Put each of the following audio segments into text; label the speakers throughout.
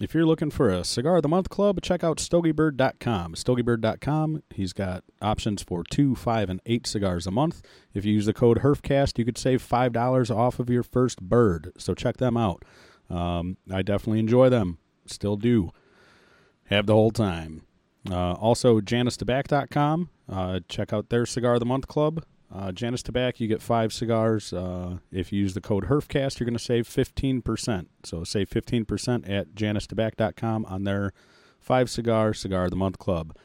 Speaker 1: If you're looking for a Cigar of the Month Club, check out stogiebird.com. Stogiebird.com, he's got options for two, five, and eight cigars a month. If you use the code HERFCAST, you could save $5 off of your first bird. So check them out. Um, I definitely enjoy them. Still do. Have the whole time. Uh, also, janistobac.com. Uh, check out their Cigar of the Month Club. Uh, Janice Tobac, you get five cigars. Uh, if you use the code HERFCAST, you're going to save 15%. So save 15% at janistobac.com on their five cigar Cigar of the Month Club.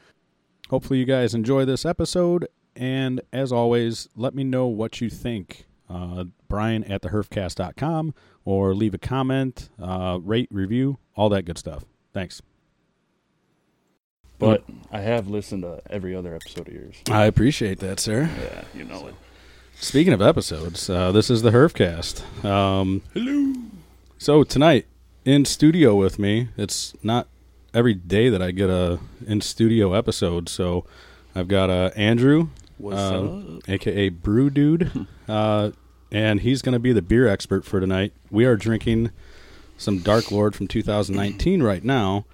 Speaker 1: Hopefully, you guys enjoy this episode. And as always, let me know what you think. Uh, Brian at theherfcast.com or leave a comment, uh, rate, review, all that good stuff. Thanks.
Speaker 2: But Mm. I have listened to every other episode of yours.
Speaker 1: I appreciate that, sir.
Speaker 2: Yeah, you know it.
Speaker 1: Speaking of episodes, uh, this is the Herfcast. Um, Hello. So tonight in studio with me, it's not every day that I get a in studio episode. So I've got uh, Andrew,
Speaker 2: What's
Speaker 1: uh,
Speaker 2: up?
Speaker 1: aka Brew Dude, uh, and he's going to be the beer expert for tonight. We are drinking some Dark Lord from 2019 right now,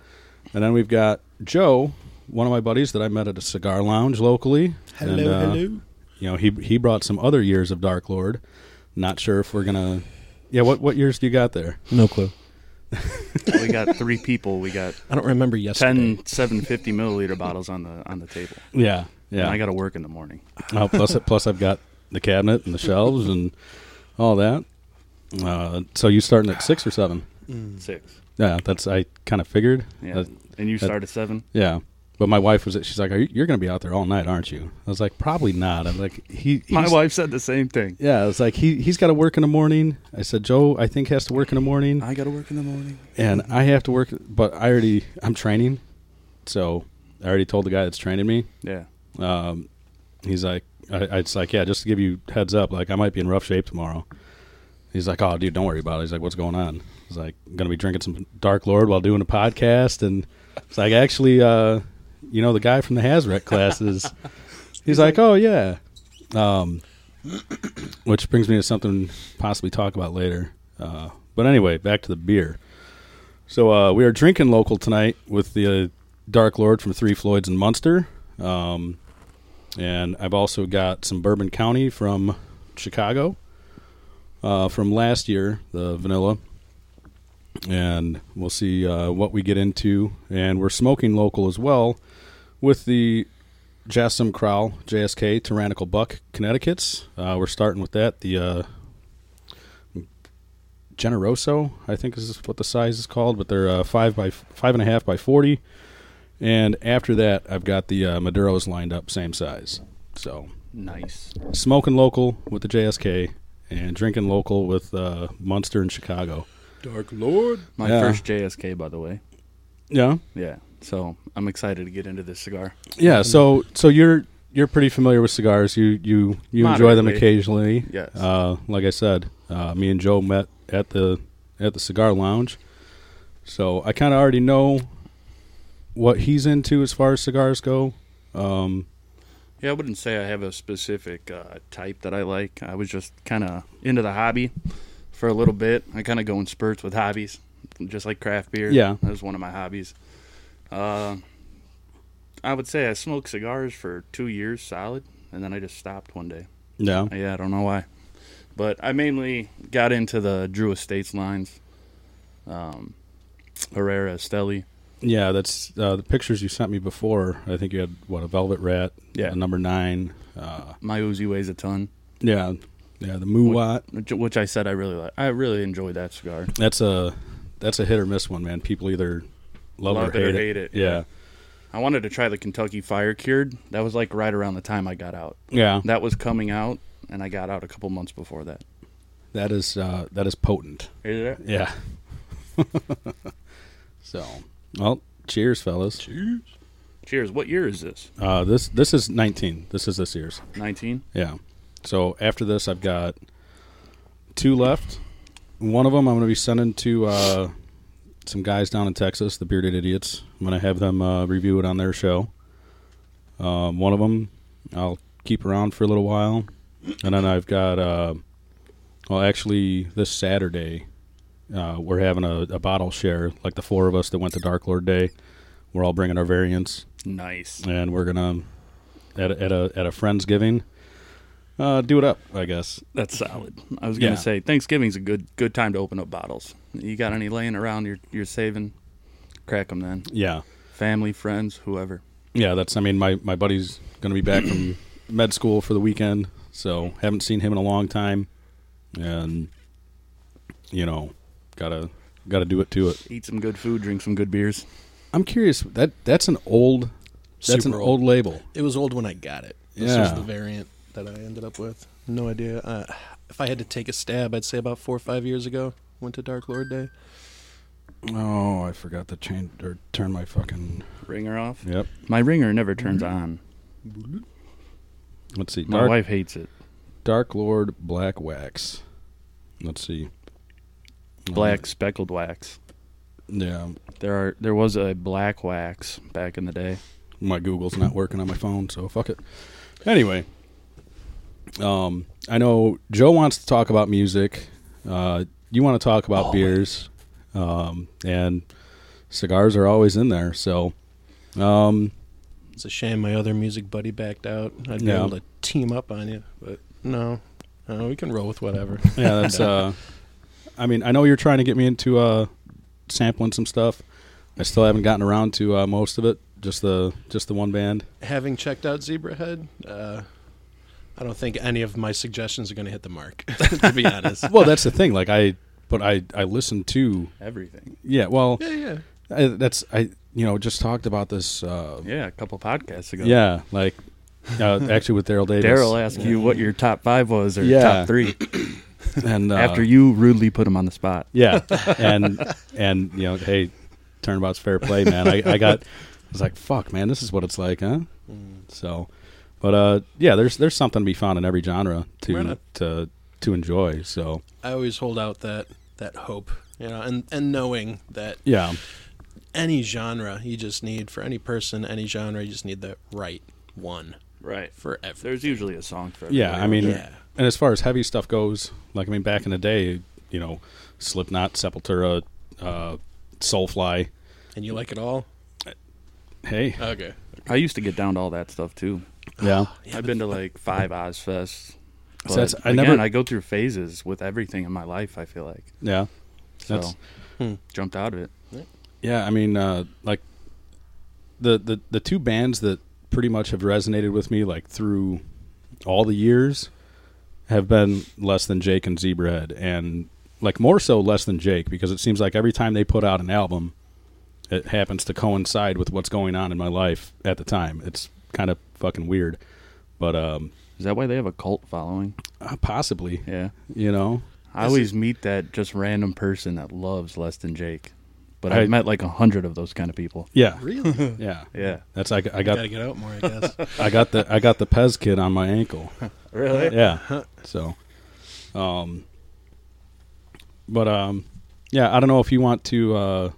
Speaker 1: and then we've got Joe, one of my buddies that I met at a cigar lounge locally.
Speaker 3: Hello,
Speaker 1: and, uh,
Speaker 3: hello.
Speaker 1: you know he he brought some other years of Dark Lord. Not sure if we're gonna. Yeah, what what years do you got there?
Speaker 3: No clue.
Speaker 2: We got three people. We got
Speaker 3: I don't remember yesterday.
Speaker 2: 10 750 milliliter bottles on the on the table.
Speaker 1: Yeah, yeah.
Speaker 2: And I got to work in the morning.
Speaker 1: oh, plus plus I've got the cabinet and the shelves and all that. Uh, so you starting at six or seven?
Speaker 2: Six.
Speaker 1: Yeah, that's I kind of figured.
Speaker 2: Mm. Yeah.
Speaker 1: That-
Speaker 2: and you start at seven.
Speaker 1: yeah. But my wife was. She's like, Are you, "You're going to be out there all night, aren't you?" I was like, "Probably not." I'm like, "He."
Speaker 2: My
Speaker 1: he's-
Speaker 2: wife said the same thing.
Speaker 1: Yeah, I was like, "He he's got to work in the morning." I said, "Joe, I think has to work in the morning."
Speaker 2: I got to work in the morning.
Speaker 1: and I have to work, but I already I'm training, so I already told the guy that's training me.
Speaker 2: Yeah.
Speaker 1: Um, he's like, I, I it's like, yeah, just to give you heads up, like I might be in rough shape tomorrow. He's like, oh, dude, don't worry about it. He's like, what's going on? He's like, I'm gonna be drinking some Dark Lord while doing a podcast, and it's like, actually, uh, you know, the guy from the Hazret classes. he's like, oh yeah, um, which brings me to something possibly talk about later. Uh, but anyway, back to the beer. So uh, we are drinking local tonight with the uh, Dark Lord from Three Floyds and Munster. Um, and I've also got some Bourbon County from Chicago uh, from last year, the vanilla. And we'll see uh, what we get into. And we're smoking local as well with the Jassim Crowell JSK Tyrannical Buck Connecticut's. Uh, we're starting with that. The uh, Generoso, I think is what the size is called, but they're uh, five by five and a half by forty. And after that, I've got the uh, Maduros lined up, same size. So
Speaker 2: Nice.
Speaker 1: smoking local with the JSK and drinking local with uh, Munster and Chicago.
Speaker 3: Dark Lord.
Speaker 2: My
Speaker 1: Yeah.
Speaker 2: first JSK, by the way.
Speaker 1: Yeah,
Speaker 2: Yeah. So I'm excited to get into this cigar.
Speaker 1: yeah. So so you're you're pretty familiar with cigars. You you you enjoy them
Speaker 2: Moderately.
Speaker 1: occasionally.
Speaker 2: Yes.
Speaker 1: Uh, like I said, uh, me and Joe met at the at the cigar lounge. So I kind of already know what he's into as far as cigars go. Um,
Speaker 2: Yeah, I wouldn't say I have a specific uh, type that I like. I was just kind of into the hobby for a little bit. I kind of go in spurts with hobbies, just like craft beer.
Speaker 1: Yeah.
Speaker 2: that was one of my hobbies. Uh, I would say I smoked cigars for two years solid, and then I just stopped one day.
Speaker 1: yeah.
Speaker 2: Yeah, I don't know why, but I mainly got into the Drew Estates lines, um, Herrera, Esteli.
Speaker 1: Yeah, that's uh, the pictures you sent me before. I think you had what a velvet rat,
Speaker 2: Yeah.
Speaker 1: a number nine, uh,
Speaker 2: My Uzi weighs a ton,
Speaker 1: yeah, yeah, the muwat.
Speaker 2: which, which I said I really like. I really enjoyed that cigar.
Speaker 1: That's a that's a hit or miss one, man. People either love, or,
Speaker 2: Love it
Speaker 1: hate
Speaker 2: or
Speaker 1: it.
Speaker 2: hate it,
Speaker 1: Yeah,
Speaker 2: I wanted to try the Kentucky Fire Cured. That was like right around the time I got out.
Speaker 1: yeah,
Speaker 2: That was coming out, and I got out a couple months before that.
Speaker 1: that is uh, that is potent.
Speaker 2: Is it?
Speaker 1: Yeah. so, well, cheers, fellas.
Speaker 2: Cheers. What year is this?
Speaker 1: Uh, this this is nineteen. This is this year's.
Speaker 2: 19?
Speaker 1: Yeah. So after this, I've got two left. One of them I'm going to be sending to uh, some guys down in Texas, the Bearded Idiots. I'm going to have them uh, review it on their show. Um, one of them I'll keep around for a little while, and then I've got uh, well, actually, this Saturday Uh, we're having a, a bottle share, like the four of us that went to Dark Lord Day. We're all bringing our variants,
Speaker 2: Nice.
Speaker 1: and we're gonna at a, at a at a friendsgiving. Uh, do it up, I guess.
Speaker 2: That's solid. I was gonna
Speaker 1: Yeah.
Speaker 2: say Thanksgiving's a good good time to open up bottles. You got any laying around? You're you're saving. Crack them then.
Speaker 1: Yeah,
Speaker 2: Family, friends, whoever.
Speaker 1: yeah. That's. I mean, my my buddy's gonna be back from med school for the weekend, so haven't seen him in a long time, and you know, gotta gotta do it to it.
Speaker 2: Eat some good food. Drink some good beers.
Speaker 1: I'm curious. That that's an old. That's
Speaker 4: Super
Speaker 1: an
Speaker 4: old.
Speaker 1: old label.
Speaker 4: It was old when I got it. This
Speaker 1: Yeah.
Speaker 4: was the variant that I ended up with. No idea. Uh, if I had to take a stab, I'd say about four or five years ago, went to Dark Lord Day.
Speaker 1: Oh, I forgot to change or turn my fucking.
Speaker 2: Ringer off.
Speaker 1: Yep.
Speaker 2: My ringer never turns on.
Speaker 1: Let's see.
Speaker 2: My
Speaker 1: Mm-hmm. Dark,
Speaker 2: wife hates it.
Speaker 1: Dark Lord Black Wax. Let's see.
Speaker 2: Black speckled wax.
Speaker 1: Yeah,
Speaker 2: There are there was a black wax back in the day.
Speaker 1: my Google's not working on my phone, so fuck it. Anyway, um, I know Joe wants to talk about music. Uh, you want to talk about
Speaker 4: Always.
Speaker 1: beers, um, and cigars are always in there. So, um,
Speaker 4: It's a shame my other music buddy backed out. I'd be
Speaker 1: Yeah.
Speaker 4: able to team up on you, but no. No, we can roll with whatever.
Speaker 1: yeah, that's. Uh, I mean, I know you're trying to get me into uh, sampling some stuff. I still haven't gotten around to uh, most of it. Just the just the one band.
Speaker 4: Having checked out Zebrahead, uh, I don't think any of my suggestions are going to hit the mark, to be honest.
Speaker 1: Well, that's the thing. Like I, but I I listened to
Speaker 2: Everything.
Speaker 1: yeah. Well,
Speaker 4: yeah, yeah.
Speaker 1: I, that's I you know just talked about this. Uh,
Speaker 2: Yeah, a couple podcasts ago.
Speaker 1: yeah, like uh, actually with Daryl Davis.
Speaker 2: Daryl asked you what your top five was or
Speaker 1: Yeah.
Speaker 2: top three
Speaker 1: and uh,
Speaker 2: after you rudely put him on the spot.
Speaker 1: Yeah, and and you know, hey, turnabout's fair play, man. I, I got, I was like, fuck, man, this is what it's like, huh? So, but uh, yeah, there's there's something to be found in every genre to
Speaker 4: Right on.
Speaker 1: to to enjoy. So
Speaker 4: I always hold out that that hope, you know, and and knowing that
Speaker 1: yeah,
Speaker 4: any genre you just need for any person, any genre you just need the right one
Speaker 2: Right.
Speaker 4: for every.
Speaker 2: There's usually a song for
Speaker 1: yeah. I mean,
Speaker 4: Yeah.
Speaker 1: and as far as heavy stuff goes, like I mean, back in the day, you know, Slipknot, Sepultura, uh, Soulfly.
Speaker 4: And you like it all?
Speaker 1: Hey,
Speaker 4: Okay.
Speaker 2: I used to get down to all that stuff too.
Speaker 1: yeah,
Speaker 2: I've been to like five Ozfests.
Speaker 1: So
Speaker 2: But
Speaker 1: that's- I
Speaker 2: again,
Speaker 1: never-
Speaker 2: I go through phases with everything in my life. I feel like
Speaker 1: yeah.
Speaker 2: so
Speaker 1: That's
Speaker 4: Hmm.
Speaker 2: jumped out of it.
Speaker 1: Yeah, I mean, uh, like the, the the two bands that pretty much have resonated with me like through all the years have been less than Jake and Zebrahead, and like more so less than Jake because it seems like every time they put out an album, it happens to coincide with what's going on in my life at the time. It's kind of fucking weird, but um,
Speaker 2: Is that why they have a cult following?
Speaker 1: uh, possibly,
Speaker 2: Yeah.
Speaker 1: you know,
Speaker 2: I always meet that just random person that loves Less Than Jake, but
Speaker 1: I-
Speaker 2: I've met like a hundred of those kind of people.
Speaker 1: yeah,
Speaker 4: Really?
Speaker 1: yeah.
Speaker 2: Yeah,
Speaker 1: That's I, I
Speaker 4: Got to
Speaker 1: got
Speaker 4: get out more, I guess.
Speaker 1: I got the I got the Pez kid on my ankle.
Speaker 2: really.
Speaker 1: yeah. So, um, but um, yeah. I don't know if you want to uh,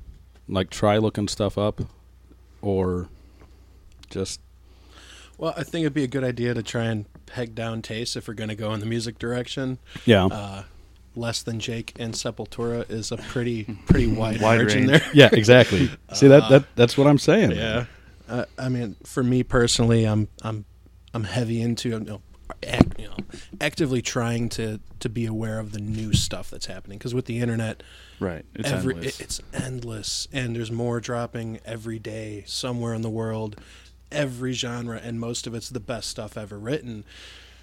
Speaker 1: like try looking stuff up, or just
Speaker 4: well, I think it'd be a good idea to try and peg down taste if we're going to go in the music direction.
Speaker 1: yeah,
Speaker 4: Uh, Less than Jake and Sepultura is a pretty pretty wide,
Speaker 2: Wide
Speaker 4: margin
Speaker 2: range.
Speaker 1: yeah. Exactly. See that that that's what I'm saying.
Speaker 4: there. Uh, I mean, for me personally, I'm I'm I'm heavy into you know, act, you know actively trying to to be aware of the new stuff that's happening because with the internet,
Speaker 2: Right. It's
Speaker 4: every
Speaker 2: endless.
Speaker 4: it- it's endless and there's more dropping every day somewhere in the world every genre and most of it's the best stuff ever written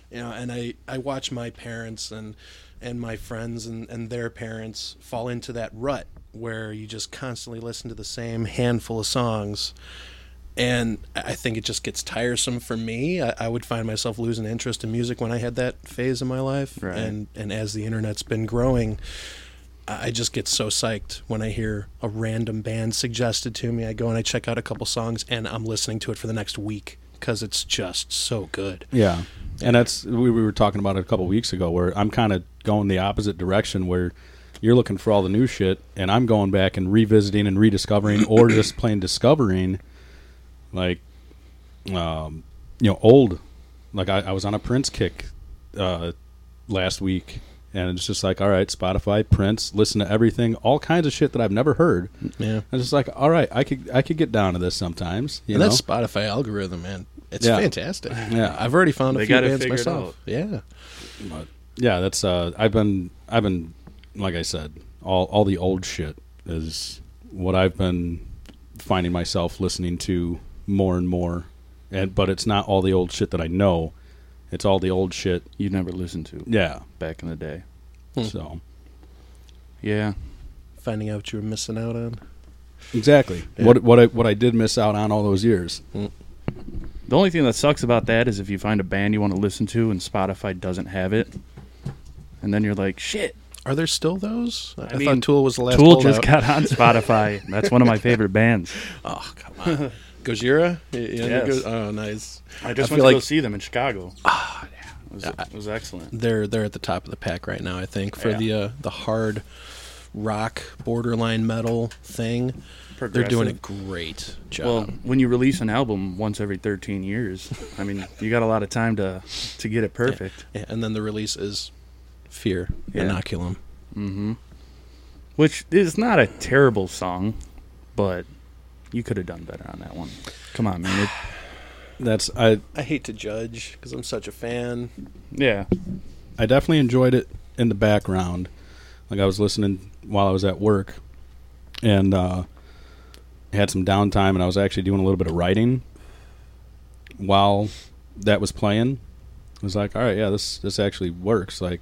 Speaker 4: you know and i i watch my parents and and my friends and and their parents fall into that rut where you just constantly listen to the same handful of songs and I I think it just gets tiresome for me. I, I would find myself losing interest in music when I had that phase in my life,
Speaker 2: Right.
Speaker 4: and and as the internet's been growing, I I just get so psyched when I hear a random band suggested to me. I go and I check out a couple songs, and I'm listening to it for the next week because it's just so good.
Speaker 1: Yeah. And that's we, we were talking about it a couple weeks ago where I'm kind of going the opposite direction where you're looking for all the new shit and I'm going back and revisiting and rediscovering or just plain discovering like um you know old like I, I was on a Prince kick uh last week And it's just like, all right, Spotify, Prince, listen to everything, all kinds of shit that I've never heard.
Speaker 4: Yeah.
Speaker 1: I was just like, all right, I could I could get down to this sometimes. You
Speaker 4: and
Speaker 1: know?
Speaker 4: that Spotify algorithm, man, it's
Speaker 1: Yeah.
Speaker 4: fantastic.
Speaker 1: Yeah.
Speaker 4: I've already found a
Speaker 2: They
Speaker 4: few
Speaker 2: got it
Speaker 4: bands
Speaker 2: figured
Speaker 4: myself.
Speaker 2: out.
Speaker 4: Yeah,
Speaker 1: But, yeah, that's uh I've been I've been like I said, all all the old shit is what I've been finding myself listening to more and more. And but it's not all the old shit that I know. It's all the old shit.
Speaker 2: you never listened to
Speaker 1: Yeah.
Speaker 2: back in the day.
Speaker 4: Hmm.
Speaker 1: So
Speaker 2: Yeah,
Speaker 4: finding out what you were missing out on.
Speaker 1: exactly.
Speaker 4: Yeah.
Speaker 1: What what I what I did miss out on all those years.
Speaker 2: the only thing that sucks about that is if you find a band you want to listen to and Spotify doesn't have it, and then you're like, shit.
Speaker 4: Are there still those? I,
Speaker 2: mean,
Speaker 4: thought Tool was the last.
Speaker 2: Tool just
Speaker 4: holdout.
Speaker 2: got on Spotify. That's one of my favorite bands.
Speaker 4: Oh come on, Gojira. Yeah, yeah,
Speaker 2: Yes.
Speaker 4: Go- oh nice.
Speaker 2: I just went
Speaker 4: I feel
Speaker 2: to go
Speaker 4: like-
Speaker 2: see them in Chicago. Ah, yeah, it was, it was excellent.
Speaker 4: They're they're at the top of the pack right now. I think for
Speaker 2: Yeah.
Speaker 4: the uh, the hard rock, borderline metal thing, they're doing a
Speaker 2: Progressive.
Speaker 4: great job.
Speaker 2: Well, when you release an album once every 13 years, I mean, you got a lot of time to to get it perfect.
Speaker 4: Yeah, and then the release is Fear
Speaker 2: Yeah.
Speaker 4: Inoculum.
Speaker 2: which is not a terrible song, but you could have done better on that one. Come on, man. It,
Speaker 1: That's I
Speaker 4: I hate to judge because I'm such a fan.
Speaker 2: yeah,
Speaker 1: I definitely enjoyed it in the background. Like I was listening while I was at work and uh, had some downtime, and I was actually doing a little bit of writing while that was playing. I was like, all right, yeah, this this actually works. Like,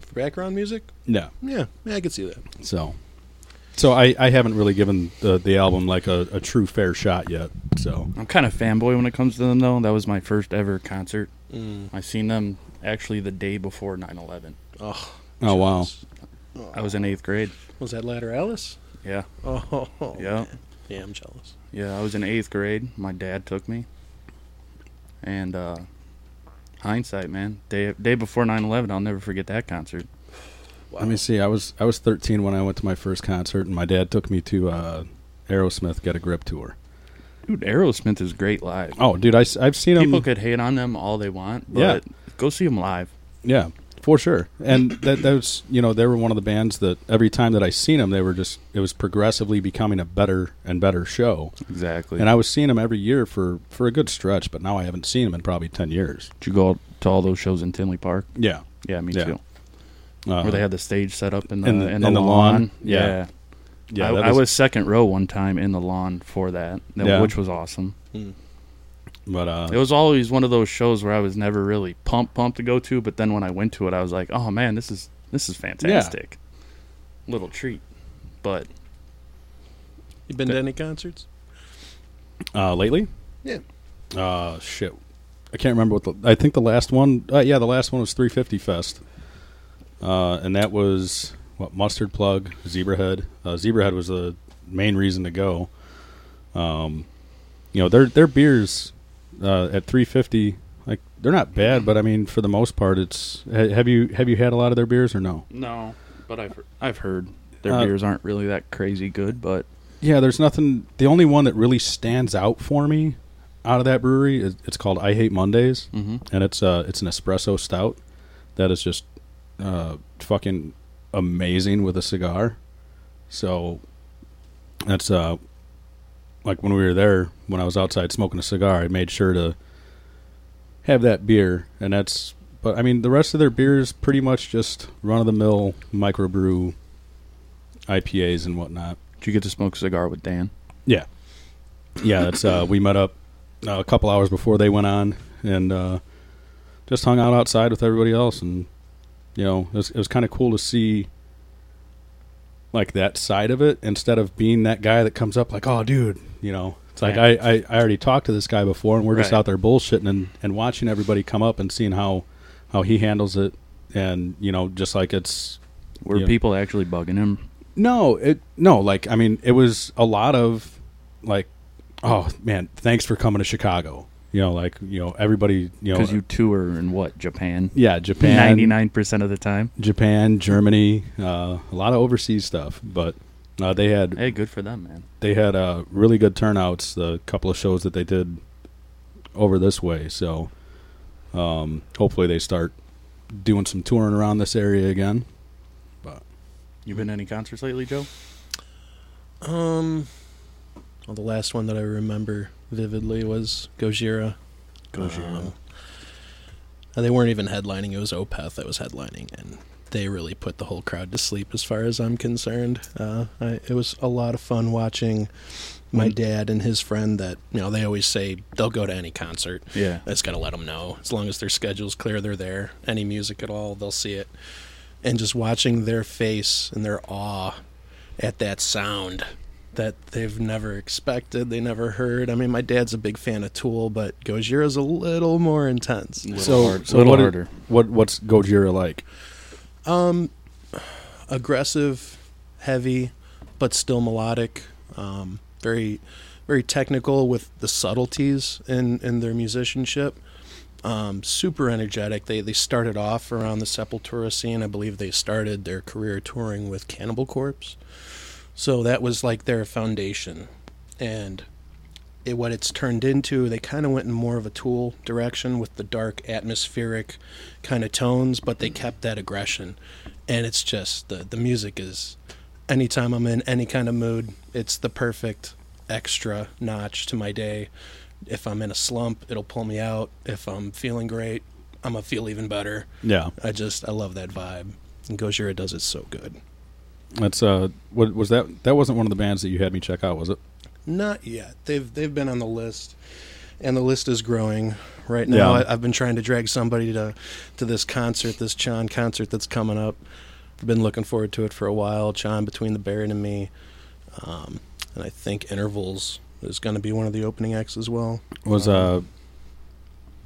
Speaker 4: For background music,
Speaker 1: no,
Speaker 4: yeah, yeah, I could see that.
Speaker 1: so so I, I haven't really given the the album like a, a true fair shot yet. So
Speaker 2: I'm kind of fanboy when it comes to them, though. That was my first ever concert. I seen them actually the day before 9/11.
Speaker 4: Oh,
Speaker 1: oh wow,
Speaker 4: jealous.
Speaker 2: I was in eighth grade.
Speaker 4: Was that Ladder Alice?
Speaker 2: Yeah,
Speaker 4: Oh,
Speaker 2: yeah,
Speaker 4: yeah, I'm jealous.
Speaker 2: yeah. I was in eighth grade. My dad took me, and uh, hindsight, man, day day before 9/11, I'll never forget that concert.
Speaker 1: let me see. I was I was 13 when I went to my first concert, and my dad took me to uh, Aerosmith Get a Grip tour.
Speaker 2: Dude, Aerosmith is great live.
Speaker 1: Oh, dude, I, have seen them.
Speaker 2: People could hate on them all they want,
Speaker 1: Yeah.
Speaker 2: but go see them live.
Speaker 1: Yeah, for sure. And that that was you know they were one of the bands that every time that I seen them, they were just it was progressively becoming a better and better show.
Speaker 2: Exactly.
Speaker 1: And I was seeing them every year for for a good stretch, but now I haven't seen them in probably ten years.
Speaker 2: Did you go to all those shows in Tinley Park?
Speaker 1: Yeah,
Speaker 2: Yeah, me
Speaker 1: Yeah.
Speaker 2: too.
Speaker 1: uh,
Speaker 2: Where they had the stage set up in the
Speaker 1: in
Speaker 2: in
Speaker 1: the-
Speaker 2: the,
Speaker 1: in the
Speaker 2: lawn.
Speaker 1: lawn? Yeah. yeah,
Speaker 2: I,
Speaker 1: that
Speaker 2: I was second row one time in the lawn for that, that-
Speaker 1: Yeah.
Speaker 2: which was awesome.
Speaker 1: but uh,
Speaker 2: It was always one of those shows where I was never really pump pump to go to, but then when I went to it, I was like, oh man, this is this is fantastic. Little treat, but
Speaker 4: You been to any concerts?
Speaker 1: uh, lately.
Speaker 4: Yeah.
Speaker 1: Uh, shit, I can't remember what the I think the last one. Uh, yeah, the last one was 350 Fest, uh, and that was what mustard plug, zebrahead. Uh, zebrahead was the main reason to go. Um, you know their their beers uh, at 350 like they're not bad, but I mean for the most part it's ha- have you have you had a lot of their beers or no?
Speaker 2: no. But I've I've heard their
Speaker 1: Uh,
Speaker 2: beers aren't really that crazy good, but
Speaker 1: Yeah, there's nothing. The only one that really stands out for me out of that brewery is it's called I Hate Mondays,
Speaker 2: Mhm.
Speaker 1: and it's uh it's an espresso stout that is just uh fucking amazing with a cigar. So that's uh like when we were there when I was outside smoking a cigar, I made sure to have that beer, and that's. But I mean, the rest of their beers pretty much just run of the mill microbrew IPAs and whatnot.
Speaker 2: did you get to smoke a cigar with Dan?
Speaker 1: Yeah, yeah. That's uh, we met up uh, a couple hours before they went on, and uh, just hung out outside with everybody else, and you know, it was, it was kind of cool to see like that side of it instead of being that guy that comes up like, "Oh, dude," you know. It's like
Speaker 2: Yeah.
Speaker 1: I, I, I already talked to this guy before, and we're just
Speaker 2: Right.
Speaker 1: out there bullshitting and, and watching everybody come up and seeing how how he handles it, and you know, just like it's
Speaker 2: Were
Speaker 1: Yeah.
Speaker 2: people actually bugging him?
Speaker 1: no, it no, like I mean, it was a lot of like, oh man, thanks for coming to Chicago. You know, like you know everybody. You know,
Speaker 2: Because you tour in what Japan?
Speaker 1: yeah, Japan,
Speaker 2: Ninety nine percent of the time.
Speaker 1: Japan, Germany, uh, a lot of overseas stuff. But uh, they had
Speaker 2: Hey, good for them, man.
Speaker 1: they had uh, really good turnouts. The couple of shows that they did over this way, so um, hopefully they start doing some touring around this area again.
Speaker 2: You been to any concerts lately, Joe?
Speaker 4: Um, well, the last one that I remember vividly was Gojira. Um, and they weren't even headlining; it was Opeth that was headlining, and they really put the whole crowd to sleep, as far as I'm concerned. Uh, I, it was a lot of fun watching my
Speaker 2: Mm.
Speaker 4: dad and his friend. That you know, they always say they'll go to any concert.
Speaker 2: yeah.
Speaker 4: I just gotta let them know. As long as their schedule's clear, they're there. Any music at all, they'll see it. And just watching their face and their awe at that sound that they've never expected, they never heard. I mean, my dad's a big fan of Tool, but Gojira's a little more intense.
Speaker 2: Little
Speaker 1: So-
Speaker 2: hard-
Speaker 1: so
Speaker 2: little
Speaker 1: what did-
Speaker 2: harder.
Speaker 1: What what's Gojira like?
Speaker 4: Um, aggressive, heavy, but still melodic. Um, very, very technical with the subtleties in in their musicianship. Um, super energetic. They they started off around the Sepultura scene. I believe they started their career touring with Cannibal Corpse. So that was like their foundation, and. It, what it's turned into, they kind of went in more of a tool direction with the dark, atmospheric kind of tones, but they kept that aggression and it's just the the music is anytime I'm in any kind of mood, it's the perfect extra notch to my day. If I'm in a slump, it'll pull me out. If I'm feeling great, I'm gonna feel even better.
Speaker 1: Yeah,
Speaker 4: I just I love that vibe. And Gojira does it so good.
Speaker 1: that's uh, what was that? That wasn't one of the bands that you had me check out, was it?
Speaker 4: Not yet. They've they've been on the list, and the list is growing. Right now,
Speaker 1: Yeah.
Speaker 4: I, I've been trying to drag somebody to to this concert, this Chan concert that's coming up. I've been looking forward to it for a while. Chan between the Baron and me, um, and I think Intervals is going to be one of the opening acts as well.
Speaker 1: Was uh,
Speaker 4: Uh-huh.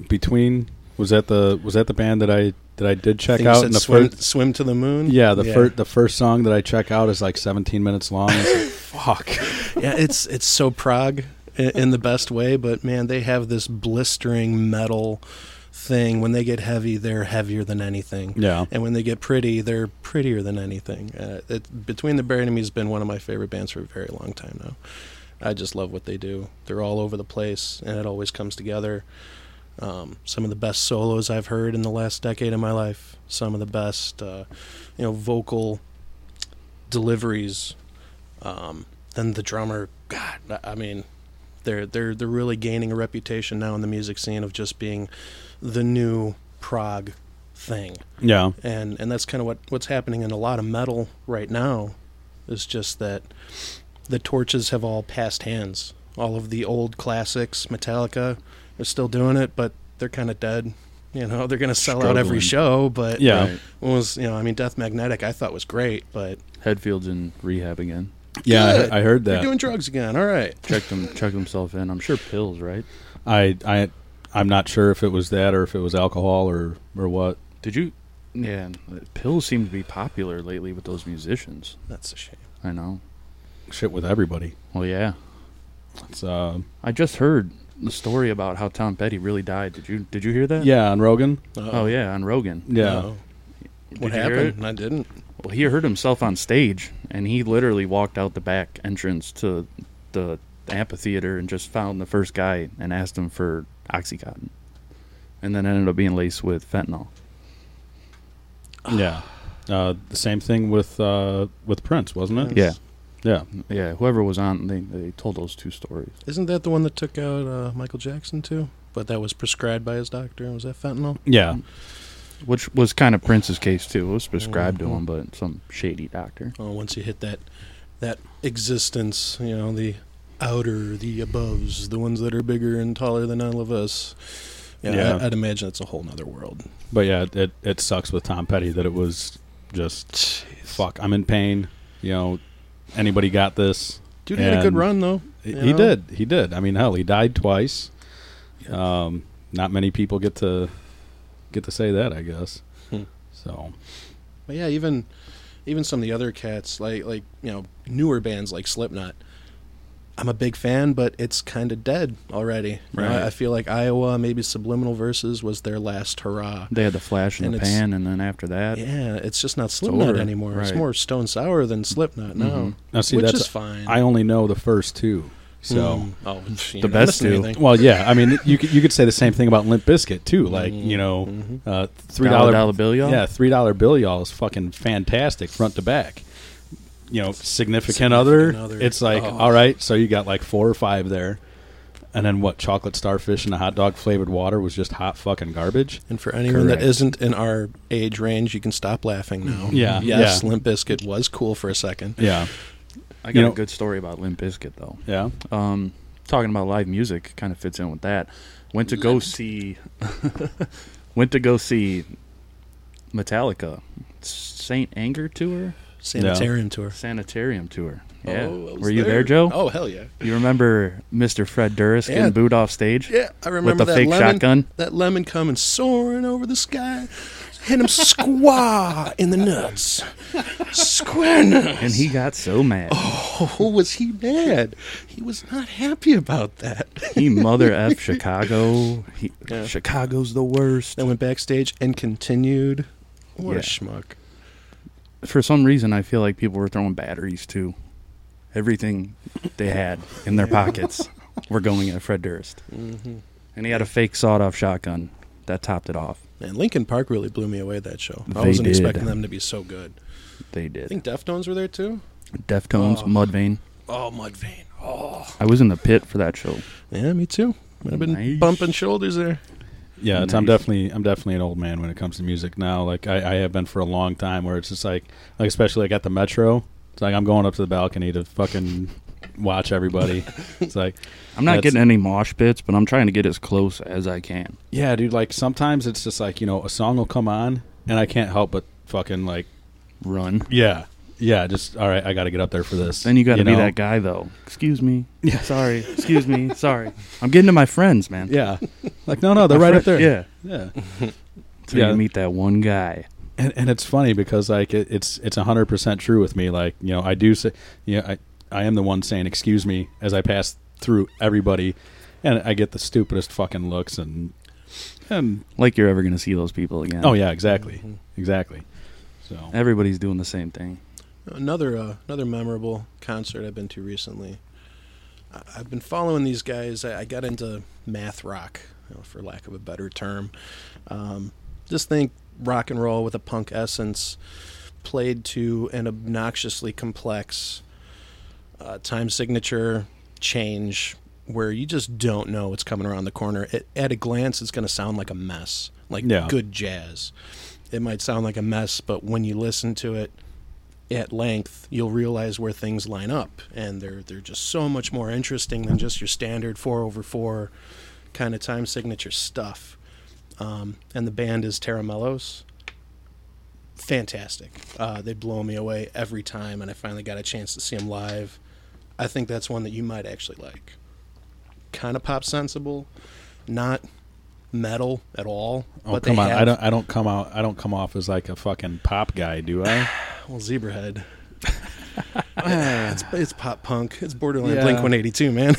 Speaker 1: between was that the was that the band that I that I did
Speaker 4: I
Speaker 1: check
Speaker 4: think you
Speaker 1: out
Speaker 4: said
Speaker 1: in the
Speaker 4: swim,
Speaker 1: first
Speaker 4: swim to the moon.
Speaker 1: Yeah, the first the first song that I check out is like 17 minutes long. It's like, fuck.
Speaker 4: yeah, it's it's so Prague in, in the best way, but man, they have this blistering metal thing. When they get heavy, they're heavier than anything.
Speaker 1: Yeah,
Speaker 4: and when they get pretty, they're prettier than anything. Uh, it, Between the Buried and Me has been one of my favorite bands for a very long time now. I just love what they do. They're all over the place, and it always comes together. Um, some of the best solos I've heard in the last decade of my life. Some of the best, uh, you know, vocal deliveries. Um, and the drummer, God, I- I mean, they're they're they're really gaining a reputation now in the music scene of just being the new prog thing
Speaker 1: yeah,
Speaker 4: and and that's kind of what what's happening in a lot of metal right now is just that the torches have all passed hands all of the old classics metallica are still doing it but they're kind of dead you know they're going to sell out every
Speaker 2: Struggling.
Speaker 4: show but
Speaker 1: yeah.
Speaker 2: Right.
Speaker 4: it was you know i mean death magnetic i thought was great but
Speaker 2: Headfield's in rehab again.
Speaker 1: yeah. I-
Speaker 4: Good.
Speaker 1: I, heard
Speaker 4: they're
Speaker 1: that.
Speaker 4: doing drugs again all right
Speaker 2: Checked him, checked himself in. I'm sure pills, right?
Speaker 1: I I I'm not sure if it was that or if it was alcohol or or what.
Speaker 2: Did you? Yeah, pills seem to be popular lately with those musicians.
Speaker 4: that's a shame
Speaker 2: I know.
Speaker 1: Shit with everybody.
Speaker 2: Well, yeah.
Speaker 1: It's uh,
Speaker 2: I just heard the story about how Tom Petty really died. Did you? Did you hear that?
Speaker 1: yeah, on Rogan.
Speaker 2: Oh yeah, on Rogan.
Speaker 1: Yeah,
Speaker 4: No.
Speaker 2: Did
Speaker 4: what
Speaker 2: you hear it?
Speaker 4: happened i didn't
Speaker 2: Well, he hurt himself on stage, and he literally walked out the back entrance to the amphitheater and just found the first guy and asked him for oxycontin, and then ended up being laced with fentanyl.
Speaker 1: yeah. Uh, the same thing with uh, with Prince, wasn't it?
Speaker 2: Yeah,
Speaker 1: Yeah,
Speaker 2: yeah. Whoever was on, they they told those two stories.
Speaker 4: isn't that the one that took out uh, michael jackson too but that was prescribed by his doctor was that fentanyl
Speaker 1: yeah.
Speaker 2: which was kind of Prince's case too. It was prescribed to him,
Speaker 4: Mm-hmm.
Speaker 2: but some shady doctor.
Speaker 4: Well, Uh, once you hit that that existence, you know, the outer, the aboves, the ones that are bigger and taller than all of us. Yeah,
Speaker 1: Yeah.
Speaker 4: I, I'd imagine it's a whole nother world.
Speaker 1: But yeah, it, it it sucks with Tom Petty that it was just fuck. I'm in pain. You know, anybody got this?
Speaker 4: Dude had a good
Speaker 1: And-
Speaker 4: run though.
Speaker 1: He
Speaker 4: you know?
Speaker 1: did. He did. I mean, hell, he died twice. Um, not many people get to get to say that, I guess.
Speaker 4: Hmm.
Speaker 1: So
Speaker 4: But yeah, even even some of the other cats, like like you know, newer bands like Slipknot. I'm a big fan, but it's kind of dead already. You know, I-
Speaker 2: Right.
Speaker 4: I feel like Iowa, maybe Subliminal Verses was their last hurrah.
Speaker 2: They had the flash in
Speaker 4: And
Speaker 2: the
Speaker 4: it's-
Speaker 2: pan, and then after that,
Speaker 4: Yeah, it's just not Slipknot
Speaker 2: over.
Speaker 4: anymore. It's
Speaker 2: Right. Mm-hmm.
Speaker 4: more Stone Sour than Slipknot now,
Speaker 1: now, see,
Speaker 4: which
Speaker 1: that's
Speaker 4: is fine.
Speaker 1: I only know the first two. So.
Speaker 4: Mm. oh, you
Speaker 2: The
Speaker 4: know,
Speaker 2: best
Speaker 4: missing
Speaker 2: do.
Speaker 4: anything.
Speaker 1: Well, yeah. I mean, you could, you could say the same thing about Limp Biscuit too. Like,
Speaker 4: Mm.
Speaker 1: you know,
Speaker 4: Mhm.
Speaker 1: uh, three
Speaker 2: Three Mm-hmm. dollar dollar bill, y'all?
Speaker 1: Yeah, three dollar bill, y'all is fucking fantastic front to back. You know, significant, other,
Speaker 4: Significant other.
Speaker 1: It's like
Speaker 4: Oh.
Speaker 1: all right, so you got like four or five there, and then what? Chocolate starfish and a hot dog flavored water was just hot fucking garbage.
Speaker 4: And for anyone
Speaker 2: Correct. Mm-hmm.
Speaker 4: that isn't in our age range, you can stop laughing now.
Speaker 1: Yeah,
Speaker 4: Yes,
Speaker 1: yeah.
Speaker 4: Limp Biscuit was cool for a second.
Speaker 1: Yeah,
Speaker 2: I
Speaker 1: You
Speaker 2: got
Speaker 1: know-
Speaker 2: a good story about Limp Bizkit though.
Speaker 1: yeah.
Speaker 2: Um, talking about live music kind of fits in with that. Went to go see, went to go see Metallica, Saint Anger tour,
Speaker 4: Sanitarium tour.
Speaker 2: Sanitarium tour. Yeah,
Speaker 4: Oh, I was
Speaker 2: were you there, Joe?
Speaker 4: Oh hell yeah.
Speaker 2: You remember Mr. Fred Durst
Speaker 4: Yeah.
Speaker 2: getting booed off stage?
Speaker 4: Yeah, I remember
Speaker 2: the
Speaker 4: that
Speaker 2: fake
Speaker 4: lemon,
Speaker 2: shotgun?
Speaker 4: That lemon coming soaring over the sky, hit him squaw in the nuts, square nuts.
Speaker 2: And he got so mad.
Speaker 4: Oh, was he mad? He was not happy about that.
Speaker 2: He mother f Chicago. He,
Speaker 4: Yeah.
Speaker 2: Chicago's the worst.
Speaker 4: Then went backstage and continued. What
Speaker 2: Yeah.
Speaker 4: a schmuck!
Speaker 2: For some reason, I feel like people were throwing batteries too. Everything they had in their pockets were going at Fred Durst,
Speaker 4: Mm-hmm.
Speaker 2: and he had a fake sawed-off shotgun that topped it off.
Speaker 4: And Lincoln Park really blew me away that show. I
Speaker 2: They
Speaker 4: wasn't
Speaker 2: did.
Speaker 4: expecting them to be so good.
Speaker 2: They
Speaker 4: I
Speaker 2: did.
Speaker 4: think Deftones were there too.
Speaker 2: Deftones,
Speaker 4: Oh.
Speaker 2: Mudvayne.
Speaker 4: Oh, Mudvayne. Oh,
Speaker 2: I was in the pit for that show.
Speaker 4: yeah, me too. Might have been
Speaker 2: Nice.
Speaker 4: bumping shoulders there.
Speaker 1: Yeah, it's, I'm
Speaker 2: Nice.
Speaker 1: definitely I'm definitely an old man when it comes to music now. Like I, I have been for a long time, where it's just like like especially like at the metro, it's like I'm going up to the balcony to fucking watch everybody. it's like
Speaker 2: I'm not
Speaker 1: That's-
Speaker 2: getting any mosh pits, but I'm trying to get as close as I can.
Speaker 1: yeah, dude. Like sometimes it's just like you know a song will come on and I can't help but fucking like
Speaker 2: Run.
Speaker 1: yeah yeah just all right I got to get up there for this.
Speaker 2: Then you got to be
Speaker 1: know?
Speaker 2: that guy, though. Excuse me. Yeah. Sorry. Excuse me. Sorry. I'm getting to my friends, man.
Speaker 1: Yeah, like no no they're right up there.
Speaker 2: Yeah.
Speaker 1: yeah.
Speaker 2: So
Speaker 1: Yeah.
Speaker 2: you meet that one guy.
Speaker 1: and and it's funny because like it, it's it's hundred percent true with me. Like you know, I do say, you know, I I am the one saying excuse me as I pass through everybody, and I get the stupidest fucking looks and and
Speaker 2: Like you're ever going to see those people again.
Speaker 1: oh yeah, exactly,
Speaker 4: Mhm.
Speaker 1: exactly. So
Speaker 2: Everybody's doing the same thing.
Speaker 4: Another uh, another memorable concert I've been to recently. I- I've been following these guys. I I got into math rock, you know, for lack of a better term. Um, just think rock and roll with a punk essence, played to an obnoxiously complex uh, time signature change where you just don't know what's coming around the corner. It, at a glance, it's going to sound like a mess, like
Speaker 1: Yeah.
Speaker 4: good jazz. It might sound like a mess, but when you listen to it at length, you'll realize where things line up, and they're they're just so much more interesting than just your standard four over four kind of time signature stuff. Um, and the band is Terramellos. Fantastic. Uh, they blow me away every time, and I finally got a chance to see them live. I think that's one that you might actually like. Kind of pop sensible, not metal at all.
Speaker 1: oh
Speaker 4: but
Speaker 1: come
Speaker 4: they
Speaker 1: on,
Speaker 4: have,
Speaker 1: I don't I don't come out I don't come off as like a fucking pop guy, do I?
Speaker 4: Well, Zebrahead. it's, it's pop punk. It's borderline
Speaker 1: Yeah.
Speaker 4: Blink 182, man.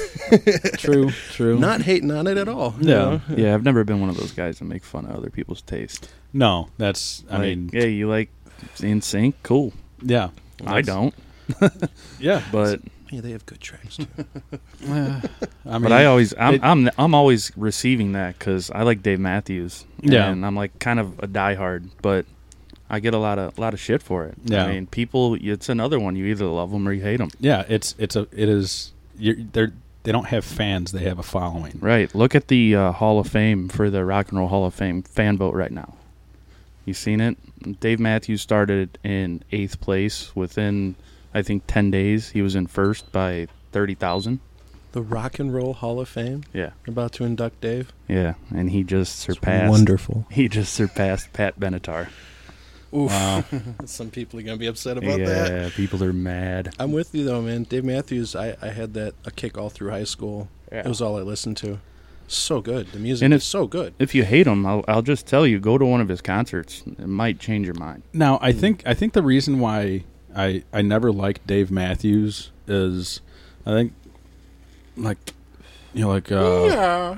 Speaker 1: true, true.
Speaker 4: Not hating on it at all. you
Speaker 1: Yeah.
Speaker 4: know?
Speaker 2: Yeah, I've never been one of those guys that make fun of other people's taste.
Speaker 1: no, that's I
Speaker 2: Like,
Speaker 1: mean
Speaker 2: hey, you like In Sync? Cool.
Speaker 1: yeah
Speaker 2: I don't,
Speaker 1: yeah,
Speaker 2: but
Speaker 4: Yeah, they have good tracks too.
Speaker 1: I mean
Speaker 2: but I always I'm
Speaker 1: it-
Speaker 2: I'm I'm always receiving that because I like Dave Matthews.
Speaker 1: Yeah.
Speaker 2: and I'm like kind of a diehard, but I get a lot of lot of shit for it.
Speaker 1: Yeah.
Speaker 2: I mean, people, it's another one. You either love them or you hate them.
Speaker 1: yeah it's it's a it is you're, they're they don't have fans they have a following.
Speaker 2: Right. Look at the uh, Hall of Fame for the Rock and Roll Hall of Fame fan vote right now. You seen it? Dave Matthews started in eighth place. Within, I think, ten days, he was in first by thirty thousand.
Speaker 4: the Rock and Roll Hall of Fame.
Speaker 2: Yeah,
Speaker 4: You're about to induct Dave.
Speaker 2: yeah, and he just surpassed.
Speaker 4: Wonderful.
Speaker 2: He just surpassed Pat Benatar.
Speaker 4: Oof.
Speaker 1: Wow.
Speaker 4: Some people are gonna be upset about
Speaker 2: yeah,
Speaker 4: that.
Speaker 2: people are mad.
Speaker 4: I'm with you though, man. Dave Matthews. I, I had that a kick all through high school. It was all I listened to. So good. The music
Speaker 2: And if-
Speaker 4: is so good.
Speaker 2: if you hate him, I'll, I'll just tell you, go to one of his concerts. It might change your mind.
Speaker 1: Now, I think I think the reason why I I never liked Dave Matthews is I think like you know like uh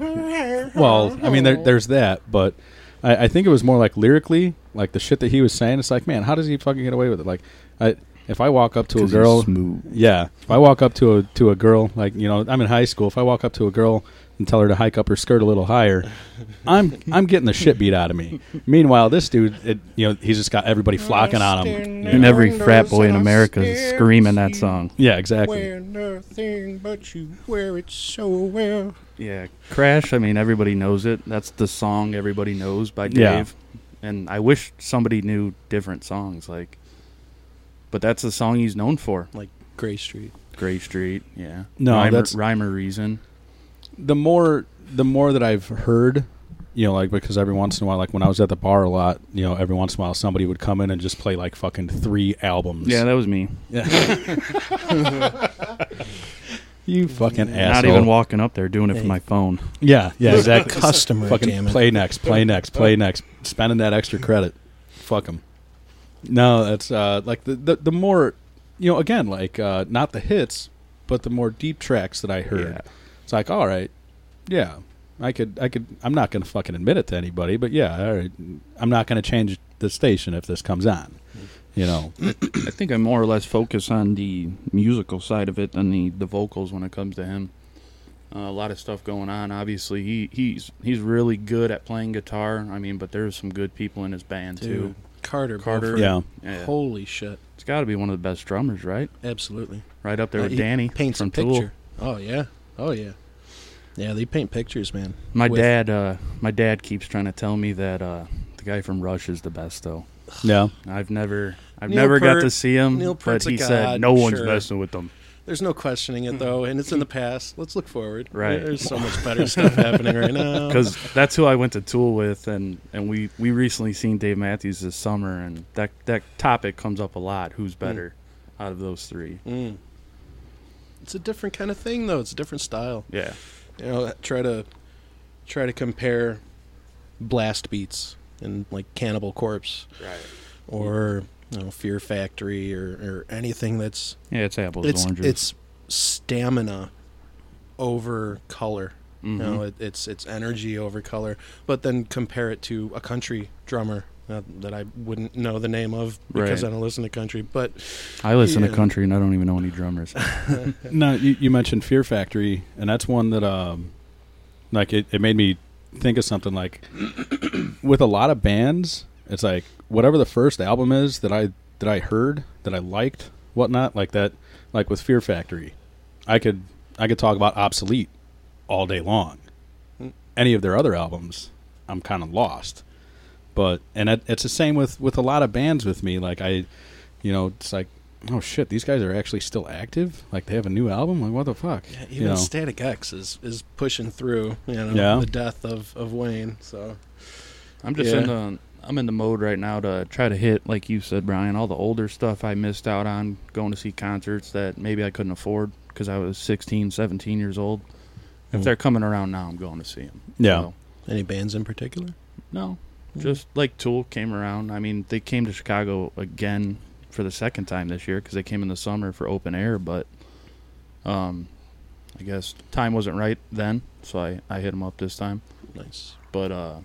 Speaker 1: well, I mean there, there's that, but I, I think it was more like lyrically, like the shit that he was saying. It's like, man, how does he fucking get away with it? Like, I if I walk up to a
Speaker 2: 'Cause he's
Speaker 1: girl,
Speaker 2: smooth.
Speaker 1: yeah, if I walk up to a to a girl, like you know, I'm in high school. If I walk up to a girl and tell her to hike up her skirt a little higher, I'm I'm getting the shit beat out of me. Meanwhile, this dude, it, you know, he's just got everybody flocking on him.
Speaker 2: And every frat boy in America is screaming that song.
Speaker 1: Yeah, exactly.
Speaker 3: Wear nothing but you wear it so well.
Speaker 2: Yeah, Crash. I mean, everybody knows it. That's the song everybody knows by Dave.
Speaker 1: Yeah.
Speaker 2: And I wish somebody knew different songs, like. But that's the song he's known for.
Speaker 4: like Gray Street.
Speaker 2: Gray Street. Yeah.
Speaker 1: No,
Speaker 2: Rhyme or-
Speaker 1: that's-
Speaker 2: rhyme or reason.
Speaker 1: the more the more that I've heard, you know, like because every once in a while, like when I was at the bar a lot, you know, every once in a while somebody would come in and just play like fucking three albums.
Speaker 2: Yeah, that was me.
Speaker 1: you fucking
Speaker 2: Not
Speaker 1: asshole.
Speaker 2: even walking up there, doing it from my phone.
Speaker 1: yeah, yeah, exactly.
Speaker 4: Customer,
Speaker 1: fucking
Speaker 4: damn it.
Speaker 1: play next, play next, play next. Spending that extra credit. Fuck them. No, that's uh, like the, the the more, you know, again, like uh, not the hits, but the more deep tracks that I heard.
Speaker 2: Yeah.
Speaker 1: It's like, all right, yeah, I could, I could, I'm not gonna fucking admit it to anybody, but yeah, all right, I'm not gonna change the station if this comes on. You know,
Speaker 2: I think I more or less focus on the musical side of it than the, the vocals when it comes to him. Uh, a lot of stuff going on. Obviously, he, he's he's really good at playing guitar. I mean, but there's some good people in his band
Speaker 4: Dude, Carter.
Speaker 2: Carter.
Speaker 4: Beauford.
Speaker 1: yeah,
Speaker 2: too. Yeah.
Speaker 4: Holy shit.
Speaker 2: It's got to be one of the best drummers, right?
Speaker 4: Absolutely.
Speaker 2: Right up there
Speaker 4: Uh,
Speaker 2: with
Speaker 4: he
Speaker 2: Danny
Speaker 4: paints
Speaker 2: from
Speaker 4: a
Speaker 2: Tool.
Speaker 4: picture. Oh yeah. Oh yeah. Yeah, they paint pictures, man.
Speaker 2: My
Speaker 4: With-
Speaker 2: dad, uh, my dad keeps trying to tell me that uh, the guy from Rush is the best, though.
Speaker 1: yeah.
Speaker 2: I've never, I've
Speaker 4: Neil
Speaker 2: never got
Speaker 4: Peart-
Speaker 2: to see him,
Speaker 4: Neil
Speaker 2: but
Speaker 4: Peart's a
Speaker 2: he said
Speaker 4: god,
Speaker 2: no one's
Speaker 4: sure.
Speaker 2: messing with them.
Speaker 4: There's no questioning it though, and it's in the past. Let's look forward.
Speaker 2: Right.
Speaker 4: There's so much better stuff happening right now.
Speaker 2: because that's who I went to Tool with, and and we we recently seen Dave Matthews this summer, and that that topic comes up a lot. Who's better out of those three?
Speaker 4: Mm. It's a different kind of thing though. It's a different style.
Speaker 2: Yeah,
Speaker 4: You know, try to try to compare blast beats and like Cannibal Corpse
Speaker 2: right.
Speaker 4: or you know, Fear Factory or, or anything that's
Speaker 2: Yeah, it's apples
Speaker 4: it's
Speaker 2: and oranges.
Speaker 4: it's stamina over color.
Speaker 2: Mhm.
Speaker 4: You know, it, it's it's energy over color. But then compare it to a country drummer uh, that I wouldn't know the name of because
Speaker 2: Right.
Speaker 4: I don't listen to country. But
Speaker 2: I listen to
Speaker 4: yeah.
Speaker 2: country, and I don't even know any drummers.
Speaker 1: No, you, you mentioned Fear Factory, and that's one that um, like it, it made me think of something like with a lot of bands, it's like whatever the first album is that I that I heard that I liked, whatnot, like that, like with Fear Factory, I could I could talk about obsolete all day long. Any of their other albums, I'm kind of lost. But and it, it's the same with with a lot of bands with me. Like I, you know, it's like oh shit, these guys are actually still active. Like they have a new album. Like what the fuck?
Speaker 4: yeah,
Speaker 1: You
Speaker 4: even
Speaker 1: know?
Speaker 4: Static X is, is pushing through, you know,
Speaker 1: Yeah.
Speaker 4: the death of, of Wayne. So
Speaker 2: I'm just
Speaker 4: Yeah.
Speaker 2: in the I'm in the mode right now to try to hit, like you said, Brian, all the older stuff I missed out on going to see concerts that maybe I couldn't afford because I was 16, 17 years old. If
Speaker 4: Mm.
Speaker 2: they're coming around now, I'm going to see them.
Speaker 1: Yeah.
Speaker 4: any bands in particular?
Speaker 2: No,
Speaker 4: Mm.
Speaker 2: just like Tool came around. I mean, they came to Chicago again for the second time this year because they came in the summer for open air, but um, I guess time wasn't right then, so I, I hit them up this time.
Speaker 4: Nice.
Speaker 2: But uh,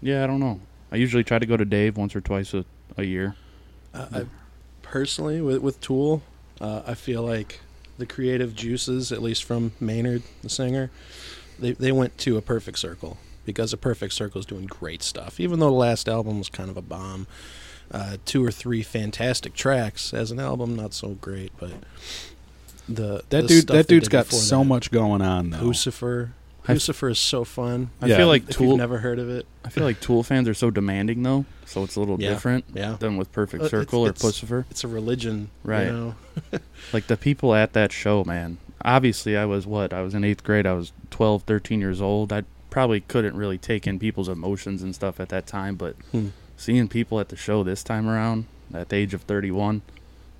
Speaker 2: yeah, I don't know. I usually try to go to Dave once or twice a, a year.
Speaker 4: Uh, I personally with with Tool, uh, I feel like the creative juices, at least from Maynard, the singer, they they went to a perfect circle because a perfect circle is doing great stuff. Even though the last album was kind of a bomb, uh, two or three fantastic tracks as an album, not so great. But the
Speaker 1: That
Speaker 4: the
Speaker 1: dude,
Speaker 4: stuff
Speaker 1: that
Speaker 4: they
Speaker 1: dude's
Speaker 4: did
Speaker 1: got
Speaker 4: before
Speaker 1: so
Speaker 4: that.
Speaker 1: much going on though.
Speaker 4: Lucifer.
Speaker 2: I-
Speaker 4: Lucifer is so fun.
Speaker 2: I
Speaker 1: Yeah.
Speaker 2: feel like
Speaker 4: If you've
Speaker 2: Tool.
Speaker 4: never heard of it,
Speaker 2: I feel like Tool fans are so demanding though, so it's a little
Speaker 4: Yeah.
Speaker 2: different
Speaker 4: yeah,
Speaker 2: than with Perfect
Speaker 4: Uh, it's-
Speaker 2: Circle
Speaker 4: it's-
Speaker 2: or Pussifer.
Speaker 4: it's a religion,
Speaker 2: Right.
Speaker 4: You know?
Speaker 2: like the people at that show man obviously i was what i was in eighth grade i was 12 13 years old i probably couldn't really take in people's emotions and stuff at that time but
Speaker 4: Hmm.
Speaker 2: seeing people at the show this time around at the age of 31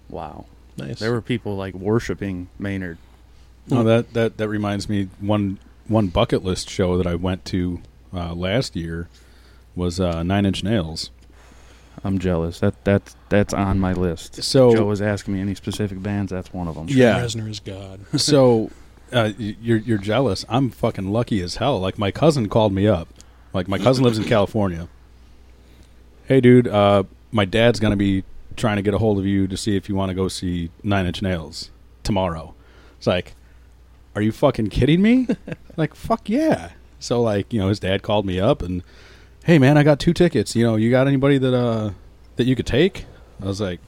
Speaker 2: wow
Speaker 4: Nice.
Speaker 2: there were people like worshiping maynard
Speaker 1: No, Oh, that, that that reminds me one one bucket list show that I went to uh, last year was uh, Nine Inch Nails.
Speaker 2: i'm jealous that that's that's on my list
Speaker 1: So
Speaker 2: joe was asking me any specific bands that's one of them
Speaker 1: Yeah.
Speaker 4: Reznor is God.
Speaker 1: so uh, y- you're you're jealous. I'm fucking lucky as hell. Like my cousin called me up. Like my cousin lives in California. Hey, dude, uh, my dad's gonna be trying to get a hold of you to see if you want to go see Nine Inch Nails tomorrow. It's like, are you fucking kidding me? like, fuck yeah. So like, you know, his dad called me up and, hey man, I got two tickets. You know, you got anybody that uh that you could take? I was like,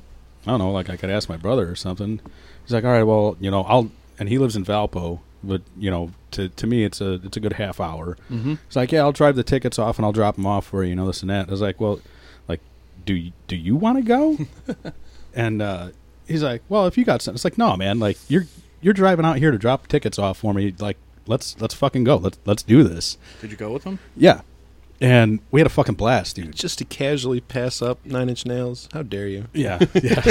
Speaker 1: I don't know, like I could ask my brother or something. He's like, all right, well, you know, I'll and he lives in Valpo, but you know, to to me, it's a it's a good half hour.
Speaker 2: Mm-hmm.
Speaker 1: It's like, yeah, I'll drive the tickets off and I'll drop them off for you, you know, this and that. I was like, well, like, do you, do you want to go? and uh, he's like, well, if you got something, it's like, no, man, like you're you're driving out here to drop tickets off for me, like let's let's fucking go, let's let's do this,
Speaker 2: Did you go with him?
Speaker 1: yeah. And we had a fucking blast, dude.
Speaker 4: Just to casually pass up Nine Inch Nails. How dare you?
Speaker 1: Yeah, yeah.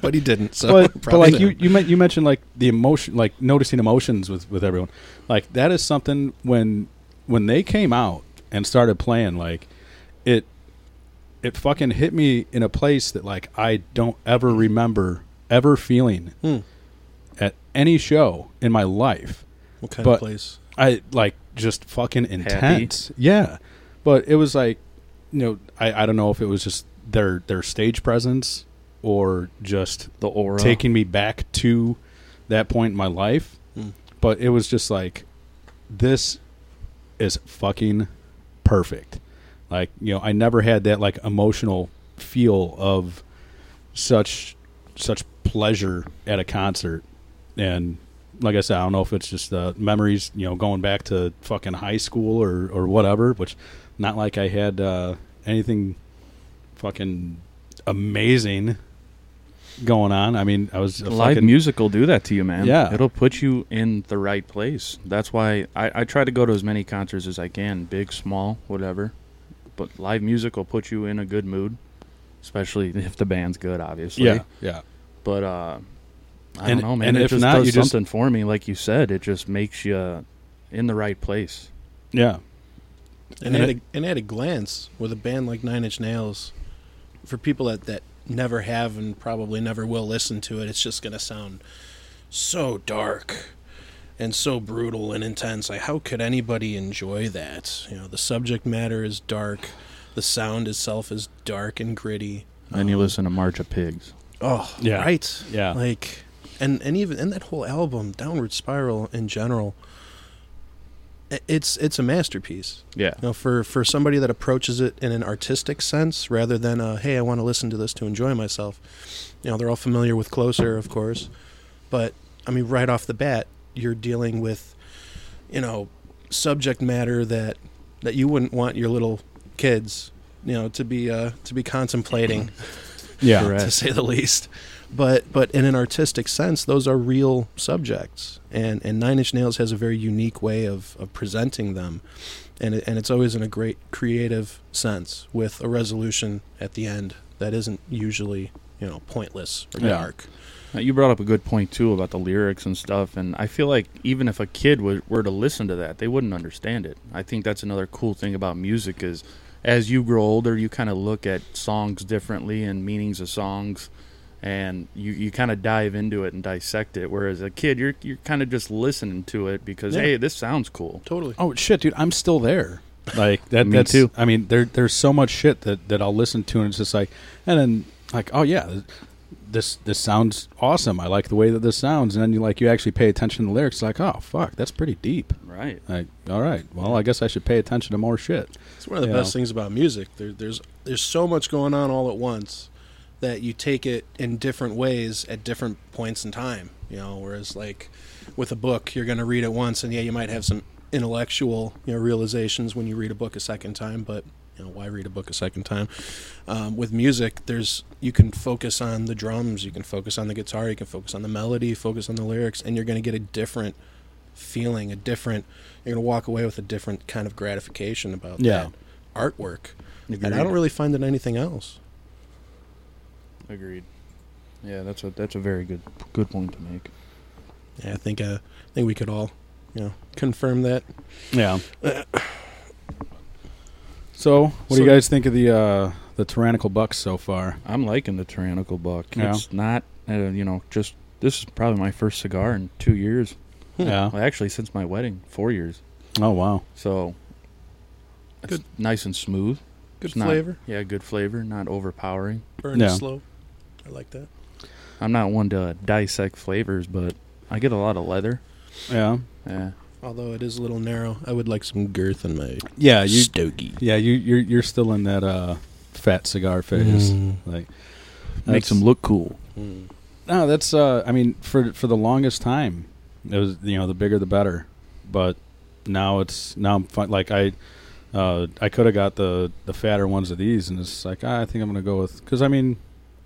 Speaker 4: but he didn't. So
Speaker 1: but, but
Speaker 4: probably
Speaker 1: like you
Speaker 4: not.
Speaker 1: you, men- you mentioned like the emotion like noticing emotions with with everyone like that is something when when they came out and started playing like it it fucking hit me in a place that like i don't ever remember ever feeling
Speaker 4: Hmm.
Speaker 1: at any show in my life
Speaker 4: what kind
Speaker 1: but-
Speaker 4: of place?
Speaker 1: I like just fucking intense. Yeah. But it was like, you know, I, I don't know if it was just their their stage presence or just
Speaker 2: The aura.
Speaker 1: taking me back to that point in my life.
Speaker 4: Mm.
Speaker 1: But it was just like, this is fucking perfect. Like, you know, I never had that like emotional feel of such such pleasure at a concert. And like I said, I don't know if it's just uh, memories, you know, going back to fucking high school or or whatever. Which, not like I had uh, anything fucking amazing going on. I mean, I was a
Speaker 2: Live
Speaker 1: fucking,
Speaker 2: music will do that to you, man.
Speaker 1: Yeah.
Speaker 2: It'll put you in the right place. That's why I, I try to go to as many concerts as I can, big, small, whatever. But live music will put you in a good mood, especially if the band's good, obviously.
Speaker 1: Yeah, yeah.
Speaker 2: But uh, I
Speaker 1: And-
Speaker 2: don't know, man.
Speaker 1: and
Speaker 2: it
Speaker 1: if
Speaker 2: just
Speaker 1: not,
Speaker 2: does
Speaker 1: you just-
Speaker 2: something for me, like you said. It just makes you uh, in the right place.
Speaker 1: Yeah.
Speaker 4: And,
Speaker 1: and
Speaker 4: at, a, and at a glance, with a band like Nine Inch Nails, for people that, that never have and probably never will listen to it, it's just going to sound so dark and so brutal and intense. Like, how could anybody enjoy that? You know, the subject matter is dark, the sound itself is dark and gritty.
Speaker 2: And
Speaker 1: Uh-huh.
Speaker 2: you listen to March of Pigs.
Speaker 4: Oh,
Speaker 1: Yeah.
Speaker 4: right.
Speaker 1: Yeah.
Speaker 4: Like, and and even and that whole album, Downward Spiral in general, i- it's it's a masterpiece.
Speaker 2: Yeah.
Speaker 4: You know, for for somebody that approaches it in an artistic sense rather than a, hey, I want to listen to this to enjoy myself. You know, they're all familiar with Closer, of course, but I mean, right off the bat, you're dealing with, you know, subject matter that that you wouldn't want your little kids, you know, to be uh, to be contemplating
Speaker 1: Yeah.
Speaker 2: Correct.
Speaker 4: to say the least. But but in an artistic sense, those are real subjects, and and Nine Inch Nails has a very unique way of, of presenting them, and it, and it's always in a great creative sense with a resolution at the end that isn't usually you know pointless or
Speaker 1: Yeah.
Speaker 4: dark.
Speaker 2: Now, Uh, you brought up a good point too about the lyrics and stuff, and I feel like even if a kid were, were to listen to that, they wouldn't understand it. I think that's another cool thing about music is, as you grow older, you kind of look at songs differently and meanings of songs, and you, you kind of dive into it and dissect it. Whereas a kid, you're you're kind of just listening to it because
Speaker 4: Yeah.
Speaker 2: hey, this sounds cool.
Speaker 4: Totally.
Speaker 1: Oh shit, dude! I'm still there. Like that.
Speaker 2: Me
Speaker 1: that's,
Speaker 2: too.
Speaker 1: I mean, there there's so much shit that that I'll listen to, and it's just like, and then like, oh yeah, this this sounds awesome. I like the way that this sounds, and then you like you actually pay attention to the lyrics. Like, oh fuck, that's pretty deep.
Speaker 2: Right.
Speaker 1: Like, all right, well, I guess I should pay attention to more shit.
Speaker 4: It's one of the
Speaker 1: Yeah.
Speaker 4: best things about music. There, there's there's so much going on all at once that you take it in different ways at different points in time. You know, whereas like with a book, you're going to read it once, and yeah, you might have some intellectual you know realizations when you read a book a second time, but you know why read a book a second time um, with music there's you can focus on the drums you can focus on the guitar you can focus on the melody focus on the lyrics and you're going to get a different feeling a different you're going to walk away with a different kind of gratification about
Speaker 1: Yeah.
Speaker 4: that artwork and i don't really find it in anything else
Speaker 2: Agreed. Yeah, that's a that's a very good good point to make.
Speaker 4: yeah i think uh, i think we could all you know confirm that
Speaker 1: Yeah. So, what do
Speaker 4: So-
Speaker 1: you guys think of the uh, the tyrannical bucks so far?
Speaker 2: I'm liking the tyrannical buck.
Speaker 1: Yeah.
Speaker 2: It's not, uh, you know, just this is probably my first cigar in two years.
Speaker 4: Hmm.
Speaker 1: Yeah.
Speaker 2: Well, actually, since my wedding, four years.
Speaker 1: Oh wow.
Speaker 2: So it's
Speaker 4: Good.
Speaker 2: nice and smooth.
Speaker 4: good
Speaker 2: It's not-
Speaker 4: flavor
Speaker 2: Yeah, good flavor, not overpowering.
Speaker 4: burn
Speaker 1: Yeah.
Speaker 4: slow I like that.
Speaker 2: I'm not one to dissect flavors, but I get a lot of leather.
Speaker 1: Yeah,
Speaker 2: Yeah.
Speaker 4: Although it is a little narrow, I would like some girth in my
Speaker 1: yeah. You,
Speaker 4: stogie.
Speaker 1: yeah. You, you're you're still in that uh, fat cigar phase.
Speaker 4: Mm.
Speaker 1: Like
Speaker 2: Makes
Speaker 1: that's-
Speaker 2: them look cool.
Speaker 4: Mm.
Speaker 1: No, that's. Uh, I mean, for for the longest time, it was you know the bigger the better, but now it's now I'm fi- like I, uh, I could have got the the fatter ones of these, and it's like ah, I think I'm gonna go with because I mean,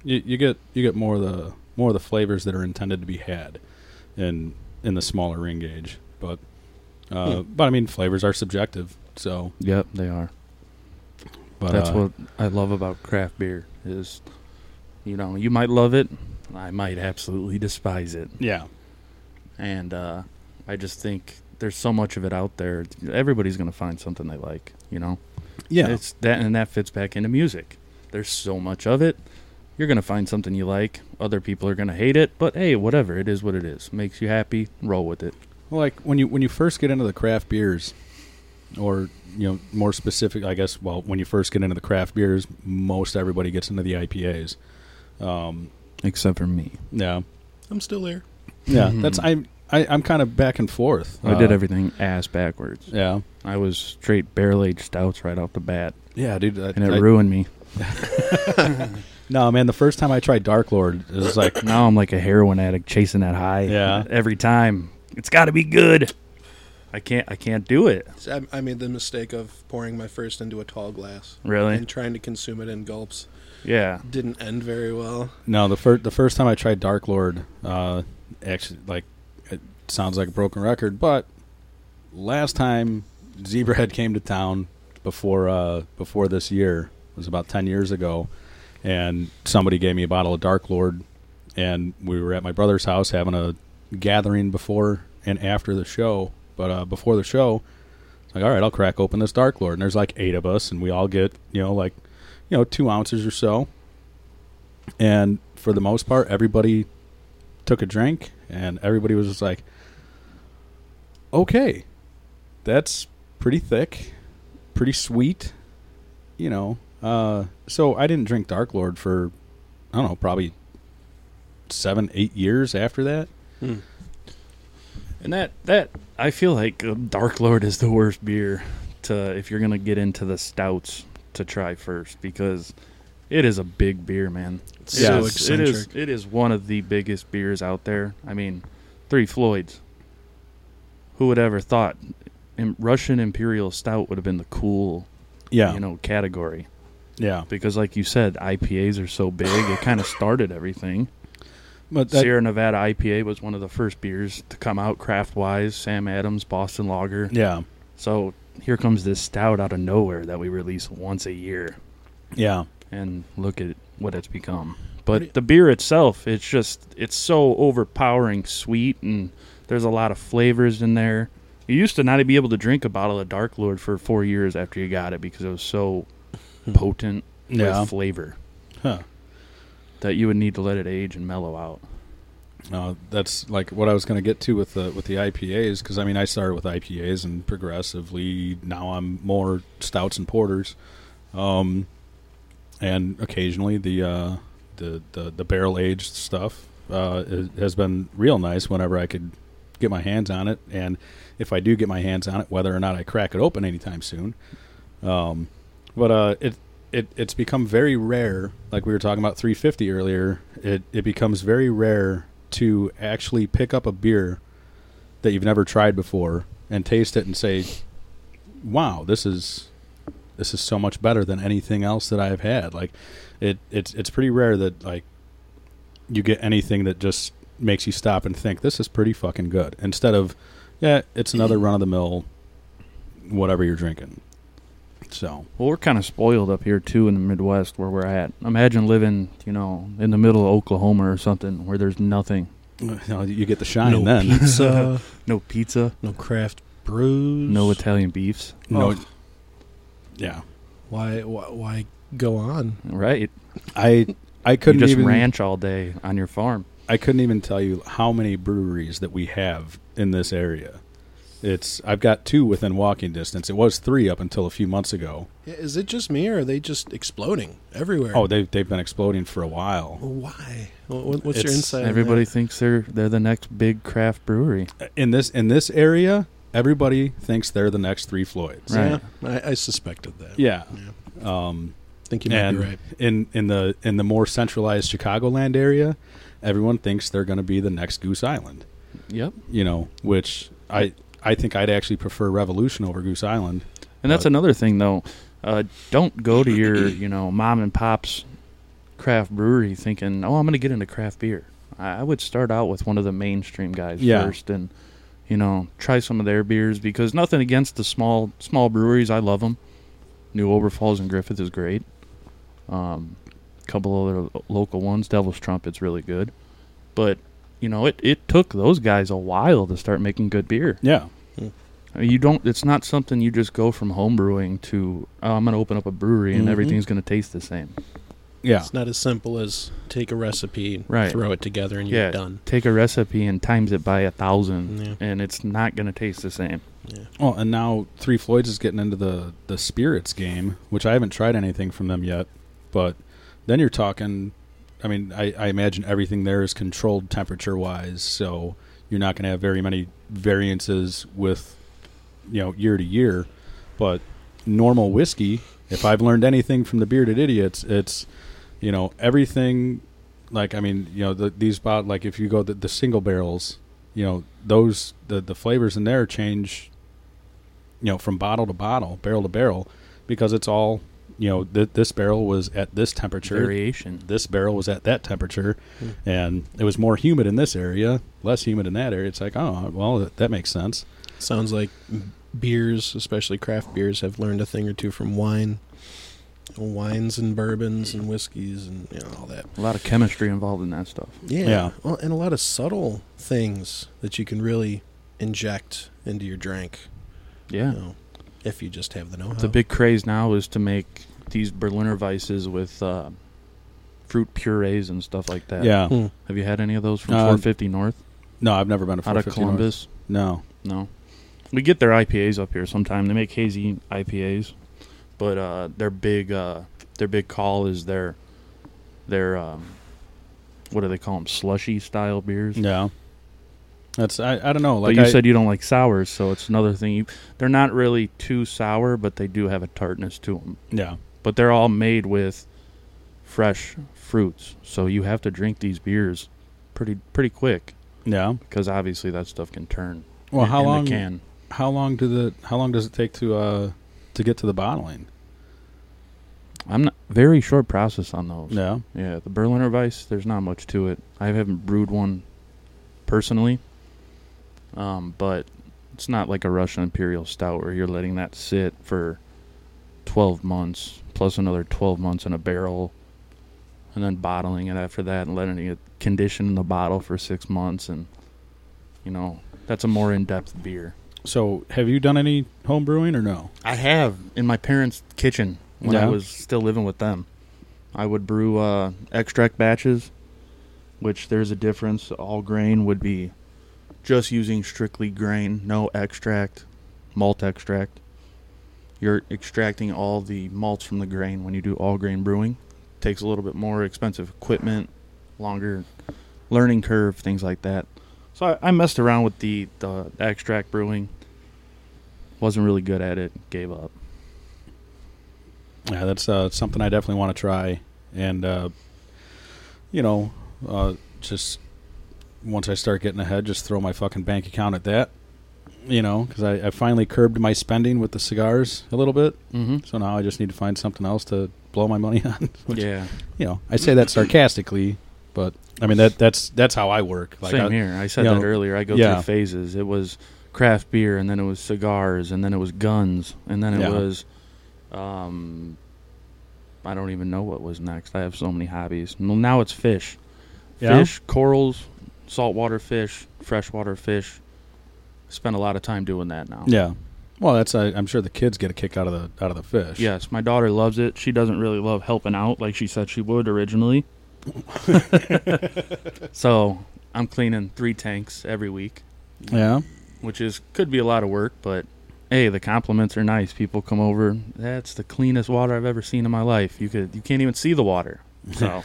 Speaker 1: you, you get you get more of the more of the flavors that are intended to be had, in in the smaller ring gauge, but
Speaker 2: Hmm.
Speaker 1: uh, but I mean flavors are subjective, so
Speaker 2: Yep, they are.
Speaker 1: but
Speaker 2: That's
Speaker 1: uh,
Speaker 2: what I love about craft beer is, you know, you might love it, I might absolutely despise it,
Speaker 1: yeah
Speaker 2: and uh, I just think there's so much of it out there. Everybody's gonna find something they like, you know.
Speaker 1: yeah
Speaker 2: It's that and that fits back into music. There's so much of it. You're gonna find something you like. Other people are gonna hate it, but hey, whatever. It is what it is. Makes you happy. Roll with it.
Speaker 1: Well, like when you when you first get into the craft beers, or you know more specific, I guess. Well, when you first get into the craft beers, most everybody gets into the IPAs. Um,
Speaker 2: Except for me,
Speaker 1: yeah,
Speaker 4: I'm still there.
Speaker 1: yeah.
Speaker 2: Mhm.
Speaker 1: That's I, I I'm kind of back and forth.
Speaker 2: I did
Speaker 1: Uh,
Speaker 2: everything ass backwards.
Speaker 1: Yeah,
Speaker 2: I was straight barrel aged stouts right off the bat,
Speaker 1: yeah, dude. I,
Speaker 2: and it
Speaker 1: I-
Speaker 2: ruined me.
Speaker 1: no, man. The first time I tried Dark Lord, it was like
Speaker 2: Now I'm like a heroin addict chasing that high.
Speaker 1: Yeah.
Speaker 2: Every time, it's got to be good. I can't. I can't do it.
Speaker 4: So I, I made the mistake of pouring my first into a tall glass
Speaker 2: Really?
Speaker 4: and trying to consume it in gulps.
Speaker 2: Yeah.
Speaker 4: Didn't end very well.
Speaker 1: No, the first the first time I tried Dark Lord, uh, actually, like it sounds like a broken record, but last time Zebrahead came to town before uh, before this year it was about ten years ago, and somebody gave me a bottle of Dark Lord, and we were at my brother's house having a gathering before and after the show. But uh, before the show, it's like all right, I'll crack open this Dark Lord, and there's like eight of us, and we all get you know like you know two ounces or so and for the most part everybody took a drink and everybody was just like okay that's pretty thick pretty sweet you know uh, so i didn't drink dark lord for i don't know probably seven eight years after that
Speaker 4: Hmm.
Speaker 2: And that that I feel like uh, Dark Lord is the worst beer to if you're gonna get into the stouts to try first because it is a big beer, man.
Speaker 4: It's
Speaker 1: Yeah,
Speaker 4: so
Speaker 2: It's- it
Speaker 4: eccentric.
Speaker 2: is. It is one of the biggest beers out there. I mean, Three Floyds. Who would ever thought Im- Russian Imperial Stout would have been the cool,
Speaker 1: yeah
Speaker 2: you know, category?
Speaker 1: yeah
Speaker 2: because like you said ipas are so big it kind of started everything
Speaker 1: but that,
Speaker 2: sierra nevada ipa was one of the first beers to come out craft wise sam adams boston lager
Speaker 1: yeah
Speaker 2: so here comes this stout out of nowhere that we release once a year
Speaker 1: yeah
Speaker 2: and look at what it's become
Speaker 4: What do you-
Speaker 2: but the beer itself it's just it's so overpowering sweet and there's a lot of flavors in there you used to not be able to drink a bottle of dark lord for four years after you got it because it was so potent
Speaker 1: Yeah.
Speaker 2: with flavor
Speaker 1: huh.
Speaker 2: that you would need to let it age and mellow out.
Speaker 1: No, Uh, that's like what I was going to get to with the with the IPAs because I mean I started with IPAs and progressively now I'm more stouts and porters, um, and occasionally the uh, the the, the barrel aged stuff uh, it has been real nice whenever I could get my hands on it and if I do get my hands on it whether or not I crack it open anytime soon, um, but uh, it it it's become very rare. Like we were talking about 350 earlier, it it becomes very rare to actually pick up a beer that you've never tried before and taste it and say, "Wow, this is this is so much better than anything else that I've had." Like it it's it's pretty rare that like you get anything that just makes you stop and think, "This is pretty fucking good." Instead of, "Yeah, it's another run of the mill whatever you're drinking." So,
Speaker 2: Well, we're kind of spoiled up here too in the Midwest where we're at. Imagine living, you know, in the middle of Oklahoma or something where there's nothing,
Speaker 1: You know, you get the shine
Speaker 4: no
Speaker 1: then.
Speaker 4: pizza,
Speaker 2: no pizza,
Speaker 4: no craft brews.
Speaker 2: no Italian beefs,
Speaker 1: No,
Speaker 4: Ugh.
Speaker 1: yeah,
Speaker 4: why, why? Why go on?
Speaker 2: right?
Speaker 1: I I
Speaker 2: Couldn't
Speaker 1: couldn't
Speaker 2: you just
Speaker 1: even
Speaker 2: ranch all day on your farm.
Speaker 1: I couldn't even tell you how many breweries that we have in this area. It's I've got two within walking distance. It was three up until a few months ago.
Speaker 4: Yeah, Is it just me, or are they just exploding everywhere?
Speaker 1: Oh, they they've been exploding for a while.
Speaker 4: Well, why? Wha- wha- What's your
Speaker 1: It's-
Speaker 4: insight? on that?
Speaker 2: Everybody thinks they're they're the next big craft brewery.
Speaker 1: in this in this area, everybody thinks they're the next three Floyds.
Speaker 2: Right. Um,
Speaker 4: Yeah, I, I suspected that.
Speaker 1: Yeah.
Speaker 4: I think you might
Speaker 1: And
Speaker 4: be right.
Speaker 1: in in the in the more centralized Chicagoland area, everyone thinks they're going to be the next Goose Island.
Speaker 2: Yep.
Speaker 1: You know, which I I think I'd actually prefer Revolution over Goose Island.
Speaker 2: And that's
Speaker 1: Uh,
Speaker 2: another thing, though. Uh, don't go to your, you know, mom and pop's craft brewery thinking, "Oh, I'm going to get into craft beer." I, I would start out with one of the mainstream guys
Speaker 1: Yeah.
Speaker 2: first, and you know, try some of their beers because nothing against the small small breweries. I love them. New Oberfalls and Griffith is great. Um, couple other lo- local ones, Devil's Trumpet's really good, but you know, it it took those guys a while to start making good beer.
Speaker 1: Yeah.
Speaker 2: I mean, You don't. It's not something you just go from home brewing to. Oh, I'm going to open up a brewery and
Speaker 4: Mhm.
Speaker 2: everything's going to taste the same.
Speaker 1: Yeah.
Speaker 4: It's not as simple as take a recipe,
Speaker 2: Right.
Speaker 4: throw it together, and
Speaker 2: Yeah.
Speaker 4: you're done.
Speaker 2: Take a recipe and times it by a thousand,
Speaker 4: Yeah.
Speaker 2: and it's not going to taste the same.
Speaker 1: Oh, and now Three Floyds is getting into the the spirits game, which I haven't tried anything from them yet. But then you're talking. I mean, I, I imagine everything there is controlled temperature wise, so you're not going to have very many variances with you know year to year. But normal whiskey, if I've learned anything from the bearded idiots, it's you know everything. Like I mean, you know the, these bot like if you go the, the single barrels, you know those the the flavors in there change you know from bottle to bottle barrel to barrel because it's all you know th- this barrel was at this temperature
Speaker 2: Variation.
Speaker 1: this barrel was at that temperature
Speaker 4: Hmm.
Speaker 1: and it was more humid in this area less humid in that area it's like oh well that, that makes sense
Speaker 4: Sounds like beers, especially craft beers, have learned a thing or two from wine, wines and bourbons and whiskeys and you know, all that.
Speaker 2: A lot of chemistry involved in that stuff.
Speaker 4: Yeah.
Speaker 1: Yeah.
Speaker 4: Well, and a lot of subtle things that you can really inject into your drink.
Speaker 2: Yeah.
Speaker 4: You know, if you just have the know-how.
Speaker 2: The big craze now is to make these Berliner Weisses with uh, fruit purees and stuff like that.
Speaker 1: yeah
Speaker 4: Hmm.
Speaker 2: Have you had any of those from
Speaker 1: Uh,
Speaker 2: 450 North
Speaker 1: no i've never been to
Speaker 2: out of
Speaker 1: 450 North.
Speaker 2: Columbus?
Speaker 1: no
Speaker 2: No. We get their IPAs up here sometime. They make hazy IPAs. But uh, their big uh, their big call is their their um, what do they call them? Slushy style beers.
Speaker 1: yeah that's i, I don't know
Speaker 2: but
Speaker 1: like
Speaker 2: you
Speaker 1: I,
Speaker 2: said you don't like sours, so it's another thing. You, they're not really too sour, but they do have a tartness to them.
Speaker 1: yeah
Speaker 2: But they're all made with fresh fruits, so you have to drink these beers pretty pretty quick
Speaker 1: yeah
Speaker 2: because obviously that stuff can turn.
Speaker 1: well
Speaker 2: in-
Speaker 1: how
Speaker 2: in the
Speaker 1: long
Speaker 2: can?
Speaker 1: how long do the how long does it take to uh to get to the bottling
Speaker 2: I'm not very short process on those.
Speaker 1: yeah
Speaker 2: Yeah, the Berliner Weiss, there's not much to it. I haven't brewed one personally, um, but it's not like a Russian Imperial Stout where you're letting that sit for 12 months, plus another 12 months in a barrel, and then bottling it after that and letting it condition in the bottle for six months. And, you know, that's a more in depth beer.
Speaker 1: so have you done any home brewing or no
Speaker 2: I have in my parents' kitchen when I
Speaker 1: Yeah.
Speaker 2: was still living with them. I would brew uh, extract batches, which there's a difference. All grain would be just using strictly grain, no extract, malt extract. You're extracting all the malts from the grain when you do all grain brewing. Takes a little bit more expensive equipment, longer learning curve, things like that. So I, I messed around with the, the extract brewing. Wasn't really good at it. Gave up.
Speaker 1: Yeah, that's uh, something I definitely want to try, and uh, you know, uh, just once I start getting ahead, just throw my fucking bank account at that, you know, because I, I finally curbed my spending with the cigars a little bit,
Speaker 2: Mm-hmm.
Speaker 1: so now I just need to find something else to blow my money on. Which,
Speaker 2: yeah,
Speaker 1: You know, I say that sarcastically, but I mean that that's that's how I work.
Speaker 2: same
Speaker 1: I,
Speaker 2: here. I said
Speaker 1: you
Speaker 2: that
Speaker 1: know,
Speaker 2: earlier. I go
Speaker 1: yeah.
Speaker 2: through phases. It was craft beer, and then it was cigars, and then it was guns, and then it
Speaker 1: Yeah.
Speaker 2: was, um, I don't even know what was next. I have so many hobbies. Well, now it's fish,
Speaker 1: Yeah?
Speaker 2: fish, corals, saltwater fish, freshwater fish. Spend a lot of time doing that now.
Speaker 1: Yeah. Well, that's I, I'm sure the kids get a kick out of the out of the fish.
Speaker 2: Yes, my daughter loves it. She doesn't really love helping out like she said she would originally. so I'm cleaning three tanks every week.
Speaker 1: Yeah.
Speaker 2: which is could be a lot of work, but hey, the compliments are nice. People come over. That's the cleanest water I've ever seen in my life. You could you can't even see the water, so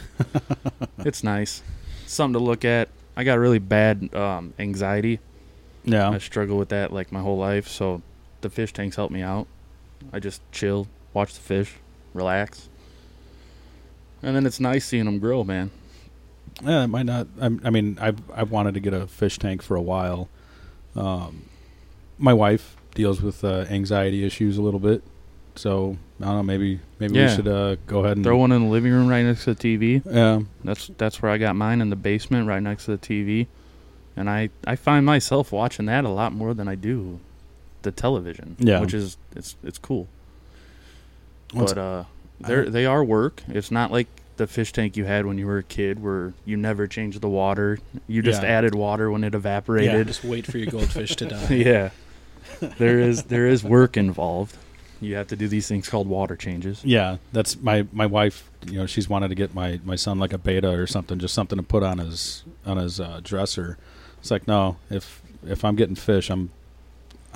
Speaker 2: it's nice. Something to look at. I got really bad um, anxiety. I
Speaker 1: Yeah.
Speaker 2: struggle with that like my whole life. So the fish tanks help me out. I just chill, watch the fish, relax, and then it's nice seeing them grow, man.
Speaker 1: Yeah, it might not. I, I mean, I've I've wanted to get a fish tank for a while. Um, my wife deals with uh, anxiety issues a little bit, so I don't know. Maybe maybe we
Speaker 2: Yeah.
Speaker 1: should uh, go ahead and
Speaker 2: Throw one in the living room right next to the TV.
Speaker 1: Yeah,
Speaker 2: That's that's where I got mine in the basement, right next to the TV, and I I find myself watching that a lot more than I do the television.
Speaker 1: Yeah.
Speaker 2: which is it's it's cool.
Speaker 1: What's-
Speaker 2: but uh,
Speaker 1: I
Speaker 2: they
Speaker 1: don't-
Speaker 2: they are work. It's not like the fish tank you had when you were a kid, where you never changed the water. You just
Speaker 1: Yeah.
Speaker 2: added water when it
Speaker 4: Yeah,
Speaker 2: evaporated.
Speaker 4: just wait for your goldfish to die.
Speaker 2: Yeah, there is there is work involved. You have to do these things called water changes.
Speaker 1: yeah. That's my my wife. You know, she's wanted to get my my son like a beta or something, just something to put on his on his uh, dresser. It's like no, if if I'm getting fish, I'm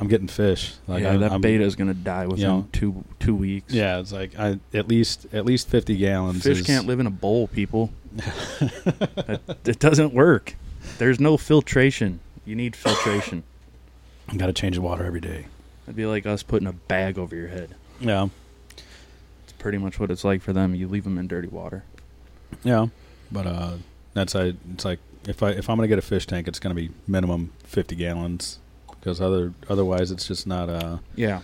Speaker 1: I'm getting fish. Like
Speaker 2: yeah,
Speaker 1: I,
Speaker 2: uh, that
Speaker 1: I'm,
Speaker 2: beta is gonna die within
Speaker 1: know.
Speaker 2: two two weeks.
Speaker 1: Yeah, it's like I at least at least fifty gallons.
Speaker 2: Fish
Speaker 1: is-
Speaker 2: can't live in a bowl, people. it, it doesn't work. There's no filtration. You need filtration.
Speaker 1: Got to change the water every day.
Speaker 2: It'd be like us putting a bag over your head.
Speaker 1: Yeah.
Speaker 2: It's pretty much what it's like for them. You leave them in dirty water.
Speaker 1: Yeah, but uh, that's I. It's like if I if I'm gonna get a fish tank, it's gonna be minimum fifty gallons because other otherwise it's just not uh.
Speaker 2: Yeah.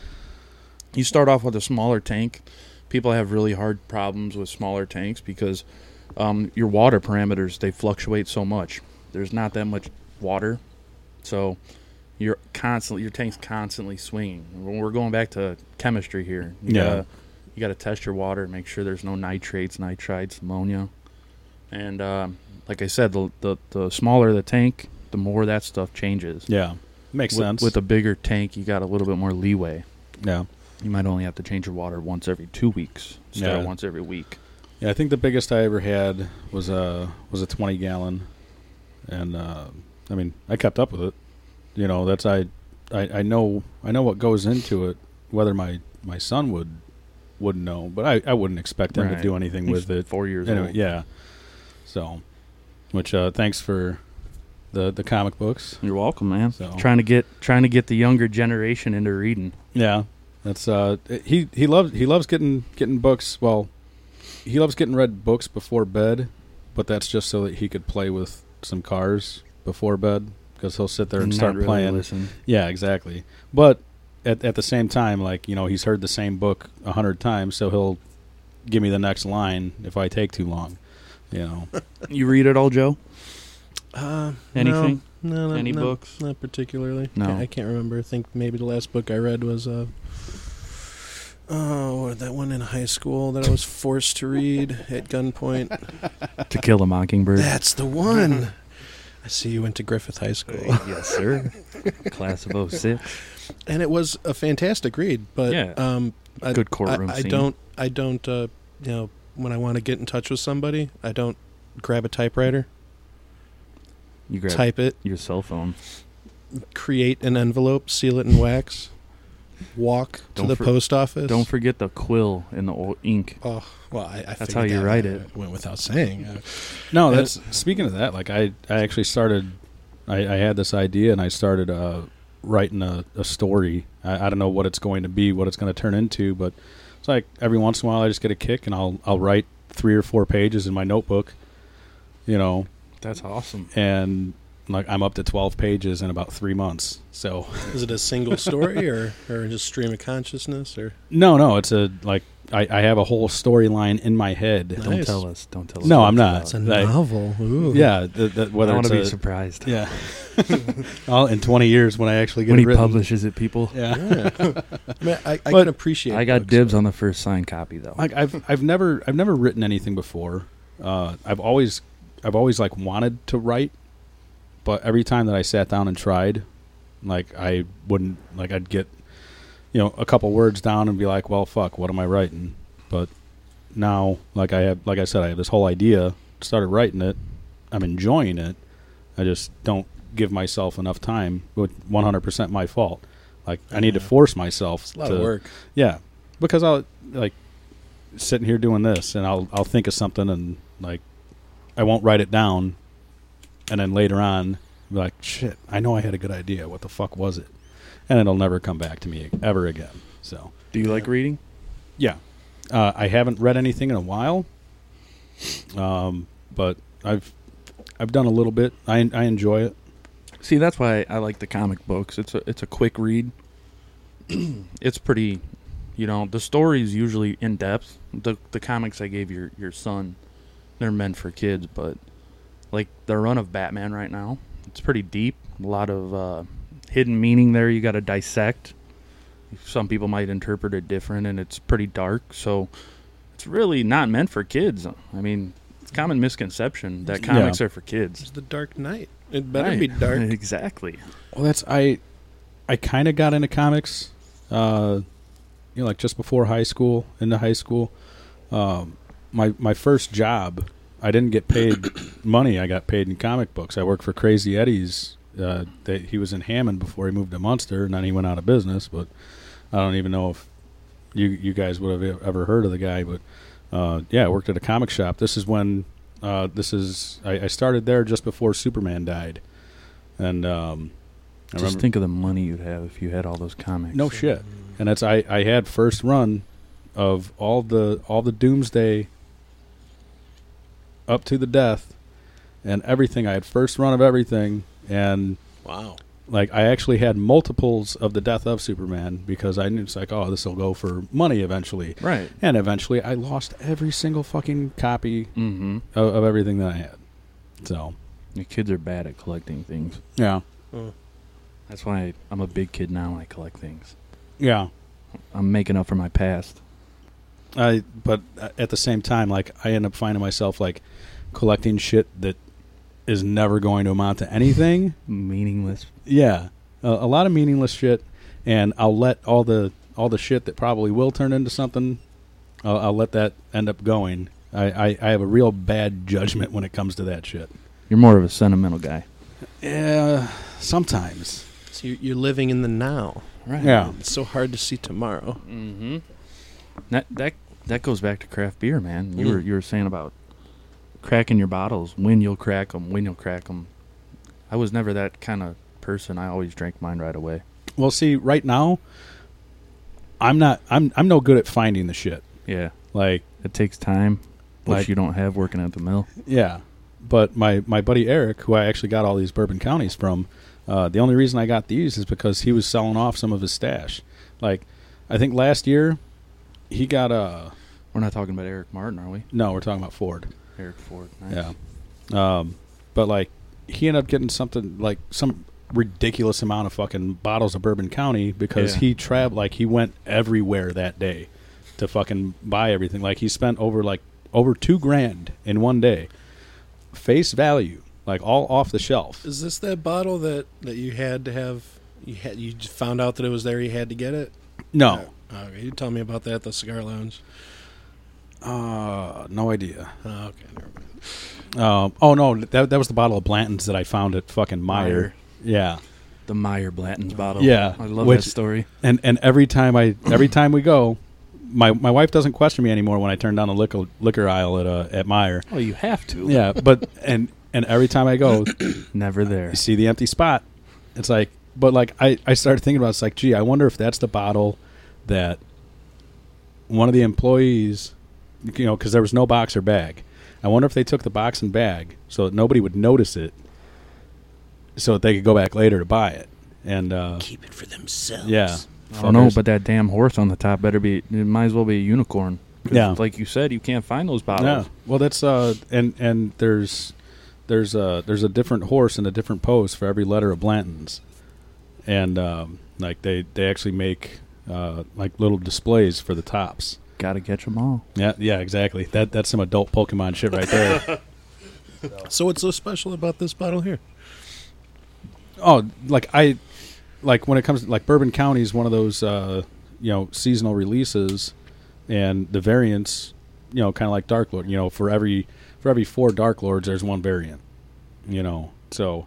Speaker 2: You start off with a smaller tank. People have really hard problems with smaller tanks because um, your water parameters they fluctuate so much. There's not that much water, so you're constantly your tank's constantly swinging. When We're going back to chemistry here. You
Speaker 1: Yeah.
Speaker 2: Gotta, you got to test your water, make sure there's no nitrates, nitrites, ammonia, and um, like I said, the, the the smaller the tank, the more that stuff changes.
Speaker 1: Yeah, makes
Speaker 2: With,
Speaker 1: sense.
Speaker 2: with a bigger tank, you got a little bit more leeway
Speaker 1: yeah,
Speaker 2: you might only have to change your water once every two weeks instead
Speaker 1: Yeah.
Speaker 2: of once every week.
Speaker 1: yeah. I think the biggest I ever had was a was a twenty gallon, and uh, I mean I kept up with it. You know that's I, I I know I know what goes into it. Whether my my son would would know, but I I wouldn't expect him to
Speaker 2: Right.
Speaker 1: do anything with it.
Speaker 2: four years
Speaker 1: Anyway,
Speaker 2: old.
Speaker 1: yeah. So, which uh, thanks for the the comic books.
Speaker 2: You're welcome, man.
Speaker 1: So-
Speaker 2: Trying to get trying to get the younger generation into reading.
Speaker 1: Yeah, that's uh, he he loves he loves getting getting books. Well, he loves getting read books before bed, but that's just so that he could play with some cars before bed because he'll sit there and
Speaker 2: not
Speaker 1: start
Speaker 2: really
Speaker 1: playing.
Speaker 2: Listen.
Speaker 1: Yeah, exactly. But at at the same time, like you know, he's heard the same book a hundred times, so he'll give me the next line if I take too long. You know.
Speaker 2: You read it all, Joe?
Speaker 4: Uh,
Speaker 2: Anything?
Speaker 4: No, no, no
Speaker 2: Any
Speaker 4: no,
Speaker 2: books?
Speaker 4: Not particularly.
Speaker 2: No.
Speaker 4: I can't remember. I think maybe the last book I read was uh oh that one in high school that I was forced to read at gunpoint.
Speaker 2: to Kill a Mockingbird.
Speaker 4: That's the one. Mm-hmm. I see you went to Griffith High School,
Speaker 2: yes, sir. Class of 06.
Speaker 4: and it was a fantastic read. But
Speaker 2: Yeah.
Speaker 4: um, I,
Speaker 2: Good courtroom
Speaker 4: I, I
Speaker 2: scene.
Speaker 4: don't. I don't. Uh, you know, when I want to get in touch with somebody, I don't grab a typewriter,
Speaker 2: You grab
Speaker 4: type it,
Speaker 2: your cell phone.
Speaker 4: create an envelope, seal it in wax, walk
Speaker 2: Don't
Speaker 4: to the
Speaker 2: for-
Speaker 4: post office.
Speaker 2: Don't forget the quill and the o- ink.
Speaker 4: Oh well, I, I
Speaker 2: That's
Speaker 4: figured
Speaker 2: how you
Speaker 4: that
Speaker 2: write
Speaker 4: uh,
Speaker 2: it.
Speaker 4: Went without saying. Uh,
Speaker 1: No,
Speaker 4: And
Speaker 1: that's speaking of that. Like I, I actually started. I, I had this idea, and I started uh, writing a, a story. I, I don't know what it's going to be, what it's going to turn into, but it's like every once in a while, I just get a kick, and I'll I'll write three or four pages in my notebook, you know,
Speaker 2: That's awesome.
Speaker 1: and like I'm up to twelve pages in about three months. So
Speaker 4: is it a single story or or just stream of consciousness or?
Speaker 1: no, no, it's a like I, I have a whole storyline in my head.
Speaker 4: Nice.
Speaker 2: Don't tell us. Don't tell us.
Speaker 1: No,
Speaker 2: what
Speaker 1: I'm
Speaker 2: it's
Speaker 1: not.
Speaker 2: about.
Speaker 1: It's a Like-
Speaker 4: novel. Ooh.
Speaker 1: Yeah, the, the,
Speaker 2: I
Speaker 1: whether
Speaker 2: want
Speaker 1: it's
Speaker 2: to be
Speaker 1: a-
Speaker 2: surprised.
Speaker 1: yeah, I'll, in twenty years when I actually get
Speaker 2: When
Speaker 1: it
Speaker 2: he
Speaker 1: written.
Speaker 2: publishes it, people.
Speaker 1: yeah.
Speaker 4: Yeah. I, mean, I, I
Speaker 1: But-
Speaker 4: can appreciate.
Speaker 2: I got
Speaker 4: books,
Speaker 2: dibs on the first signed copy, though.
Speaker 1: like I've I've never I've never written anything before. Uh, I've always I've always like wanted to write, but every time that I sat down and tried, like I wouldn't like I'd get you know a couple words down and be like, well, fuck, what am I writing? But now, like I have, like I said, I have this whole idea, started writing it, I'm enjoying it. I just don't give myself enough time. One hundred percent my fault. Like I need to force myself
Speaker 4: a lot
Speaker 1: to
Speaker 4: of work.
Speaker 1: Yeah, because I'll like sitting here doing this, and I'll I'll think of something, and like I won't write it down, and then later on, be like shit, I know I had a good idea. What the fuck was it? And it'll never come back to me ever again. So
Speaker 2: Do you like reading?
Speaker 1: yeah, uh, I haven't read anything in a while, um, but I've I've done a little bit. I I enjoy it.
Speaker 2: See, that's why I like the comic books. It's a it's a quick read. it's pretty, you know. The story's usually in depth. The the comics I gave your your son, they're meant for kids, but like the run of Batman right now, it's pretty deep. A lot of uh, hidden meaning there. You got to dissect. Some people might interpret it different, and it's pretty dark. So it's really not meant for kids. I mean, it's a common misconception that
Speaker 1: Yeah.
Speaker 2: comics are for kids.
Speaker 4: It's the Dark Knight. It better
Speaker 2: Right.
Speaker 4: be dark.
Speaker 2: exactly.
Speaker 1: Well, that's I. I kind of got into comics, uh, you know, like just before high school, into high school. Um, my my first job, I didn't get paid money. I got paid in comic books. I worked for Crazy Eddie's. Uh, they, he was in Hammond before he moved to Munster, and then he went out of business. But I don't even know if you you guys would have e- ever heard of the guy. But uh, yeah, I worked at a comic shop. This is when uh, this is I, I started there just before Superman died, and um, I
Speaker 2: Just think of the money you'd have if you had all those comics.
Speaker 1: no shit. And that's I, I had first run of all the all the Doomsday up to the death and everything. I had first run of everything and
Speaker 4: Wow.
Speaker 1: like I actually had multiples of the death of Superman because I knew it's like, oh, this will go for money eventually.
Speaker 2: Right.
Speaker 1: And eventually I lost every single fucking copy
Speaker 2: Mm-hmm.
Speaker 1: of, of everything that I had. So
Speaker 2: The kids are bad at collecting things.
Speaker 1: Yeah.
Speaker 2: That's why I'm a big kid now and I collect things.
Speaker 1: Yeah.
Speaker 2: I'm making up for my past.
Speaker 1: I but at the same time, like I end up finding myself like collecting shit that is never going to amount to anything.
Speaker 2: Meaningless.
Speaker 1: Yeah, a, a lot of meaningless shit, and I'll let all the all the shit that probably will turn into something. I'll, I'll let that end up going. I, I, I have a real bad judgment when it comes to that shit.
Speaker 2: You're more of a sentimental guy.
Speaker 1: Yeah, sometimes.
Speaker 4: So you're, you're living in the now.
Speaker 2: Right.
Speaker 1: Yeah,
Speaker 4: It's so hard to see tomorrow.
Speaker 2: Mm-hmm. That that that goes back to craft beer, man. You
Speaker 4: Mm.
Speaker 2: were you were saying about cracking your bottles, when you'll crack them, when you'll crack them. I was never that kind of person. I always drank mine right away.
Speaker 1: Well, see, right now, I'm not. I'm I'm no good at finding the shit.
Speaker 2: Yeah.
Speaker 1: Like.
Speaker 2: It takes time, which
Speaker 1: Like-
Speaker 2: you don't have working at the mill.
Speaker 1: Yeah, but my my buddy Eric, who I actually got all these bourbon counties from, uh, the only reason I got these is because he was selling off some of his stash. Like, I think last year he got a
Speaker 2: We're not talking about Eric Martin, are we?
Speaker 1: no. We're talking about Ford.
Speaker 2: Eric Ford.
Speaker 1: Yeah, um, but like he ended up getting something like some ridiculous amount of fucking bottles of bourbon county because
Speaker 2: Yeah.
Speaker 1: he traveled like he went everywhere that day to fucking buy everything like he spent over like over two grand in one day face value like all off the shelf
Speaker 4: Is this that bottle that, that you had to have? You had you just found out that it was there. You had to get it.
Speaker 1: no
Speaker 4: Uh, okay, you tell me about that at the cigar lounge.
Speaker 1: uh no idea
Speaker 4: Oh, okay, never mind.
Speaker 1: um oh no that, that was the bottle of blanton's that i found at fucking meyer,
Speaker 2: Meyer.
Speaker 1: yeah
Speaker 2: The Meyer Blatton's bottle.
Speaker 1: Yeah,
Speaker 2: I love
Speaker 1: which-
Speaker 2: that story.
Speaker 1: and and every time i every time we go my, my wife doesn't question me anymore when I turn down the liquor, liquor aisle at uh, at Meyer.
Speaker 2: Oh, you have to.
Speaker 1: yeah but and and every time i go
Speaker 2: Never there.
Speaker 1: you see the empty spot it's like but like i i started thinking about it, it's like gee i wonder if that's the bottle that one of the employees you know because there was no box or bag i wonder if they took the box and bag so that nobody would notice it so that they could go back later to buy it and uh
Speaker 3: Keep it for themselves.
Speaker 1: yeah
Speaker 2: I don't know,
Speaker 1: Fuckers.
Speaker 2: but that damn horse on the top better be. It might as well be a unicorn. 'Cause
Speaker 1: Yeah.
Speaker 2: Like you said, you can't find those
Speaker 1: Yeah.
Speaker 2: bottles.
Speaker 1: Well, that's uh, and and there's there's a there's a different horse and a different pose for every letter of Blanton's, and um, like they they actually make uh, like little displays for the tops.
Speaker 2: Gotta catch them all.
Speaker 1: Yeah. Yeah. Exactly. That that's some adult Pokemon shit right there.
Speaker 4: So what's so special about this bottle here?
Speaker 1: oh, like I like when it comes to, like Bourbon County is one of those uh, you know seasonal releases, and the variants you know kind of like Dark Lord. You know for every for every four Dark Lords, there's one variant. You know so.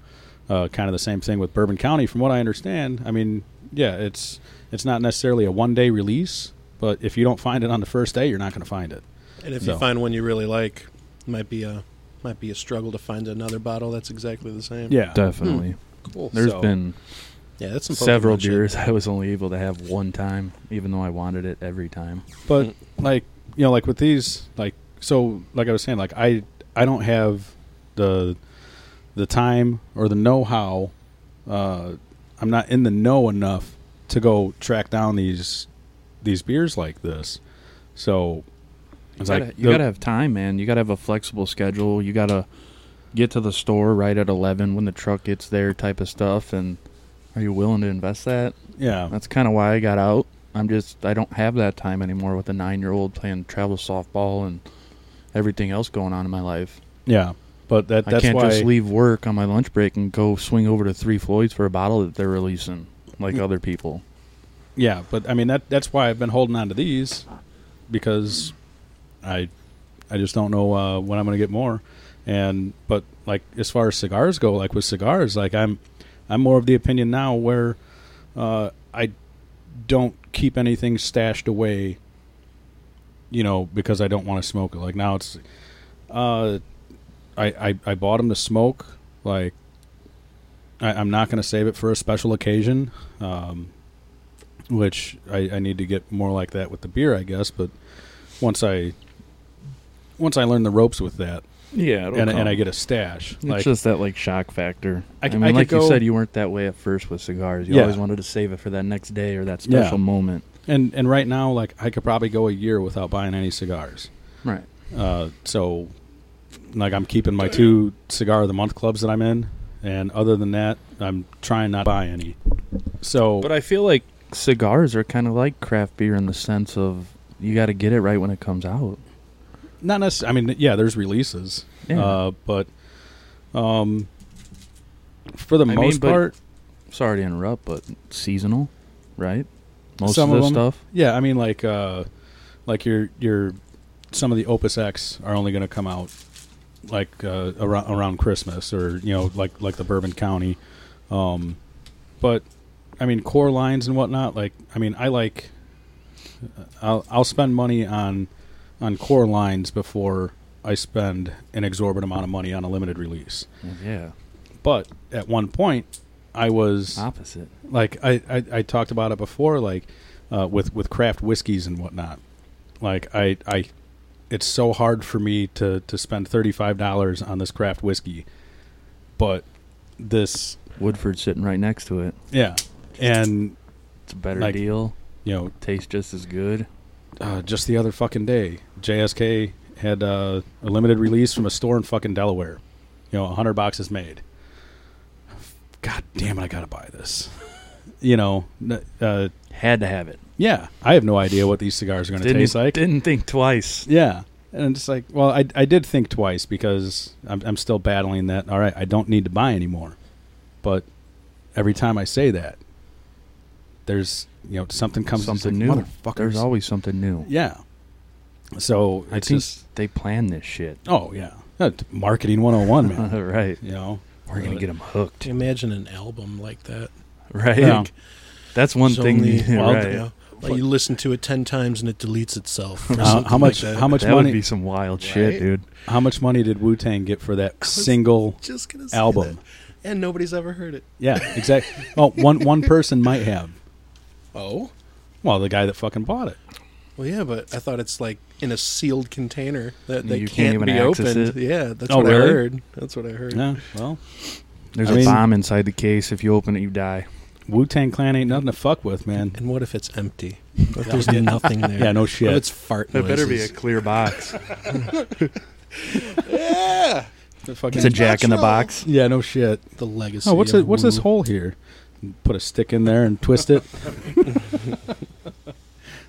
Speaker 1: Uh, kind of the same thing with Bourbon County, from what I understand. I mean, yeah, it's it's not necessarily a one day release, but if you don't find it on the first day, you're not going to find it.
Speaker 4: And if
Speaker 1: No.
Speaker 4: you find one you really like, it might be a might be a struggle to find another bottle that's exactly the same.
Speaker 1: Yeah, Hmm.
Speaker 2: Definitely.
Speaker 4: cool.
Speaker 2: There's
Speaker 1: So-
Speaker 2: been
Speaker 4: yeah, that's some Pokemon
Speaker 2: several
Speaker 4: shit.
Speaker 2: beers I was only able to have one time, even though I wanted it every time.
Speaker 1: but like you know, like with these, like so, like I was saying, like I I don't have the the time or the know how. Uh, I'm not in the know enough to go track down these these beers like this. So
Speaker 2: You,
Speaker 1: it's
Speaker 2: gotta,
Speaker 1: like
Speaker 2: you
Speaker 1: the-
Speaker 2: gotta have time, man. You gotta have a flexible schedule. You gotta get to the store right at eleven when the truck gets there, type of stuff. And are you willing to invest that?
Speaker 1: yeah.
Speaker 2: That's kind of why I got out. I'm just I don't have that time anymore with a nine year old playing travel softball and everything else going on in my life.
Speaker 1: Yeah, but that
Speaker 2: I
Speaker 1: that's
Speaker 2: can't
Speaker 1: why.
Speaker 2: just leave work on my lunch break and go swing over to Three Floyds for a bottle that they're releasing, like
Speaker 1: Mm.
Speaker 2: other people.
Speaker 1: Yeah, but I mean that that's why I've been holding on to these because I I just don't know uh, when I'm going to get more. And but like as far as cigars go, like with cigars, like I'm I'm more of the opinion now where uh, I don't keep anything stashed away. You know, because I don't want to smoke it. Like now, it's uh, I, I I bought them to smoke. Like I, I'm not going to save it for a special occasion. Um, which I, I need to get more like that with the beer, I guess. But once I once I learn the ropes with that,
Speaker 2: Yeah,
Speaker 1: and, and I get a stash,
Speaker 2: it's
Speaker 1: like
Speaker 2: just that like shock factor.
Speaker 1: I
Speaker 2: I,
Speaker 1: c-
Speaker 2: mean,
Speaker 1: I could
Speaker 2: like you
Speaker 1: go-
Speaker 2: said, you weren't that way at first with cigars. You
Speaker 1: Yeah.
Speaker 2: always wanted to save it for that next day or that
Speaker 1: Yeah.
Speaker 2: special moment.
Speaker 1: and and right now, like I could probably go a year without buying any cigars.
Speaker 2: Right.
Speaker 1: Uh, so like I'm keeping my two cigar of the month clubs that I'm in, and other than that, I'm trying not to buy any. So
Speaker 2: But I feel like cigars are kind of like craft beer in the sense of you got to get it right when it comes out.
Speaker 1: not necessarily. I mean, yeah, there's releases,
Speaker 2: Yeah.
Speaker 1: uh, but um, for the
Speaker 2: mean,
Speaker 1: most
Speaker 2: but-
Speaker 1: part,
Speaker 2: Sorry to interrupt, but seasonal, right? Most
Speaker 1: Some
Speaker 2: of
Speaker 1: of
Speaker 2: the
Speaker 1: 'em.
Speaker 2: stuff.
Speaker 1: Yeah, I mean, like, uh, like your your some of the Opus X are only going to come out like uh, around around Christmas or you know like like the Bourbon County, um, but I mean core lines and whatnot. Like, I mean, I like I'll I'll spend money on on core lines before I spend an exorbitant amount of money on a limited release.
Speaker 2: Yeah.
Speaker 1: But at one point, I
Speaker 2: Ah.
Speaker 1: was
Speaker 2: Opposite.
Speaker 1: like I, I, I talked about it before, like uh, with with craft whiskeys and whatnot. Like I I, it's so hard for me to to spend thirty five dollars on this craft whiskey, but this
Speaker 2: Woodford sitting right next to it.
Speaker 1: yeah, and
Speaker 2: It's a better
Speaker 1: Like-
Speaker 2: deal.
Speaker 1: you know
Speaker 2: Tastes just as good.
Speaker 1: uh, just the other fucking day, JSK had uh, a limited release from a store in fucking Delaware. You know, a hundred boxes made. God damn it! I gotta buy this. You know, n- uh,
Speaker 2: Had to have it.
Speaker 1: yeah. I have no idea what these cigars are going to
Speaker 2: Didn't,
Speaker 1: taste like.
Speaker 2: didn't think twice.
Speaker 1: Yeah. And I'm just like, well, I, I did think twice because I'm, I'm still battling that. All right, I don't need to buy anymore. But every time I say that, there's, you know, something comes it's
Speaker 2: something
Speaker 1: like,
Speaker 2: new.
Speaker 1: Motherfuckers.
Speaker 2: There's always something new.
Speaker 1: yeah. So
Speaker 2: I
Speaker 1: it's
Speaker 2: think
Speaker 1: just,
Speaker 2: they plan this shit.
Speaker 1: oh, yeah. Uh, Marketing 101, man.
Speaker 2: right.
Speaker 1: you know? Uh,
Speaker 2: We're going to get them hooked.
Speaker 4: Imagine an album like that.
Speaker 2: Right.
Speaker 1: Yeah.
Speaker 2: That's one
Speaker 4: It's
Speaker 2: thing.
Speaker 4: only-
Speaker 2: yeah,
Speaker 1: well,
Speaker 2: right.
Speaker 4: You know, like you listen to it ten times and it deletes itself. or
Speaker 1: Uh,
Speaker 4: something
Speaker 1: how
Speaker 4: like
Speaker 1: much?
Speaker 4: that.
Speaker 1: how much
Speaker 2: that
Speaker 1: money?
Speaker 2: would be some wild
Speaker 4: Right?
Speaker 2: shit, dude.
Speaker 1: how much money did Wu Tang get for that single
Speaker 4: Just gonna say
Speaker 1: album?
Speaker 4: that. and nobody's ever heard it.
Speaker 1: Yeah, exactly. well, one one person might have.
Speaker 4: Oh,
Speaker 1: Well, the guy that fucking bought it.
Speaker 4: well, yeah, but I thought it's like in a sealed container that they
Speaker 2: You can't
Speaker 4: can't,
Speaker 2: even
Speaker 4: be
Speaker 2: access
Speaker 4: opened.
Speaker 2: it.
Speaker 4: Yeah, that's
Speaker 1: Oh,
Speaker 4: what
Speaker 1: really?
Speaker 4: I heard. That's what I heard.
Speaker 1: Yeah. Well,
Speaker 2: There's
Speaker 1: I
Speaker 2: a
Speaker 1: mean-
Speaker 2: bomb inside the case. If you open it, you die.
Speaker 1: Wu Tang Clan ain't nothing to fuck with, man.
Speaker 4: And what if it's empty? What if there's nothing there?
Speaker 1: Yeah, no
Speaker 4: What
Speaker 1: shit.
Speaker 4: if it's fart
Speaker 2: That
Speaker 4: noises?
Speaker 2: better be a clear box.
Speaker 4: yeah.
Speaker 2: it's a jack in the box.
Speaker 1: yeah, no shit.
Speaker 4: The legacy.
Speaker 1: Oh, what's
Speaker 4: of
Speaker 1: it,
Speaker 2: uh,
Speaker 1: what's this
Speaker 4: Wu.
Speaker 1: hole here? Put a stick in there and twist it.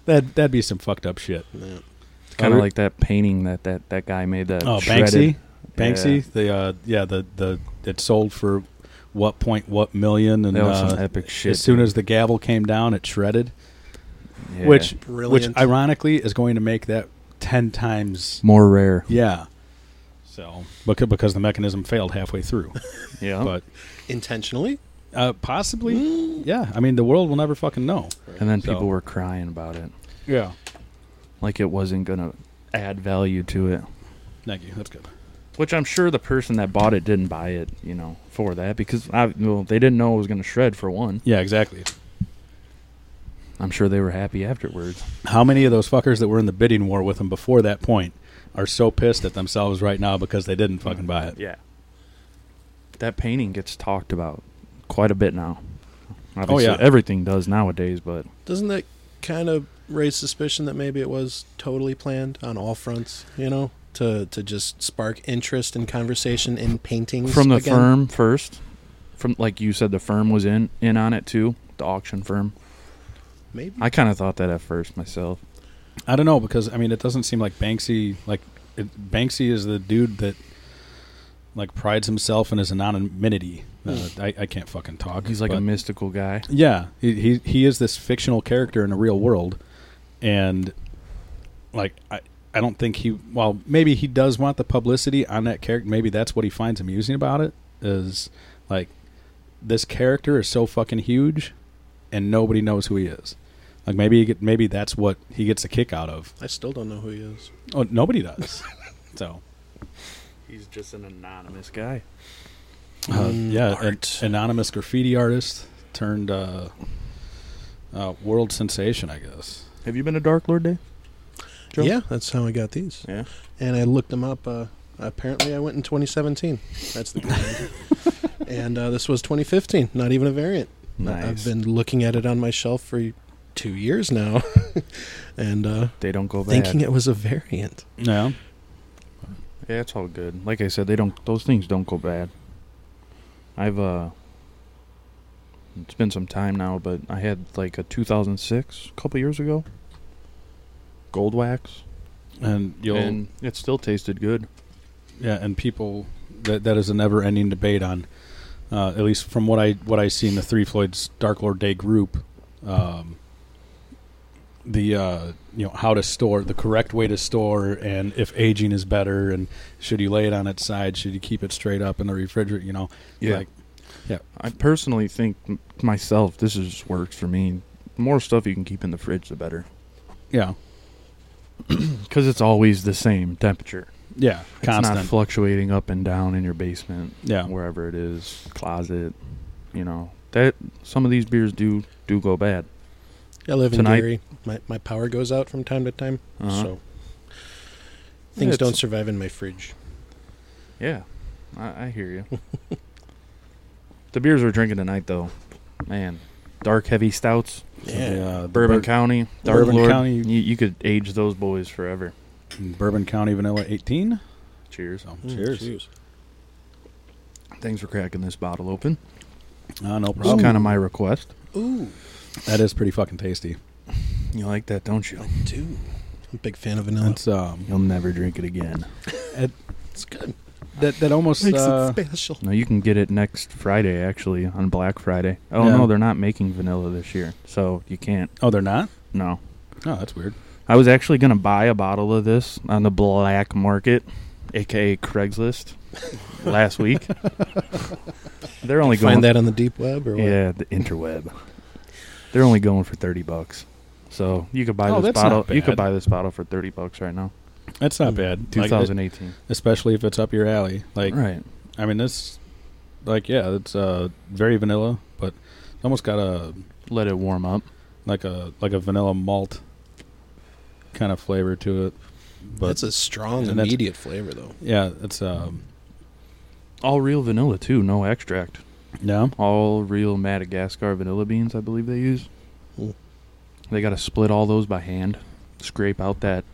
Speaker 1: that that'd be some fucked up shit.
Speaker 4: Yeah.
Speaker 2: It's kind
Speaker 1: Oh,
Speaker 2: of like that painting that, that, that guy made that
Speaker 1: oh,
Speaker 2: shredded.
Speaker 1: Banksy, Banksy. The uh, yeah, the the it sold for what point what million and
Speaker 2: That was some
Speaker 1: uh,
Speaker 2: epic shit.
Speaker 1: as soon
Speaker 2: dude.
Speaker 1: as the gavel came down, it shredded,
Speaker 2: Yeah.
Speaker 1: which
Speaker 4: Brilliant.
Speaker 1: which ironically is going to make that ten times
Speaker 2: more rare.
Speaker 1: yeah. So because because the mechanism failed halfway through,
Speaker 2: Yeah.
Speaker 1: but
Speaker 4: intentionally.
Speaker 1: uh, possibly,
Speaker 2: Mm.
Speaker 1: yeah. I mean, the world will never fucking know.
Speaker 2: and then
Speaker 1: So-
Speaker 2: people were crying about it.
Speaker 1: Yeah,
Speaker 2: Like it wasn't going to add value to it.
Speaker 1: thank you. That's good.
Speaker 2: Which I'm sure the person that bought it didn't buy it, you know, for that because I, well, they didn't know it was going to shred for one.
Speaker 1: Yeah, exactly.
Speaker 2: I'm sure they were happy afterwards.
Speaker 1: How many of those fuckers that were in the bidding war with them before that point are so pissed at themselves right now because they didn't fucking buy it?
Speaker 2: Yeah. That painting gets talked about quite a bit now. Obviously,
Speaker 1: Oh, yeah.
Speaker 2: everything does nowadays, but
Speaker 4: Doesn't that kind of raise suspicion that maybe it was totally planned on all fronts? You know, to to just spark interest and conversation in paintings
Speaker 2: from the
Speaker 4: again?
Speaker 2: firm first, from like you said, the firm was in in on it too. The auction firm.
Speaker 4: Maybe
Speaker 2: I kind of thought that at first myself.
Speaker 1: I don't know because I mean it doesn't seem like Banksy like it, Banksy is the dude that like prides himself in his anonymity. Uh, I, I can't fucking talk.
Speaker 2: Hmm. He's like a
Speaker 1: but-
Speaker 2: mystical guy.
Speaker 1: yeah. He, he he is this fictional character in the real world, and like I I don't think he well maybe he does want the publicity on that character. Maybe that's what he finds amusing about it is like this character is so fucking huge, and nobody knows who he is. Like maybe he get, maybe that's what he gets a kick out of.
Speaker 4: I still don't know who he is.
Speaker 1: Oh, nobody does. so
Speaker 2: He's just an anonymous guy.
Speaker 1: uh,
Speaker 4: Mm,
Speaker 1: yeah, an-
Speaker 4: art.
Speaker 1: anonymous graffiti artist turned uh, uh, world sensation, I guess.
Speaker 2: Have you been to Dark Lord Day? Joe?
Speaker 4: Yeah, that's how I got these.
Speaker 2: Yeah.
Speaker 4: and I looked them up. Uh, apparently, I went in 2017. That's the grand. and uh, this was 2015. Not even a variant.
Speaker 2: Nice.
Speaker 4: I've been looking at it on my shelf for two years now, and uh,
Speaker 2: they don't go back.
Speaker 4: thinking it was a variant.
Speaker 1: Yeah.
Speaker 2: Yeah, it's all good. Like I said, they don't; those things don't go bad. I've uh, it's been some time now, but I had like a 2006 a couple years ago. Gold wax,
Speaker 1: and you'll
Speaker 2: and it still tasted good.
Speaker 1: yeah, and people that that is a never-ending debate on. Uh, at least from what I what I see in the Three Floyds Dark Lord Day group, um, the uh, you know how to store the correct way to store and if aging is better and should you lay it on its side, should you keep it straight up in the refrigerator, you know, like
Speaker 2: I personally think m- myself, this is works for me. The more stuff you can keep in the fridge, the better,
Speaker 1: yeah,
Speaker 2: because it's always the same temperature.
Speaker 1: yeah, constant,
Speaker 2: It's not fluctuating up and down in your basement.
Speaker 1: yeah,
Speaker 2: wherever it is, closet, you know. That some of these beers do do go bad.
Speaker 4: I live in
Speaker 2: Tonight-
Speaker 4: Gary. My my power goes out from time to time,
Speaker 2: Uh-huh.
Speaker 4: so things
Speaker 2: It's-
Speaker 4: don't survive in my fridge.
Speaker 2: Yeah, I, I hear you. the beers we're drinking tonight, though, man, dark heavy stouts,
Speaker 1: uh,
Speaker 2: Bourbon
Speaker 1: Bur-
Speaker 2: County, Dark
Speaker 1: Bourbon
Speaker 2: Lord.
Speaker 1: County-
Speaker 2: You, you could age those boys forever.
Speaker 1: Bourbon County Vanilla 18.
Speaker 2: Cheers.
Speaker 1: So
Speaker 4: Mm,
Speaker 1: cheers.
Speaker 2: Thanks for cracking this bottle open.
Speaker 1: Ah, no
Speaker 2: This is
Speaker 1: problem.
Speaker 2: kind of my request.
Speaker 4: Ooh,
Speaker 1: that is pretty fucking tasty.
Speaker 2: You like that, don't you?
Speaker 4: dude, I'm a big fan of vanilla.
Speaker 1: That's um,
Speaker 2: You'll never drink it again.
Speaker 4: It's good.
Speaker 1: that that almost
Speaker 4: Makes
Speaker 1: uh,
Speaker 4: it special.
Speaker 2: No, you can get it next Friday, actually, on Black Friday. Oh
Speaker 1: Yeah.
Speaker 2: no, they're not making vanilla this year, so you can't.
Speaker 1: Oh, they're not?
Speaker 2: No,
Speaker 1: Oh, that's weird.
Speaker 2: I was actually gonna buy a bottle of this on the black market, aka Craigslist, last week. They're only going
Speaker 4: Find that on the deep web or what?
Speaker 2: yeah the interweb. They're only going for thirty bucks, so you could buy
Speaker 1: Oh,
Speaker 2: this
Speaker 1: that's not
Speaker 2: bottle. You
Speaker 1: bad.
Speaker 2: could buy this bottle for thirty bucks right now,
Speaker 1: That's not bad. Like,
Speaker 2: 2018.
Speaker 1: it- especially if it's up your alley. Like,
Speaker 2: right?
Speaker 1: I mean, this, like, yeah, it's uh, very vanilla, but it's almost got a
Speaker 2: Let it warm up.
Speaker 1: like a like a vanilla malt kind of flavor to it. But
Speaker 4: that's a strong
Speaker 1: and that's-
Speaker 4: immediate flavor though.
Speaker 1: yeah, it's um,
Speaker 2: All real vanilla too, no extract.
Speaker 1: no,
Speaker 2: All real Madagascar vanilla beans, I believe they use.
Speaker 4: Ooh.
Speaker 2: They got to split all those by hand, scrape out that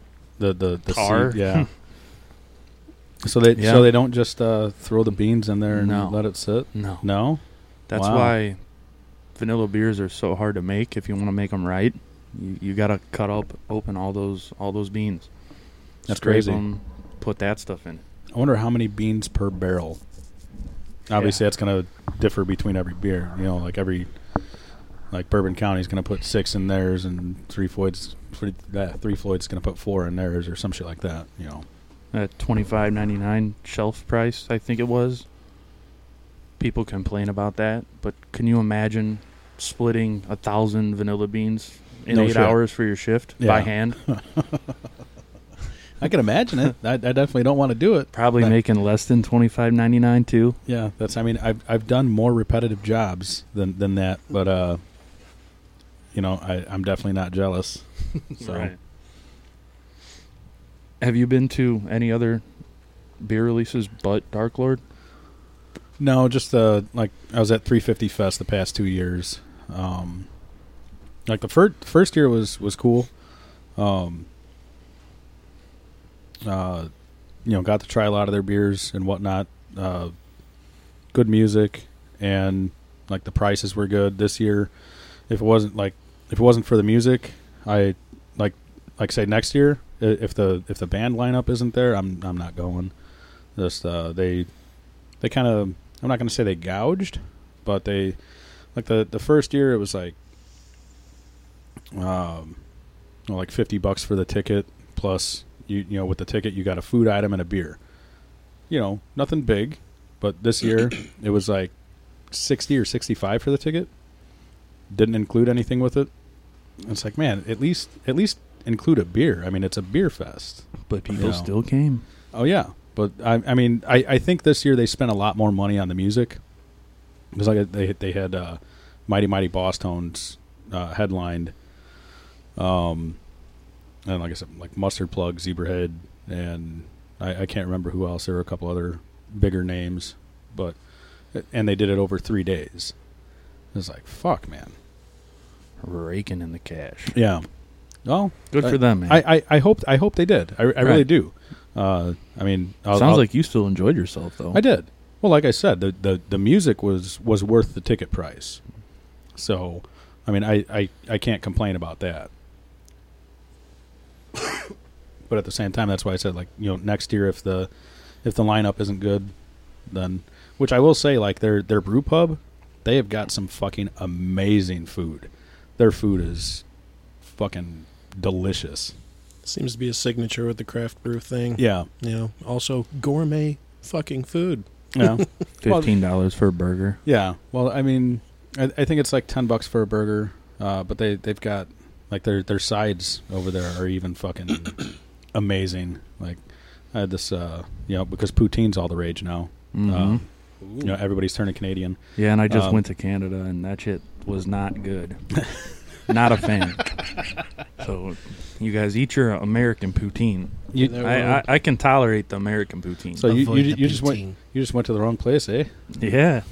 Speaker 1: the the the
Speaker 2: Tar.
Speaker 1: seed, yeah. so they
Speaker 2: Yeah.
Speaker 1: so they don't just uh, throw the beans in there and
Speaker 2: No.
Speaker 1: let it sit.
Speaker 2: no
Speaker 1: No,
Speaker 2: That's
Speaker 1: Wow.
Speaker 2: why vanilla beers are so hard to make. If you want to make them right, you, you gotta cut up open all those all those beans.
Speaker 1: That's
Speaker 2: Scrape
Speaker 1: crazy.
Speaker 2: 'em, put that stuff in. it.
Speaker 1: I wonder how many beans per barrel. Obviously,
Speaker 2: Yeah.
Speaker 1: that's going to differ between every beer. You know, like every like Bourbon County's going to put six in theirs, and Three Floyd's three, uh, Three Floyd's going to put four in theirs, or some shit like that. You know,
Speaker 2: at twenty five ninety nine shelf price, I think it was. People complain about that, but can you imagine splitting a thousand vanilla beans in
Speaker 1: No
Speaker 2: eight
Speaker 1: shit.
Speaker 2: hours for your shift by
Speaker 1: Yeah.
Speaker 2: hand?
Speaker 1: I can imagine it. I, I definitely don't want to do it.
Speaker 2: Probably
Speaker 1: Right.
Speaker 2: making less than twenty five ninety nine too.
Speaker 1: Yeah, that's. I mean, I've I've done more repetitive jobs than than that, but uh, you know, I I'm definitely not jealous. So
Speaker 2: Have you been to any other beer releases but Dark Lord?
Speaker 1: no, just uh, like I was at 350 Fest the past two years. Um, like the first first year was was cool. Um, uh, you know, got to try a lot of their beers and whatnot. Uh, good music and like the prices were good this year. If it wasn't like if it wasn't for the music, I like like say next year i- if the if the band lineup isn't there, I'm I'm not going. Just uh, they they kind of I'm not going to say they gouged, but they like the the first year it was like um well, like 50 bucks for the ticket plus you you know with the ticket you got a food item and a beer. You know, nothing big, but this year it was like 60 or 65 for the ticket. Didn't include anything with it. It's like, man, at least at least include a beer. I mean, it's a beer fest.
Speaker 2: But
Speaker 1: people still
Speaker 2: came.
Speaker 1: Oh yeah, but I, I mean, I, I think this year they spent a lot more money on the music. It was like they they had uh, Mighty Mighty Boss Tones uh, headlined, um, and like I said, like Mustard Plug, Zebrahead, and I, I can't remember who else. There were a couple other bigger names, but and they did it over three days. It's like fuck, man.
Speaker 2: Raking in the cash.
Speaker 1: Yeah. Well,
Speaker 2: Good for them, man.
Speaker 1: I, I, I hope I hope they did. I, I really
Speaker 2: Right.
Speaker 1: do. Uh, I mean, I'll,
Speaker 2: Sounds
Speaker 1: I'll-
Speaker 2: like you still enjoyed yourself though.
Speaker 1: I did. Well, like I said, the, the, the music was, was worth the ticket price. So, I mean, I, I, I can't complain about that. but at the same time, that's why I said, like, you know, next year if the if the lineup isn't good, then which I will say, like their their brew pub, they have got some fucking amazing food. Their food is fucking delicious.
Speaker 4: Seems to be a signature with the craft brew thing.
Speaker 1: Yeah,
Speaker 4: You know, also gourmet fucking food.
Speaker 1: yeah.
Speaker 2: Fifteen dollars for a burger.
Speaker 1: Yeah. Well, I mean, I, I think it's like ten bucks for a burger, uh, but they they've got like their their sides over there are even fucking amazing. Like I had this, uh, you know, because poutine's all the rage now.
Speaker 2: Mhm.
Speaker 1: Um, you know, everybody's turning Canadian.
Speaker 2: yeah, and I just
Speaker 1: um,
Speaker 2: went to Canada, and that shit was not good. not a fan. so, you guys eat your American poutine.
Speaker 1: You,
Speaker 4: There
Speaker 2: I, I, I can tolerate the American poutine.
Speaker 1: so you you,
Speaker 3: Avoid
Speaker 1: ju-
Speaker 3: the
Speaker 1: you just went
Speaker 3: poutine.
Speaker 1: you just went to the wrong place, eh?
Speaker 2: Yeah.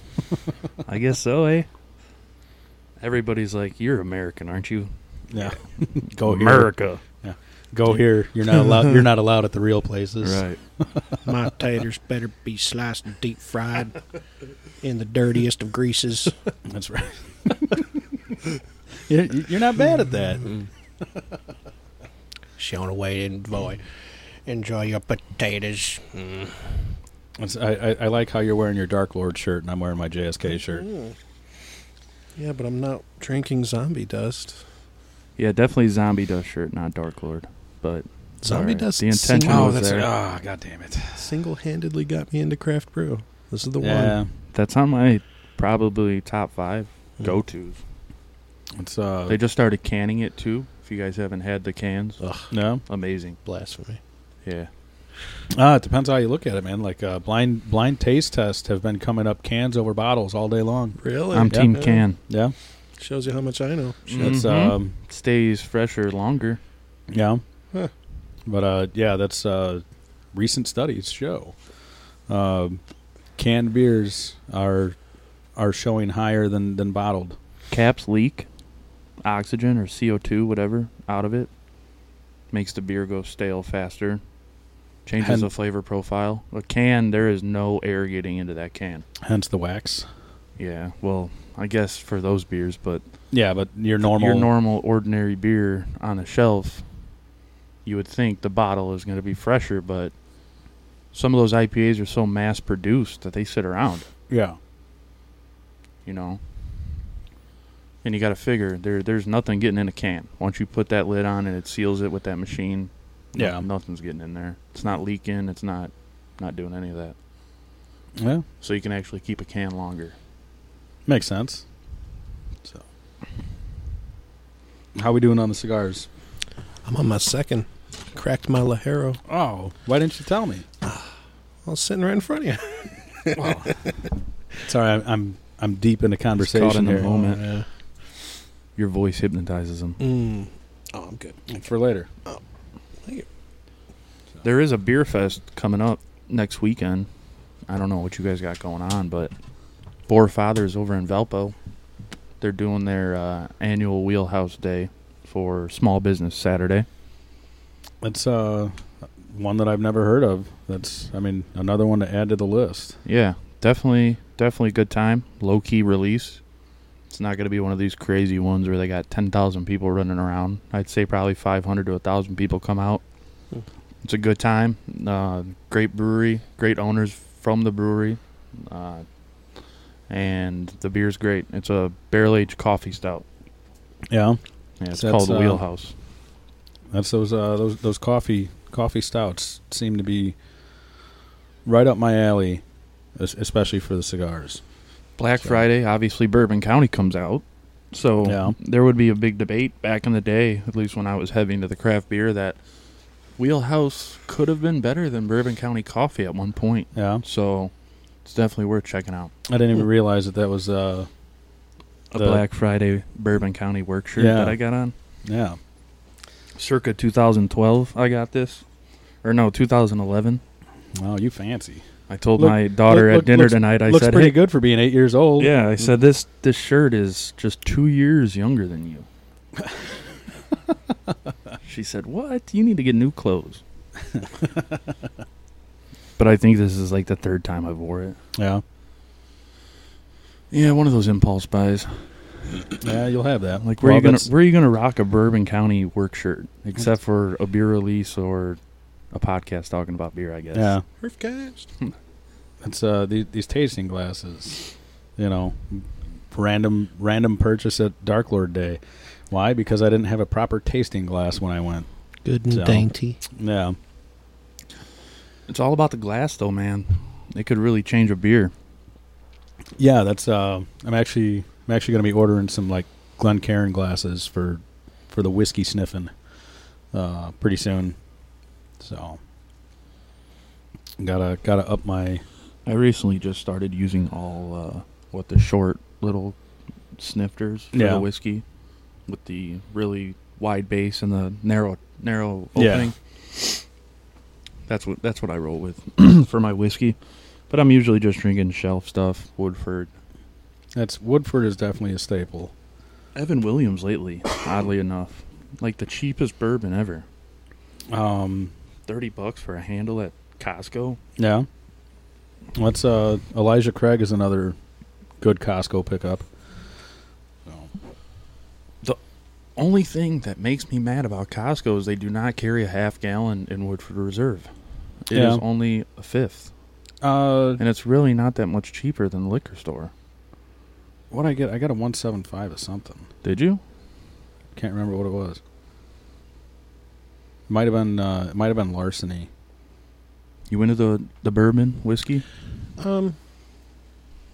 Speaker 2: I guess so, eh? Everybody's like, You're American, aren't you?
Speaker 1: Yeah. go here.
Speaker 2: America.
Speaker 1: Go here. You're not allowed. You're not allowed at the real places.
Speaker 2: Right.
Speaker 3: My taters better be sliced and deep fried in the dirtiest of greases.
Speaker 1: That's right. you're, you're not bad at that.
Speaker 3: Showing away and boy, enjoy your potatoes. Mm.
Speaker 1: It's- I, I, I like how you're wearing your Dark Lord shirt and I'm wearing my JSK shirt.
Speaker 4: Yeah, but I'm not drinking zombie dust.
Speaker 2: Yeah, definitely zombie dust shirt, not Dark Lord. But
Speaker 4: Zombie
Speaker 2: Sorry,
Speaker 4: dust.
Speaker 2: the intention
Speaker 4: single,
Speaker 2: Oh, was- that's there.
Speaker 1: ah, god damn it.
Speaker 4: single-handedly got me into craft brew. This is the
Speaker 1: Yeah,
Speaker 4: one.
Speaker 2: that's on my probably top five go tos.
Speaker 1: it's uh,
Speaker 2: They just started canning it too. If you guys haven't had the cans,
Speaker 1: no.
Speaker 2: amazing.
Speaker 4: Blasphemy.
Speaker 2: Yeah.
Speaker 1: Ah, it depends how you look at it, man. Like uh, blind blind taste tests have been coming up cans over bottles all day long.
Speaker 4: Really?
Speaker 2: I'm
Speaker 1: yeah.
Speaker 2: Team
Speaker 4: Yeah.
Speaker 2: Can.
Speaker 1: Yeah,
Speaker 4: Shows you how much I know.
Speaker 1: that's
Speaker 2: Mhm.
Speaker 1: um,
Speaker 2: Stays fresher longer.
Speaker 1: yeah.
Speaker 4: Huh.
Speaker 1: But uh, yeah, that's uh, recent studies show um, canned beers are are showing higher than than bottled.
Speaker 2: Caps leak oxygen or CO2, whatever, out of it. Makes the beer go stale faster. Changes
Speaker 1: Hen-
Speaker 2: the flavor profile. A can, there is no air getting into that can.
Speaker 1: Hence the wax.
Speaker 2: Yeah, well, I guess for those beers, but
Speaker 1: Yeah, but your normal
Speaker 2: your normal ordinary beer on a shelf, you would think the bottle is going to be fresher, but some of those IPAs are so mass produced that they sit around,
Speaker 1: yeah.
Speaker 2: you know. And you got to figure there there's nothing getting in a can. Once you put that lid on and it seals it with that machine,
Speaker 1: Yeah.
Speaker 2: nothing's getting in there. It's not leaking. It's not not doing any of that.
Speaker 1: Yeah,
Speaker 2: So you can actually keep a can longer.
Speaker 1: makes sense. So, how we doing on the cigars?
Speaker 4: I'm on my second. Cracked my Lajero.
Speaker 1: Oh, why didn't you tell me?
Speaker 4: I was sitting right in front of you.
Speaker 1: Sorry, I'm I'm, I'm deep into conversation
Speaker 2: in the
Speaker 1: here.
Speaker 2: moment. Your voice hypnotizes them.
Speaker 4: Mm. Oh, I'm good.
Speaker 1: for later.
Speaker 2: There is a beer fest coming up next weekend. I don't know what you guys got going on, but Boar Fathers over in Valpo, they're doing their uh, annual Wheelhouse Day for Small Business Saturday.
Speaker 1: That's uh one that I've never heard of. That's I mean another one to add to the list.
Speaker 2: Yeah, definitely, definitely a good time. Low key release. It's not going to be one of these crazy ones where they got ten thousand people running around. I'd say probably five hundred to thousand people come out.
Speaker 4: Hmm.
Speaker 2: It's a good time. Uh, great brewery, great owners from the brewery, uh, and the beer's great. It's a barrel aged coffee stout.
Speaker 1: Yeah,
Speaker 2: Yeah, it's
Speaker 1: So
Speaker 2: called the
Speaker 1: that's, uh,
Speaker 2: Wheelhouse.
Speaker 1: that's those uh, those those coffee coffee stouts seem to be right up my alley, es- especially for the cigars.
Speaker 2: Black
Speaker 1: So-
Speaker 2: Friday, obviously, Bourbon County comes out. So
Speaker 1: Yeah.
Speaker 2: there would be a big debate back in the day, at least when I was heavy into the craft beer, that Wheelhouse could have been better than Bourbon County Coffee at one point.
Speaker 1: Yeah,
Speaker 2: So it's definitely worth checking out.
Speaker 1: I didn't even realize that that was uh
Speaker 2: A
Speaker 1: The-
Speaker 2: Black Friday Bourbon County work shirt
Speaker 1: Yeah.
Speaker 2: that I got on.
Speaker 1: yeah
Speaker 2: Circa 2012, I got this. Or no, 2011.
Speaker 1: wow you fancy
Speaker 2: I told
Speaker 1: Look-
Speaker 2: my daughter
Speaker 1: look-
Speaker 2: at dinner
Speaker 1: looks-
Speaker 2: tonight, I
Speaker 1: looks
Speaker 2: said,
Speaker 1: pretty
Speaker 2: "Hey,
Speaker 1: good for being eight years old.
Speaker 2: Yeah, I said this this shirt is just two years younger than you. she said, What? You need to get new clothes. but I think this is like the third time I've wore it.
Speaker 1: yeah
Speaker 2: Yeah, one of those impulse buys.
Speaker 1: yeah you'll have that
Speaker 2: Like where
Speaker 1: Well,
Speaker 2: you gonna
Speaker 1: that's-
Speaker 2: where you gonna rock a Bourbon County work shirt? Except for a beer release or a podcast talking about beer, I guess.
Speaker 1: yeah
Speaker 4: Herfcast.
Speaker 1: It's uh these, these tasting glasses, you know, random random purchase at Dark Lord Day. Why? Because I didn't have a proper tasting glass when I went.
Speaker 3: Good and
Speaker 1: So.
Speaker 3: dainty.
Speaker 1: Yeah,
Speaker 2: It's all about the glass though, man. It could really change a beer.
Speaker 1: yeah. That's uh, I'm actually I'm actually going to be ordering some like Glencairn glasses for for the whiskey sniffing, uh, pretty soon. So gotta gotta up my
Speaker 2: I recently just started using all uh, what the short little snifters for
Speaker 1: Yeah.
Speaker 2: the whiskey with the really wide base and the narrow narrow
Speaker 1: Yeah.
Speaker 2: opening. That's what that's what I roll with for my whiskey. But I'm usually just drinking shelf stuff, Woodford.
Speaker 1: that's Woodford is definitely a staple.
Speaker 2: Evan Williams lately, oddly enough, like the cheapest bourbon ever.
Speaker 1: Um,
Speaker 2: 30 bucks for a handle at Costco.
Speaker 1: Yeah. What's uh Elijah Craig is another good Costco pickup.
Speaker 2: Only thing that makes me mad about Costco is they do not carry a half gallon in Woodford Reserve. It is
Speaker 1: Yeah.
Speaker 2: only a fifth,
Speaker 1: Uh
Speaker 2: and it's really not that much cheaper than the liquor store.
Speaker 1: what I get I got a one seven five or something.
Speaker 2: Did you?
Speaker 1: Can't remember what it was. Might have been uh it might have been larceny.
Speaker 2: You went to the the bourbon whiskey?
Speaker 4: Um,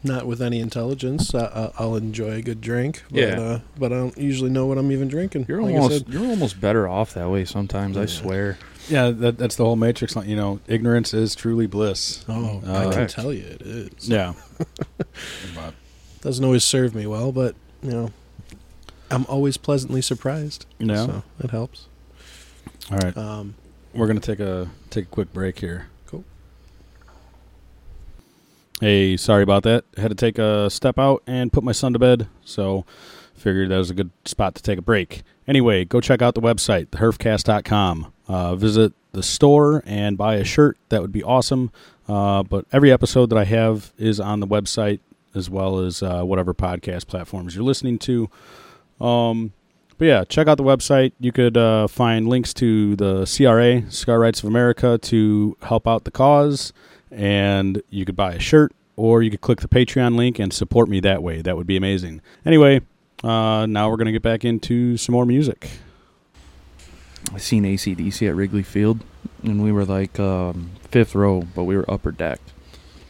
Speaker 4: not with any intelligence. I, I, I'll enjoy a good drink. But,
Speaker 2: Yeah.
Speaker 4: Uh, but I don't usually know what I'm even drinking.
Speaker 2: You're
Speaker 4: Like I
Speaker 2: almost
Speaker 4: said,
Speaker 2: you're almost better off that way sometimes. I
Speaker 4: Yeah.
Speaker 2: swear.
Speaker 1: Yeah, that that's the whole matrix line, you know, ignorance is truly bliss.
Speaker 4: oh, I can
Speaker 1: Correct.
Speaker 4: tell you it is.
Speaker 1: Yeah. but
Speaker 4: Doesn't always serve me well, but you know, I'm always pleasantly surprised.
Speaker 1: Yeah.
Speaker 4: So it helps.
Speaker 1: all right.
Speaker 4: Um,
Speaker 1: We're gonna take a take a quick break here.
Speaker 4: Cool.
Speaker 1: Hey, sorry about that. Had to take a step out and put my son to bed, so figured that was a good spot to take a break. Anyway, go check out the website, theherfcast.com. Uh, visit the store and buy a shirt. That would be awesome. Uh, but every episode that I have is on the website, as well as uh, whatever podcast platforms you're listening to. Um, but yeah, check out the website. You could uh, find links to the CRA, Cigar Rights of America, to help out the cause. And you could buy a shirt or you could click the Patreon link and support me that way. That would be amazing. Anyway, uh, now we're going to get back into some more music.
Speaker 2: I seen ACDC at Wrigley Field, and we were like um, fifth row, but we were upper deck.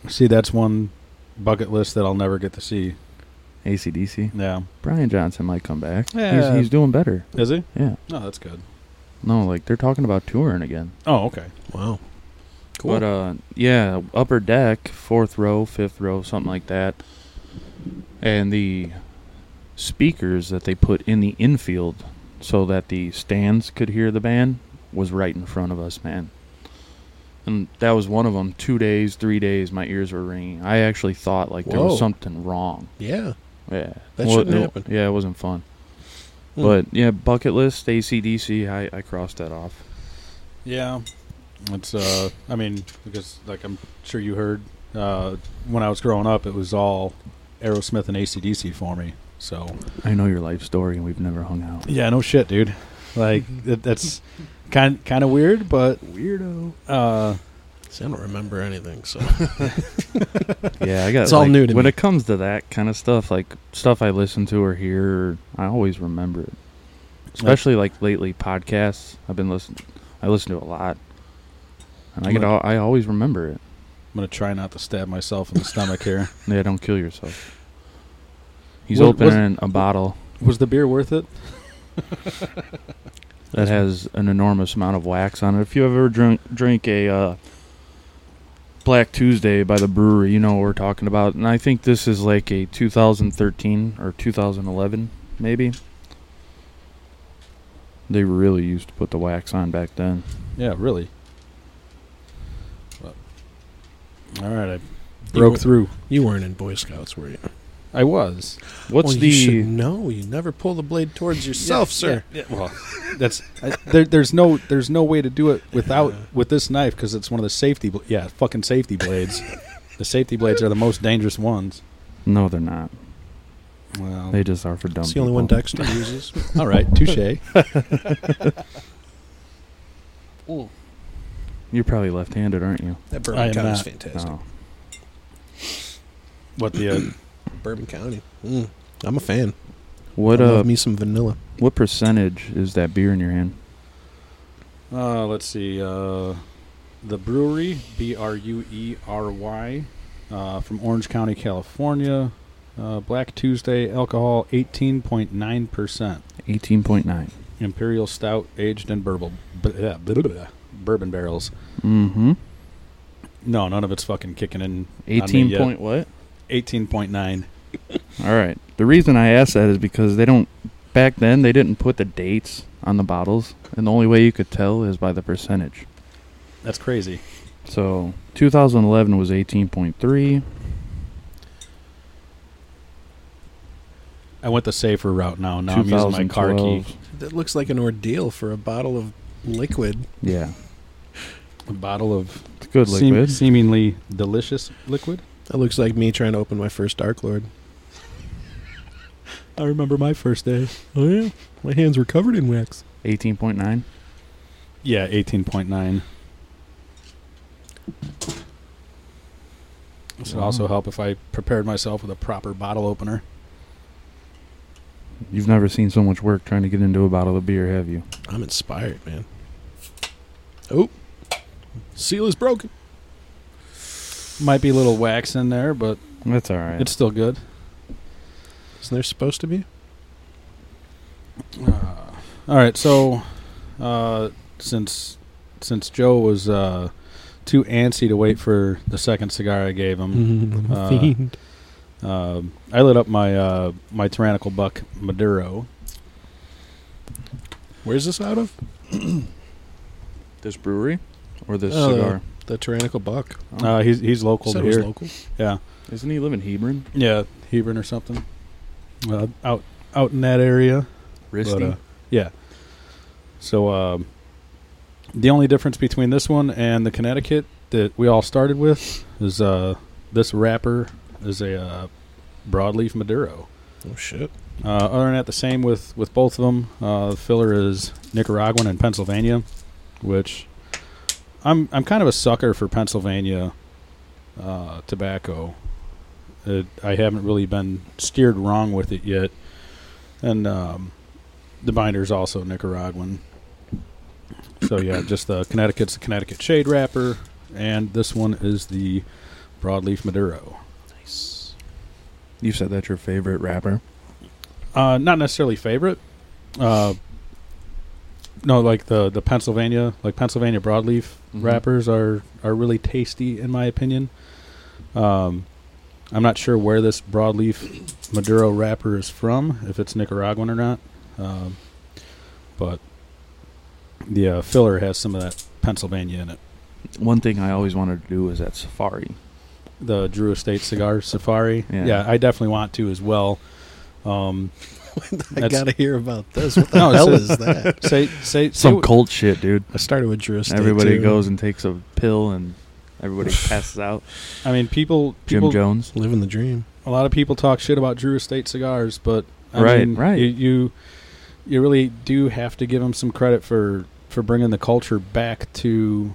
Speaker 1: See, that's one bucket list that I'll never get to see.
Speaker 2: ACDC.
Speaker 1: Yeah.
Speaker 2: Brian Johnson might come back.
Speaker 1: Yeah.
Speaker 2: He's, he's doing better.
Speaker 1: Is he?
Speaker 2: Yeah.
Speaker 1: No, that's good.
Speaker 2: No, like they're talking about touring again.
Speaker 1: Oh, okay.
Speaker 4: Wow. Cool.
Speaker 2: But uh, yeah, upper deck, fourth row, fifth row, something like that. And the speakers that they put in the infield so that the stands could hear the band was right in front of us, man. And that was one of them. Two days, three days, my ears were ringing. I actually thought like there
Speaker 4: Whoa.
Speaker 2: was something wrong.
Speaker 4: yeah.
Speaker 2: Yeah,
Speaker 4: That shouldn't
Speaker 2: it-
Speaker 4: happen.
Speaker 2: Yeah, it wasn't fun.
Speaker 4: Hmm.
Speaker 2: But yeah, bucket list, ACDC. I I crossed that off.
Speaker 1: Yeah. It's uh I mean, because like I'm sure you heard, uh when I was growing up it was all Aerosmith and ACDC for me. So
Speaker 2: I know your life story, and we've never hung out.
Speaker 1: Yeah, no shit, dude. Like that, that's kind kind of weird, but weirdo. Uh
Speaker 4: See, I don't remember anything. So
Speaker 2: Yeah, I got
Speaker 4: It's all
Speaker 2: like,
Speaker 4: new to
Speaker 2: when
Speaker 4: me.
Speaker 2: it comes to that kind of stuff, like stuff I listen to or hear, I always remember it. Especially like lately podcasts. I've been listening. I listen to a lot, and I get all, I always remember it.
Speaker 1: I'm going to try not to stab myself in the stomach here.
Speaker 2: Yeah, don't kill yourself. He's
Speaker 1: Was- was-
Speaker 2: opening a bottle
Speaker 1: Was the beer worth it?
Speaker 2: that has an enormous amount of wax on it. If you ever drink drink a uh, Black Tuesday by the brewery, you know what we're talking about. And I think this is like a 2013 or 2011, maybe. They really used to put the wax on back then.
Speaker 1: Yeah, really. But- all right, I
Speaker 4: You
Speaker 1: broke
Speaker 4: were-
Speaker 1: through.
Speaker 4: you weren't in Boy Scouts, were you?
Speaker 1: I was.
Speaker 2: What's
Speaker 4: well,
Speaker 2: the
Speaker 4: You should know. You never pull the blade towards yourself, sir.
Speaker 1: Well, that's I, there, there's no there's no way to do it without
Speaker 4: Yeah.
Speaker 1: with this knife because it's one of the safety bl- yeah fucking safety blades. the safety blades are the most dangerous ones.
Speaker 2: No, they're not.
Speaker 1: Well,
Speaker 2: They just are for dumb.
Speaker 4: It's the only one
Speaker 2: people.
Speaker 4: Dexter uses.
Speaker 1: all right, touche.
Speaker 2: You're probably left-handed, aren't you?
Speaker 4: That
Speaker 1: I
Speaker 4: Bourbon
Speaker 1: am
Speaker 4: County's
Speaker 1: not.
Speaker 4: fantastic.
Speaker 2: No.
Speaker 1: What the uh,
Speaker 4: Bourbon County. Mm, I'm a fan.
Speaker 2: What
Speaker 4: I love
Speaker 2: uh?
Speaker 4: me some vanilla.
Speaker 2: What percentage is that beer in your hand?
Speaker 1: Uh, let's see. Uh, the brewery, B R U E R Y, uh, from Orange County, California. Uh, Black Tuesday, alcohol 18.9%.
Speaker 2: 18.9.
Speaker 1: Imperial Stout, aged in burble, blah, blah, blah, blah, bourbon barrels.
Speaker 2: Mm-hmm.
Speaker 1: No, none of it's fucking kicking in. on me
Speaker 2: 18
Speaker 1: yet.
Speaker 2: point what?
Speaker 1: 18.9.
Speaker 2: All right. The reason I asked that is because they don't back then they didn't put the dates on the bottles, and the only way you could tell is by the percentage.
Speaker 1: That's crazy.
Speaker 2: So 2011 was 18.3.
Speaker 1: I went the safer route now. Now I'm using my car key.
Speaker 2: 2012.
Speaker 4: That looks like an ordeal for a bottle of liquid.
Speaker 2: Yeah,
Speaker 1: A bottle of
Speaker 2: it's good
Speaker 1: seem-
Speaker 2: liquid.
Speaker 1: seemingly delicious liquid.
Speaker 4: That looks like me trying to open my first Dark Lord.
Speaker 1: I remember my first day.
Speaker 4: Oh yeah, my hands were covered in wax.
Speaker 2: 18.9.
Speaker 1: Yeah, 18.9. This would
Speaker 2: Wow.
Speaker 1: also help if I prepared myself with a proper bottle opener.
Speaker 2: You've never seen so much work trying to get into a bottle of beer, have you?
Speaker 4: I'm inspired, man. Oh, seal is broken.
Speaker 1: Might be a little wax in there, but
Speaker 2: That's all right.
Speaker 1: it's still good.
Speaker 4: Isn't there supposed to be?
Speaker 1: Uh, all right, so uh, since since Joe was uh, too antsy to wait for the second cigar I gave him,
Speaker 4: I'm
Speaker 1: a Uh, fiend. Um, I lit up my uh, my tyrannical buck Maduro.
Speaker 4: Where's this out of?
Speaker 2: this brewery or this
Speaker 4: Oh,
Speaker 2: cigar? Oh,
Speaker 4: The tyrannical buck.
Speaker 1: Uh, he's he's local
Speaker 4: Said
Speaker 1: to
Speaker 4: it was
Speaker 1: here.
Speaker 4: local.
Speaker 1: Yeah,
Speaker 2: Isn't he living Hebron?
Speaker 1: yeah, Hebron or something. Uh, out out in that area.
Speaker 2: Risty.
Speaker 1: But, uh, yeah. So um, the only difference between this one and the Connecticut that we all started with is uh, this wrapper is a uh, broadleaf Maduro.
Speaker 4: Oh shit.
Speaker 1: Uh, other than that, the same with, with both of them. Uh, the filler is Nicaraguan and Pennsylvania, which I'm I'm kind of a sucker for Pennsylvania uh, tobacco. It, I haven't really been steered wrong with it yet, and um, the binder's also Nicaraguan. so yeah, just the Connecticut's the Connecticut Shade Wrapper, and this one is the Broadleaf Maduro.
Speaker 4: Nice.
Speaker 2: You said that's your favorite rapper.
Speaker 1: Uh, not necessarily favorite. Uh, no, like the the Pennsylvania, like Pennsylvania broadleaf
Speaker 2: Mhm.
Speaker 1: wrappers are are really tasty in my opinion. Um, I'm not sure where this broadleaf Maduro wrapper is from, if it's Nicaraguan or not. Um, but the uh, filler has some of that Pennsylvania in it.
Speaker 2: One thing I always wanted to do was at Safari.
Speaker 1: The Drew Estate Cigar Safari.
Speaker 2: Yeah.
Speaker 1: yeah, I definitely want to as well. Um,
Speaker 4: I
Speaker 1: That's-
Speaker 4: gotta hear about this. What the
Speaker 1: No,
Speaker 4: hell
Speaker 1: it's
Speaker 4: is that?
Speaker 1: say say say
Speaker 2: Some
Speaker 1: what-
Speaker 2: cult shit, dude.
Speaker 4: I started with Drew. Estate,
Speaker 2: everybody
Speaker 4: too.
Speaker 2: goes and takes a pill and everybody passes out.
Speaker 1: I mean people
Speaker 2: Jim
Speaker 1: people
Speaker 2: Jones.
Speaker 4: living the dream.
Speaker 1: a lot of people talk shit about Drew Estate cigars, but I
Speaker 2: Right,
Speaker 1: mean,
Speaker 2: right.
Speaker 1: You, you you really do have to give them some credit for for bringing the culture back to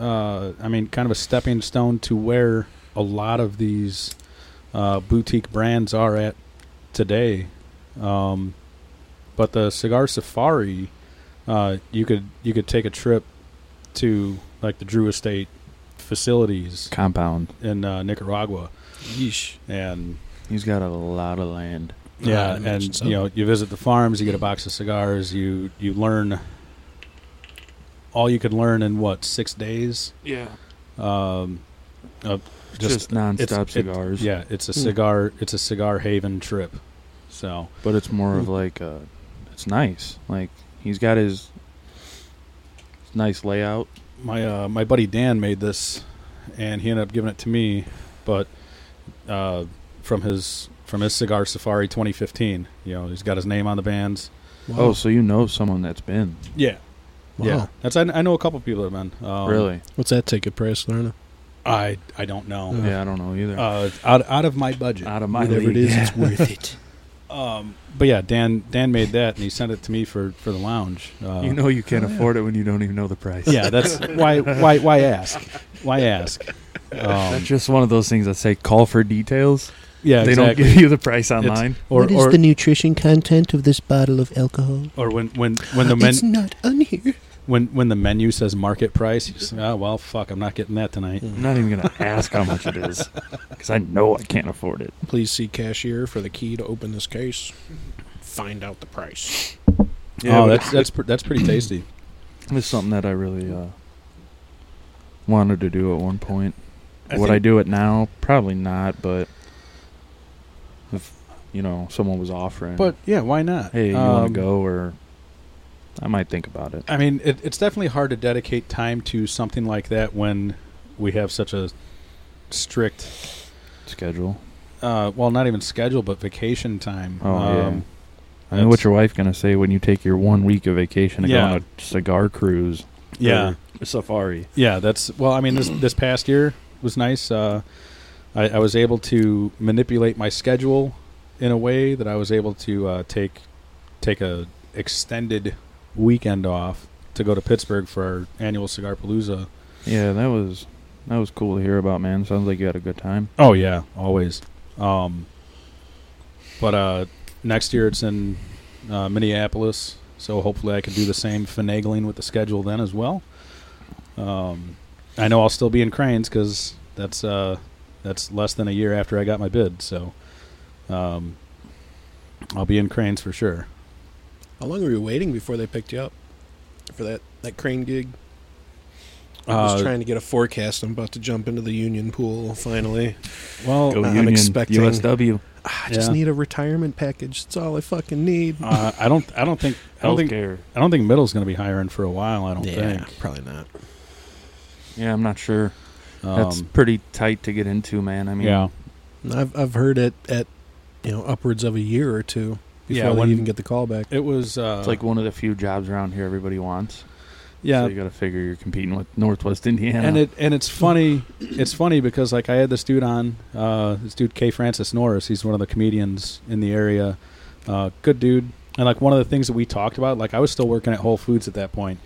Speaker 1: uh, I mean kind of a stepping stone to where a lot of these uh, boutique brands are at today. Um, but the cigar safari, uh, you could you could take a trip to like the Drew Estate facilities
Speaker 2: Compound.
Speaker 1: in uh, Nicaragua
Speaker 4: Yeesh.
Speaker 1: and
Speaker 2: He's got a lot of land.
Speaker 1: yeah,
Speaker 4: I'd imagine
Speaker 1: and
Speaker 4: so.
Speaker 1: you know, you visit the farms, you get a box of cigars, you you learn all you could learn in what six days.
Speaker 2: Yeah.
Speaker 1: Um, uh,
Speaker 2: Just,
Speaker 1: just,
Speaker 2: nonstop
Speaker 1: it's- it-
Speaker 2: cigars.
Speaker 1: yeah, it's a
Speaker 4: Hmm.
Speaker 1: cigar, it's a cigar haven trip. So
Speaker 2: But it's more
Speaker 1: Mm.
Speaker 2: of like a, it's nice. Like he's got his nice layout.
Speaker 1: my uh, my buddy Dan made this, and he ended up giving it to me, but uh, from his from his cigar safari 2015. You know, he's got his name on the bands.
Speaker 4: Wow.
Speaker 2: Oh, so you know someone that's been.
Speaker 1: Yeah,
Speaker 4: wow.
Speaker 1: yeah. That's I, I know a couple people that have been. Um,
Speaker 2: really?
Speaker 4: What's that ticket price, Lerna?
Speaker 1: I I don't know.
Speaker 4: Yeah.
Speaker 2: Yeah, I don't know either.
Speaker 1: uh, out out of my budget.
Speaker 2: Out of my
Speaker 4: Whatever
Speaker 2: league.
Speaker 4: it is, it's worth it.
Speaker 1: Um, but yeah, Dan Dan made that and he sent it to me for for the lounge. Uh,
Speaker 2: You know you can't
Speaker 4: Oh, yeah.
Speaker 2: afford it when you don't even know the price.
Speaker 1: yeah, that's why why why ask why ask. Um,
Speaker 2: That's just one of those things that say call for details.
Speaker 1: yeah,
Speaker 2: they
Speaker 1: exactly.
Speaker 2: don't give you the price
Speaker 1: It's-
Speaker 2: online.
Speaker 1: or or,
Speaker 3: nutrition content of this bottle of alcohol?
Speaker 1: or when when when the men
Speaker 3: not on here.
Speaker 1: when when the menu says market price, you say, oh well, fuck, I'm not getting that tonight.
Speaker 2: I'm not even going to ask how much it is because I know I can't afford it.
Speaker 3: Please see cashier for the key to open this case. Find out the price.
Speaker 1: oh,
Speaker 2: but
Speaker 1: that's that's pr- that's pretty tasty.
Speaker 2: it was something that I really uh, wanted to do at one point.
Speaker 1: I
Speaker 2: Would
Speaker 1: think-
Speaker 2: I do it now? Probably not, but if, you know, someone was offering,
Speaker 1: But yeah, why not?
Speaker 2: hey, you
Speaker 1: Um,
Speaker 2: want to go or I might think about it.
Speaker 1: I mean, it, it's definitely hard to dedicate time to something like that when we have such a strict
Speaker 2: Schedule.
Speaker 1: uh, well, not even schedule, but vacation time.
Speaker 2: Oh, yeah.
Speaker 1: um,
Speaker 2: I know what your wife going to say when you take your one week of vacation to
Speaker 1: Yeah.
Speaker 2: go on a cigar cruise.
Speaker 1: yeah,
Speaker 2: or safari.
Speaker 1: yeah. That's well. I mean, this this past year was nice. Uh, I, I was able to manipulate my schedule in a way that I was able to uh, take take a extended weekend off to go to Pittsburgh for our annual Cigar Palooza.
Speaker 2: Yeah, that was that was cool to hear about, man. Sounds like you had a good time.
Speaker 1: Oh yeah, always. Um, but uh, next year it's in uh, Minneapolis, so hopefully I can do the same finagling with the schedule then as well. Um, I know I'll still be in Cranes because that's uh, that's less than a year after I got my bid, so um, I'll be in Cranes for sure.
Speaker 4: How long were you waiting before they picked you up for that that crane gig? I was
Speaker 1: Uh,
Speaker 4: trying to get a forecast. I'm about to jump into the union pool finally.
Speaker 1: well,
Speaker 2: Go
Speaker 4: I'm
Speaker 2: Union,
Speaker 4: expecting-
Speaker 2: USW.
Speaker 4: Ah, I just
Speaker 1: Yeah.
Speaker 4: need a retirement package. That's all I fucking need.
Speaker 1: uh, I don't, I don't think, I don't think,
Speaker 2: Healthcare.
Speaker 1: I don't think Middle's going to be hiring for a while. I don't
Speaker 4: yeah,
Speaker 1: think.
Speaker 4: probably not.
Speaker 2: Yeah, I'm not sure.
Speaker 1: Um,
Speaker 2: That's pretty tight to get into, man. I mean,
Speaker 1: yeah.
Speaker 4: I've I've heard it at you know upwards of a year or two before
Speaker 1: Yeah,
Speaker 4: they
Speaker 1: when-
Speaker 4: even get the call back.
Speaker 1: It was uh,
Speaker 2: it's like one of the few jobs around here everybody wants.
Speaker 1: yeah,
Speaker 2: so you got to figure you're competing with Northwest Indiana.
Speaker 1: and it and it's funny it's funny because like I had this dude on uh, this dude K Francis Norris he's one of the comedians in the area uh, good dude and like one of the things that we talked about like I was still working at Whole Foods at that point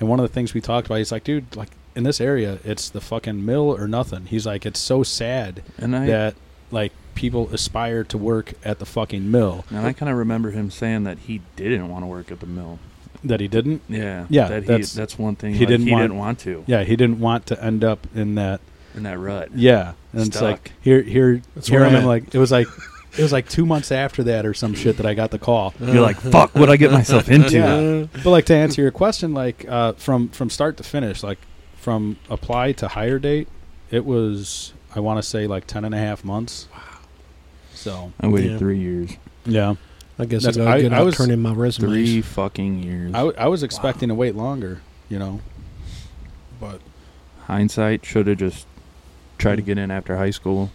Speaker 1: and one of the things we talked about he's like dude like in this area it's the fucking mill or nothing he's like it's so sad
Speaker 2: and I
Speaker 1: that like people aspire to work at the fucking mill
Speaker 2: and I kind of remember him saying that he didn't want to work at the mill.
Speaker 1: that he didn't.
Speaker 2: Yeah,
Speaker 1: Yeah,
Speaker 2: That he,
Speaker 1: that's-
Speaker 2: that's, one thing
Speaker 1: he
Speaker 2: he, like,
Speaker 1: didn't
Speaker 2: didn't, he
Speaker 1: want-
Speaker 2: didn't want to
Speaker 1: Yeah, he didn't want to end up in that.
Speaker 2: in that rut.
Speaker 1: Yeah, and it's like
Speaker 2: Stuck.
Speaker 1: here, here,
Speaker 4: That's
Speaker 1: here
Speaker 4: where
Speaker 1: I'm
Speaker 4: I
Speaker 1: in,
Speaker 4: am.
Speaker 1: like it was like it was like two months after that or some shit that I got the call.
Speaker 2: You're like, fuck, what I get myself into?
Speaker 1: Yeah. but like to answer your question, like uh, from from start to finish, like from apply to hire date, it was I want to say like 10 and a half months. Wow. So
Speaker 2: I waited
Speaker 4: Yeah.
Speaker 2: three years,
Speaker 1: yeah,
Speaker 3: I guess
Speaker 1: That's-
Speaker 3: I got
Speaker 1: I-
Speaker 3: good.
Speaker 1: I
Speaker 3: I
Speaker 1: was
Speaker 3: was turning my resume.
Speaker 2: three fucking years.
Speaker 1: I, w- I was expecting to wait longer. You know,
Speaker 4: But
Speaker 2: Hindsight should have just tried to get in after high school.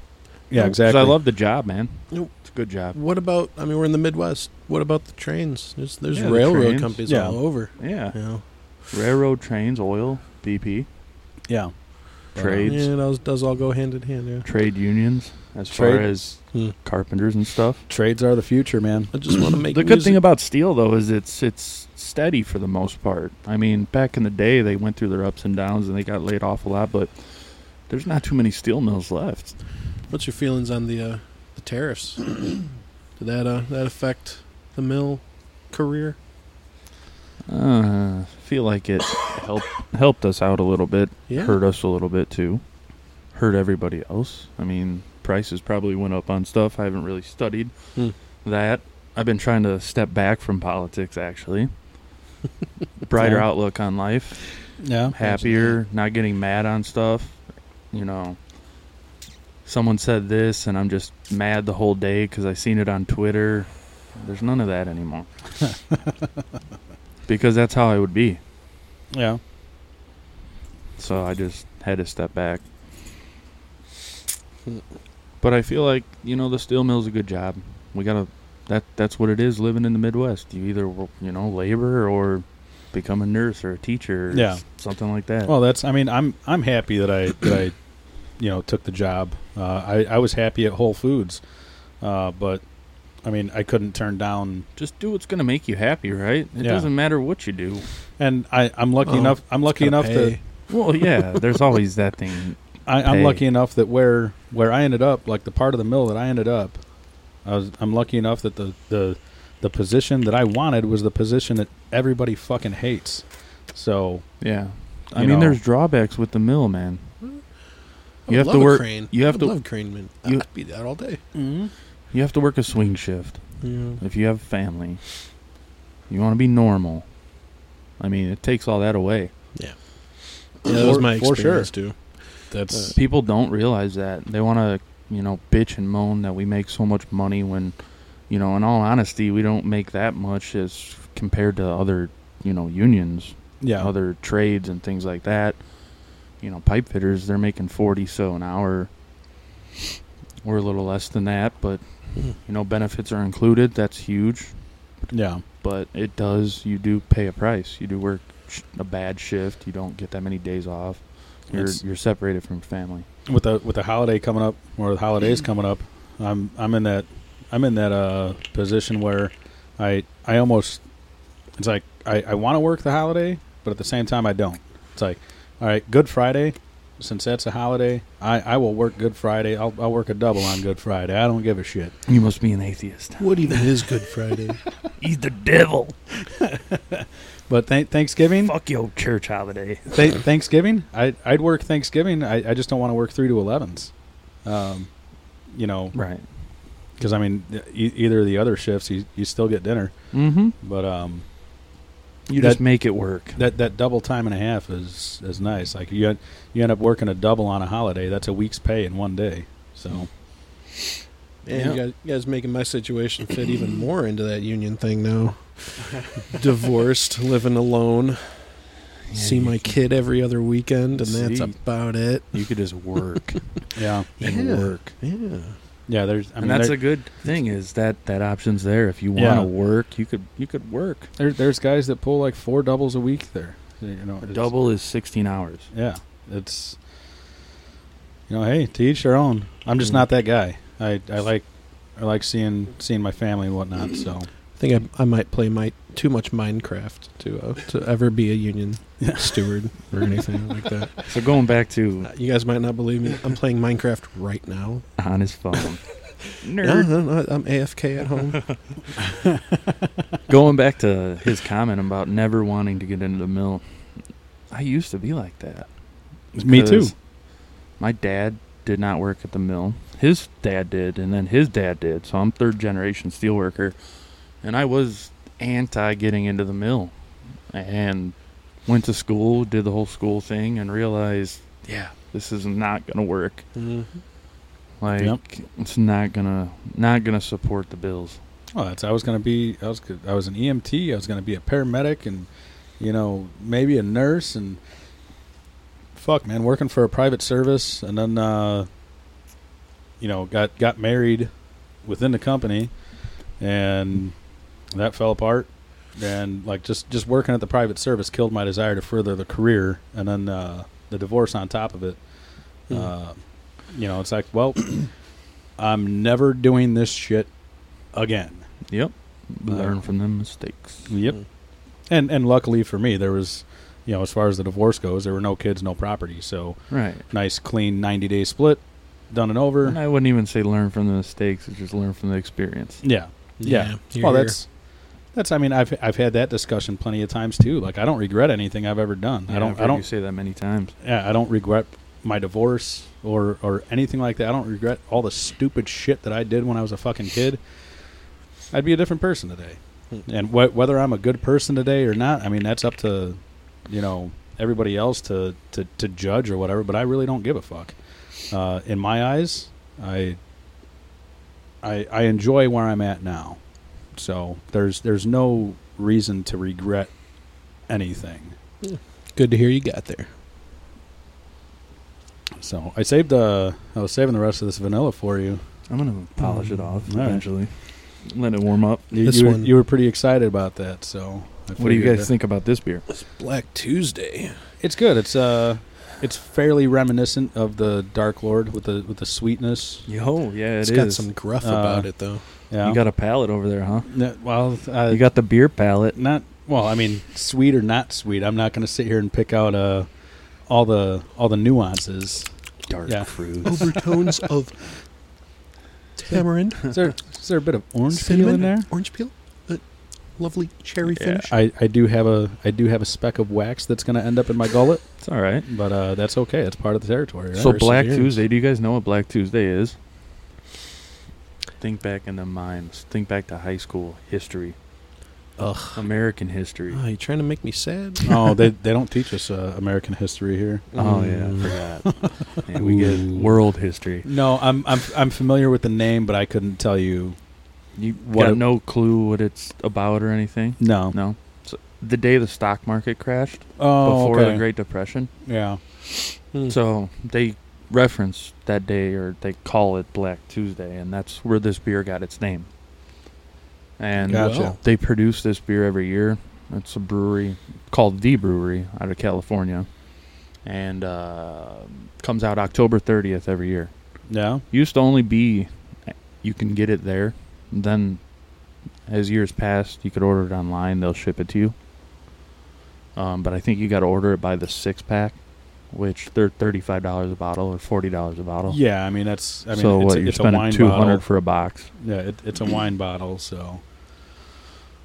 Speaker 1: yeah,
Speaker 2: Oh, 'Cause
Speaker 1: exactly.
Speaker 2: I love the job, man.
Speaker 4: Nope.
Speaker 2: It's a good job.
Speaker 4: what about? I mean, we're in the Midwest. What about the trains? There's there's
Speaker 2: Yeah, the
Speaker 4: railroad
Speaker 2: trains.
Speaker 4: companies
Speaker 1: Yeah.
Speaker 4: all over.
Speaker 2: Yeah,
Speaker 4: You know,
Speaker 2: railroad trains, oil, BP,
Speaker 1: yeah But, uh,
Speaker 2: Trades.
Speaker 4: yeah, it all does all go hand in hand. Yeah.
Speaker 2: trade unions, as far
Speaker 1: Trade-
Speaker 2: as
Speaker 4: Hmm.
Speaker 2: carpenters and stuff.
Speaker 1: Trades are the future, man.
Speaker 4: I just want to make
Speaker 2: the
Speaker 4: music.
Speaker 2: good thing about steel though is it's it's steady for the most part. I mean, back in the day they went through their ups and downs and they got laid off a lot, but there's not too many steel mills left.
Speaker 4: What's your feelings on the uh, the tariffs? Did that uh, that affect the mill career?
Speaker 2: Uh, feel like it helped helped us out a little bit,
Speaker 4: Yeah,
Speaker 2: hurt us a little bit too, hurt everybody else. I mean, prices probably went up on stuff. I haven't really studied
Speaker 4: Hmm.
Speaker 2: that. I've been trying to step back from politics actually. Brighter
Speaker 1: Yeah.
Speaker 2: outlook on life.
Speaker 1: Yeah,
Speaker 2: happier, not getting mad on stuff. You know, someone said this, and I'm just mad the whole day because I seen it on Twitter. There's none of that anymore. because that's how I would be.
Speaker 1: yeah.
Speaker 2: So I just had to step back. But I feel like you know the steel mill's a good job. We gotta that that's what it is living in the Midwest. You either wo- you know labor or become a nurse or a teacher or
Speaker 1: Yeah.
Speaker 2: s- something like that.
Speaker 1: Well, that's. I mean, I'm I'm happy that I that I, you know, took the job. Uh, I I was happy at Whole Foods, uh, but I mean, I couldn't turn down.
Speaker 2: just do what's going to make you happy, right? It
Speaker 1: Yeah.
Speaker 2: doesn't matter what you do.
Speaker 1: And I I'm lucky
Speaker 4: Well,
Speaker 1: enough. I'm lucky enough that
Speaker 2: Well, yeah, there's always that thing.
Speaker 1: I, I'm
Speaker 2: pay.
Speaker 1: lucky enough that where where I ended up, like the part of the mill that I ended up, I was I'm lucky enough that the the the position that I wanted was the position that everybody fucking hates. So
Speaker 2: Yeah. I
Speaker 1: You
Speaker 2: mean,
Speaker 1: know.
Speaker 2: there's drawbacks with the mill, man.
Speaker 4: I
Speaker 2: You
Speaker 4: would
Speaker 2: have to
Speaker 4: love a
Speaker 2: work-
Speaker 4: Crane.
Speaker 2: you have
Speaker 4: I
Speaker 2: to-
Speaker 4: love crane man.
Speaker 2: you-
Speaker 4: I'd be that all day.
Speaker 2: You have to work a swing shift
Speaker 4: Yeah.
Speaker 2: if you have a family. You want to be normal. I mean, it takes all that away.
Speaker 4: Yeah, that was
Speaker 1: For-
Speaker 4: my
Speaker 1: for sure.
Speaker 4: experience too.
Speaker 1: that's
Speaker 2: People don't realize that. They want to, you know, bitch and moan that we make so much money when, you know, in all honesty, we don't make that much as compared to other, you know, unions.
Speaker 1: yeah
Speaker 2: other trades and things like that. You know, pipe fitters, they're making 40 so an hour. We're a little less than that, but
Speaker 4: Mhm.
Speaker 1: Hmm.
Speaker 2: you know, benefits are included. That's huge,
Speaker 1: yeah
Speaker 2: but it does you do pay a price. You do work sh- a bad shift. You don't get that many days off. You're
Speaker 1: That's-
Speaker 2: you're separated from family.
Speaker 1: with the with the holiday coming up or the holidays coming up, I'm I'm in that I'm in that uh, position where I I almost it's like I, I want to work the holiday, but at the same time I don't. It's like all right, Good Friday, since that's a holiday, I, I will work Good Friday. I'll I'll work a double on Good Friday. I don't give a shit.
Speaker 2: You must be an atheist.
Speaker 4: What even is Good Friday?
Speaker 2: He's the devil.
Speaker 1: But th- Thanksgiving,
Speaker 2: Fuck your church holiday.
Speaker 1: th- Thanksgiving, I I'd work Thanksgiving. I, I just don't want to work three to elevens. Um, you know,
Speaker 2: Right.
Speaker 1: because I mean, e- either of the other shifts, you you still get dinner,
Speaker 2: Mm-hmm.
Speaker 1: but um.
Speaker 2: You
Speaker 1: That-
Speaker 2: just make it work.
Speaker 1: That that double time and a half is is nice. Like you en- you end up working a double on a holiday. That's a week's pay in one day. So
Speaker 4: And you, guys, you guys making my situation fit even more into that union thing now. Divorced, living alone,
Speaker 2: Yeah,
Speaker 4: see
Speaker 2: you
Speaker 4: my
Speaker 2: can-
Speaker 4: kid every other weekend, and that's
Speaker 2: See.
Speaker 4: about it.
Speaker 2: You could just work
Speaker 1: yeah,
Speaker 2: and
Speaker 4: Yeah.
Speaker 2: work.
Speaker 4: Yeah.
Speaker 1: yeah. There's I mean
Speaker 2: and that's
Speaker 1: there-
Speaker 2: a good thing is that that option's there. If you want
Speaker 1: Yeah.
Speaker 2: to work, you could you could work.
Speaker 1: there, there's guys that pull like four doubles a week there. You know,
Speaker 2: A
Speaker 1: it's-
Speaker 2: double is sixteen hours.
Speaker 1: Yeah, it's you know, hey, to each their own. I'm just
Speaker 2: Mm.
Speaker 1: not that guy. I I like I like seeing seeing my family and whatnot. So
Speaker 4: I think I, I might play my too much Minecraft to uh, to ever be a union steward or anything like that.
Speaker 2: So going back to
Speaker 4: Uh, You guys might not believe me. I'm playing Minecraft right now.
Speaker 2: on his phone, Nerd.
Speaker 4: No, no, no, I'm AFK at home.
Speaker 2: Going back to his comment about never wanting to get into the mill, I used to be like that.
Speaker 1: Me too.
Speaker 2: 'Cause My dad did not work at the mill. His dad did, and then his dad did. So I'm third generation steel worker, and I was anti getting into the mill, and went to school, did the whole school thing, and realized, yeah, this is not gonna work.
Speaker 4: Mm-hmm.
Speaker 2: Like
Speaker 1: Yep.
Speaker 2: it's not gonna not gonna support the bills.
Speaker 1: Well, that's I was gonna be. I was g- I was an EMT. I was gonna be a paramedic, and you know maybe a nurse. And fuck, man, working for a private service, and then uh, you know got got married within the company, and that fell apart. And like just just working at the private service killed my desire to further the career, and then uh, the divorce on top of it.
Speaker 4: Hmm.
Speaker 1: Uh, you know, it's like, well, I'm never doing this shit again.
Speaker 2: Yep.
Speaker 1: Uh,
Speaker 2: Learn from them mistakes.
Speaker 1: Yep.
Speaker 4: Mm.
Speaker 1: And and luckily for me, there was, you know, as far as the divorce goes, there were no kids, no property. So
Speaker 2: Right.
Speaker 1: nice, clean ninety day split, done and over.
Speaker 2: And I wouldn't even say learn from the mistakes, it's just learn from the experience.
Speaker 1: Yeah, yeah.
Speaker 4: Here,
Speaker 1: well,
Speaker 4: here.
Speaker 1: that's that's. I mean, I've I've had that discussion plenty of times too. Like I don't regret anything I've ever done.
Speaker 2: Yeah,
Speaker 1: I
Speaker 2: I've
Speaker 1: don't.
Speaker 2: heard
Speaker 1: I
Speaker 2: you
Speaker 1: don't.
Speaker 2: say that many times.
Speaker 1: Yeah, I don't regret my divorce or or anything like that. I don't regret all the stupid shit that I did when I was a fucking kid. I'd be a different person today.
Speaker 4: Hmm.
Speaker 1: And wh- whether I'm a good person today or not, I mean that's up to you know everybody else to to to judge or whatever. But I really don't give a fuck. Uh, in my eyes, I I I enjoy where I'm at now. So there's there's no reason to regret anything.
Speaker 4: Good to hear you got there.
Speaker 1: So I saved uh I was saving the rest of this vanilla for you.
Speaker 2: I'm gonna polish it off
Speaker 1: All right.
Speaker 2: eventually. Let it warm up.
Speaker 1: You,
Speaker 4: This
Speaker 1: you, were,
Speaker 4: one-
Speaker 1: you were pretty excited about that, so I
Speaker 2: What do you
Speaker 1: figured
Speaker 2: guys
Speaker 1: that-
Speaker 2: think about this beer?
Speaker 4: It's Black Tuesday.
Speaker 1: It's good. It's uh, it's fairly reminiscent of the Dark Lord with the with the sweetness.
Speaker 2: Yo, yeah,
Speaker 4: It's
Speaker 2: it
Speaker 4: got
Speaker 2: is.
Speaker 4: some gruff
Speaker 1: Uh,
Speaker 4: about it though.
Speaker 1: Yeah.
Speaker 2: You got a palate over there, huh?
Speaker 1: Yeah, well, uh,
Speaker 2: You got the beer palate.
Speaker 1: not well. I mean, sweet or not sweet. I'm not going to sit here and pick out uh all the all the nuances.
Speaker 2: Dark
Speaker 1: Yeah.
Speaker 2: fruit.
Speaker 4: Overtones of tamarind,
Speaker 1: Is there is there a bit of orange peel
Speaker 4: cinnamon,
Speaker 1: in there?
Speaker 4: orange peel, uh, lovely cherry
Speaker 2: Yeah.
Speaker 4: finish.
Speaker 1: I, I do have a I do have a speck of wax that's going to end up in my gullet,
Speaker 2: It's all right.
Speaker 1: but uh, that's okay. It's part of the territory. Right?
Speaker 2: So Black
Speaker 4: Perseverance.
Speaker 2: Tuesday. Do you guys know what Black Tuesday is? Think back in the minds. Think back to high school history,
Speaker 4: Ugh.
Speaker 2: American history.
Speaker 4: Oh, you trying to make me sad?
Speaker 1: oh, they they don't teach us uh, American history here.
Speaker 2: Oh yeah,
Speaker 4: Mm.
Speaker 2: I forgot. Man, we get
Speaker 1: Ooh.
Speaker 2: world history.
Speaker 1: No, I'm I'm I'm familiar with the name, but I couldn't tell you.
Speaker 2: You
Speaker 1: What
Speaker 2: got
Speaker 1: it-
Speaker 2: no clue what it's about or anything?
Speaker 1: No.
Speaker 2: No. So the day the stock market crashed
Speaker 1: Oh,
Speaker 2: before
Speaker 1: okay.
Speaker 2: the Great Depression.
Speaker 1: yeah.
Speaker 4: Mm.
Speaker 2: So they reference that day or they call it Black Tuesday and that's where this beer got its name. And
Speaker 1: Gotcha.
Speaker 4: Well.
Speaker 2: they produce this beer every year. It's a brewery called The Brewery out of California. And uh, comes out October 30th every year.
Speaker 1: Yeah.
Speaker 2: used to only be you can get it there. Then, as years passed, you could order it online. They'll ship it to you. Um, but I think you got to order it by the six pack, which they're thirty-five dollars a bottle or forty dollars a bottle.
Speaker 1: Yeah. I mean, that's. I mean,
Speaker 2: so
Speaker 1: it's,
Speaker 2: what
Speaker 1: a-
Speaker 2: you're
Speaker 1: it's a
Speaker 2: spending
Speaker 1: wine
Speaker 2: two hundred
Speaker 1: bottle.
Speaker 2: for a box,
Speaker 1: Yeah, it, it's a wine bottle. So.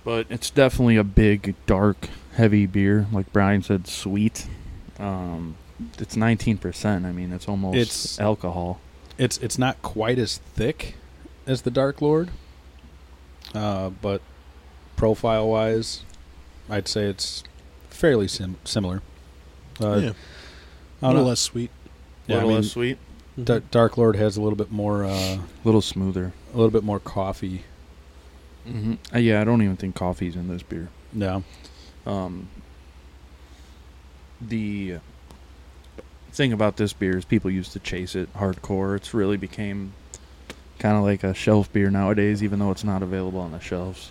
Speaker 2: but it's definitely a big, dark, heavy beer. Like Brian said, sweet. Um, it's nineteen percent. I mean, it's almost
Speaker 1: It's-
Speaker 2: alcohol.
Speaker 1: it's it's not quite as thick as the Dark Lord, uh, but profile wise, I'd say it's fairly sim- similar. Uh,
Speaker 4: yeah, a
Speaker 1: I don't
Speaker 4: little
Speaker 1: know.
Speaker 4: less sweet.
Speaker 1: Yeah, I mean,
Speaker 2: sweet,
Speaker 1: Dar- Dark Lord has a little bit more, uh, a
Speaker 2: little smoother.
Speaker 1: little bit more coffee.
Speaker 2: hmm
Speaker 1: Mm-hmm.
Speaker 2: Uh, yeah, I don't even think coffee's in this beer.
Speaker 1: Yeah,
Speaker 2: Um, the thing about this beer is people used to chase it hardcore. It's really became kind of like a shelf beer nowadays, even though it's not available on the shelves.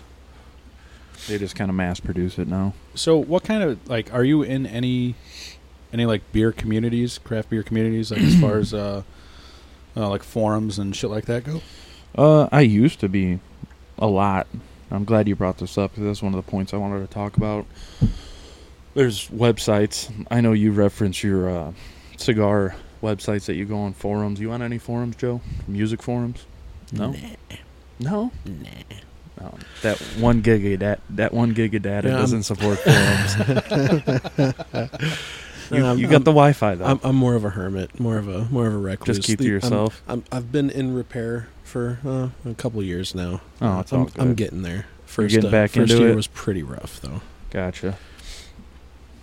Speaker 2: They just kind of mass produce it now.
Speaker 1: So, what kind of like are you in any any like beer communities, craft beer communities, like as far as uh, uh like forums and shit like that go?
Speaker 2: Uh, I used to be a lot. I'm glad you brought this up because that's one of the points I wanted to talk about. There's websites. I know you reference your uh, cigar websites that you go on forums. You on any forums, Joe? Music forums? No. No. No. That one gig of dat- that one gig of data
Speaker 4: Yeah, I'm-
Speaker 2: doesn't support forums. you,
Speaker 4: Um,
Speaker 2: you got the Wi-Fi though.
Speaker 4: I'm, I'm more of a hermit, more of a more of a recluse.
Speaker 2: Just keep to
Speaker 4: The-
Speaker 2: yourself.
Speaker 4: I'm, i have been in repair for uh, a couple years now.
Speaker 2: oh, it's all
Speaker 4: I'm,
Speaker 2: good.
Speaker 4: I'm getting there. First,
Speaker 2: getting
Speaker 4: uh,
Speaker 2: back
Speaker 4: first
Speaker 2: into
Speaker 4: year
Speaker 2: it?
Speaker 4: was pretty rough though.
Speaker 2: gotcha.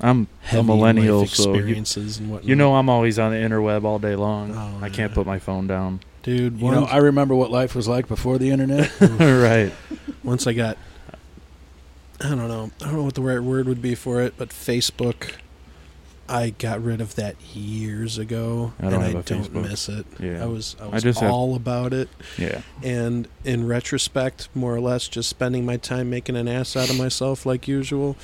Speaker 2: I'm
Speaker 4: Heavy
Speaker 2: a millennial,
Speaker 4: life
Speaker 2: so you,
Speaker 4: experiences and whatnot.
Speaker 2: you know I'm always on the interweb all day long.
Speaker 4: Oh,
Speaker 2: I can't
Speaker 4: yeah.
Speaker 2: put my phone down.
Speaker 4: dude.
Speaker 1: You know,
Speaker 4: Once,
Speaker 1: I remember what life was like before the internet.
Speaker 2: right.
Speaker 4: once I got, I don't know, I don't know what the right word would be for it, but Facebook. I got rid of that years ago,
Speaker 2: I don't
Speaker 4: and
Speaker 2: have
Speaker 4: I
Speaker 2: a
Speaker 4: don't
Speaker 2: Facebook.
Speaker 4: miss it.
Speaker 2: Yeah.
Speaker 4: I was I was
Speaker 2: just have-
Speaker 4: all about it.
Speaker 2: yeah.
Speaker 4: and in retrospect, more or less, just spending my time making an ass out of myself like usual.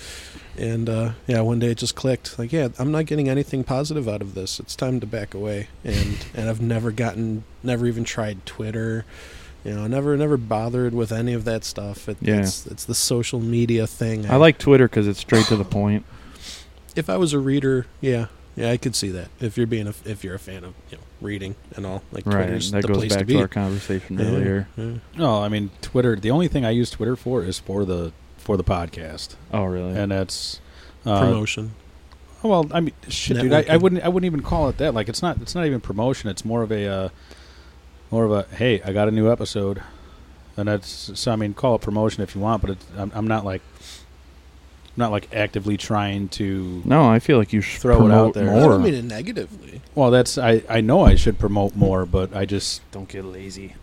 Speaker 4: And uh, yeah, one day it just clicked. Like, yeah, I'm not getting anything positive out of this. It's time to back away. And and I've never gotten, never even tried Twitter. You know, never never bothered with any of that stuff. It,
Speaker 2: Yeah.
Speaker 4: It's it's the social media thing.
Speaker 2: I like Twitter because it's straight to the point.
Speaker 4: If I was a reader, yeah. Yeah, I could see that. If you're being a, if you're a fan of you know, reading and all, like
Speaker 2: Right.
Speaker 4: Twitter's
Speaker 2: that
Speaker 4: the
Speaker 2: goes
Speaker 4: place
Speaker 2: back
Speaker 4: to
Speaker 2: to,
Speaker 4: be.
Speaker 2: our conversation
Speaker 4: Yeah,
Speaker 2: earlier.
Speaker 4: yeah.
Speaker 1: no, I mean Twitter. The only thing I use Twitter for is for the for the podcast,
Speaker 2: Oh, really?
Speaker 1: and that's uh,
Speaker 4: Promotion.
Speaker 1: well. I mean, shit, dude. I, I
Speaker 4: Networking.
Speaker 1: wouldn't. I wouldn't even call it that. Like, it's not. It's not even promotion. It's more of a uh, more of a hey, I got a new episode, and that's. So I mean, call it promotion if you want, but it's, I'm, I'm not like. I'm not like actively trying to.
Speaker 2: no, I feel like you should
Speaker 1: Throw it
Speaker 2: promote
Speaker 1: out there.
Speaker 4: I
Speaker 2: more.
Speaker 4: don't mean it negatively.
Speaker 1: Well, that's I. I know I should promote more, but I just
Speaker 2: Don't get lazy.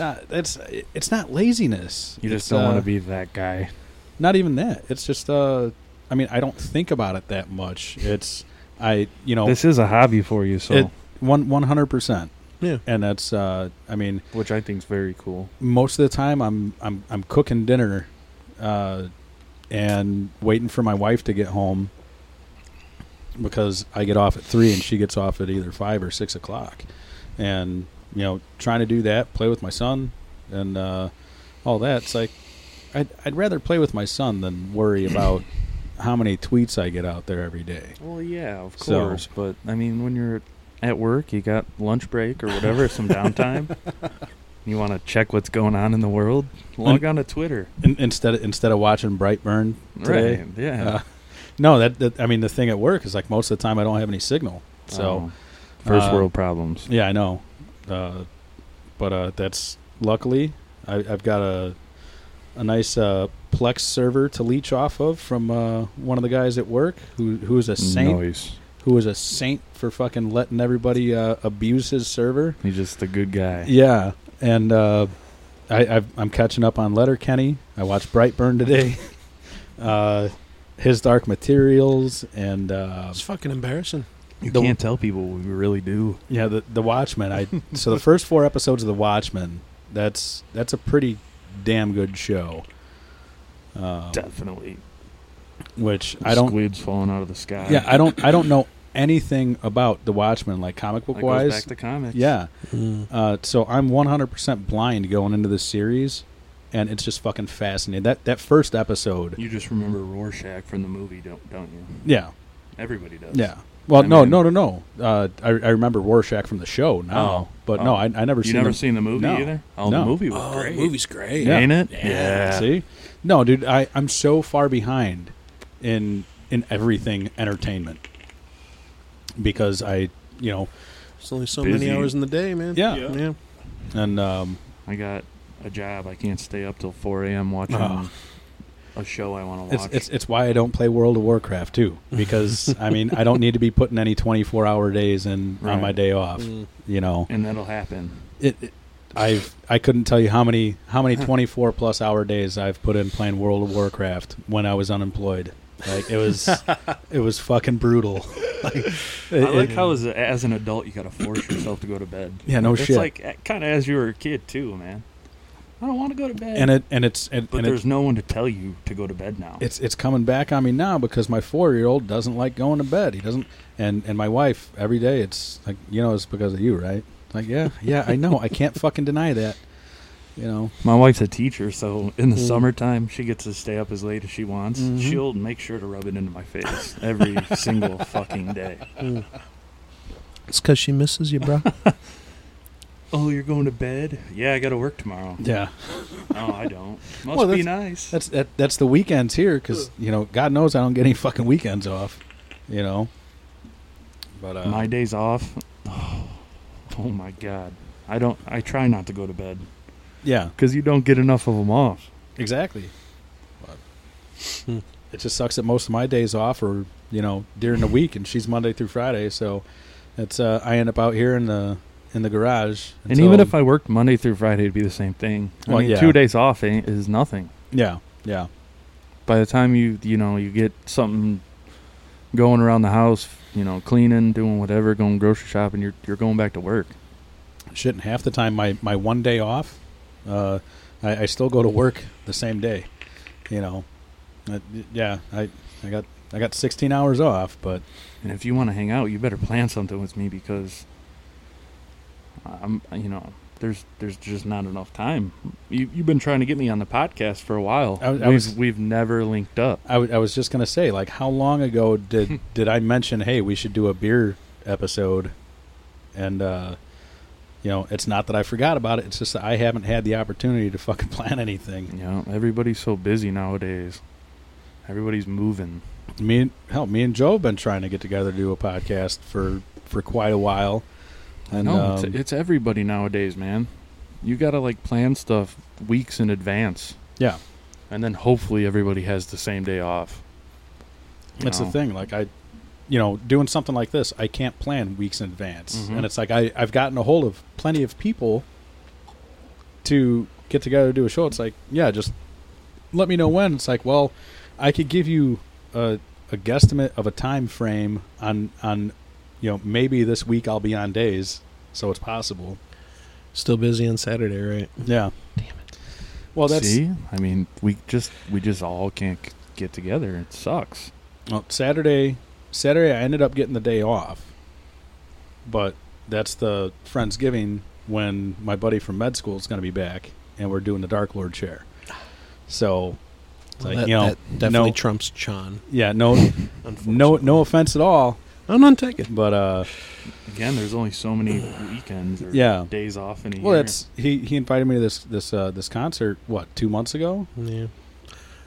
Speaker 1: uh, that's. It's not laziness.
Speaker 2: You just
Speaker 1: It's,
Speaker 2: don't want
Speaker 1: uh,
Speaker 2: to be that guy.
Speaker 1: not even that it's just uh i mean i don't think about it that much it's i you know
Speaker 2: This is a hobby for you, so
Speaker 1: It- one 100%
Speaker 4: Yeah.
Speaker 1: and that's uh i mean
Speaker 2: which I think is very cool.
Speaker 1: most of the time i'm i'm i'm cooking dinner uh and waiting for my wife to get home because i get off at three and she gets off at either five or six o'clock and you know trying to do that play with my son and uh all that it's like i'd, I'd rather play with my son than worry about how many tweets i get out there every day
Speaker 2: Well, yeah, of
Speaker 1: So-
Speaker 2: course. But I mean, when you're at work, you got lunch break or whatever, some downtime. You want to check what's going on in the world? Log on to Twitter.
Speaker 1: In, instead of, instead of watching brightburn today
Speaker 2: Right? Yeah.
Speaker 1: Uh, no, that, that I mean the thing at work is like most of the time I don't have any signal. So
Speaker 2: Oh. first
Speaker 1: uh,
Speaker 2: world problems.
Speaker 1: yeah, I know. Uh, but uh, that's luckily I, I've got a a nice uh, Plex server to leech off of from uh, one of the guys at work who who is a saint
Speaker 2: Noise.
Speaker 1: who is a saint for fucking letting everybody uh, abuse his server.
Speaker 2: He's just a good guy.
Speaker 1: Yeah, and uh, I, I've, I'm catching up on Letterkenny. I watched Brightburn today. uh, his Dark Materials and uh,
Speaker 4: It's fucking embarrassing.
Speaker 2: You
Speaker 1: The-
Speaker 2: can't tell people what we really do.
Speaker 1: Yeah, the the Watchmen. I so the first four episodes of the Watchmen. That's that's a pretty damn good show. Um,
Speaker 2: Definitely.
Speaker 1: which I don't.
Speaker 2: Squids falling out of the sky.
Speaker 1: Yeah, I don't. I don't know anything about the Watchmen, like comic book
Speaker 2: That goes
Speaker 1: wise.
Speaker 2: back to comics.
Speaker 1: Yeah,
Speaker 4: Hmm.
Speaker 1: uh, so I'm 100% blind going into this series, and it's just fucking fascinating. That that first episode.
Speaker 2: You just remember Rorschach from the movie, don't don't you?
Speaker 1: Yeah,
Speaker 2: Everybody does.
Speaker 1: yeah. Well,
Speaker 2: I
Speaker 1: no,
Speaker 2: mean-
Speaker 1: no, no, no. Uh, I, I remember Rorschach from the show now,
Speaker 2: Oh,
Speaker 1: but
Speaker 2: oh.
Speaker 1: no, I, I never
Speaker 2: You
Speaker 1: seen
Speaker 2: never
Speaker 1: him-
Speaker 2: seen the movie
Speaker 1: No.
Speaker 2: either? Oh,
Speaker 1: No.
Speaker 2: the movie was
Speaker 4: Oh,
Speaker 2: great.
Speaker 4: the movie's great.
Speaker 1: Yeah.
Speaker 2: Ain't it?
Speaker 4: Yeah.
Speaker 1: See, no, dude, I I'm so far behind in in everything entertainment because I you know
Speaker 4: There's only so
Speaker 2: Busy.
Speaker 4: many hours in the day, man.
Speaker 1: Yeah.
Speaker 4: yeah.
Speaker 1: Yeah. and um
Speaker 2: I got a job. I can't stay up till 4 a.m. watching
Speaker 1: Oh.
Speaker 2: a show I want to
Speaker 1: it's
Speaker 2: watch.
Speaker 1: it's it's why I don't play World of Warcraft too because I mean I don't need to be putting any 24 hour days in on
Speaker 2: Right.
Speaker 1: my day off
Speaker 4: Mm.
Speaker 1: you know
Speaker 2: and that'll happen.
Speaker 1: it, it I've I couldn't tell you how many how many 24 plus hour days I've put in playing World of Warcraft when I was unemployed like it was it was fucking brutal like, it-
Speaker 2: I like
Speaker 1: it-
Speaker 2: how, as, a, as an adult, you got to force yourself to go to bed.
Speaker 1: Yeah, no
Speaker 2: That's
Speaker 1: shit.
Speaker 2: like kind of as you were a kid, too, man. I don't want to go to bed.
Speaker 1: and it and it's and,
Speaker 2: but
Speaker 1: and it,
Speaker 2: there's no one to tell you to go to bed now.
Speaker 1: it's it's coming back on me now because my four year old doesn't like going to bed. He doesn't, and and my wife every day. It's like you know, it's because of you, right? It's like yeah, yeah, I know. I can't fucking deny that. You know,
Speaker 2: My wife's a teacher, so in the
Speaker 4: Mm.
Speaker 2: summertime she gets to stay up as late as she wants.
Speaker 1: Mm-hmm.
Speaker 4: Mhm.
Speaker 2: She'll make sure to rub it into my face every single fucking day.
Speaker 4: It's because she misses you, bro.
Speaker 2: Oh, you're going to bed? Yeah, I got to work tomorrow.
Speaker 1: Yeah,
Speaker 2: No, Oh, I don't. Must
Speaker 1: Well,
Speaker 2: be
Speaker 1: that's-
Speaker 2: nice.
Speaker 1: that's that, that's the weekends here because you know God knows I don't get any fucking weekends off, you know. But uh,
Speaker 2: my days off. Oh, oh my god. I don't I try not to go to bed
Speaker 1: yeah,
Speaker 2: cuz you don't get enough of them off.
Speaker 1: Exactly. But
Speaker 4: Hmm.
Speaker 1: It just sucks that most of my days off are you know during the week, and she's Monday through Friday, so it's uh, I end up out here in the in the garage.
Speaker 2: And even if I worked Monday through Friday it'd be the same thing. I
Speaker 1: Well,
Speaker 2: mean,
Speaker 1: yeah.
Speaker 2: 2 days off ain't, is nothing.
Speaker 1: yeah yeah
Speaker 2: By the time you you know, you get something going around the house, you know, cleaning, doing whatever, going grocery shopping, you're you're going back to work.
Speaker 1: shit, and half the time my my one day off, uh, I, I still go to work the same day. You know, I, yeah I I got I got 16 hours off, but
Speaker 2: And if you want to hang out, you better plan something with me because I'm, you know, there's there's just not enough time. You you've been trying to get me on the podcast for a while.
Speaker 1: I was- I
Speaker 2: we've,
Speaker 1: was-
Speaker 2: we've never linked up.
Speaker 1: I, w- I was just gonna say, like, how long ago did did I mention, hey, we should do a beer episode? And uh, you know, it's not that I forgot about it. It's just that I haven't had the opportunity to fucking plan anything.
Speaker 2: You know, everybody's so busy nowadays. Everybody's moving.
Speaker 1: Me and hell, me and Joe have been trying to get together to do a podcast for for quite a while. And
Speaker 2: no,
Speaker 1: um,
Speaker 2: it's, it's everybody nowadays, man. You gotta like plan stuff weeks in advance,
Speaker 1: yeah,
Speaker 2: and then hopefully everybody has the same day off. You
Speaker 1: that's
Speaker 2: know?
Speaker 1: the thing. Like I, you know, doing something like this, I can't plan weeks in advance,
Speaker 2: Mhm.
Speaker 1: and it's like I I've gotten a hold of plenty of people to get together to do a show. It's like yeah, just let me know when. It's like well, I could give you a a guesstimate of a time frame on on you know maybe this week I'll be on days, so it's possible.
Speaker 4: Still busy on Saturday, right?
Speaker 1: Yeah. Damn it. Well, that's
Speaker 2: See, I mean, we just we just all can't c- get together. It sucks.
Speaker 1: Well, Saturday, Saturday, I ended up getting the day off, but that's the Friendsgiving when my buddy from med school is going to be back, and we're doing the Dark Lord chair. So, it's like,
Speaker 4: that,
Speaker 1: you know,
Speaker 4: that definitely
Speaker 1: no-
Speaker 4: trumps Chan.
Speaker 1: yeah, no, no, no offense at all,
Speaker 4: I'm not taking.
Speaker 1: but uh,
Speaker 2: Again, there's only so many weekends or
Speaker 1: yeah.
Speaker 2: days off in a
Speaker 1: Well,
Speaker 2: year.
Speaker 1: that's he. He invited me to this this uh, this concert. What two months ago?
Speaker 4: Yeah.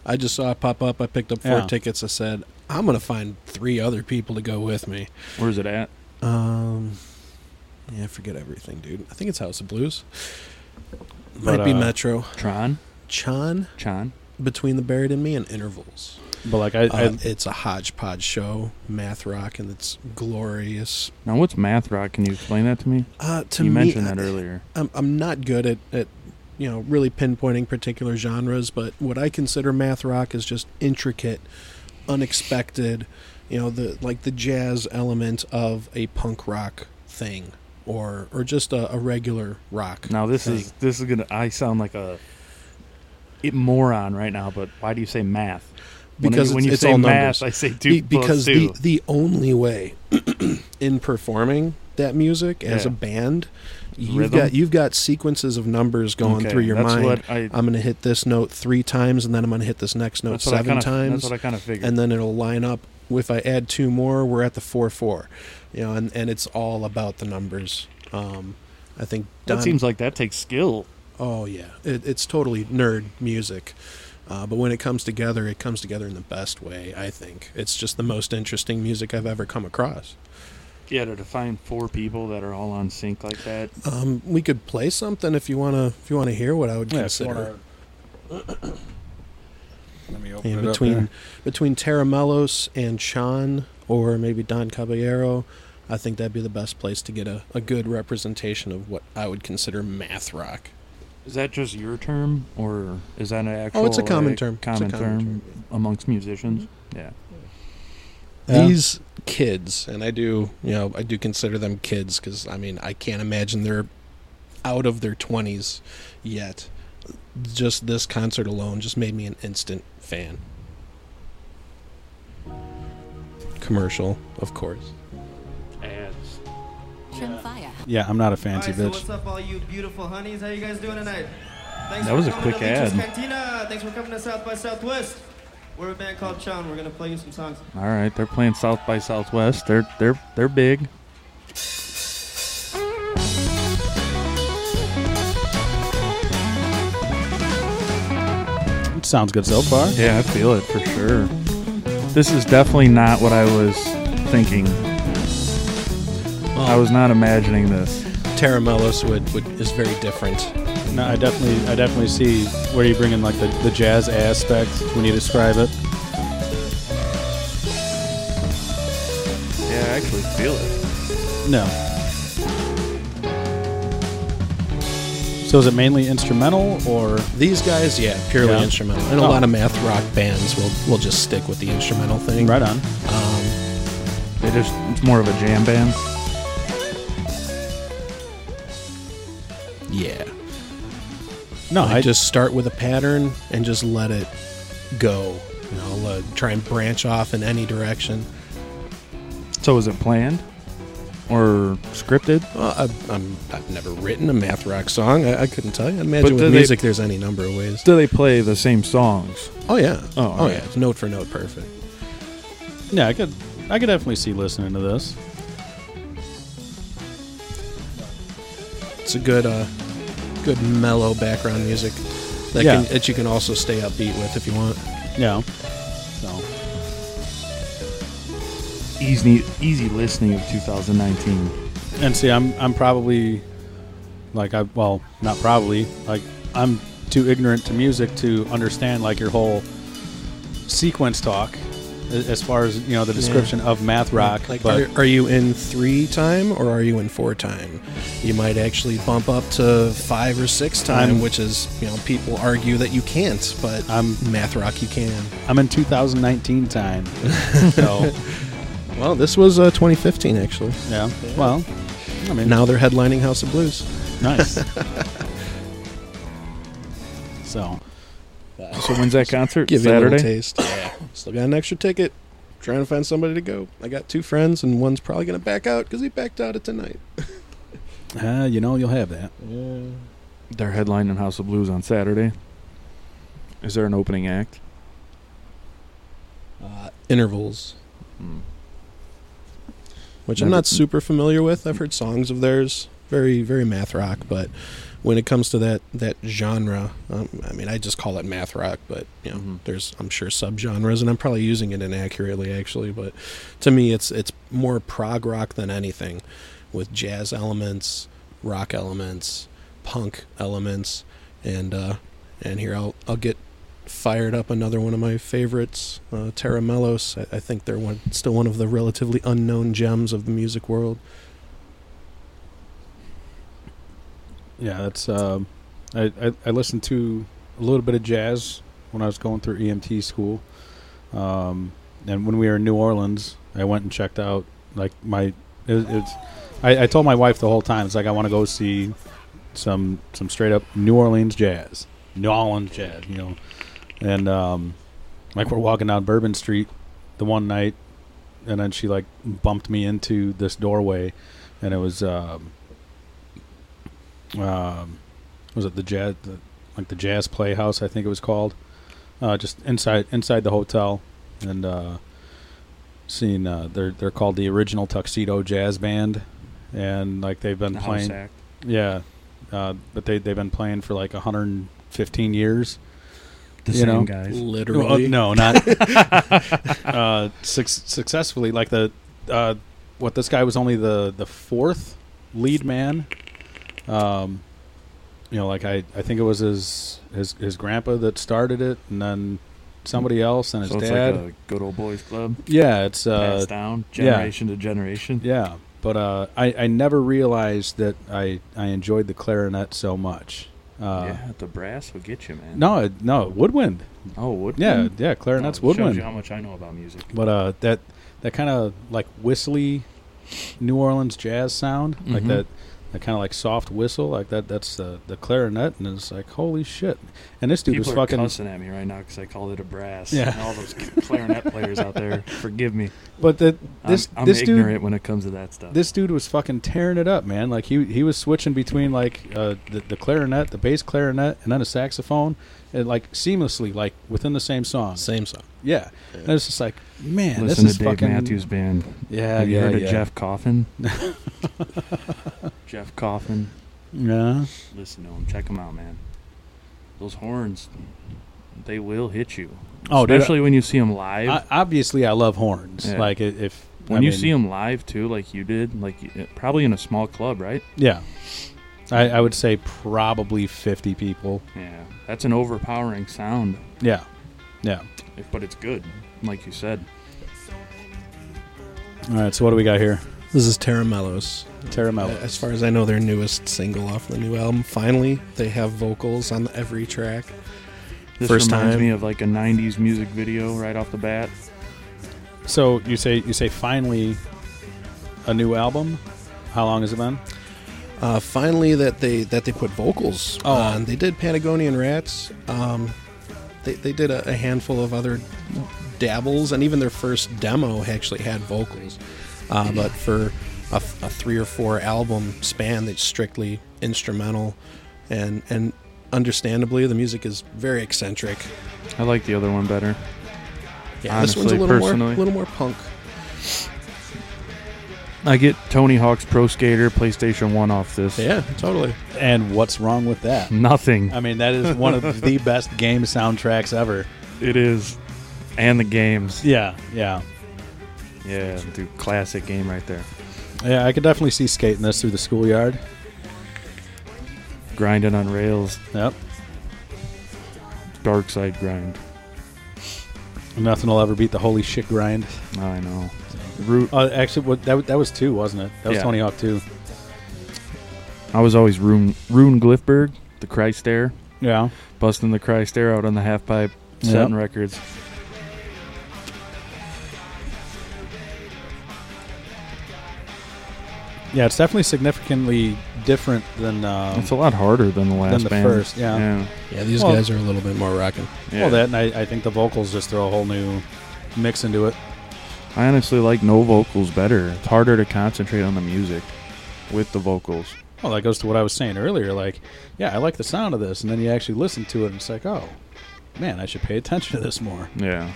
Speaker 4: I just saw it pop up. I picked up four
Speaker 1: Yeah.
Speaker 4: tickets. I said, I'm going to find three other people to go with me.
Speaker 2: where's it at?
Speaker 4: Um, yeah, I forget everything, dude. I think it's House of Blues. Might
Speaker 1: But,
Speaker 4: be
Speaker 1: uh,
Speaker 4: Metro.
Speaker 2: Tron,
Speaker 4: Chan,
Speaker 2: Chan.
Speaker 4: Between the Buried and Me, and Intervals.
Speaker 1: But like I,
Speaker 4: Uh,
Speaker 1: I
Speaker 4: it's a hodgepodge show, math rock, and it's glorious.
Speaker 2: Now, what's math rock? Can you explain that to me?
Speaker 4: Uh, to
Speaker 2: you
Speaker 4: me,
Speaker 2: mentioned
Speaker 4: I-
Speaker 2: that earlier.
Speaker 4: I'm, I'm not good at, at you know really pinpointing particular genres, but what I consider math rock is just intricate, unexpected, you know the like the jazz element of a punk rock thing, or or just a, a regular rock.
Speaker 2: Now this
Speaker 4: thing.
Speaker 2: is this is gonna. I sound like a it moron right now, but why do you say math? When you-
Speaker 4: Because
Speaker 2: when
Speaker 4: it's-
Speaker 2: you,
Speaker 4: it's
Speaker 2: say
Speaker 4: all
Speaker 2: math,
Speaker 4: numbers.
Speaker 2: I say two
Speaker 4: Be-
Speaker 2: plus
Speaker 4: because
Speaker 2: two.
Speaker 4: the the only way in performing that music as
Speaker 2: Yeah.
Speaker 4: a band, you've
Speaker 2: Rhythm?
Speaker 4: got you've got sequences of numbers going
Speaker 2: Okay,
Speaker 4: through your
Speaker 2: that's
Speaker 4: mind.
Speaker 2: What I,
Speaker 4: I'm going to hit this note three times, and then I'm going to hit this next note
Speaker 2: that's what I
Speaker 4: seven
Speaker 2: kinda,
Speaker 4: times.
Speaker 2: That's what I kind of figured.
Speaker 4: and then it'll line up. If I add two more, we're at the four four, you know, and, and it's all about the numbers. Um, I think Don.
Speaker 2: that seems like that takes skill.
Speaker 4: oh yeah, it, it's totally nerd music, uh, but when it comes together, it comes together in the best way. I think it's just the most interesting music I've ever come across.
Speaker 2: Yeah, to define four people that are all on sync like that.
Speaker 4: Um, we could play something if you wanna if you wanna hear what I would
Speaker 1: yeah, if you
Speaker 4: consider.
Speaker 1: wanna- Let me open
Speaker 4: Yeah,
Speaker 1: it up
Speaker 4: between
Speaker 1: there.
Speaker 4: between Taramelos and Sean, or maybe Don Caballero, I think that'd be the best place to get a, a good representation of what I would consider math rock.
Speaker 2: Is that just your term, or is that an actual?
Speaker 4: Oh, it's a common
Speaker 2: like,
Speaker 4: term. It's a
Speaker 2: Common,
Speaker 4: common
Speaker 2: term,
Speaker 4: term,
Speaker 2: amongst musicians. Yeah.
Speaker 1: Yeah.
Speaker 4: These kids, and I do, you know, I do consider them kids because I mean, I can't imagine they're out of their twenties yet. Just this concert alone just made me an instant fan. Commercial, of course.
Speaker 2: Ads.
Speaker 5: Trimfire.
Speaker 1: Yeah, I'm not a fancy
Speaker 6: All right, so
Speaker 1: bitch.
Speaker 6: what's up, all you beautiful honeys? How you guys doing tonight? Thanks
Speaker 2: That
Speaker 6: for
Speaker 2: was a
Speaker 6: coming
Speaker 2: quick
Speaker 6: to Leech's
Speaker 2: ad.
Speaker 6: Cantina. Thanks for coming to South by Southwest. We're a band called Chon. We're gonna play you some songs.
Speaker 2: All right, they're playing South by Southwest. They're they're they're big.
Speaker 1: Sounds good so far.
Speaker 2: Yeah, I feel it for sure. This is definitely not what I was thinking. I was not imagining this.
Speaker 4: Taramellos would, would is very different.
Speaker 1: No, I definitely, I definitely see where you bring in like the, the jazz aspect when you describe it.
Speaker 2: Yeah, I actually feel it.
Speaker 1: No. So is it mainly instrumental or?
Speaker 4: These guys, yeah, purely
Speaker 1: Yeah.
Speaker 4: instrumental. And a
Speaker 1: Oh.
Speaker 4: lot of math rock bands will will just stick with the instrumental thing.
Speaker 1: Right on.
Speaker 2: It just it's more of a jam band.
Speaker 4: Yeah.
Speaker 1: No,
Speaker 4: Like
Speaker 1: I just
Speaker 4: just start with a pattern and just let it go. You know, uh, try and branch off in any direction.
Speaker 2: So is it planned or scripted?
Speaker 4: Well, I, I'm, I've never written a math rock song. I, I couldn't tell you. I imagine
Speaker 2: do
Speaker 4: with
Speaker 2: they-
Speaker 4: music, there's any number of ways.
Speaker 2: Do they play the same songs?
Speaker 4: Oh yeah.
Speaker 2: Oh,
Speaker 4: oh
Speaker 2: alright.
Speaker 4: yeah. It's note for note, perfect.
Speaker 1: yeah, I could, I could definitely see listening to this.
Speaker 4: It's a good, uh, good mellow background music that
Speaker 1: Yeah.
Speaker 4: can, that you can also stay upbeat with if you want.
Speaker 1: Yeah. So
Speaker 2: Easy easy listening of 2019.
Speaker 1: and see, I'm, I'm probably, like I, well, not probably, like I'm too ignorant to music to understand like your whole sequence talk, a- as far as you know the description of math rock.
Speaker 4: Like,
Speaker 1: but
Speaker 4: are, are you in three time or are you in four time? You might actually bump up to five or six time,
Speaker 1: I'm-
Speaker 4: which is you know people argue that you can't, but
Speaker 1: I'm-
Speaker 4: math rock you can.
Speaker 1: I'm in 2019 time. so
Speaker 4: Well, this was uh, 2015 actually.
Speaker 1: yeah. Well, I mean,
Speaker 4: Now they're headlining House of Blues.
Speaker 1: nice. so
Speaker 2: So when's that concert?
Speaker 4: Give you a little
Speaker 2: Saturday.
Speaker 4: taste. Yeah. Still got an extra ticket. Trying to find somebody to go. I got two friends, and one's probably gonna back out because he backed out at tonight.
Speaker 1: uh, you know you'll have that.
Speaker 4: Yeah.
Speaker 2: They're headlining House of Blues on Saturday. Is there an opening act?
Speaker 4: Uh, intervals.
Speaker 2: Hmm.
Speaker 4: which I'm
Speaker 2: Never-
Speaker 4: not super familiar with. I've heard songs of theirs, very very math rock, but when it comes to that that genre, um, I mean, I just call it math rock, but you know,
Speaker 2: Mhm.
Speaker 4: there's I'm sure subgenres, and I'm probably using it inaccurately actually, but to me, it's it's more prog rock than anything, with jazz elements, rock elements, punk elements, and uh, and here I'll I'll get. Fired up another one of my favorites, uh, Terra Mellos. I, I think they're one, still one of the relatively unknown gems of the music world.
Speaker 1: Yeah, that's. Um, I, I I listened to a little bit of jazz when I was going through EMT school, um, and when we were in New Orleans, I went and checked out like my. It, it's. I, I told my wife the whole time. It's like I want to go see some some straight up New Orleans jazz, New Orleans jazz, you know, and um, like we're walking down Bourbon Street the one night, and then she like bumped me into this doorway, and it was. Um, um, was it the jazz, the, like the Jazz Playhouse, I think it was called, uh, just inside inside the hotel, and uh, seeing uh, they're they're called the original Tuxedo Jazz Band, and like they've been playing,
Speaker 2: act.
Speaker 1: yeah, uh, but they they've been playing for like 115 years.
Speaker 2: The
Speaker 1: You know?
Speaker 2: guys.
Speaker 4: Literally,
Speaker 1: Well, Oh, no, not uh, suc successfully. Like the uh, what this guy was only the the fourth lead man. Um, you know, like I, I think it was his his his grandpa that started it, and then somebody else and his
Speaker 2: So it's
Speaker 1: dad.
Speaker 2: like a good old boys club.
Speaker 1: yeah, it's uh,
Speaker 2: Passed down
Speaker 1: yeah.
Speaker 2: generation to generation.
Speaker 1: yeah. But uh, I I never realized that I I enjoyed the clarinet so much. Uh,
Speaker 2: yeah, the brass will get you, man.
Speaker 1: No, it- no woodwind.
Speaker 2: Oh, would
Speaker 1: Yeah, yeah, clarinet's woodwind.
Speaker 2: Oh, Shows you how much I know about music.
Speaker 1: But uh, that that kind of like whistly New Orleans jazz sound, like
Speaker 2: Mhm.
Speaker 1: that that kind of like soft whistle, like that. That's the the clarinet, and it's like holy shit. And this dude
Speaker 2: People
Speaker 1: was
Speaker 2: are
Speaker 1: fucking
Speaker 2: cussing at me right now because I called it a brass.
Speaker 1: Yeah.
Speaker 2: And all those clarinet players out there, forgive me.
Speaker 1: but the, this
Speaker 2: I'm, I'm
Speaker 1: this dude
Speaker 2: ignorant when it comes to that stuff.
Speaker 1: this dude was fucking tearing it up, man. Like he he was switching between like uh, the the clarinet, the bass clarinet, and then a saxophone, and like seamlessly, like within the same song.
Speaker 4: same song.
Speaker 1: Yeah, and it's just like man,
Speaker 2: Listen
Speaker 1: this is
Speaker 2: to Dave
Speaker 1: fucking
Speaker 2: Matthews Band.
Speaker 1: Yeah,
Speaker 2: Have you
Speaker 1: yeah,
Speaker 2: heard
Speaker 1: yeah.
Speaker 2: of Jeff Coffin? Jeff Coffin.
Speaker 1: Yeah.
Speaker 2: Listen to him. Check him out, man. Those horns. They will hit you.
Speaker 1: Oh, dude,
Speaker 2: Especially when you see them live.
Speaker 1: I, obviously, I love horns.
Speaker 2: Yeah.
Speaker 1: Like i- if
Speaker 2: when
Speaker 1: I
Speaker 2: you
Speaker 1: mean,
Speaker 2: see them live too, like you did, like you- probably in a small club, right?
Speaker 1: yeah, I, I would say probably fifty people.
Speaker 2: Yeah, that's an overpowering sound,
Speaker 1: Yeah, yeah.
Speaker 2: if- but it's good, like you said.
Speaker 1: All right, so what do we got here?
Speaker 4: This is Terramellos.
Speaker 1: Terra
Speaker 4: Uh,
Speaker 1: Mello.
Speaker 4: As far as I know, their newest single off the new album. Finally, they have vocals on every track.
Speaker 2: This
Speaker 4: First
Speaker 2: reminds
Speaker 4: time.
Speaker 2: me of like a '90s music video right off the bat.
Speaker 1: So you say you say finally a new album. How long has it been?
Speaker 4: Uh, finally, that they that they put vocals
Speaker 1: Oh.
Speaker 4: on. They did Patagonian Rats. Um, they they did a, a handful of other dabbles, and even their first demo actually had vocals. Uh, but for a, f- a three or four album span, that's strictly instrumental, and and understandably, the music is very eccentric.
Speaker 2: I like the other one better.
Speaker 4: Yeah,
Speaker 2: Honestly,
Speaker 4: this one's a little more
Speaker 2: personally.
Speaker 4: little more punk.
Speaker 2: I get Tony Hawk's Pro Skater PlayStation One off this.
Speaker 4: Yeah, totally.
Speaker 1: And what's wrong with
Speaker 2: Hmm.
Speaker 1: that?
Speaker 2: Nothing.
Speaker 1: I mean, that is one of the best game soundtracks ever.
Speaker 2: It is, and the games.
Speaker 1: Yeah, yeah,
Speaker 2: Yeah, dude, classic game right there.
Speaker 1: yeah. I could definitely see skating this through the schoolyard.
Speaker 2: Grinding on rails,
Speaker 1: Yep.
Speaker 2: dark side grind.
Speaker 1: Nothing will ever beat the holy shit grind.
Speaker 2: I know. Root.
Speaker 1: Uh, actually, what that, that was two, wasn't it? That was
Speaker 2: Yeah.
Speaker 1: Tony Hawk two.
Speaker 2: I was always Rune Rune Glifberg, the Christ Air.
Speaker 1: Yeah.
Speaker 2: busting the Christ air out on the half pipe,
Speaker 1: Yep.
Speaker 2: setting records.
Speaker 1: Yeah, it's definitely significantly different than. Um,
Speaker 2: It's a lot harder than the last
Speaker 1: the
Speaker 2: band.
Speaker 1: first, yeah.
Speaker 2: yeah.
Speaker 4: Yeah, these
Speaker 1: Well-
Speaker 4: guys are a little bit more rocking.
Speaker 2: yeah.
Speaker 1: Well, that and I, I think the vocals just throw a whole new mix into it.
Speaker 2: I honestly like no vocals better. It's harder to concentrate on the music with the vocals.
Speaker 1: Well, Oh, that goes to what I was saying earlier. Like, yeah, I like the sound of this, and then you actually listen to it, and it's like, oh, man, I should pay attention to this more.
Speaker 2: Yeah.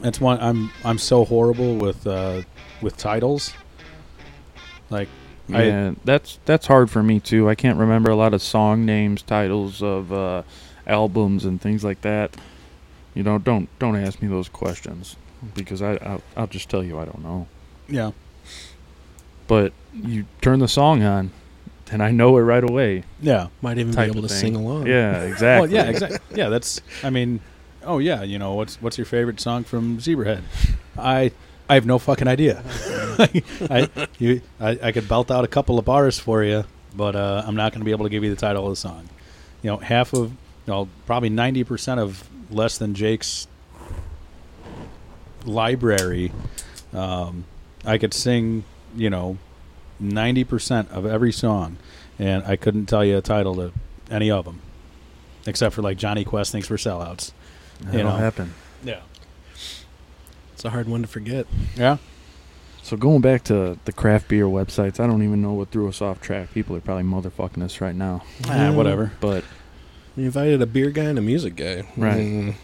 Speaker 1: That's one I'm I'm so horrible with uh, with titles. Like, I-
Speaker 2: Yeah, that's that's hard for me too. I can't remember a lot of song names, titles of uh, albums, and things like that. You know, don't don't ask me those questions because I I'll, I'll just tell you I don't know.
Speaker 1: yeah,
Speaker 2: But you turn the song on, and I know it right away.
Speaker 1: yeah,
Speaker 4: Might even
Speaker 2: Type
Speaker 4: be able
Speaker 2: of
Speaker 4: to
Speaker 2: thing.
Speaker 4: sing along.
Speaker 2: Yeah, exactly.
Speaker 1: Well, yeah, exactly. Yeah, that's. I mean, oh yeah, you know what's what's your favorite song from Zebrahead? I I have no fucking idea. I you I, I could belt out a couple of bars for you, but uh, I'm not going to be able to give you the title of the song. You know, half of well, probably ninety percent of less than Jake's library, um, I could sing. You know, ninety percent of every song, and I couldn't tell you a title to any of them except for like Johnny Quest thinks we're sellouts.
Speaker 2: That'll
Speaker 1: know.
Speaker 2: happen.
Speaker 1: Yeah.
Speaker 4: It's a hard one to forget.
Speaker 1: Yeah.
Speaker 2: So going back to the craft beer websites, I don't even know what threw us off track. People are probably motherfucking us right now.
Speaker 1: Ah, whatever.
Speaker 2: But
Speaker 4: We invited a beer guy and a music guy.
Speaker 2: Right.
Speaker 4: Mm,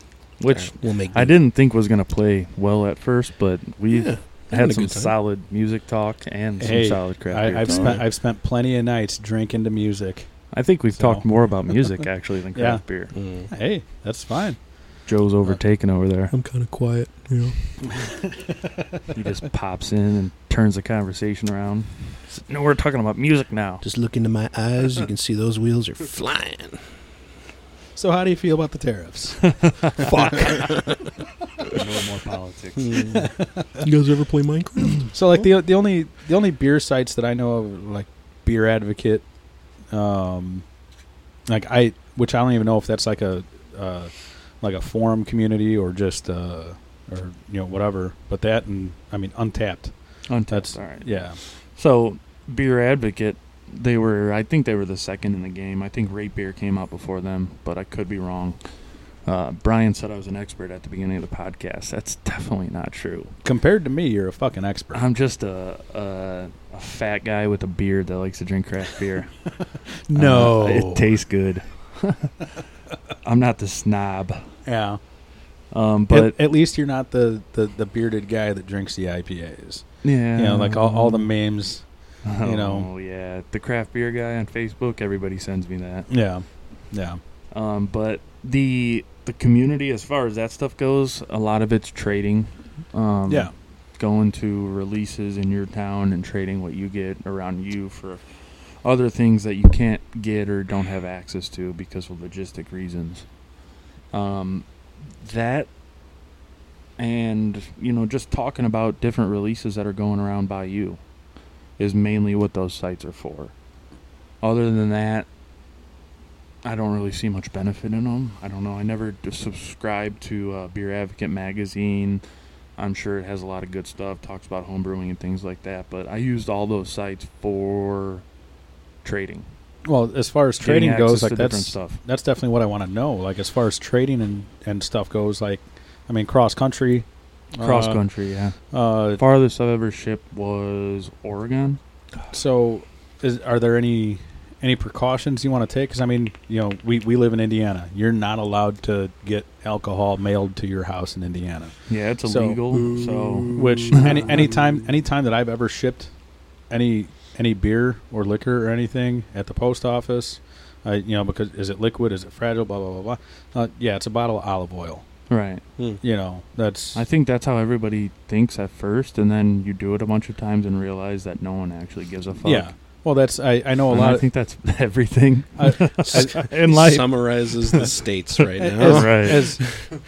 Speaker 2: which
Speaker 4: we'll make.
Speaker 2: I didn't think was gonna play well at first, but we
Speaker 4: Yeah,
Speaker 2: have
Speaker 4: having
Speaker 2: had
Speaker 4: a
Speaker 2: some
Speaker 4: good time.
Speaker 2: solid music talk and some
Speaker 1: Hey,
Speaker 2: solid craft
Speaker 1: I,
Speaker 2: beer
Speaker 1: I've
Speaker 2: talk.
Speaker 1: spent I've spent plenty of nights drinking to music.
Speaker 2: I think we've
Speaker 1: so-
Speaker 2: talked more about music actually than craft beer.
Speaker 4: Mm.
Speaker 1: Hey, that's fine.
Speaker 2: Joe's overtaken over there.
Speaker 4: I'm kind of quiet. You know.
Speaker 2: He just pops in and turns the conversation around. S- No, we're talking about music now.
Speaker 4: Just look into my eyes. You can see those wheels are flying.
Speaker 1: So how do you feel about the tariffs?
Speaker 2: no more politics.
Speaker 4: Mm. You guys ever play Minecraft?
Speaker 1: so like the the only the only beer sites that I know of are, like Beer Advocate, um, like I which I don't even know if that's like a uh, like a forum community or just uh, or you know whatever. But that and I mean Untapped.
Speaker 2: Untouched.
Speaker 1: That's-
Speaker 2: All right.
Speaker 1: Yeah.
Speaker 2: So, Beer Advocate, they were, I think they were the second in the game. I think Rate Beer came out before them, but I could be wrong. Uh, Brian said I was an expert at the beginning of the podcast. That's definitely not true.
Speaker 1: Compared to me, you're a fucking expert.
Speaker 2: I'm just a, a, a fat guy with a beard that likes to drink craft beer. Uh, it tastes good. I'm not the snob.
Speaker 1: yeah.
Speaker 2: Um, but
Speaker 1: at, at least you're not the, the, the bearded guy that drinks the IPAs.
Speaker 2: yeah,
Speaker 1: You know, like all, all the memes.
Speaker 2: oh,
Speaker 1: you know.
Speaker 2: yeah, the craft beer guy on Facebook. Everybody sends me that.
Speaker 1: Yeah, yeah.
Speaker 2: Um, but the the community, as far as that stuff goes, a lot of it's trading. Um,
Speaker 1: Yeah.
Speaker 2: going to releases in your town and trading what you get around you for other things that you can't get or don't have access to because of logistic reasons. Um, that and you know just talking about different releases that are going around by you is mainly what those sites are for. Other than that, I don't really see much benefit in them. I don't know. I never d- subscribe to uh, Beer Advocate magazine. I'm sure it has a lot of good stuff, talks about homebrewing and things like that. But I used all those sites for trading.
Speaker 1: Well, as far as trading
Speaker 2: Getting access
Speaker 1: goes,
Speaker 2: to
Speaker 1: like
Speaker 2: different
Speaker 1: that's
Speaker 2: stuff.
Speaker 1: that's definitely what I want to know. Like as far as trading and and stuff goes, like I mean cross country,
Speaker 2: Cross country, yeah.
Speaker 1: Uh,
Speaker 2: The farthest I've ever shipped was Oregon.
Speaker 1: So, is, are there any any precautions you want to take? Because I mean, you know, we we live in Indiana. You're not allowed to get alcohol mailed to your house in Indiana.
Speaker 2: Yeah, it's
Speaker 1: So-
Speaker 2: illegal. So
Speaker 1: Which any any time any time that I've ever shipped any any beer or liquor or anything at the post office, I you know because is it liquid? Is it fragile? Blah blah blah blah. Uh, yeah, it's a bottle of olive oil.
Speaker 2: right,
Speaker 1: You know, that's
Speaker 2: I think that's how everybody thinks at first, and then you do it a bunch of times and realize that no one actually gives a fuck.
Speaker 1: yeah. Well, that's I I know a
Speaker 2: And
Speaker 1: lot.
Speaker 2: I
Speaker 1: of,
Speaker 2: think that's everything
Speaker 1: I-
Speaker 2: in life.
Speaker 4: summarizes the states right now.
Speaker 1: as,
Speaker 2: Right.
Speaker 1: as,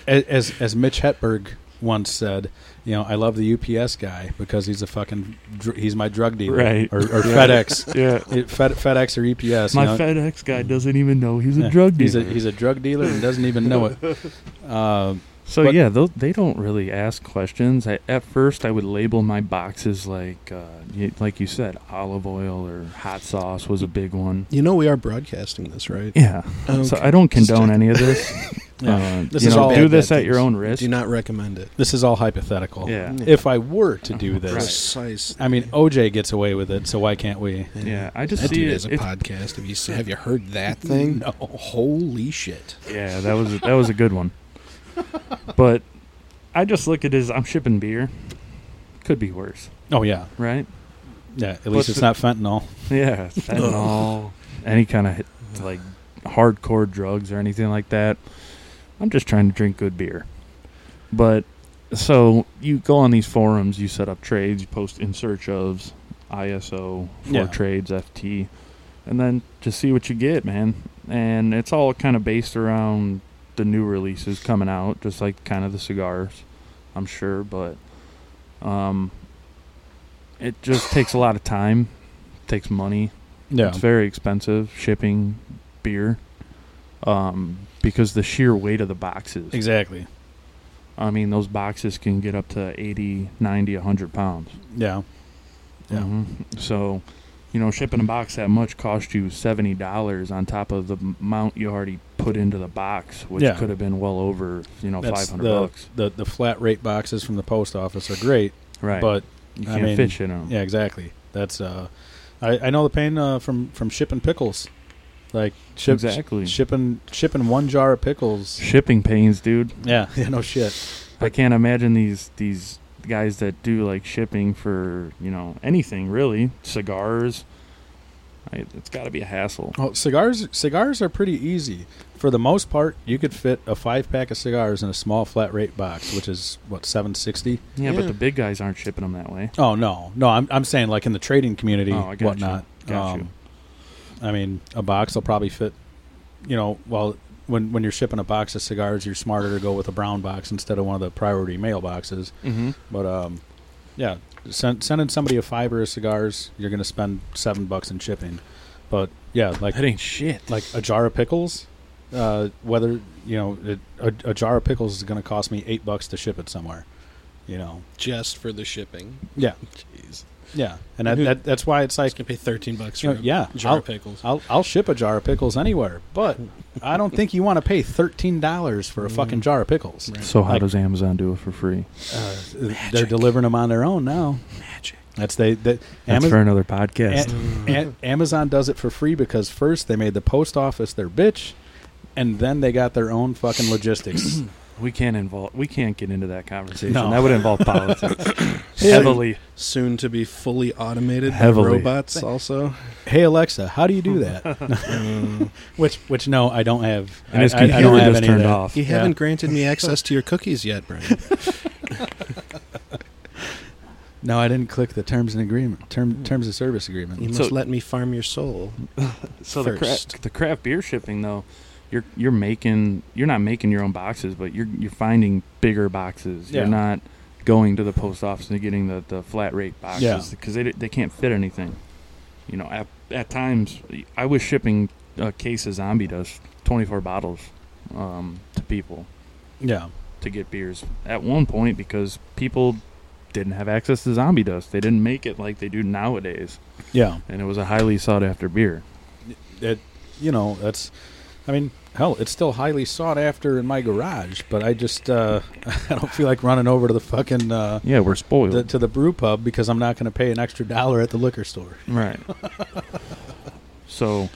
Speaker 1: as as as Mitch Hetberg once said, you know, I love the UPS guy because he's a fucking dr- he's my drug dealer,
Speaker 2: Right.
Speaker 1: Or, or FedEx,
Speaker 2: yeah.
Speaker 1: It- Fed, FedEx or UPS. you
Speaker 2: My
Speaker 1: know?
Speaker 2: FedEx guy doesn't even know he's a
Speaker 1: Yeah.
Speaker 2: drug
Speaker 1: He's a
Speaker 2: dealer.
Speaker 1: he's a drug dealer and doesn't even know it. Uh,
Speaker 2: so
Speaker 1: but-
Speaker 2: yeah, tho- they don't really ask questions. I, at first, I would label my boxes like, uh, y- like you said, olive oil or hot sauce was a big one.
Speaker 4: You know we are broadcasting this, right?
Speaker 2: Yeah. So I don't
Speaker 4: Just
Speaker 2: condone
Speaker 4: check.
Speaker 2: any of this.
Speaker 1: Yeah.
Speaker 2: Uh,
Speaker 1: This
Speaker 2: you
Speaker 1: is
Speaker 2: know,
Speaker 1: all
Speaker 2: do
Speaker 1: bad
Speaker 2: this at
Speaker 4: things.
Speaker 2: your own risk.
Speaker 4: Do not recommend it.
Speaker 1: this is all hypothetical.
Speaker 2: yeah.
Speaker 1: If I were to do this,
Speaker 4: Precise.
Speaker 1: I mean OJ gets away with it, so why can't we?
Speaker 2: Yeah, I just
Speaker 3: That
Speaker 2: see
Speaker 3: dude
Speaker 2: it.
Speaker 3: has a
Speaker 2: it's-
Speaker 3: podcast. Have you se- have you heard that
Speaker 2: Mm-hmm.
Speaker 3: thing?
Speaker 1: No.
Speaker 3: Holy shit!
Speaker 2: Yeah, that was that was a good one. But I just look at it as I'm shipping beer. Could be worse,
Speaker 1: Oh yeah,
Speaker 2: right?
Speaker 1: yeah. At least
Speaker 2: What's
Speaker 1: it's
Speaker 2: the-
Speaker 1: not fentanyl.
Speaker 2: Yeah, fentanyl, any kind of hit- like hardcore drugs or anything like that. I'm just trying to drink good beer. But so you go on these forums, you set up trades, you post in search ofs, ISO, four
Speaker 1: Yeah.
Speaker 2: trades, FT, and then just see what you get, man. And it's all kind of based around the new releases coming out, just like kind of the cigars, I'm sure, but um it just takes a lot of time, takes money.
Speaker 1: Yeah,
Speaker 2: It's very expensive shipping beer, um, because the sheer weight of the boxes.
Speaker 1: exactly.
Speaker 2: I mean, those boxes can get up to 80, 90, 100 pounds.
Speaker 1: Yeah, Yeah.
Speaker 2: Mhm. So, you know, shipping a box that much cost you seventy dollars on top of the m- amount you already put into the box, which
Speaker 1: Yeah.
Speaker 2: could have been well over, you know,
Speaker 1: That's
Speaker 2: five hundred
Speaker 1: the,
Speaker 2: bucks.
Speaker 1: the the flat rate boxes from the post office are great,
Speaker 2: Right.
Speaker 1: but
Speaker 2: you
Speaker 1: I
Speaker 2: can't
Speaker 1: mean,
Speaker 2: fit shit in 'em.
Speaker 1: Yeah, exactly. That's uh, I, I know the pain uh, from from shipping pickles, like ship,
Speaker 2: Exactly.
Speaker 1: shipping shipping one jar of pickles.
Speaker 2: Shipping pains, dude.
Speaker 1: Yeah, yeah, no shit.
Speaker 2: I can't imagine these these guys that do like shipping for you know anything really cigars. I, it's got to be a hassle.
Speaker 1: Oh, cigars cigars are pretty easy for the most part. You could fit a five pack of cigars in a small flat rate box, which is what seven sixty.
Speaker 2: Yeah,
Speaker 4: Yeah.
Speaker 2: but the big guys aren't shipping them that way.
Speaker 1: Oh no, no, I'm I'm saying like in the trading community,
Speaker 2: Oh, I got you.
Speaker 1: whatnot. Um,
Speaker 2: Got you.
Speaker 1: I mean, a box will probably fit. You know, well, when when you're shipping a box of cigars, you're smarter to go with a brown box instead of one of the priority mail boxes.
Speaker 2: Mm-hmm.
Speaker 1: But um, yeah, send, sending somebody a five or a cigars, you're gonna spend seven bucks in shipping. But yeah, like
Speaker 2: That ain't shit.
Speaker 1: like a jar of pickles, uh, whether you know it, a, a jar of pickles is gonna cost me eight bucks to ship it somewhere. You know,
Speaker 4: Just for the shipping.
Speaker 1: Yeah.
Speaker 4: Jeez.
Speaker 1: yeah, and that, that, that's why it's
Speaker 4: It's
Speaker 1: like
Speaker 4: gonna pay thirteen bucks for
Speaker 1: You know,
Speaker 4: a
Speaker 1: yeah,
Speaker 4: jar
Speaker 1: I'll-
Speaker 4: of pickles.
Speaker 1: I'll I'll ship a jar of pickles anywhere, but I don't think you want to pay thirteen dollars for a fucking jar of pickles.
Speaker 4: Mm. Right.
Speaker 2: So how
Speaker 1: Like-
Speaker 2: does Amazon do it for free?
Speaker 1: Uh, they're delivering them on their own now.
Speaker 4: Magic.
Speaker 1: That's they. they
Speaker 2: That's
Speaker 1: Amaz-
Speaker 2: for another podcast.
Speaker 1: A- A- Amazon does it for free because first they made the post office their bitch, and then they got their own fucking logistics.
Speaker 2: We can't involve. We can't get into that conversation.
Speaker 1: No.
Speaker 2: That would involve politics heavily.
Speaker 4: Soon to be fully automated by
Speaker 2: Heavily.
Speaker 4: robots, also.
Speaker 1: Hey Alexa, how do you do that? which which no, I don't have.
Speaker 2: And his
Speaker 1: I, I- I
Speaker 2: computer
Speaker 1: don't have
Speaker 2: just
Speaker 1: any of
Speaker 2: turned
Speaker 1: that.
Speaker 2: off.
Speaker 4: You
Speaker 1: Yeah.
Speaker 4: haven't granted me access to your cookies yet, Brian.
Speaker 1: No, I didn't click the terms and agreement. Term terms of service agreement.
Speaker 4: You must
Speaker 2: So-
Speaker 4: let me farm your soul.
Speaker 2: So the
Speaker 4: First.
Speaker 2: craft the craft beer shipping though, you're you're making you're not making your own boxes, but you're you're finding bigger boxes.
Speaker 1: Yeah.
Speaker 2: You're not going to the post office and getting the, the flat rate
Speaker 1: Yeah.
Speaker 2: boxes because they they can't fit anything. You know, at at times I was shipping a case of zombie dust, 24 bottles um, to people
Speaker 1: Yeah.
Speaker 2: to get beers at one point because people didn't have access to zombie dust. They didn't make it like they do nowadays,
Speaker 1: Yeah.
Speaker 2: and it was a highly sought after beer.
Speaker 1: It you know, that's I mean, hell, it's still highly sought after in my garage, but I just uh I don't feel like running over to the fucking uh
Speaker 2: Yeah, we're spoiled.
Speaker 1: the, to the brew pub because I'm not going to pay an extra dollar at the liquor store.
Speaker 2: Right. so,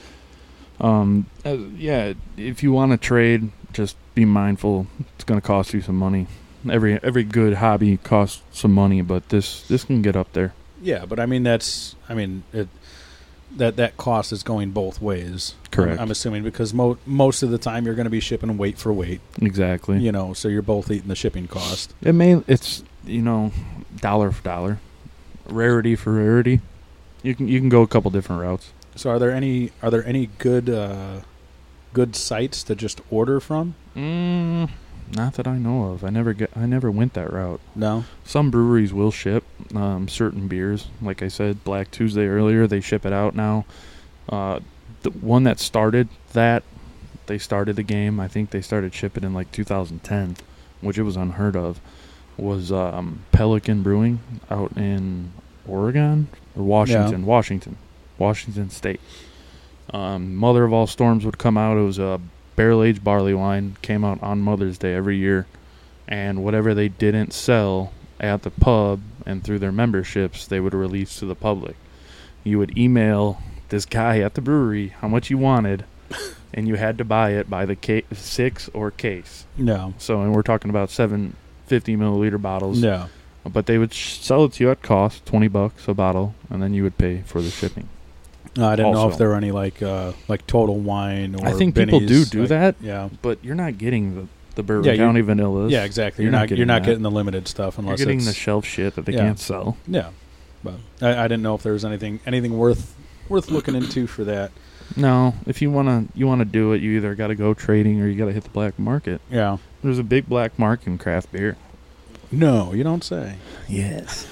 Speaker 2: um, uh, yeah, if you want to trade, just be mindful. It's going to cost you some money. Every every good hobby costs some money, but this this can get up there.
Speaker 1: Yeah, but I mean that's I mean it that that cost is going both ways.
Speaker 2: Correct.
Speaker 1: I'm, I'm assuming because mo- most of the time you're going to be shipping weight for weight,
Speaker 2: Exactly.
Speaker 1: you know, so you're both eating the shipping cost.
Speaker 2: It may it's you know dollar for dollar, rarity for rarity. You can you can go a couple different routes.
Speaker 1: So are there any are there any good uh good sites to just order from?
Speaker 2: Mm, not that I know of. I never get I never went that route.
Speaker 1: No.
Speaker 2: Some breweries will ship um, certain beers. Like I said, Black Tuesday earlier, they ship it out now. Uh, the one that started that, they started the game. I think they started shipping in like 2010, which it was unheard of. Was um, Pelican Brewing out in Oregon or Washington? Washington, Washington State. Um, Mother of all storms would come out. It was a barrel aged barley wine. Came out on Mother's Day every year, and whatever they didn't sell at the pub and through their memberships, they would release to the public. You would email this guy at the brewery how much you wanted, and you had to buy it by the ca- six or case.
Speaker 1: No.
Speaker 2: So, and we're talking about seven fifty milliliter bottles.
Speaker 1: No.
Speaker 2: But they would sh- sell it to you at cost, twenty bucks a bottle, and then you would pay for the shipping.
Speaker 1: No, Uh, I didn't know if
Speaker 2: Also.
Speaker 1: there were any like uh like Total Wine or
Speaker 2: I think people do
Speaker 1: Binny's,
Speaker 2: do
Speaker 1: like-
Speaker 2: that,
Speaker 1: Yeah.
Speaker 2: but you're not getting the the Bourbon
Speaker 1: Yeah, you're-
Speaker 2: County vanillas.
Speaker 1: Yeah, exactly. You're,
Speaker 2: You're
Speaker 1: not,
Speaker 2: not
Speaker 1: you're
Speaker 2: getting
Speaker 1: not
Speaker 2: that.
Speaker 1: getting the limited stuff
Speaker 2: You're
Speaker 1: unless
Speaker 2: getting
Speaker 1: it's
Speaker 2: the shelf shit that they
Speaker 1: Yeah.
Speaker 2: can't sell.
Speaker 1: Yeah, but I, I didn't know if there was anything anything worth worth looking into for that.
Speaker 2: No, if you wanna you wanna do it, you either gotta go trading or you gotta hit the black market.
Speaker 1: Yeah.
Speaker 2: There's a big black market in craft beer.
Speaker 1: No, you don't say.
Speaker 2: Yes.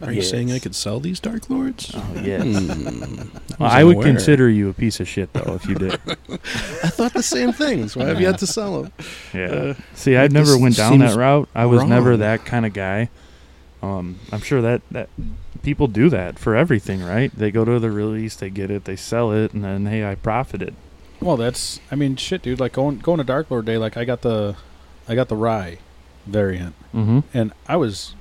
Speaker 4: Are you saying I could sell these Dark Lords?
Speaker 2: Oh yes.
Speaker 4: Hmm.
Speaker 2: I would
Speaker 4: Somewhere.
Speaker 2: consider you a piece of shit though if you did.
Speaker 4: I thought the same things. Why have you had to sell them?
Speaker 2: yeah. See, I
Speaker 4: Like,
Speaker 2: never
Speaker 4: this
Speaker 2: went down
Speaker 4: seems
Speaker 2: that route. I was never
Speaker 4: wrong.
Speaker 2: that kind of guy. Um, I'm sure that that people do that for everything, right? They go to the release, they get it, they sell it, and then hey, I profited.
Speaker 1: Well, that's I mean shit, dude. Like going going to Dark Lord Day, like I got the I got the rye variant,
Speaker 2: Mm-hmm.
Speaker 1: and I was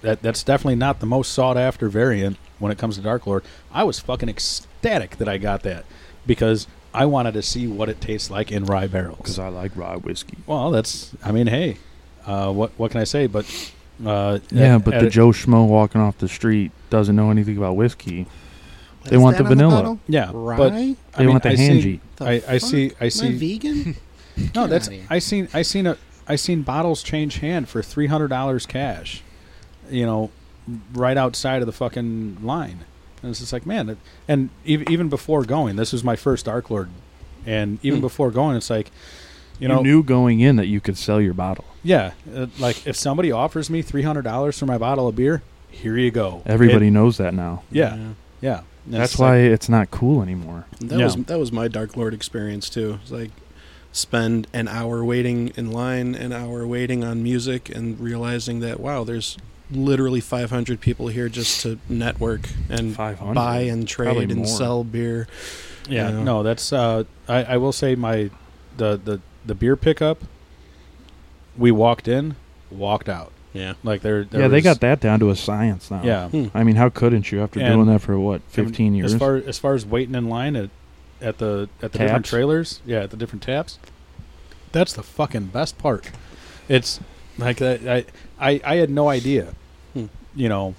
Speaker 1: that that's definitely not the most sought after variant when it comes to Dark Lord. I was fucking ecstatic that I got that because I wanted to see what it tastes like in rye barrels.
Speaker 2: Because I like rye whiskey.
Speaker 1: Well, that's I mean, hey, uh, what what can I say? But uh,
Speaker 2: Yeah,
Speaker 1: at-
Speaker 2: but
Speaker 1: at
Speaker 2: the
Speaker 1: a-
Speaker 2: Joe Schmo walking off the street doesn't know anything about whiskey. They
Speaker 4: Is
Speaker 2: want
Speaker 4: that
Speaker 2: the
Speaker 4: on
Speaker 2: vanilla.
Speaker 4: bottle?
Speaker 1: yeah, but
Speaker 4: Rye?
Speaker 1: I
Speaker 2: They
Speaker 1: mean,
Speaker 2: want the
Speaker 1: I seen-
Speaker 2: hand G.
Speaker 4: The
Speaker 1: I, I
Speaker 4: fuck?
Speaker 1: see. I
Speaker 4: Am I
Speaker 1: see.
Speaker 4: vegan?
Speaker 1: No,
Speaker 4: Get
Speaker 1: that's
Speaker 4: outta here.
Speaker 1: I seen. I seen a. I seen bottles change hand for three hundred dollars cash. You know, right outside of the fucking line, and it's just like, man. It, and ev- even before going, this was my first Dark Lord, and even
Speaker 4: Hmm.
Speaker 1: before going, it's like, you
Speaker 2: You,
Speaker 1: know,
Speaker 2: knew going in that you could sell your bottle.
Speaker 1: yeah, uh, like if somebody offers me three hundred dollars for my bottle of beer, here you go. It-
Speaker 2: Everybody knows that now.
Speaker 1: yeah, yeah. And
Speaker 2: That's
Speaker 1: it's
Speaker 2: why
Speaker 1: like-
Speaker 2: it's not cool anymore.
Speaker 4: That
Speaker 1: Yeah.
Speaker 4: was that was my Dark Lord experience too. It's like spend an hour waiting in line, an hour waiting on music, and realizing that wow, there's literally 500 people here just to network and
Speaker 2: 500.
Speaker 4: buy and
Speaker 2: Probably
Speaker 4: trade and
Speaker 2: more.
Speaker 4: sell beer.
Speaker 1: Yeah,
Speaker 4: Yeah.
Speaker 1: no, that's uh, I, I will say my the, the the beer pickup. We walked in, walked out.
Speaker 4: Yeah.
Speaker 1: Like they're
Speaker 2: yeah, they got that down to a science now.
Speaker 1: Yeah,
Speaker 4: Hmm,
Speaker 2: I mean, how couldn't you after
Speaker 1: And-
Speaker 2: doing that for what, 15 years?
Speaker 1: As far as far as waiting in line at at the at the different
Speaker 2: Taps?
Speaker 1: trailers, yeah, at the different taps. That's the fucking best part. it's like that. I, I I had no idea,
Speaker 4: Hmm.
Speaker 1: you know.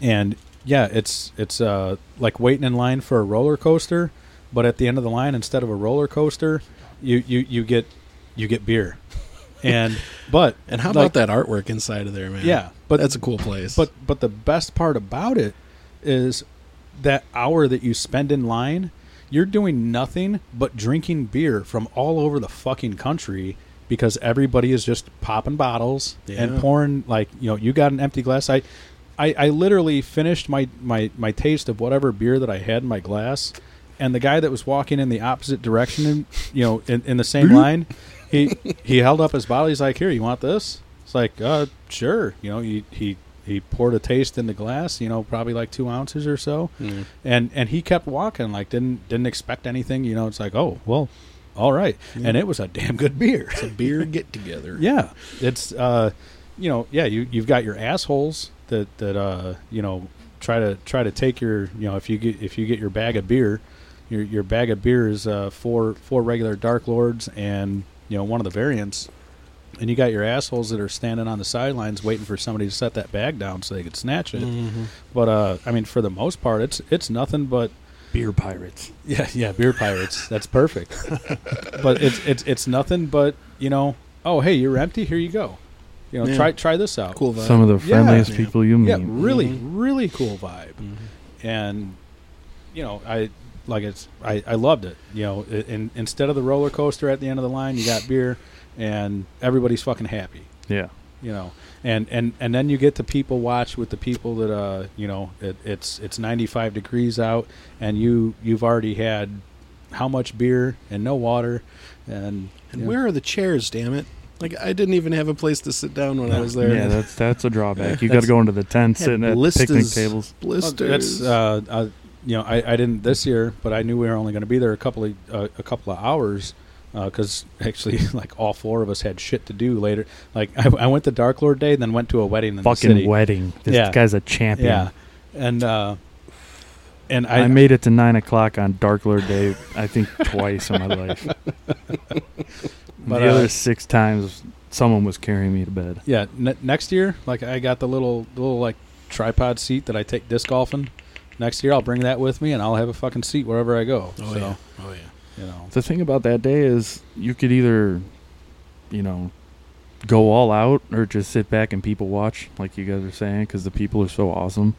Speaker 1: And yeah, it's it's uh like waiting in line for a roller coaster, but at the end of the line, instead of a roller coaster, you you you get you get beer, and but
Speaker 4: And how
Speaker 1: like-
Speaker 4: about that artwork inside of there, man?
Speaker 1: Yeah, but
Speaker 4: that's a cool place.
Speaker 1: but but the best part about it is that hour that you spend in line, you're doing nothing but drinking beer from all over the fucking country because everybody is just popping bottles
Speaker 4: Yeah.
Speaker 1: and pouring like you know you got an empty glass. I, I I literally finished my my my taste of whatever beer that I had in my glass, and the guy that was walking in the opposite direction, in, you know, in, in the same line, he he held up his bottle. He's like, "Here, you want this?" It's like, "Uh, sure." You know, he he he poured a taste in the glass. You know, probably like two ounces or so,
Speaker 4: Mm.
Speaker 1: and and he kept walking, like didn't didn't expect anything. You know, it's like, oh well, all right, and it was a damn good beer.
Speaker 4: Hmm. it's a beer get together.
Speaker 1: Yeah, it's uh, you know, yeah, you you've got your assholes that that uh, you know, try to try to take your you know if you get if you get your bag of beer, your your bag of beer is uh, four four regular dark lords and you know one of the variants, and you got your assholes that are standing on the sidelines waiting for somebody to set that bag down so they could snatch it.
Speaker 4: Mm-hmm.
Speaker 1: But uh, I mean, for the most part, it's it's nothing but
Speaker 2: Beer pirates.
Speaker 1: yeah, yeah, beer pirates. That's perfect. but it's it's it's nothing but you know. Oh, hey, you're empty. Here you go. You know,
Speaker 4: Yeah.
Speaker 1: try try this out.
Speaker 4: Cool vibe.
Speaker 2: Some of the
Speaker 1: uh, Yeah.
Speaker 2: friendliest
Speaker 4: Yeah.
Speaker 2: people you meet.
Speaker 1: Yeah, really,
Speaker 4: Mhm.
Speaker 1: really cool vibe. And you know, I like it's. I I loved it. You know, i- in, instead of the roller coaster at the end of the line, you got beer, and everybody's fucking happy
Speaker 2: Yeah.
Speaker 1: you know and and and then you get to people watch with the people that uh you know it, it's it's 95 degrees out and you you've already had how much beer and no water and,
Speaker 4: And
Speaker 1: you know,
Speaker 4: where are the chairs? Damn it! Like I didn't even have a place to sit down when I was there.
Speaker 2: Yeah, that's that's a drawback. You got
Speaker 4: That's-
Speaker 2: to go into the tent,
Speaker 4: had
Speaker 2: sitting at
Speaker 4: blisters.
Speaker 2: picnic tables.
Speaker 1: well,
Speaker 4: blisters.
Speaker 1: that's uh, uh you know I, I didn't this year but i knew we were only going to be there a couple of uh, a couple of hours because actually like all four of us had shit to do later like i, I went to dark lord day and then went to a wedding in the
Speaker 2: Fucking
Speaker 1: city.
Speaker 2: wedding. This
Speaker 1: Yeah.
Speaker 2: guy's a champion.
Speaker 1: yeah and uh and
Speaker 2: I,
Speaker 1: I,
Speaker 2: made it to nine o'clock on Dark Lord Day. I think twice in my life.
Speaker 1: But,
Speaker 2: the
Speaker 1: uh,
Speaker 2: other six times, someone was carrying me to bed.
Speaker 1: Yeah, ne- next year, like I got the little the little like tripod seat that I take disc golfing. Next year, I'll bring that with me, and I'll have a fucking seat wherever I go.
Speaker 4: oh
Speaker 1: so
Speaker 4: yeah. Oh yeah.
Speaker 1: you know,
Speaker 2: The thing about that day is you could either, you know, go all out or just sit back and people watch, like you guys are saying, because the people are so awesome.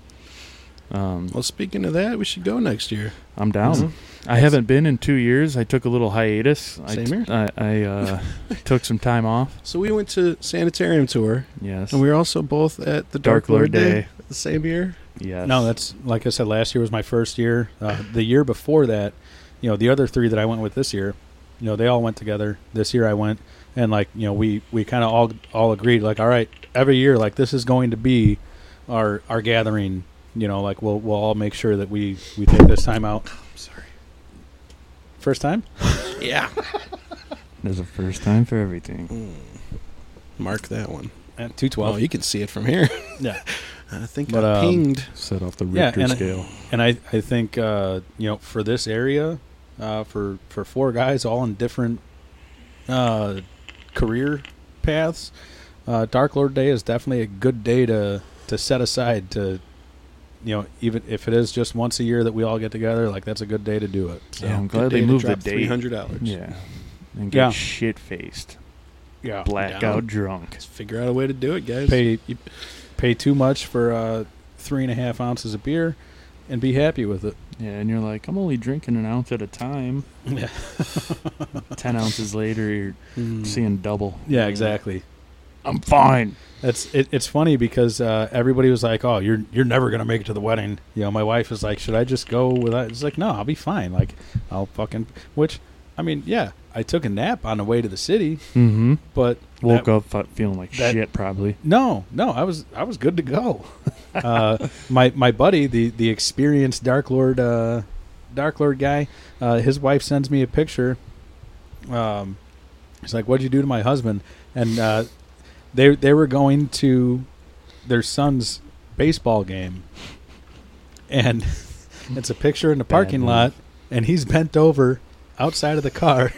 Speaker 2: Um,
Speaker 4: Well, speaking of that, we should go next year.
Speaker 2: I'm down. I haven't been in two years. I took a little hiatus. I
Speaker 4: Mm-hmm. Same
Speaker 2: t-
Speaker 4: here.
Speaker 2: I, I uh, took some time off.
Speaker 4: So we went to Sanitarium tour,
Speaker 2: Yes.
Speaker 4: and we were also both at the Dark, Lord, Day. the same year.
Speaker 2: Yes.
Speaker 1: no, that's like I said. Last year was my first year. Uh, the year before that, you know, the other three that I went with this year, you know, they all went together. This year I went, and like you know, we we kind of all all agreed like, all right, every year like this is going to be our our gathering. You know, like we'll we'll all make sure that we we take this time out.
Speaker 4: Oh, I'm sorry.
Speaker 1: First time.
Speaker 4: Yeah.
Speaker 2: There's a first time for everything.
Speaker 4: Mm. Mark that one.
Speaker 1: At 212.
Speaker 4: Well, you can see it from here.
Speaker 1: Oh, yeah.
Speaker 4: I think
Speaker 1: But,
Speaker 4: I
Speaker 1: um,
Speaker 4: pinged.
Speaker 2: Set off the
Speaker 1: Yeah,
Speaker 2: Richter
Speaker 1: and I-
Speaker 2: scale.
Speaker 1: and I, I think uh, you know for this area uh, for for four guys all in different uh, career paths uh, dark lord day is definitely a good day to to set aside to you know even if it is just once a year that we all get together like that's a good day to do it so
Speaker 2: yeah, I'm glad they moved the
Speaker 4: Three
Speaker 2: date.
Speaker 4: hundred dollars.
Speaker 2: Yeah. And get
Speaker 1: Yeah.
Speaker 2: shit faced.
Speaker 1: yeah
Speaker 2: Blackout drunk.
Speaker 4: Let's figure out a way to do it, guys.
Speaker 1: pay you pay too much for uh, three and a half ounces of beer and be happy with it
Speaker 2: Yeah, and you're like, I'm only drinking an ounce at a time.
Speaker 1: yeah
Speaker 2: Ten ounces later, you're
Speaker 4: Mm.
Speaker 2: seeing double.
Speaker 1: yeah exactly
Speaker 2: I'm fine.
Speaker 1: That's it, it's funny because uh, everybody was like, "Oh, you're you're never gonna make it to the wedding." You know, my wife is like, "Should I just go without?" It's like, "No, I'll be fine. Like, I'll fucking." Which, I mean, yeah, I took a nap on the way to the city,
Speaker 2: Mm-hmm.
Speaker 1: but
Speaker 2: Woke
Speaker 1: that-
Speaker 2: up fe- feeling like
Speaker 1: that-
Speaker 2: shit, probably.
Speaker 1: No, no, I was I was good to go. uh, my my buddy, the the experienced Dark Lord, uh, Dark Lord guy, uh, his wife sends me a picture. Um, he's like, "What'd you do to my husband?" And uh, they they were going to their son's baseball game, and it's a picture in the parking
Speaker 2: move.
Speaker 1: lot, and he's bent over outside of the car.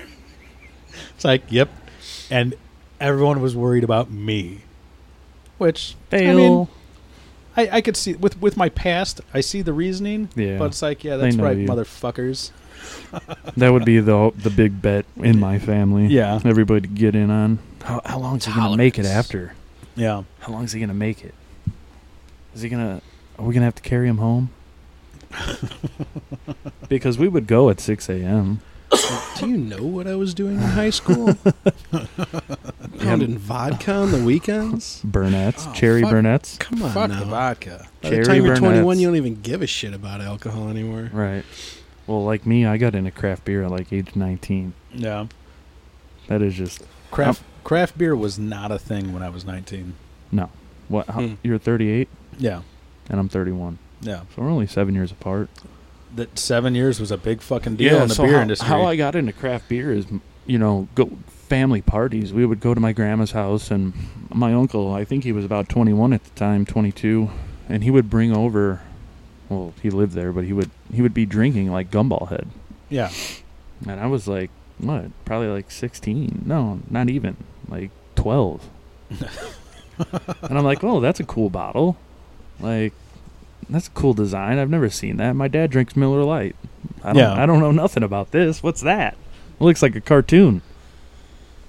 Speaker 1: it's like, "Yep," and everyone was worried about me, which I mean,
Speaker 2: Fail.
Speaker 1: I, I could see with with my past. I see the reasoning,
Speaker 2: Yeah.
Speaker 1: but it's like, yeah,
Speaker 2: They
Speaker 1: that's
Speaker 2: know
Speaker 1: right,
Speaker 2: you.
Speaker 1: motherfuckers.
Speaker 2: That would be the the big bet in my family.
Speaker 1: Yeah.
Speaker 2: Everybody to get in on. How, how long is he going to make it
Speaker 1: Tolerance.
Speaker 2: after?
Speaker 1: Yeah,
Speaker 2: How long is he going to make it? Is he going to. Are we going to have to carry him home? because we would go at 6 a.m.
Speaker 4: Do you know what I was doing in high school? Pounding vodka on the weekends?
Speaker 2: Burnett's,
Speaker 4: Oh,
Speaker 2: cherry
Speaker 4: fuck.
Speaker 2: Burnett's.
Speaker 4: Come on
Speaker 1: fuck
Speaker 4: now.
Speaker 1: the vodka.
Speaker 4: By the
Speaker 2: Cherry
Speaker 4: time you're 21,
Speaker 2: Burnett's.
Speaker 4: you don't even give a shit about alcohol anymore.
Speaker 2: Right. Well, like me, I got into craft beer at like age 19.
Speaker 1: Yeah,
Speaker 2: That is just.
Speaker 1: craft craft beer was not a thing when I was nineteen.
Speaker 2: What? How,
Speaker 4: Hmm.
Speaker 2: You're 38
Speaker 1: Yeah,
Speaker 2: and I'm 31.
Speaker 1: yeah.
Speaker 2: So we're only seven years apart.
Speaker 1: That seven years was a big fucking deal in the beer
Speaker 2: how,
Speaker 1: industry.
Speaker 2: How I got into craft beer is, you know, go family parties. We would go to my grandma's house, and my uncle, I think he was about 21 at the time, 22, and he would bring over. Well, he lived there, but he would he would be drinking like Gumball Head,
Speaker 1: yeah,
Speaker 2: and I was like, what? Probably like 16? No, not even like 12. and I'm like, oh, that's a cool bottle, like. That's a cool design. I've never seen that. My dad drinks Miller Lite. I don't,
Speaker 1: Yeah.
Speaker 2: I don't know nothing about this. What's that? It looks like a cartoon.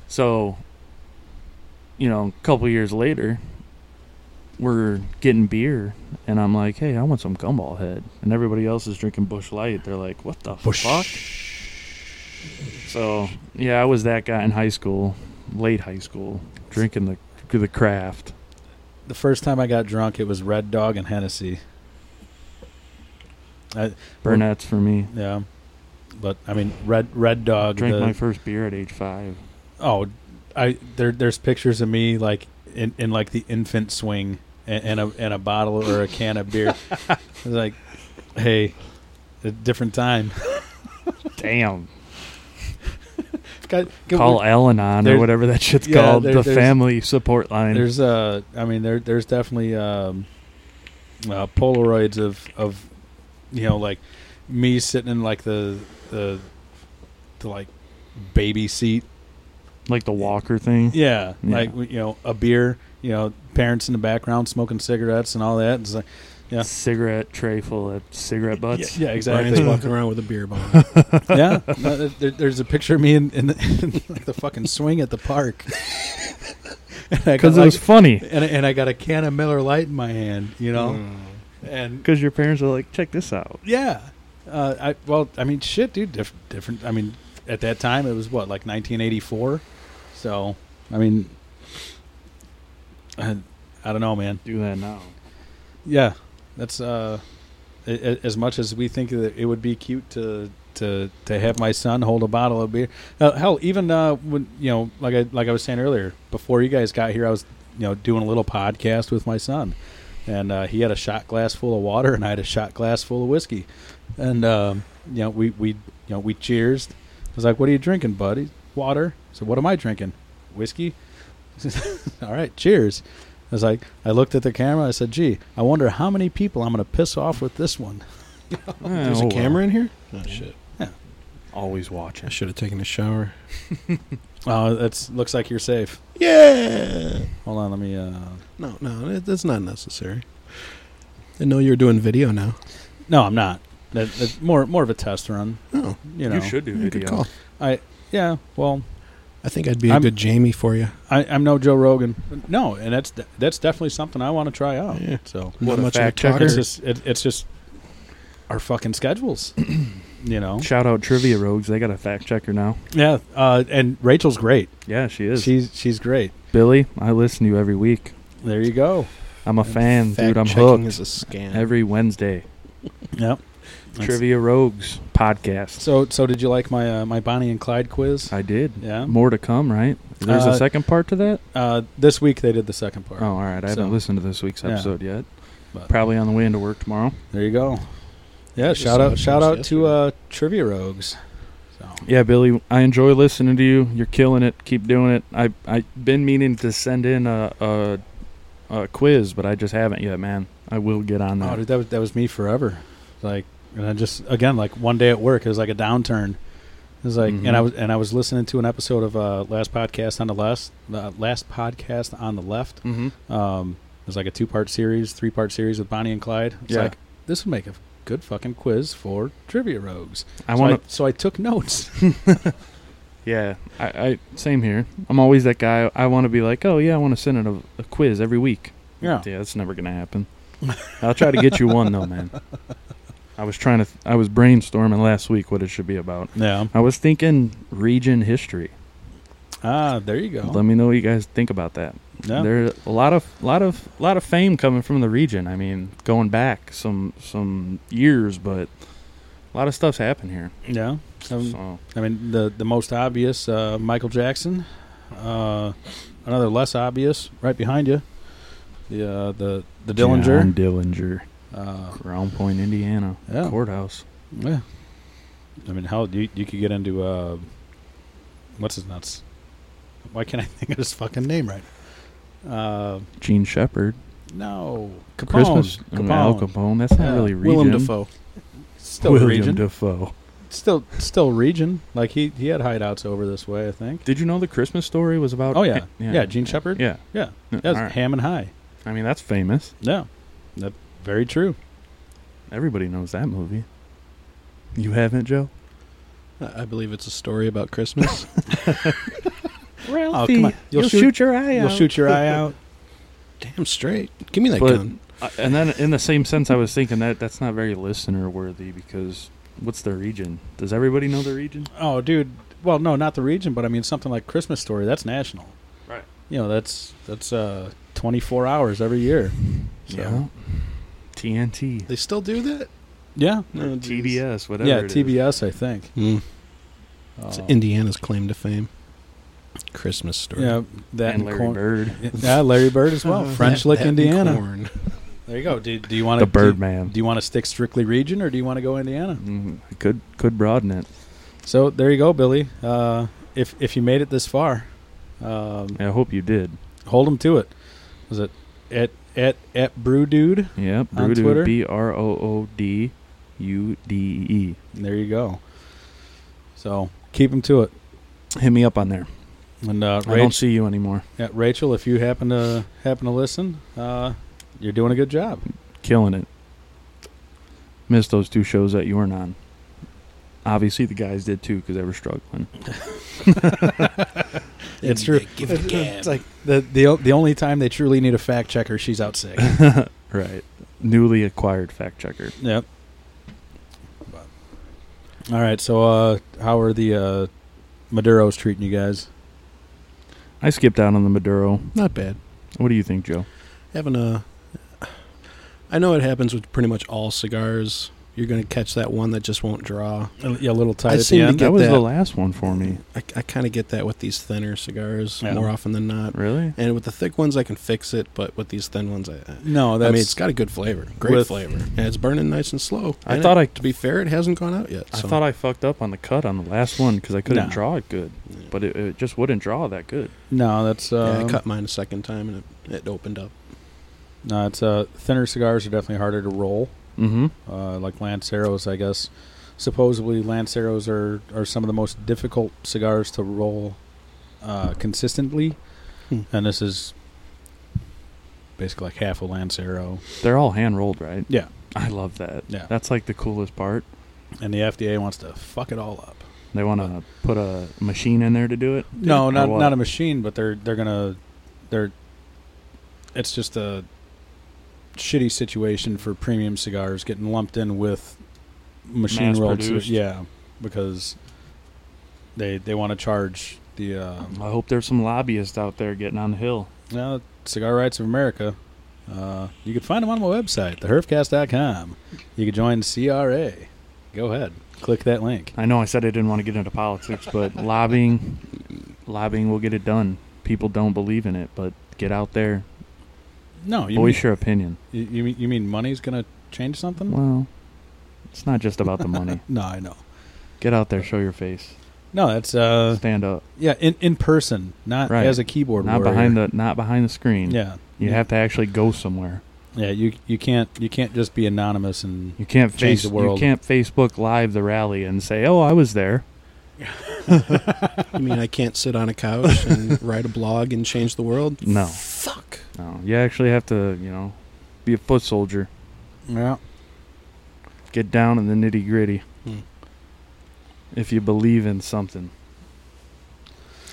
Speaker 2: So, you know, a couple years later, we're getting beer, and I'm like, hey, I want some Gumball Head. And everybody else is drinking Bush Light. They're like, what the fuck? So, yeah, I was that guy in high school, late high school, drinking the, the craft.
Speaker 1: the first time I got drunk, it was Red Dog and Hennessy.
Speaker 2: Burnett's for me.
Speaker 1: Yeah, but I mean, Red Red Dog.
Speaker 2: Drank
Speaker 1: uh, the-
Speaker 2: my first beer at age five.
Speaker 1: Oh, I there. There's pictures of me like in, in like the infant swing and, and a and a bottle or a can of beer. It's like, hey, a different time.
Speaker 2: Damn.
Speaker 1: Got- get-
Speaker 2: Call Al Anon or
Speaker 1: There's-
Speaker 2: whatever that shit's
Speaker 1: yeah,
Speaker 2: called.
Speaker 1: there-
Speaker 2: the
Speaker 1: there's-
Speaker 2: family support line.
Speaker 1: There's uh, I mean there there's definitely um, uh, Polaroids of of you know like me sitting in like the the the like baby seat.
Speaker 2: like the Walker thing.
Speaker 1: Yeah,
Speaker 2: Yeah.
Speaker 1: like you know a beer. You know parents in the background smoking cigarettes and all that. It's like Yeah.
Speaker 2: Cigarette tray full of cigarette butts.
Speaker 1: yeah, yeah,
Speaker 4: Brian's
Speaker 1: exactly.
Speaker 4: walking around with a beer bong.
Speaker 1: yeah, no, there- there, there's a picture of me in, in, the, in like the fucking swing at the park. and I got,
Speaker 2: Because it
Speaker 1: like,
Speaker 2: was funny.
Speaker 1: and, I- and I got a can of Miller Light in my hand, you know,
Speaker 4: Mm.
Speaker 2: Oh,
Speaker 1: and
Speaker 2: Because your parents were like, check this out.
Speaker 1: yeah, uh, I well, I mean, shit, dude, diff- different. I mean, at that time it was what like 1984, so I mean, I, I don't know, man.
Speaker 2: Do that now.
Speaker 1: Yeah, that's uh, a- a- as much as we think that it would be cute to to to have my son hold a bottle of beer. Uh, hell, even uh, when you know, like I like I was saying earlier, before you guys got here, I was you know doing a little podcast with my son, and uh, he had a shot glass full of water, and I had a shot glass full of whiskey, and um, you know we we you know we cheers. I was like, "What are you drinking, buddy? Water." So what am I drinking? Whiskey. All right, cheers. I was like, I looked at the camera. I said, "Gee, I wonder how many people I'm going to piss off with this one."
Speaker 4: There's a camera in here? Oh, shit.
Speaker 2: Always
Speaker 4: I
Speaker 2: watching.
Speaker 4: should have taken a shower.
Speaker 1: Oh, that's looks like you're safe.
Speaker 4: Yeah.
Speaker 1: Hold on, let me. Uh...
Speaker 4: No, no, it, that's not necessary. I know you're doing video now.
Speaker 1: No, I'm not. That, that's more more of a test run.
Speaker 4: Oh,
Speaker 1: You know.
Speaker 2: do
Speaker 4: yeah, good call.
Speaker 1: Yeah. Well,
Speaker 4: I think I'd be a
Speaker 1: I'm-
Speaker 4: good Jamie for you.
Speaker 1: I, I'm no Joe Rogan. No, and that's de- that's definitely something I want to try out.
Speaker 4: Yeah.
Speaker 1: So
Speaker 2: Oh, What
Speaker 4: Not
Speaker 2: a
Speaker 4: much of a
Speaker 2: fact checker.
Speaker 1: it's
Speaker 4: talker.
Speaker 1: just it, it's just our fucking schedules. you know.
Speaker 2: Shout out Trivia Rogues. They got a fact checker now.
Speaker 1: Yeah. Uh, and Rachel's great.
Speaker 2: Yeah, she is.
Speaker 1: She's she's great.
Speaker 2: Billy, I listen to you every week.
Speaker 1: There you go.
Speaker 2: I'm a fan, dude. I'm
Speaker 4: Fact-checking
Speaker 2: hooked.
Speaker 4: is a scam.
Speaker 2: Every Wednesday.
Speaker 1: Yep. That's-
Speaker 2: Trivia Rogues podcast.
Speaker 1: So so did you like my uh, my Bonnie and Clyde quiz?
Speaker 2: I did.
Speaker 1: yeah.
Speaker 2: More to come, right? There's
Speaker 1: Uh,
Speaker 2: a second part to that?
Speaker 1: Uh, this week they did the second part.
Speaker 2: Oh, all right. I
Speaker 1: So-
Speaker 2: haven't listened to this week's
Speaker 1: Yeah.
Speaker 2: episode yet.
Speaker 1: But-
Speaker 2: Probably on the way into work tomorrow.
Speaker 1: There you go. Yeah,
Speaker 4: Just
Speaker 1: shout
Speaker 4: saw
Speaker 1: out
Speaker 4: it
Speaker 1: shout
Speaker 4: post
Speaker 1: out to uh, Trivia Rogues. So,
Speaker 2: Yeah, Billy, I enjoy listening to you. You're killing it. Keep doing it. I I been meaning to send in a a, a quiz, but I just haven't yet, man. I will get on
Speaker 1: oh,
Speaker 2: that.
Speaker 1: dude, that was that was me forever. Like, and I just again like one day at work it was like a downturn. It's like, and I was and I was listening to an episode of uh, last podcast on the left, the last podcast on the left.
Speaker 2: Mm-hmm.
Speaker 1: Um, it was like a two part series, three part series with Bonnie and Clyde. It's
Speaker 2: Yeah.
Speaker 1: like this would make a good fucking quiz for trivia rogues.
Speaker 2: I
Speaker 1: so
Speaker 2: want to.
Speaker 1: so I took notes.
Speaker 2: Yeah, I, I same here. I'm always that guy. I want to be like, oh yeah, I want to send in a, a quiz every week.
Speaker 1: yeah,
Speaker 2: Yeah, that's never gonna happen. I'll try to get you one though, man. I was trying to. Th- I was brainstorming last week what it should be about.
Speaker 1: yeah.
Speaker 2: I was thinking region history.
Speaker 1: Ah, there you go.
Speaker 2: Let me know what you guys think about that.
Speaker 1: Yeah.
Speaker 2: There's a lot of lot of lot of fame coming from the region. I mean, going back some some years, but a lot of stuff's happened here.
Speaker 1: yeah. Um,
Speaker 2: so
Speaker 1: I mean, the the most obvious, uh, Michael Jackson. Uh, another less obvious, right behind you, the uh, the the
Speaker 2: John
Speaker 1: Dillinger.
Speaker 2: Dillinger,
Speaker 1: Uh,
Speaker 2: Crown Point, Indiana,
Speaker 1: yeah,
Speaker 2: courthouse.
Speaker 1: yeah. I mean, how you you could get into uh, what's his nuts? Why can't I think of his fucking name right? Uh,
Speaker 2: Gene Shepard,
Speaker 1: no, Capone.
Speaker 2: Christmas, I mean, Al
Speaker 1: Capone.
Speaker 2: Capone. That's not
Speaker 1: Yeah.
Speaker 2: really region.
Speaker 4: Willem Dafoe.
Speaker 1: Still
Speaker 2: William
Speaker 1: region.
Speaker 2: Dafoe.
Speaker 1: still still region. Like he he had hideouts over this way, I think.
Speaker 2: Did you know the Christmas story was about?
Speaker 1: Oh yeah,
Speaker 2: yeah,
Speaker 1: yeah. Gene Shepard.
Speaker 2: yeah.
Speaker 1: yeah.
Speaker 2: Yeah,
Speaker 1: That's
Speaker 2: all right.
Speaker 1: Ham and High.
Speaker 2: I mean, that's famous.
Speaker 1: Yeah, that very true.
Speaker 2: Everybody knows that movie. You haven't, Joe?
Speaker 4: I I believe it's a story about Christmas.
Speaker 1: Ralphie, Oh, you'll shoot-
Speaker 2: your eye
Speaker 1: You'll shoot your eye out.
Speaker 4: Damn straight. Give me that
Speaker 2: But-
Speaker 4: gun.
Speaker 2: Uh, and then, in the same sense, I was thinking that that's not very listener worthy because what's the region? Does everybody know the region?
Speaker 1: Oh, dude. Well, no, not the region, but I mean something like Christmas Story. That's national.
Speaker 2: Right.
Speaker 1: You know, that's that's uh, 24 hours every year. So-
Speaker 2: TNT,
Speaker 4: They still do that?
Speaker 1: Yeah.
Speaker 4: No, geez.
Speaker 2: TBS, whatever.
Speaker 1: yeah,
Speaker 2: it is.
Speaker 1: TBS, I think.
Speaker 4: Mm. It's
Speaker 1: Uh,
Speaker 4: Indiana's claim to fame. Christmas story.
Speaker 1: yeah, that
Speaker 2: and Larry
Speaker 1: corn-
Speaker 2: Bird,
Speaker 1: Yeah, Larry Bird as well.
Speaker 4: Uh,
Speaker 1: French
Speaker 4: that-
Speaker 1: Lick,
Speaker 4: that and
Speaker 1: Indiana.
Speaker 4: corn.
Speaker 1: There you go. Do, do you want
Speaker 2: the
Speaker 1: to
Speaker 2: Birdman.
Speaker 1: Do you want to stick strictly region, or do you want to go Indiana?
Speaker 2: Mm, could could broaden it.
Speaker 1: So there you go, Billy. Uh, if if you made it this far, um,
Speaker 2: I hope you did.
Speaker 1: hold them to it. Was it at at at Brew Dude?
Speaker 2: Yeah,
Speaker 1: On Twitter?
Speaker 2: Brood B R O O D U D E.
Speaker 1: There you go. So keep them to it.
Speaker 2: Hit me up on there.
Speaker 1: And uh,
Speaker 2: I don't
Speaker 1: Rach-
Speaker 2: see you anymore.
Speaker 1: yeah, Rachel, if you happen to happen to listen, uh, you're doing a good job.
Speaker 2: killing it. Missed those two shows that you weren't on. Obviously, the guys did too because they were struggling.
Speaker 1: It's true.
Speaker 4: Give it a gab.
Speaker 1: It's like the the o- the only time they truly need a fact checker, she's out sick.
Speaker 2: Right. Newly acquired fact checker.
Speaker 1: yep. All right. So uh, how are the uh, Maduros treating you guys?
Speaker 2: I skipped out on the Maduro.
Speaker 4: Not bad.
Speaker 2: What do you think, Joe?
Speaker 4: Having a. I know it happens with pretty much all cigars. You're going to catch that one that just won't draw.
Speaker 1: Uh, Yeah, a little tight
Speaker 4: I
Speaker 1: at the
Speaker 4: seem to
Speaker 1: end.
Speaker 4: Get
Speaker 2: that was
Speaker 4: that.
Speaker 2: the last one for me.
Speaker 4: I, I kind of get that with these thinner cigars
Speaker 1: Yeah.
Speaker 4: more often than not.
Speaker 2: Really?
Speaker 4: And with the thick ones, I can fix it, but with these thin ones, I. I-
Speaker 1: no, that's
Speaker 4: I mean, it's got a good flavor, great
Speaker 1: With-
Speaker 4: flavor, and it's burning nice and slow.
Speaker 2: I
Speaker 4: And
Speaker 2: thought
Speaker 4: it-
Speaker 2: I-
Speaker 4: to be fair, it hasn't gone out yet.
Speaker 2: I
Speaker 4: so-
Speaker 2: thought I fucked up on the cut on the last one because I couldn't
Speaker 1: No.
Speaker 2: draw it good, but it, it just wouldn't draw that good.
Speaker 1: no, that's uh,
Speaker 4: yeah, I cut mine a second time and it, it opened up.
Speaker 1: no, it's uh, thinner cigars are definitely harder to roll.
Speaker 2: Mm-hmm.
Speaker 1: uh, like Lanceros, I guess. Supposedly, Lanceros are, are some of the most difficult cigars to roll uh, consistently,
Speaker 4: Hmm.
Speaker 1: and this is basically like half a Lancero.
Speaker 2: They're all hand rolled, right?
Speaker 1: Yeah.
Speaker 2: I love that.
Speaker 1: Yeah.
Speaker 2: That's like the coolest part.
Speaker 1: And the FDA wants to fuck it all up.
Speaker 2: They want to put a machine in there to do it.
Speaker 1: No,
Speaker 2: Or
Speaker 1: not
Speaker 2: what?
Speaker 1: not a machine, but they're they're gonna they're. It's just a shitty situation for premium cigars getting lumped in with machine rolled. ci-
Speaker 2: Mass-produced.
Speaker 1: Yeah, because they they want to charge the. Um,
Speaker 2: I hope there's some lobbyists out there getting on the hill.
Speaker 1: Now, Cigar Rights of America. Uh, you can find them on my website, theherfcast.com. You can join CRA. Go ahead, click that link.
Speaker 2: I know I said I didn't want to get into politics, but lobbying, lobbying will get it done. People don't believe in it, but get out there,
Speaker 1: No, you mean,
Speaker 2: voice your opinion.
Speaker 1: you, you mean you mean money's gonna change something?
Speaker 2: Well, it's not just about the money.
Speaker 1: No, I know.
Speaker 2: Get out there, show your face,
Speaker 1: No, that's uh,
Speaker 2: stand up,
Speaker 1: yeah, in in person, not
Speaker 2: Right.
Speaker 1: as a keyboard.
Speaker 2: not
Speaker 1: warrior.
Speaker 2: behind the not behind the screen.
Speaker 1: Yeah,
Speaker 2: you have to actually go somewhere.
Speaker 1: Yeah, you you can't you can't just be anonymous and
Speaker 2: You can't
Speaker 1: Change
Speaker 2: face
Speaker 1: the world.
Speaker 2: You can't Facebook Live the rally and say, "Oh, I was there."
Speaker 4: I mean, I can't sit on a couch and write a blog and change the world.
Speaker 2: No.
Speaker 4: Fuck.
Speaker 2: No, you actually have to, you know, be a foot soldier,
Speaker 1: Yeah.
Speaker 2: get down in the nitty gritty.
Speaker 4: Hmm.
Speaker 2: If you believe in something,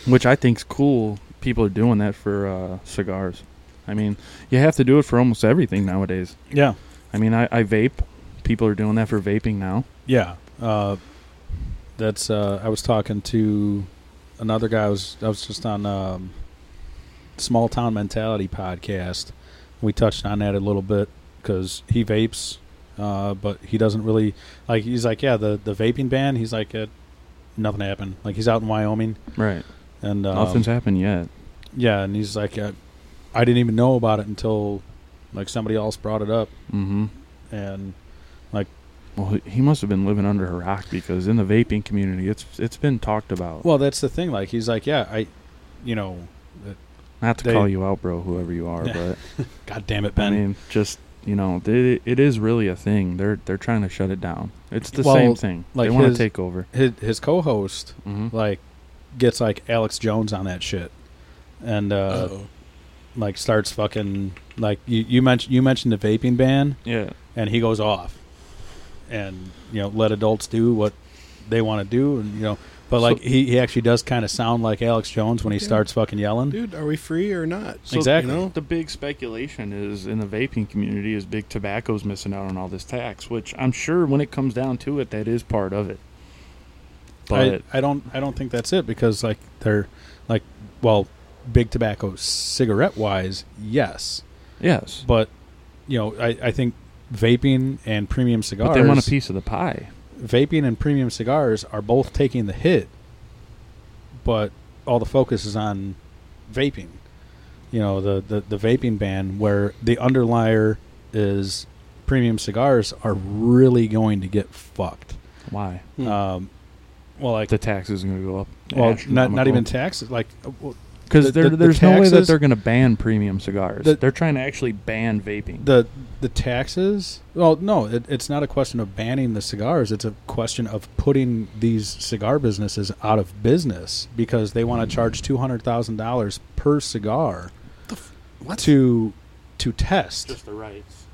Speaker 2: which I think's cool, people are doing that for uh, cigars. I mean, you have to do it for almost everything nowadays.
Speaker 1: Yeah.
Speaker 2: I mean, I, I vape. People are doing that for vaping now.
Speaker 1: Yeah. Uh, that's uh, I was talking to another guy. I was I was just on um, Small Town Mentality podcast. We touched on that a little bit because he vapes, uh, but he doesn't really like. He's like, yeah, the the vaping ban. He's like, it, nothing happened. Like he's out in Wyoming,
Speaker 2: Right.
Speaker 1: and um,
Speaker 2: Nothing's happened yet.
Speaker 1: yeah, and he's like, uh, I didn't even know about it until like somebody else brought it up,
Speaker 2: Mm-hmm.
Speaker 1: and
Speaker 2: Well, he- he must have been living under a rock because in the vaping community, it's it's been talked about.
Speaker 1: well, that's the thing. Like he's like, yeah, I, you know,
Speaker 2: Not to
Speaker 1: they-
Speaker 2: call you out, bro, whoever you are, but
Speaker 1: God damn it,
Speaker 2: I
Speaker 1: Ben.
Speaker 2: mean, just you know, they, it is really a thing. They're they're trying to shut it down. It's the
Speaker 1: Well,
Speaker 2: same thing.
Speaker 1: like
Speaker 2: they want to
Speaker 1: his-
Speaker 2: take over.
Speaker 1: his, his co-host
Speaker 2: hmm
Speaker 1: like gets like Alex Jones on that shit, and uh,
Speaker 4: Uh-oh.
Speaker 1: like starts fucking like you you mentioned you mentioned the vaping ban,
Speaker 2: Yeah,
Speaker 1: and he goes off, and you know let adults do what they want to do, and you know. But like he, he actually does kind of sound like Alex Jones when he
Speaker 4: Yeah.
Speaker 1: starts fucking yelling.
Speaker 4: Dude, are we free or not?
Speaker 2: So,
Speaker 1: exactly.
Speaker 4: you know?
Speaker 2: the big speculation is in the vaping community is big tobacco's missing out on all this tax, which I'm sure when it comes down to it, that is part of it. But
Speaker 1: I, I don't I don't think that's it because like they're like well big tobacco cigarette wise yes
Speaker 2: yes,
Speaker 1: but you know I, I think vaping and premium cigars
Speaker 2: but they want a piece of the pie.
Speaker 1: vaping and premium cigars are both taking the hit, but all the focus is on vaping. You know, the, the, the vaping ban, where the underlier is premium cigars are really going to get fucked.
Speaker 2: Why
Speaker 4: Hmm.
Speaker 1: Um, well, like,
Speaker 2: the tax is going to go up?
Speaker 1: well, not, not even taxes. Like, uh, well, the-
Speaker 2: because there,
Speaker 1: the- the
Speaker 2: there's no way that
Speaker 1: taxes-
Speaker 2: they're going to ban premium cigars.
Speaker 1: The-
Speaker 2: they're trying to actually ban vaping.
Speaker 1: the the taxes. Well, no, it, it's not a question of banning the cigars. It's a question of putting these cigar businesses out of business because they want to charge two hundred thousand dollars per cigar
Speaker 4: What?
Speaker 1: to to test
Speaker 2: the rights.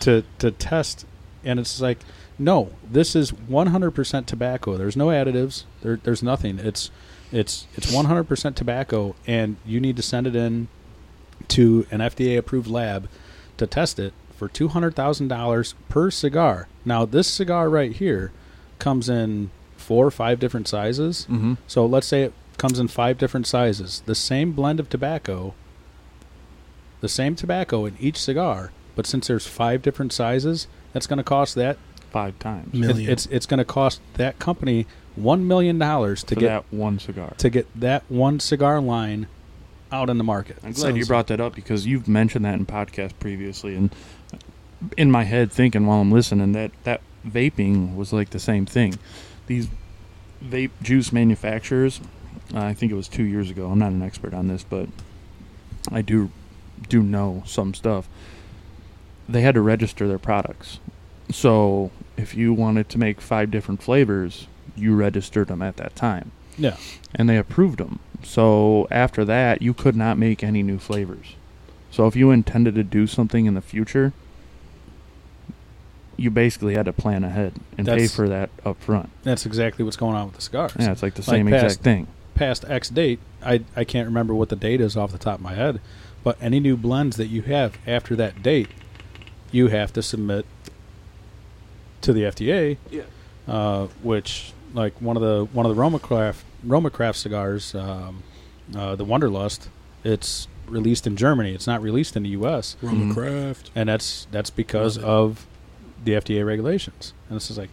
Speaker 1: to to test, and it's like no, this is one hundred percent tobacco. There's no additives. There, there's nothing. It's it's it's one hundred percent tobacco, and you need to send it in to an FDA approved lab to test it for two hundred thousand dollars per cigar. Now this cigar right here comes in four or five different sizes.
Speaker 2: Mm-hmm.
Speaker 1: So let's say it comes in five different sizes. The same blend of tobacco, the same tobacco in each cigar, but since there's five different sizes, that's going to cost that
Speaker 2: Five times
Speaker 1: it-
Speaker 4: Million.
Speaker 1: it's it's going to cost that company one million dollars to
Speaker 2: for
Speaker 1: get
Speaker 2: that one cigar.
Speaker 1: to get that one cigar line out in the market.
Speaker 2: I'm glad you
Speaker 4: Sounds-
Speaker 2: brought that up because you've mentioned that in podcast previously, and in my head thinking while I'm listening that that vaping was like the same thing. These vape juice manufacturers, uh, I think it was two years ago. I'm not an expert on this, but I do do know some stuff. They had to register their products, so if you wanted to make five different flavors, you registered them at that time
Speaker 1: Yeah,
Speaker 2: and they approved them. So after that, you could not make any new flavors. So if you intended to do something in the future, you basically had to plan ahead and pay
Speaker 1: That's-
Speaker 2: for that up front.
Speaker 1: that's exactly what's going on with the cigars.
Speaker 2: Yeah, it's like the
Speaker 1: Like
Speaker 2: same
Speaker 1: past-
Speaker 2: exact thing.
Speaker 1: past X date, I, I can't remember what the date is off the top of my head, but any new blends that you have after that date, you have to submit to the FDA.
Speaker 2: Yeah.
Speaker 1: Uh, which like one of the one of the Roma Craft Roma Craft cigars, um, uh, the Wonderlust, it's released in Germany. It's not released in the U.S.
Speaker 4: Roma
Speaker 2: Mhm.
Speaker 4: Craft.
Speaker 1: and that's that's because
Speaker 4: Love
Speaker 1: of
Speaker 4: it.
Speaker 1: the FDA regulations. And this is like,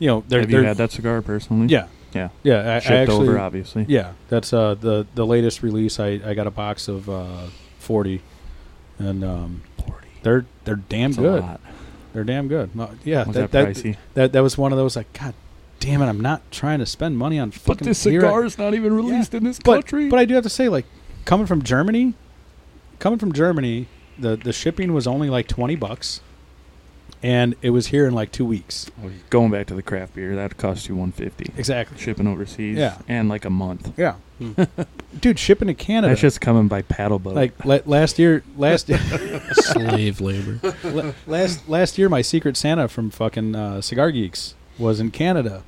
Speaker 1: you know, they're,
Speaker 2: Have
Speaker 1: they're
Speaker 2: you had that cigar personally?
Speaker 1: yeah
Speaker 2: Yeah.
Speaker 1: yeah. I, I
Speaker 2: Shipped
Speaker 1: actually
Speaker 2: over, obviously.
Speaker 1: yeah, that's uh, the the latest release. I, I got a box of uh, forty, and um,
Speaker 2: 40.
Speaker 1: they're they're damn
Speaker 2: That's a
Speaker 1: good.
Speaker 2: lot.
Speaker 1: They're damn good. No, yeah,
Speaker 2: Was
Speaker 1: that
Speaker 2: that,
Speaker 1: that, that
Speaker 2: pricey?
Speaker 1: that was one of those like God damn it! I'm not trying to spend money on fucking here I-
Speaker 2: is not even
Speaker 1: released
Speaker 2: in this
Speaker 1: but but I do have to say like coming from Germany, coming from Germany, the the shipping was only like twenty bucks, and it was here in like two weeks.
Speaker 2: Well, Going back to the craft beer, that'd cost you 150
Speaker 1: Exactly.
Speaker 2: shipping overseas.
Speaker 1: Yeah.
Speaker 2: and like a month.
Speaker 1: Yeah, dude, shipping to Canada.
Speaker 2: That's just coming by paddle boat.
Speaker 1: like la- last year. Last
Speaker 5: Slave labor.
Speaker 1: la- last last year, my Secret Santa from fucking uh, Cigar Geeks was in Canada,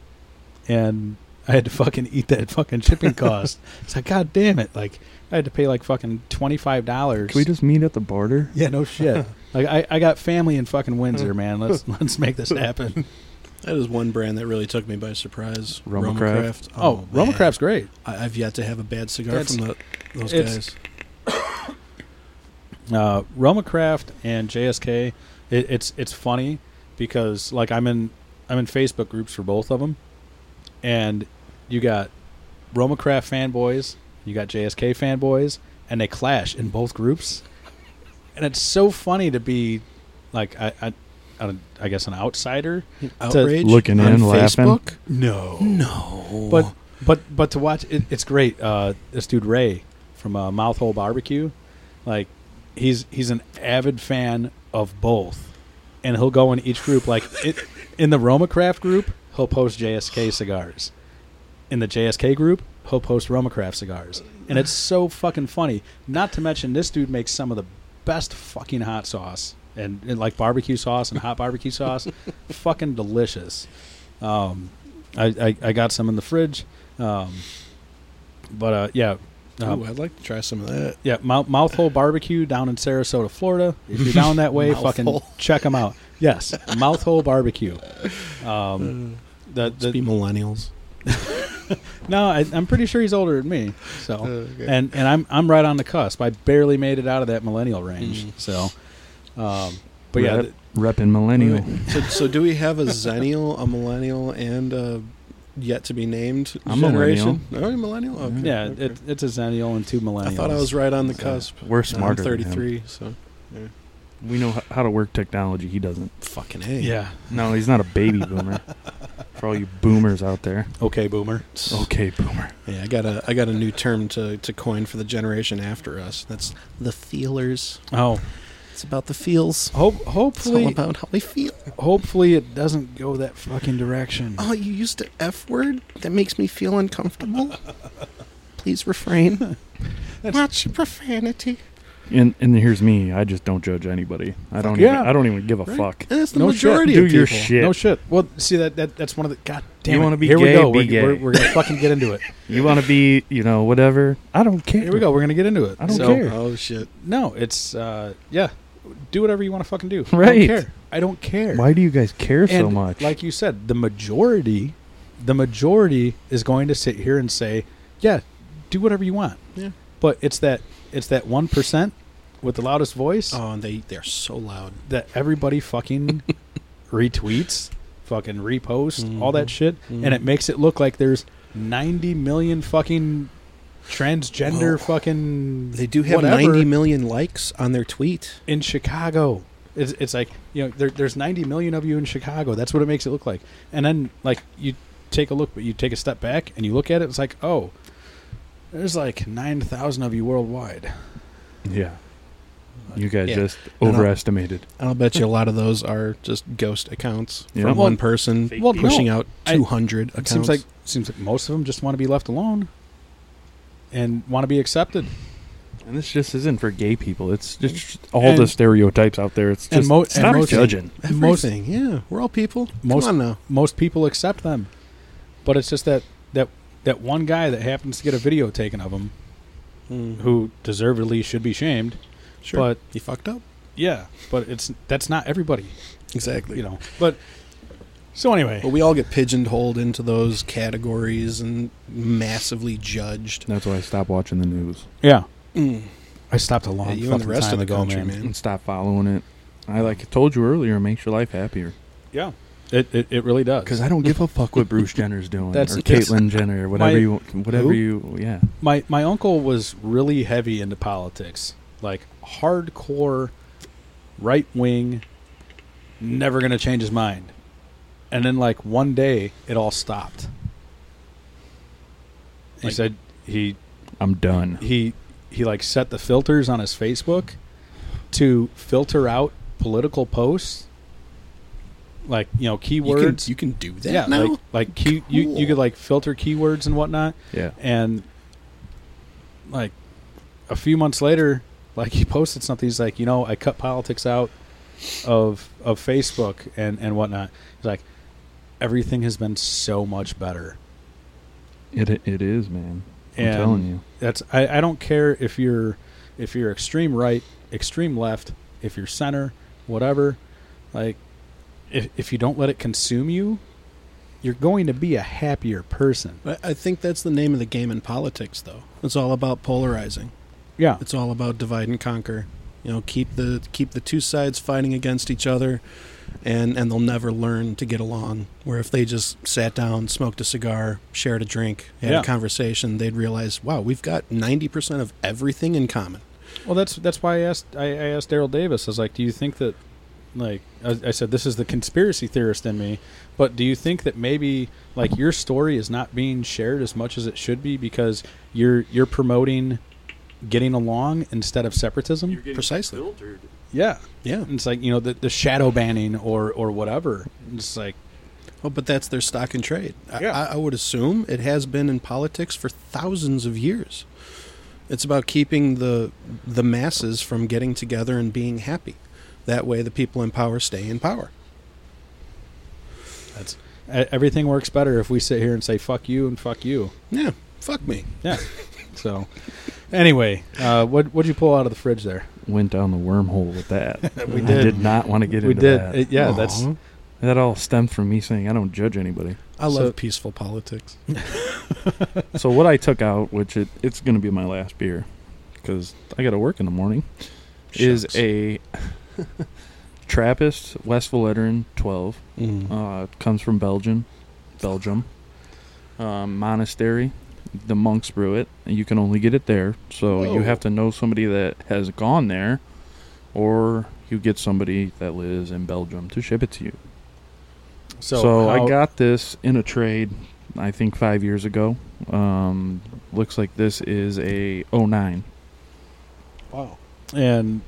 Speaker 1: and I had to fucking eat that fucking shipping cost. it's like, god damn it! Like I had to pay like fucking twenty five dollars.
Speaker 2: can we just meet at the border?
Speaker 1: Yeah, no shit. like I, I got family in fucking Windsor, man. Let's let's make this happen.
Speaker 4: That is one brand that really took me by surprise.
Speaker 2: Roma
Speaker 4: Roma
Speaker 2: Craft.
Speaker 4: Craft.
Speaker 1: Oh,
Speaker 4: man.
Speaker 1: Roma Craft's great.
Speaker 4: I, I've yet to have a bad cigar
Speaker 1: It's-
Speaker 4: from the, those
Speaker 1: it's-
Speaker 4: guys.
Speaker 1: uh, Roma Craft and JSK. It, it's it's funny because like I'm in I'm in Facebook groups for both of them, and you got Roma Craft fanboys, you got JSK fanboys, and they clash in both groups, and it's so funny to be like I I, I, don't- I guess an outsider.
Speaker 4: Outrage.
Speaker 2: looking
Speaker 4: on
Speaker 2: in, laughing.
Speaker 4: Facebook?
Speaker 1: No,
Speaker 4: No.
Speaker 1: but but but to watch it, it's great. Uh, this dude Ray from uh, Mouthhole Barbecue, like he's he's an avid fan of both, and he'll go in each group. Like it, in the Roma Craft group, he'll post JSK cigars. In the JSK group, he'll post Roma Craft cigars, and it's so fucking funny. Not to mention, this dude makes some of the best fucking hot sauce. And, and like barbecue sauce and hot barbecue sauce, fucking delicious. Um, I, I, I got some in the fridge. Um, but uh, yeah, um,
Speaker 4: Ooh, I'd like to try some of that.
Speaker 1: yeah, mouth, mouthhole barbecue down in Sarasota, Florida. If you're down that way, fucking
Speaker 4: Mouthhole.
Speaker 1: check them out. Yes, mouthhole barbecue. Um, the,
Speaker 4: Just be
Speaker 1: the,
Speaker 4: millennials.
Speaker 1: no, I, I'm pretty sure he's older than me. So and and I'm I'm right on the cusp. I barely made it out of that millennial range. So, um, but yeah,
Speaker 2: Rep-
Speaker 1: th-
Speaker 2: repping millennial.
Speaker 4: so, so do we have a zennial, a millennial, and a yet to be named
Speaker 2: I'm
Speaker 4: generation? Millennial. Oh, you're millennial. Okay.
Speaker 1: yeah,
Speaker 4: okay.
Speaker 1: it, it's a zennial and two millennials.
Speaker 4: I thought I was right on the
Speaker 1: So,
Speaker 4: cusp.
Speaker 2: We're
Speaker 4: Now
Speaker 2: smarter.
Speaker 4: I'm
Speaker 2: than him.
Speaker 4: 33, so
Speaker 2: We know h- how to work technology. He doesn't.
Speaker 4: fucking hey.
Speaker 1: Yeah.
Speaker 2: No, he's not a baby boomer. For all you boomers out there.
Speaker 1: Okay, boomer.
Speaker 2: Okay, boomer.
Speaker 4: Oh, Yeah, I got a I got a new term to, to coin for the generation after us. That's the feelers.
Speaker 1: Oh,
Speaker 4: It's about the feels.
Speaker 1: hope
Speaker 4: It's all
Speaker 1: hopefully
Speaker 4: about how we feel.
Speaker 1: Hopefully, it doesn't go that fucking direction.
Speaker 4: Oh, you used the F word? That makes me feel uncomfortable. Please refrain. Watch your profanity.
Speaker 2: And and here's me. I just don't judge anybody. I don't.
Speaker 1: yeah.
Speaker 2: Even, I don't even give a
Speaker 4: Right.
Speaker 2: fuck.
Speaker 4: And That's the
Speaker 1: No
Speaker 4: majority
Speaker 2: Do
Speaker 4: of
Speaker 2: your
Speaker 4: people.
Speaker 2: shit.
Speaker 1: No shit. Well, see that, that that's one of the god damn.
Speaker 2: You
Speaker 1: want
Speaker 2: wanna
Speaker 1: to
Speaker 2: be
Speaker 1: here? we
Speaker 2: gay,
Speaker 1: go.
Speaker 2: be
Speaker 1: we're,
Speaker 2: gay.
Speaker 1: We're, we're gonna fucking get into it.
Speaker 2: You want to be, you know, whatever. I don't care.
Speaker 1: Here we go. We're gonna get into it.
Speaker 2: I don't
Speaker 1: So, uh,
Speaker 2: care.
Speaker 4: Oh shit.
Speaker 1: No, it's uh, yeah. Do whatever you want to fucking do.
Speaker 2: Right.
Speaker 1: I don't care. I don't care.
Speaker 2: Why do you guys care
Speaker 1: and
Speaker 2: so much?
Speaker 1: Like you said, the majority, the majority is going to sit here and say, "Yeah, do whatever you want."
Speaker 4: Yeah.
Speaker 1: But it's that it's that one percent with the loudest voice.
Speaker 4: Oh, and they they're so loud.
Speaker 1: that everybody fucking retweets, fucking reposts, all
Speaker 4: Mm-hmm.
Speaker 1: that shit,
Speaker 4: Mm.
Speaker 1: and it makes it look like there's 90 million fucking transgender
Speaker 4: Well,
Speaker 1: fucking
Speaker 4: They do have
Speaker 1: whatever
Speaker 4: 90 million likes on their tweet.
Speaker 1: in Chicago. It's, it's like you know there, there's 90 million of you in Chicago. That's what it makes it look like. And then like you take a look, but you take a step back and you look at it. It's like oh, there's like 9,000 of you worldwide.
Speaker 2: yeah. You guys
Speaker 4: Yeah.
Speaker 2: just
Speaker 4: I
Speaker 1: uh,
Speaker 4: don't-
Speaker 2: overestimated.
Speaker 4: I'll bet you a lot of those are just ghost accounts
Speaker 2: Yeah.
Speaker 4: from
Speaker 2: Well,
Speaker 4: one person
Speaker 1: well, no,
Speaker 4: pushing out
Speaker 1: I-
Speaker 4: 200
Speaker 1: It
Speaker 4: accounts.
Speaker 1: seems like seems like most of them just want to be left alone and want to be accepted.
Speaker 2: And this just isn't for gay people. It's just all
Speaker 1: And-
Speaker 2: the stereotypes out there. It's
Speaker 1: and
Speaker 2: just
Speaker 1: mo- and
Speaker 2: stop
Speaker 1: most-
Speaker 2: judging.
Speaker 1: most-
Speaker 4: everything. yeah, we're all people.
Speaker 1: most-
Speaker 4: Come on now.
Speaker 1: most people accept them but it's just that that that one guy that happens to get a video taken of him who deservedly should be shamed
Speaker 4: Sure.
Speaker 1: but
Speaker 4: you fucked up.
Speaker 1: yeah but it's that's not everybody
Speaker 4: Exactly.
Speaker 1: you know but so anyway
Speaker 4: But we all get pigeonholed into those categories and massively judged.
Speaker 2: That's why I stopped watching the news
Speaker 1: yeah
Speaker 4: Mm.
Speaker 1: i stopped a long
Speaker 4: Yeah, you
Speaker 1: fucking
Speaker 4: and the rest
Speaker 1: time
Speaker 4: of the
Speaker 1: ago,
Speaker 4: country, man.
Speaker 2: and stopped following it. I like I told you earlier, it makes your life happier.
Speaker 1: yeah it, it, it really does
Speaker 2: Because I don't give a fuck what Bruce Jenner's doing
Speaker 1: That's-
Speaker 2: or
Speaker 1: that's-
Speaker 2: Caitlyn Jenner or whatever
Speaker 1: My-
Speaker 2: you whatever
Speaker 1: Who?
Speaker 2: you yeah.
Speaker 1: my my uncle was really heavy into politics, like hardcore right wing, never gonna change his mind. And then like one day it all stopped. He
Speaker 4: Like-
Speaker 1: said he
Speaker 2: I'm done.
Speaker 1: he he like set the filters on his Facebook to filter out political posts like you know
Speaker 5: You can,
Speaker 1: keywords.
Speaker 5: you can do that
Speaker 1: yeah,
Speaker 5: now.
Speaker 1: like like key, you you
Speaker 5: Cool.
Speaker 1: could like filter keywords and whatnot,
Speaker 2: Yeah.
Speaker 1: and like a few months later, like he posted something. He's like, you know, I cut politics out of of Facebook and and whatnot. He's like, everything has been so much better.
Speaker 2: It it is, man. I'm
Speaker 1: And
Speaker 2: telling you.
Speaker 1: that's I, I don't care if you're if you're extreme right, extreme left, if you're center, whatever. Like if if you don't let it consume you, you're going to be a happier person.
Speaker 4: I I think that's the name of the game in politics, though. It's all about polarizing.
Speaker 1: Yeah.
Speaker 4: It's all about divide and conquer. You know, keep the keep the two sides fighting against each other, and and they'll never learn to get along. Where if they just sat down, smoked a cigar, shared a drink, had
Speaker 1: Yeah.
Speaker 4: a conversation, they'd realize, wow, we've got ninety percent of everything in common.
Speaker 1: Well, that's that's why I asked I, I asked Daryl Davis. I was like, do you think that like I, I said this is the conspiracy theorist in me, but do you think that maybe like your story is not being shared as much as it should be because you're you're promoting getting along instead of separatism?
Speaker 4: Precisely.
Speaker 1: yeah.
Speaker 4: Yeah.
Speaker 1: And it's like you know the, the shadow banning or or whatever. It's like
Speaker 4: Well, but that's their stock and trade. I,
Speaker 1: Yeah.
Speaker 4: I, I would assume it has been in politics for thousands of years. It's about keeping the the masses from getting together and being happy. That way, the people in power stay in power.
Speaker 1: that's e- everything works better if we sit here and say fuck you and fuck you.
Speaker 4: Yeah, fuck me.
Speaker 1: Yeah. so anyway, uh, what what'd you pull out of the fridge there?
Speaker 2: Went down the wormhole with that.
Speaker 1: We
Speaker 2: I
Speaker 1: did.
Speaker 2: did not want to get
Speaker 1: we
Speaker 2: into
Speaker 1: did.
Speaker 2: that. Uh-huh.
Speaker 1: It- yeah, that's
Speaker 4: Aw.
Speaker 2: That all stemmed from me saying I don't judge anybody.
Speaker 4: I love
Speaker 1: So-
Speaker 4: peaceful politics.
Speaker 2: so what I took out, which it, it's going to be my last beer, because I got to work in the morning, is
Speaker 4: Shucks.
Speaker 2: a Trappist West Veledrin 12.
Speaker 4: Mm.
Speaker 2: Uh, it comes from Belgium, Belgium um, monastery. The monks brew it. and You can only get it there, so you
Speaker 4: Whoa.
Speaker 2: have to know somebody that has gone there, or you get somebody that lives in Belgium to ship it to you. So, I
Speaker 1: how-
Speaker 2: got this in a trade, I think five years ago. Um, looks like this is a 09.
Speaker 1: wow. And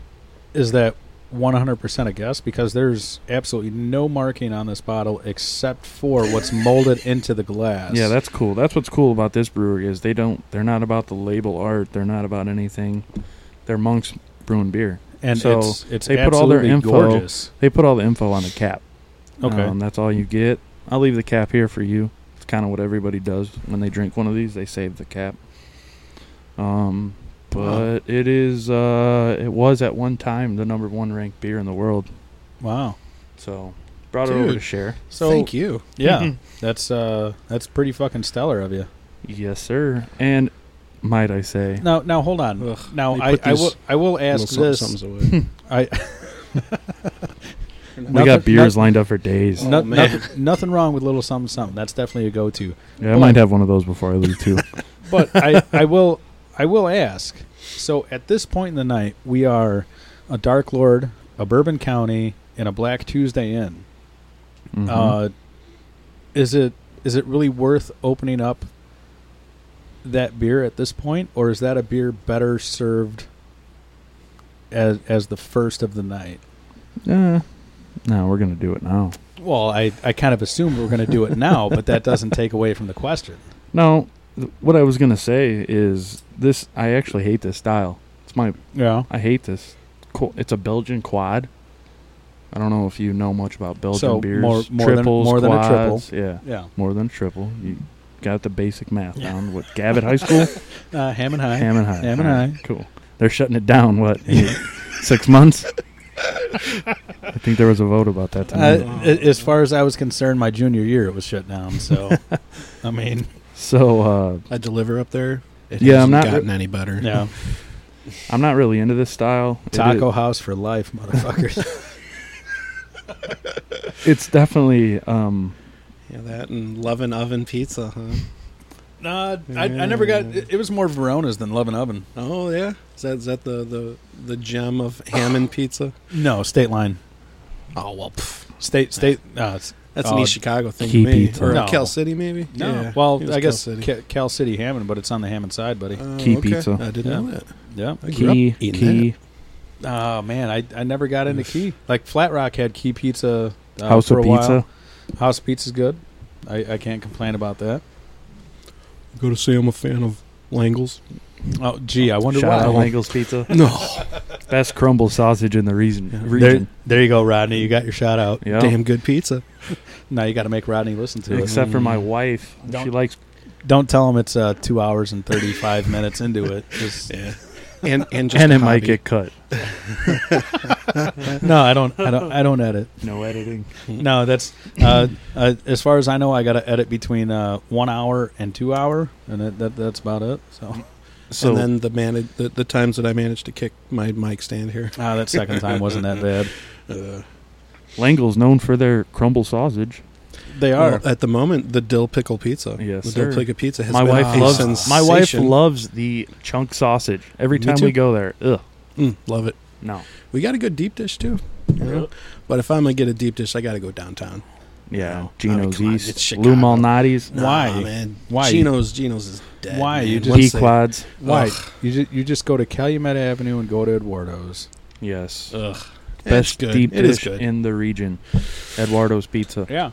Speaker 1: is that 100% a guess because there's absolutely no marking on this bottle except for what's molded into the glass.
Speaker 2: Yeah, that's cool. That's what's cool about this brewery is they don't. They're not about the label art. They're not about anything. They're monks brewing beer.
Speaker 1: and
Speaker 2: so
Speaker 1: it's it's
Speaker 2: they put all their
Speaker 1: absolutely
Speaker 2: info-
Speaker 1: gorgeous.
Speaker 2: They put all the info on the cap.
Speaker 1: Okay.
Speaker 2: Um, that's all you get. I'll leave the cap here for you. It's kind of what everybody does when they drink one of these. They save the cap. Um, but it is. Uh, it was at one time the number one ranked beer in the world.
Speaker 1: Wow.
Speaker 2: So brought it over to
Speaker 4: Dude.
Speaker 2: share.
Speaker 1: So
Speaker 4: Thank you.
Speaker 1: yeah, that's uh that's pretty fucking stellar of you.
Speaker 2: Yes, sir. And might I say,
Speaker 1: Now now hold on.
Speaker 4: Ugh,
Speaker 1: now
Speaker 4: let me
Speaker 1: I,
Speaker 4: put
Speaker 1: I
Speaker 4: these
Speaker 1: will I will ask
Speaker 4: Little
Speaker 1: this.
Speaker 4: something- somethings away.
Speaker 1: I
Speaker 2: we got beers lined up for days.
Speaker 1: No,
Speaker 4: Oh, man.
Speaker 1: Nothing, nothing wrong with little something something. That's definitely a go-to.
Speaker 2: yeah, I might have one of those before I leave too.
Speaker 1: Uh, But I, I will I will ask. So at this point in the night, we are a Dark Lord, a Bourbon County, and a Black Tuesday Inn.
Speaker 2: Mhm.
Speaker 1: Uh, is it is it really worth opening up that beer at this point, or is that a beer better served as as the first of the night?
Speaker 2: Eh, no, we're gonna do it now.
Speaker 1: Well, I, I kind of assume we're going to do it now, but that doesn't take away from the question.
Speaker 2: No, th- what I was gonna say is this. I actually hate this style. It's my
Speaker 1: Yeah.
Speaker 2: I hate this. Qu- It's a Belgian quad. I don't know if you know much about Belgian
Speaker 1: So,
Speaker 2: beers.
Speaker 1: more- more than-
Speaker 2: Triples,
Speaker 1: more than a triple.
Speaker 2: quads, Yeah,
Speaker 1: Yeah.
Speaker 2: more than a triple. You got the basic math down. What Gabbett High School?
Speaker 1: Uh, Hammond High.
Speaker 2: Hammond High.
Speaker 1: Hammond
Speaker 2: All right,
Speaker 1: High.
Speaker 2: Cool. They're shutting it down. What? in six months. I think there was a vote about that tonight.
Speaker 1: Uh, a- as far as I was concerned, my junior year it was shut down. So, I mean,
Speaker 2: so uh,
Speaker 4: I deliver up there. It
Speaker 2: Yeah,
Speaker 4: hasn't
Speaker 2: I'm not-
Speaker 4: gotten any better.
Speaker 1: yeah,
Speaker 2: I'm not really into this style. It
Speaker 1: taco house for life, motherfuckers.
Speaker 2: is- it's definitely. Um,
Speaker 4: Yeah, that and love and oven pizza, huh?
Speaker 1: nah, I, I never got. It, it was more Verona's than Love and Oven.
Speaker 4: Oh yeah, is that is that the the the gem of ham and pizza?
Speaker 1: No, state line,
Speaker 4: Oh well, pff,
Speaker 1: state state. Uh, s-
Speaker 4: that's
Speaker 1: Oh,
Speaker 4: an East Chicago thing to
Speaker 2: key
Speaker 4: me,
Speaker 2: pizza.
Speaker 4: or
Speaker 1: No.
Speaker 4: Cal City maybe.
Speaker 1: no,
Speaker 4: Yeah, it
Speaker 1: well,
Speaker 4: was
Speaker 1: I guess
Speaker 4: Cal
Speaker 1: Cal
Speaker 4: City.
Speaker 1: City. Cal City Hammond, but it's on the Hammond side, buddy.
Speaker 4: Oh,
Speaker 2: Key pizza.
Speaker 4: I didn't
Speaker 1: Yeah.
Speaker 4: know that.
Speaker 1: yeah.
Speaker 4: I grew
Speaker 2: key,
Speaker 4: up eating
Speaker 2: key.
Speaker 1: Oh man, I I never got into Key. Like Flat Rock had Key Pizza uh,
Speaker 2: House
Speaker 1: for
Speaker 2: of
Speaker 1: a while.
Speaker 2: Pizza.
Speaker 1: House of Pizza's good. I, I can't complain about that.
Speaker 4: Go to say I'm a fan of Langles.
Speaker 1: Oh, gee, I wonder
Speaker 2: Shout
Speaker 1: why.
Speaker 2: out Langle's Pizza.
Speaker 4: No,
Speaker 2: Best crumble sausage in the reason,
Speaker 1: There,
Speaker 2: region.
Speaker 1: there you go, Rodney. You got your shout out.
Speaker 2: Yeah.
Speaker 4: damn good pizza.
Speaker 1: Now you got to make Rodney listen to it.
Speaker 2: Except for my wife. She
Speaker 1: Don't-
Speaker 2: likes
Speaker 1: Don't tell him it's uh, two hours and thirty five minutes into it. Just,
Speaker 4: And and just
Speaker 2: and
Speaker 4: a
Speaker 2: it might
Speaker 4: hobby.
Speaker 2: get cut.
Speaker 1: No, I don't. I don't. I don't edit.
Speaker 2: No editing.
Speaker 1: No, that's uh, uh, as far as I know. I got to edit between uh, one hour and two hour, and that, that that's about it. So
Speaker 2: So
Speaker 4: and then the, man- the the times that I managed to kick my mic stand here.
Speaker 1: ah, that second time wasn't that bad.
Speaker 4: Uh,
Speaker 2: Langle's known for their crumble sausage.
Speaker 1: They
Speaker 4: well,
Speaker 1: are.
Speaker 4: at the moment the dill pickle pizza.
Speaker 2: Yes,
Speaker 4: the
Speaker 2: sir.
Speaker 4: dill pickle pizza has
Speaker 2: my
Speaker 4: been
Speaker 2: wife
Speaker 4: a
Speaker 2: loves
Speaker 4: sensation.
Speaker 2: my wife loves the chunk sausage. Every
Speaker 4: Me
Speaker 2: time
Speaker 4: too.
Speaker 2: we go there, ugh,
Speaker 4: Mm, love it.
Speaker 2: no,
Speaker 4: We got a good deep dish too. you know? But if I'm gonna get a deep dish, I got to go downtown.
Speaker 2: yeah,
Speaker 4: No.
Speaker 2: Gino's
Speaker 4: I mean, come on, it's
Speaker 2: East,
Speaker 4: Chicago.
Speaker 2: Lou Malnati's,
Speaker 1: No. Why?
Speaker 4: Nah, man?
Speaker 1: Why?
Speaker 4: Geno's Geno's is dead.
Speaker 1: Why?
Speaker 4: man.
Speaker 1: You just-
Speaker 2: D
Speaker 4: Once they-
Speaker 2: quads.
Speaker 1: Why
Speaker 4: Ugh.
Speaker 1: you just you just go to Calumet Avenue and go to Eduardo's.
Speaker 2: Yes,
Speaker 4: Ugh. It's
Speaker 2: best
Speaker 4: good.
Speaker 2: deep
Speaker 4: It is
Speaker 2: dish
Speaker 4: good.
Speaker 2: in the region. Eduardo's Pizza.
Speaker 1: Yeah,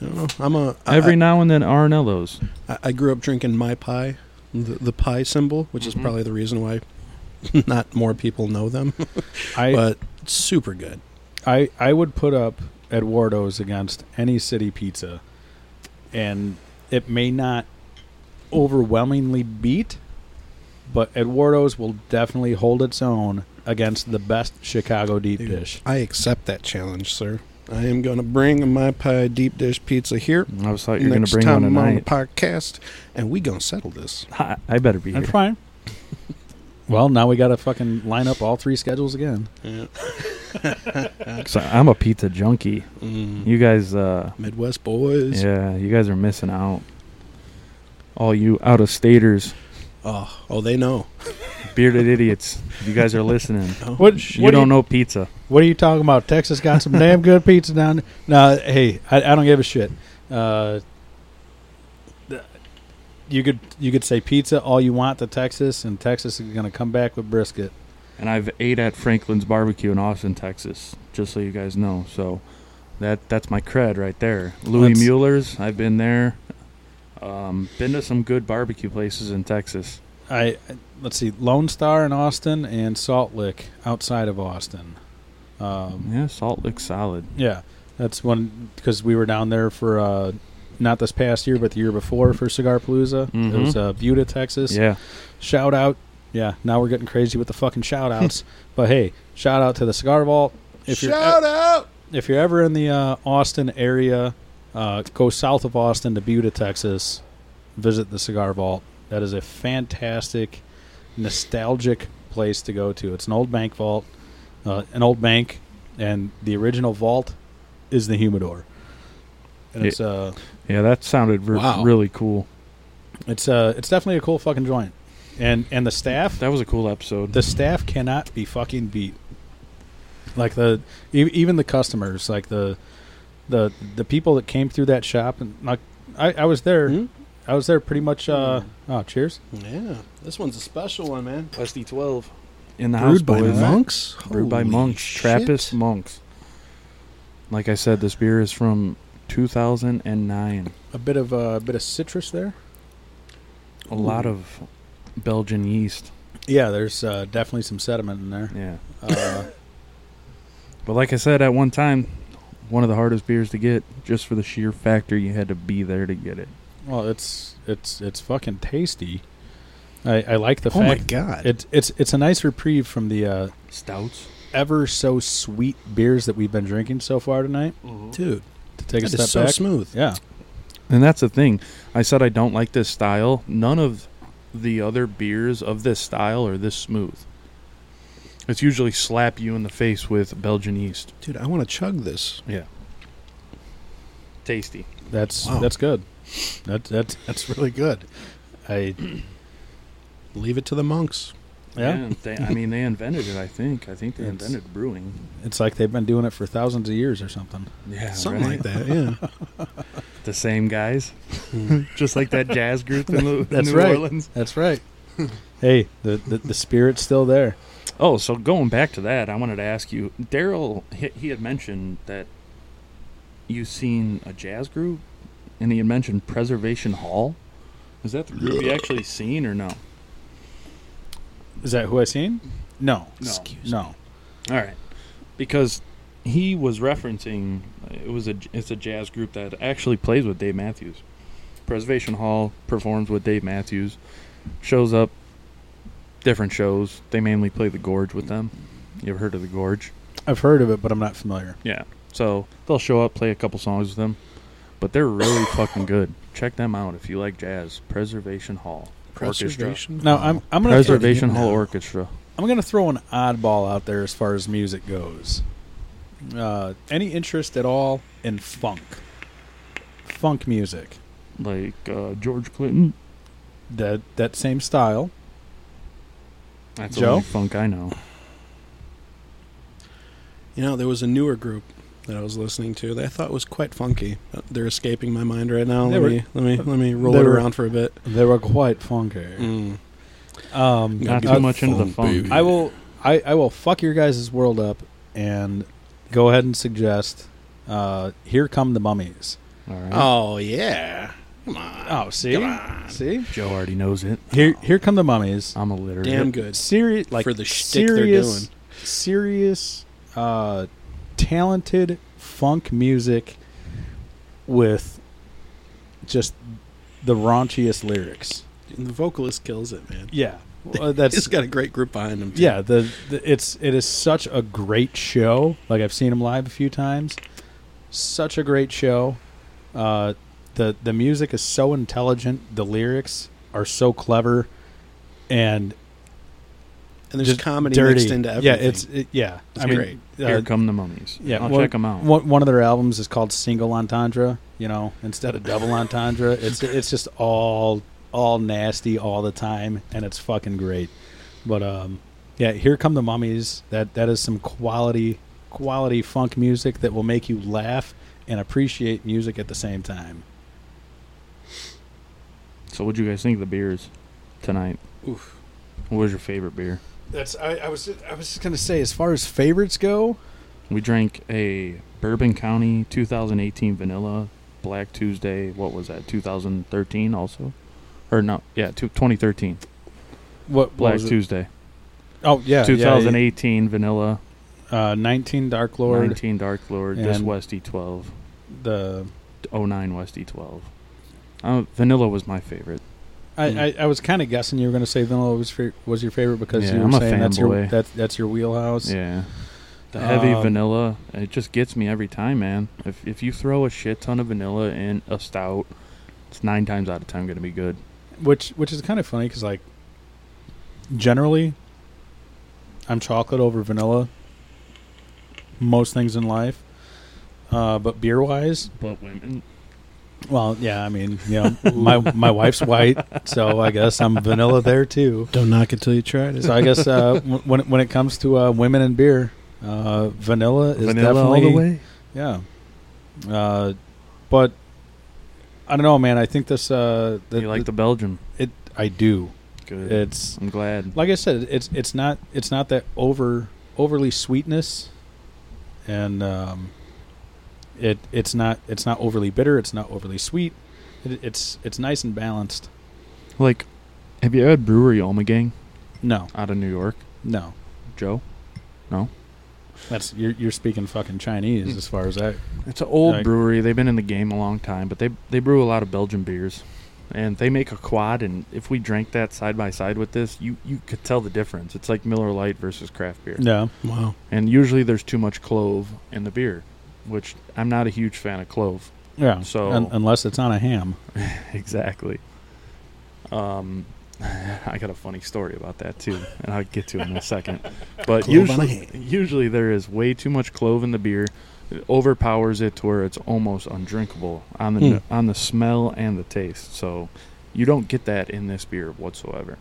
Speaker 4: I don't know. I'm a I-
Speaker 2: Every now and then Arnello's.
Speaker 4: I, I grew up drinking my pie, the, the pie symbol, which
Speaker 2: Mhm.
Speaker 4: is probably the reason why not more people know them.
Speaker 1: I
Speaker 4: but super good.
Speaker 1: I I would put up Eduardo's against any city pizza, and it may not overwhelmingly beat, but Eduardo's will definitely hold its own against the best Chicago deep
Speaker 4: Dude.
Speaker 1: dish.
Speaker 4: I accept that challenge, sir. I am going to bring my pie deep dish pizza here
Speaker 2: I was thought you were gonna
Speaker 4: next
Speaker 2: bring
Speaker 4: time
Speaker 2: one
Speaker 4: I'm on the
Speaker 2: tonight.
Speaker 4: podcast, and we going to settle this.
Speaker 2: I, I better be here.
Speaker 1: That's fine. well, now we got to fucking line up all three schedules again.
Speaker 2: 'Cause I- I'm a pizza junkie.
Speaker 4: Mm.
Speaker 2: You guys, uh,
Speaker 4: Midwest boys.
Speaker 2: yeah, you guys are missing out. All you out of staters,
Speaker 4: Oh, oh, they know.
Speaker 2: bearded idiots, if you guys are listening.
Speaker 4: Oh,
Speaker 1: What,
Speaker 4: shit.
Speaker 2: you don't know pizza.
Speaker 1: What are you talking about? Texas got some damn good pizza down there. No, hey, I, I don't give a shit. Uh, th- you could you could say pizza all you want to Texas, and Texas is going to come back with brisket.
Speaker 2: and I've ate at Franklin's Barbecue in Austin, Texas. Just so you guys know, so that that's my cred right there. Louis
Speaker 1: That's-
Speaker 2: Mueller's, I've been there. Um, been to some good barbecue places in Texas.
Speaker 1: I I- let's see, Lone Star in Austin and Salt Lick outside of Austin. Um,
Speaker 2: Yeah, Salt Lick solid.
Speaker 1: yeah, that's one because we were down there for uh, not this past year, but the year before for Cigar Palooza. It
Speaker 2: Mhm.
Speaker 1: was uh, Buda, Texas.
Speaker 2: Yeah,
Speaker 1: shout out. Yeah, now we're getting crazy with the fucking shout outs. but hey, shout out to the Cigar Vault. If you're e-
Speaker 4: Shout out!
Speaker 1: if you're ever in the uh, Austin area, uh, go south of Austin to Buda, Texas. Visit the Cigar Vault. That is a fantastic, nostalgic place to go to. It's an old bank vault, uh, an old bank, and the original vault is the humidor. And it's uh,
Speaker 2: yeah, that sounded re-
Speaker 4: Wow.
Speaker 2: really cool.
Speaker 1: it's uh, it's definitely a cool fucking joint. And and the staff
Speaker 2: That was a cool episode.
Speaker 1: the staff cannot be fucking beat. Like the e- even the customers, like the the the people that came through that shop, and like I, I was there,
Speaker 4: Hmm?
Speaker 1: I was there pretty much. Uh, oh, cheers!
Speaker 4: Yeah, this one's a special one, man.
Speaker 2: SD twelve in the house
Speaker 4: Brewed by
Speaker 2: boys.
Speaker 4: monks.
Speaker 2: Brewed by
Speaker 4: Holy
Speaker 2: monks,
Speaker 4: shit.
Speaker 2: Trappist monks. Like I said, this beer is from 2009.
Speaker 1: A bit of uh, a bit of citrus there.
Speaker 2: A lot of Belgian yeast.
Speaker 1: Yeah, there's uh, definitely some sediment in there.
Speaker 2: Yeah.
Speaker 1: Uh,
Speaker 2: But like I said, at one time, one of the hardest beers to get, just for the sheer factor you had to be there to get it.
Speaker 1: well, it's it's it's fucking tasty. I, I like the
Speaker 4: Oh my
Speaker 1: fact
Speaker 4: god!
Speaker 1: it's it's it's a nice reprieve from the uh,
Speaker 2: Stouts.
Speaker 1: ever so sweet beers that we've been drinking so far tonight.
Speaker 2: Mm-hmm.
Speaker 4: Dude,
Speaker 1: To take a
Speaker 4: it's
Speaker 1: step
Speaker 4: so
Speaker 1: back,
Speaker 4: smooth.
Speaker 1: yeah.
Speaker 2: And that's the thing. I said I don't like this style. None of the other beers of this style are this smooth. It's usually slap you in the face with Belgian yeast.
Speaker 4: Dude, I want to chug this.
Speaker 2: Tasty.
Speaker 1: That's
Speaker 4: Wow.
Speaker 1: that's good. That that's
Speaker 4: That's really good.
Speaker 1: I
Speaker 4: Leave it to the monks.
Speaker 1: yeah.
Speaker 2: they, I mean, they invented it, I think. I think they
Speaker 1: It's-
Speaker 2: invented brewing.
Speaker 1: It's like they've been doing it for thousands of years or something.
Speaker 2: Yeah.
Speaker 4: Something like that, yeah.
Speaker 2: The same guys. just like that jazz group in Lu-
Speaker 1: That's
Speaker 2: New
Speaker 1: right.
Speaker 2: Orleans.
Speaker 1: That's right. hey, the, the the spirit's still there.
Speaker 2: Oh, so going back to that, I wanted to ask you, Daryl. He, he had mentioned that you seen a jazz group, and he had mentioned Preservation Hall. Is that the group you actually seen or no?
Speaker 1: Is that who I seen? No.
Speaker 2: No.
Speaker 1: No.
Speaker 2: All right, because he was referencing it was a it's a jazz group that actually plays with Dave Matthews. Preservation Hall performs with Dave Matthews, shows up, different shows. They mainly play the Gorge with them. You ever heard of the Gorge?
Speaker 1: I've heard of it, but I'm not familiar.
Speaker 2: Yeah. So they'll show up, play a couple songs with them, but they're really fucking good. Check them out if you like jazz. Preservation Hall Orchestra.
Speaker 4: Preservation.
Speaker 1: Now I'm I'm gonna
Speaker 2: Preservation Hall Orchestra.
Speaker 1: I'm gonna throw an oddball out there as far as music goes. Uh, any interest at all in funk? Funk music.
Speaker 2: Like uh, George Clinton.
Speaker 1: That that same style.
Speaker 2: That's
Speaker 1: Joe?
Speaker 2: the only funk I know.
Speaker 4: You know, there was a newer group that I was listening to that I thought was quite funky. Uh, They're escaping my mind right now.
Speaker 1: They
Speaker 4: Let
Speaker 1: were-
Speaker 4: me let me let me roll
Speaker 1: they
Speaker 4: it
Speaker 1: were-
Speaker 4: around for a bit.
Speaker 1: They were quite funky.
Speaker 4: Mm.
Speaker 1: Um,
Speaker 2: Not
Speaker 1: uh,
Speaker 2: too much into the
Speaker 7: funk,
Speaker 2: funk.
Speaker 7: baby.
Speaker 1: I will I, I will fuck your guys' world up and go ahead and suggest uh, Here Come the Mummies.
Speaker 2: All right.
Speaker 4: Oh yeah, come on.
Speaker 1: Oh, see? See?
Speaker 2: Joe already knows it.
Speaker 1: Here Here Come the Mummies.
Speaker 2: I'm a literate.
Speaker 4: Damn good.
Speaker 1: Serious like
Speaker 4: For the shtick they're
Speaker 1: serious,
Speaker 4: doing.
Speaker 1: serious uh, talented funk music with just the raunchiest lyrics.
Speaker 4: The vocalist kills it, man.
Speaker 1: Yeah. Well, that's
Speaker 4: He's got a great group behind him. too.
Speaker 1: yeah the, the it's it is such a great show like i've seen him live a few times such a great show uh the the music is so intelligent the lyrics are so clever and
Speaker 4: and there's
Speaker 1: just
Speaker 4: comedy
Speaker 1: dirty.
Speaker 4: mixed into everything.
Speaker 1: yeah it's it, yeah
Speaker 4: It's
Speaker 1: i mean
Speaker 4: great.
Speaker 1: uh,
Speaker 2: Here come the mummies.
Speaker 1: yeah
Speaker 2: I'll
Speaker 1: one,
Speaker 2: check them out.
Speaker 1: one, one of their albums is called single entendre you know instead of double entendre it's it's just all all nasty all the time and it's fucking great but um yeah here come the mummies that that is some quality quality funk music that will make you laugh and appreciate music at the same time
Speaker 2: So, what do you guys think of the beers tonight?
Speaker 4: Oof.
Speaker 2: What was your favorite beer?
Speaker 1: that's i, I was i was just gonna say as far as favorites go
Speaker 2: We drank a Bourbon County 2018 vanilla Black Tuesday. What was that? 2013 also, or no? Yeah, two, 2013
Speaker 1: what, what
Speaker 2: Black
Speaker 1: was it?
Speaker 2: Tuesday.
Speaker 1: oh yeah yeah,
Speaker 2: 2018 vanilla
Speaker 1: yeah. uh 19 dark lord
Speaker 2: 19 Dark Lord. This
Speaker 1: And-
Speaker 2: West E12.
Speaker 1: the
Speaker 2: 09 West E12. Uh, vanilla was my favorite.
Speaker 1: I,
Speaker 2: Mm.
Speaker 1: I, I was kind of guessing you were going to say vanilla was fa- was your favorite because
Speaker 2: Yeah,
Speaker 1: you were
Speaker 2: I'm a
Speaker 1: saying that's your
Speaker 2: fanboy.
Speaker 1: that's that's your wheelhouse.
Speaker 2: Yeah. The heavy
Speaker 1: Um,
Speaker 2: vanilla, it just gets me every time, man. If if you throw a shit ton of vanilla in a stout, it's nine times out of ten gonna be good.
Speaker 1: Which which is kind of funny because like generally, I'm chocolate over vanilla. Most things in life, uh, but beer wise,
Speaker 2: But women,
Speaker 1: well, yeah, I mean, you know, my my wife's white, so I guess I'm vanilla there too.
Speaker 4: Don't knock it till you tried it.
Speaker 1: So I guess uh, w- when it- when it comes to uh, women and beer, uh, vanilla is
Speaker 2: vanilla all
Speaker 1: definitely
Speaker 2: the way.
Speaker 1: Yeah. Uh, but I don't know, man. I think this. Uh, the,
Speaker 2: you like the Belgium?
Speaker 1: it? I do.
Speaker 2: Good.
Speaker 1: It's
Speaker 2: I'm glad.
Speaker 1: like I said. It's it's not it's not that over overly sweetness, and um, it it's not it's not overly bitter. It's not overly sweet. It, it's it's nice and balanced.
Speaker 2: Like, have you had brewery Omegang
Speaker 1: No,
Speaker 2: out of New York,
Speaker 1: no.
Speaker 2: Joe?
Speaker 1: That's you're you're speaking fucking Chinese as far as that.
Speaker 2: It's an old
Speaker 1: Like-
Speaker 2: brewery. They've been in the game a long time, but they they brew a lot of Belgian beers, and they make a quad. And if we drank that side by side with this, you you could tell the difference. It's like Miller Lite versus craft beer.
Speaker 1: No.
Speaker 4: Wow.
Speaker 2: and usually there's too much clove in the beer, which I'm not a huge fan of clove.
Speaker 1: Yeah.
Speaker 2: So-
Speaker 1: Un- unless it's on a ham.
Speaker 2: Exactly. Um, I got a funny story about that too, and I'll get to it in a second. But
Speaker 4: Clove on a
Speaker 2: usually, usually there is way too much clove in the beer. It overpowers it to where it's almost undrinkable on the
Speaker 4: Hmm.
Speaker 2: on the smell and the taste. So you don't get that in this beer whatsoever.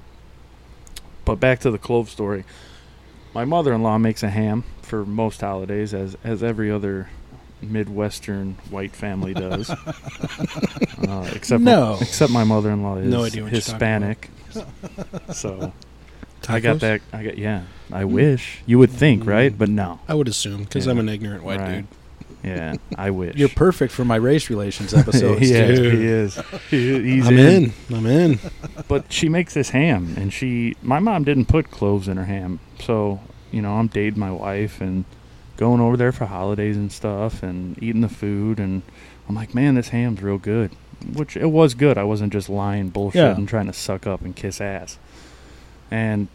Speaker 2: But back to the clove story. My mother-in-law makes a ham for most holidays, as as every other midwestern white family does. uh, except
Speaker 1: No.
Speaker 2: except my mother-in-law is
Speaker 4: No idea what you're talking
Speaker 2: Hispanic. so I got that. I got yeah. I wish you would think, right? But no.
Speaker 4: I would assume because
Speaker 2: Yeah.
Speaker 4: I'm an ignorant white
Speaker 2: Right.
Speaker 4: dude.
Speaker 2: Yeah, I wish.
Speaker 1: You're perfect for my race relations episodes.
Speaker 2: yeah,
Speaker 1: dude.
Speaker 2: he is. He- he's
Speaker 4: I'm
Speaker 2: in.
Speaker 4: in. I'm in.
Speaker 2: But she makes this ham, and she, my mom didn't put cloves in her ham, so you know I'm dating my wife and going over there for holidays and stuff, and eating the food, and I'm like, man, this ham's real good, which it was good. I wasn't just lying bullshit
Speaker 1: Yeah.
Speaker 2: and trying to suck up and kiss ass. And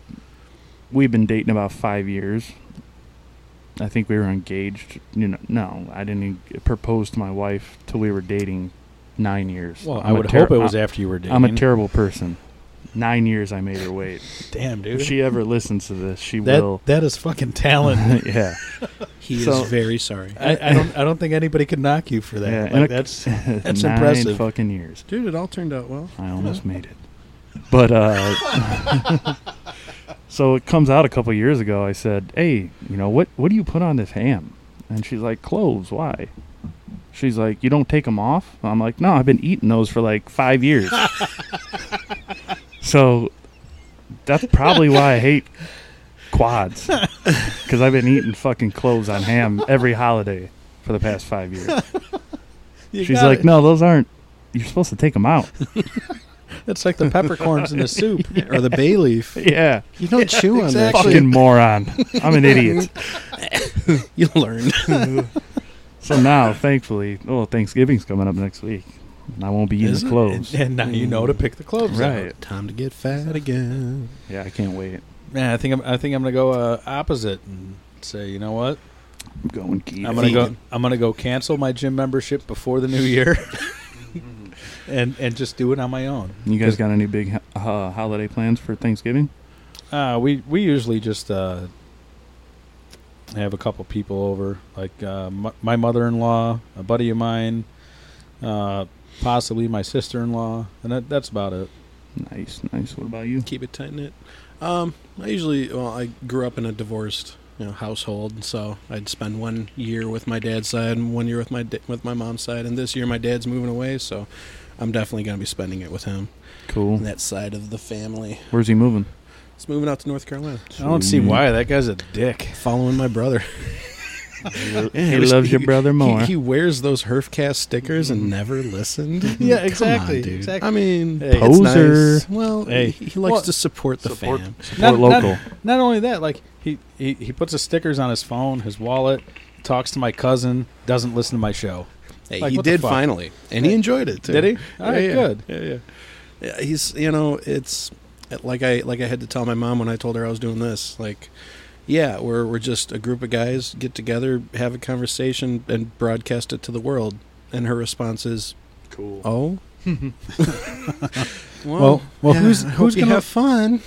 Speaker 2: we've been dating about five years. I think we were engaged. You know, no, I didn't e- propose to my wife till we were dating nine years.
Speaker 1: Well, i
Speaker 2: I'm a
Speaker 1: would
Speaker 2: ter-
Speaker 1: hope it
Speaker 2: I-
Speaker 1: was after you were dating.
Speaker 2: I'm a terrible person. Nine years I made her wait.
Speaker 1: Damn, dude.
Speaker 2: If she ever listens to this, she
Speaker 1: that
Speaker 2: will.
Speaker 1: that is fucking talent.
Speaker 2: yeah.
Speaker 8: He
Speaker 2: So-
Speaker 8: is very sorry.
Speaker 1: I, I don't I don't think anybody could knock you for that.
Speaker 2: yeah.
Speaker 1: Like,
Speaker 2: and a-
Speaker 1: that's
Speaker 2: that's nine
Speaker 1: impressive.
Speaker 2: fucking years.
Speaker 4: Dude, it all turned out well.
Speaker 2: I almost made it. But uh so it comes out a couple years ago I said, "Hey, you know what what do you put on this ham?" And she's like, "Cloves, why?" She's like, "You don't take them off?" I'm like, "No, I've been eating those for like 5 years." so that's probably why I hate quads cuz I've been eating fucking cloves on ham every holiday for the past 5 years.
Speaker 1: You
Speaker 2: She's
Speaker 1: got
Speaker 2: like,
Speaker 1: it.
Speaker 2: "No, those aren't you're supposed to take them out."
Speaker 1: It's like the peppercorns in the soup.
Speaker 4: Or the bay leaf.
Speaker 2: yeah.
Speaker 4: You don't chew on
Speaker 1: exactly.
Speaker 2: fucking moron. I'm an idiot.
Speaker 4: that. You learn.
Speaker 2: So now, thankfully, oh, Thanksgiving's coming up next week. And I won't be eating
Speaker 4: Is
Speaker 2: the
Speaker 4: it?
Speaker 2: cloves.
Speaker 1: and now you know to pick the cloves. out.
Speaker 2: Right.
Speaker 4: Time to get fat again.
Speaker 2: Yeah, I can't wait.
Speaker 1: Yeah, I think I'm, I think I'm gonna go uh, opposite and say, you know what?
Speaker 2: I'm going keto.
Speaker 1: I'm gonna go. I'm gonna go cancel my gym membership before the new year, and and just do it on my own.
Speaker 2: You guys got any big uh, holiday plans for Thanksgiving?
Speaker 1: Uh, we we usually just uh, have a couple people over, like uh, my, my mother-in-law, a buddy of mine, uh, possibly my sister-in-law, and that, that's about it.
Speaker 2: Nice, nice. What about you?
Speaker 4: Keep it tight knit. Um, I usually, well, I grew up in a divorced you know, household, so I'd spend one year with my dad's side and one year with my da- with my mom's side. And this year, my dad's moving away, so I'm definitely going to be spending it with him.
Speaker 2: Cool.
Speaker 4: on That side of the family.
Speaker 2: Where's he moving?
Speaker 4: It's moving out to North Carolina,
Speaker 1: I don't see why that guy's a dick.
Speaker 4: Mm-hmm. following my brother.
Speaker 2: He loves your brother more.
Speaker 4: He, he wears those Herfcast stickers and never listened. Come on, dude. I mean,
Speaker 1: Hey.
Speaker 4: it's
Speaker 2: Poser.
Speaker 4: nice. Well,
Speaker 1: Hey.
Speaker 4: he, he likes
Speaker 1: Well,
Speaker 4: to support the
Speaker 2: support-
Speaker 4: fam.
Speaker 2: Support local.
Speaker 1: Not only that, like he, he he puts his stickers on his phone, his wallet, talks to my cousin, doesn't listen to my show.
Speaker 4: Hey,
Speaker 1: Like,
Speaker 4: he
Speaker 1: what the
Speaker 4: did
Speaker 1: fuck?
Speaker 4: finally, and he enjoyed it. Too.
Speaker 1: Did he? All right,
Speaker 4: yeah.
Speaker 1: good.
Speaker 4: Yeah, yeah, yeah. He's, you know, it's like I like I had to tell my mom when I told her I was doing this. Like, yeah, we're we're just a group of guys get together, have a conversation, and broadcast it to the world. And her response is,
Speaker 2: cool.
Speaker 4: "Oh,
Speaker 1: Well, well,
Speaker 4: yeah,
Speaker 1: who's
Speaker 4: I hope
Speaker 1: who's
Speaker 4: you
Speaker 1: gonna
Speaker 4: have fun?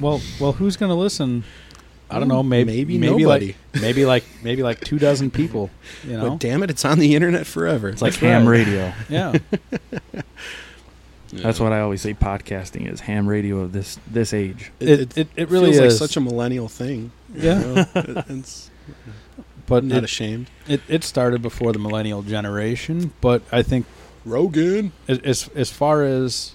Speaker 1: well well who's gonna listen? I don't
Speaker 4: Well,
Speaker 1: know. Maybe
Speaker 4: maybe
Speaker 1: like maybe like maybe like two dozen people. You know,
Speaker 4: But damn it, it's on the internet forever.
Speaker 2: It's like
Speaker 1: That's right.
Speaker 2: ham radio.
Speaker 1: yeah.
Speaker 2: That's what I always say. Podcasting is ham radio of this this age.
Speaker 1: It it, it, really
Speaker 4: feels
Speaker 1: is
Speaker 4: like such a millennial thing. you
Speaker 1: Yeah.
Speaker 4: know? It- it's
Speaker 1: but
Speaker 4: not
Speaker 1: it,
Speaker 4: ashamed.
Speaker 1: it it started before the millennial generation. But I think
Speaker 4: Rogan.
Speaker 1: as- as as far as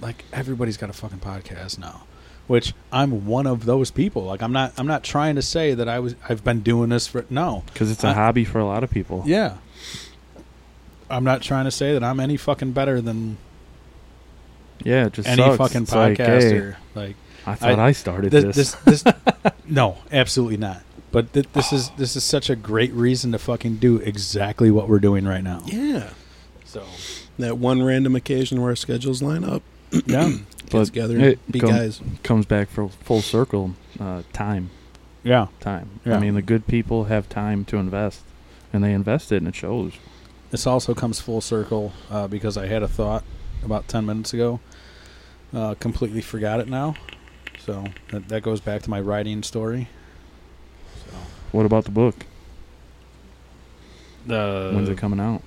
Speaker 1: like everybody's got a fucking podcast now which i'm one of those people like i'm not i'm not trying to say that i was i've been doing this for no
Speaker 2: Because it's a
Speaker 1: Uh,
Speaker 2: hobby for a lot of people.
Speaker 1: yeah i'm not trying to say that i'm any fucking better than
Speaker 2: Yeah, it just
Speaker 1: any
Speaker 2: sucks.
Speaker 1: fucking
Speaker 2: It's like, hey,
Speaker 1: podcaster like,
Speaker 2: I thought I,
Speaker 1: I-
Speaker 2: started
Speaker 1: this this, this, no absolutely not but th- this is this is such a great reason to fucking do exactly what we're doing right now
Speaker 4: Yeah.
Speaker 1: so
Speaker 4: That one random occasion where our schedules line up,
Speaker 1: yeah
Speaker 4: get
Speaker 2: But
Speaker 4: together,
Speaker 2: it
Speaker 4: be
Speaker 2: come-
Speaker 4: guys.
Speaker 2: comes back for full circle uh, time
Speaker 1: yeah
Speaker 2: time i
Speaker 1: Yeah.
Speaker 2: mean the good people have time to invest and they invest it and it shows
Speaker 1: This also comes full circle uh, because I had a thought about 10 minutes ago. Uh, completely forgot it now. So that, that goes back to my writing story.
Speaker 2: what about the book when's
Speaker 9: The
Speaker 2: it coming out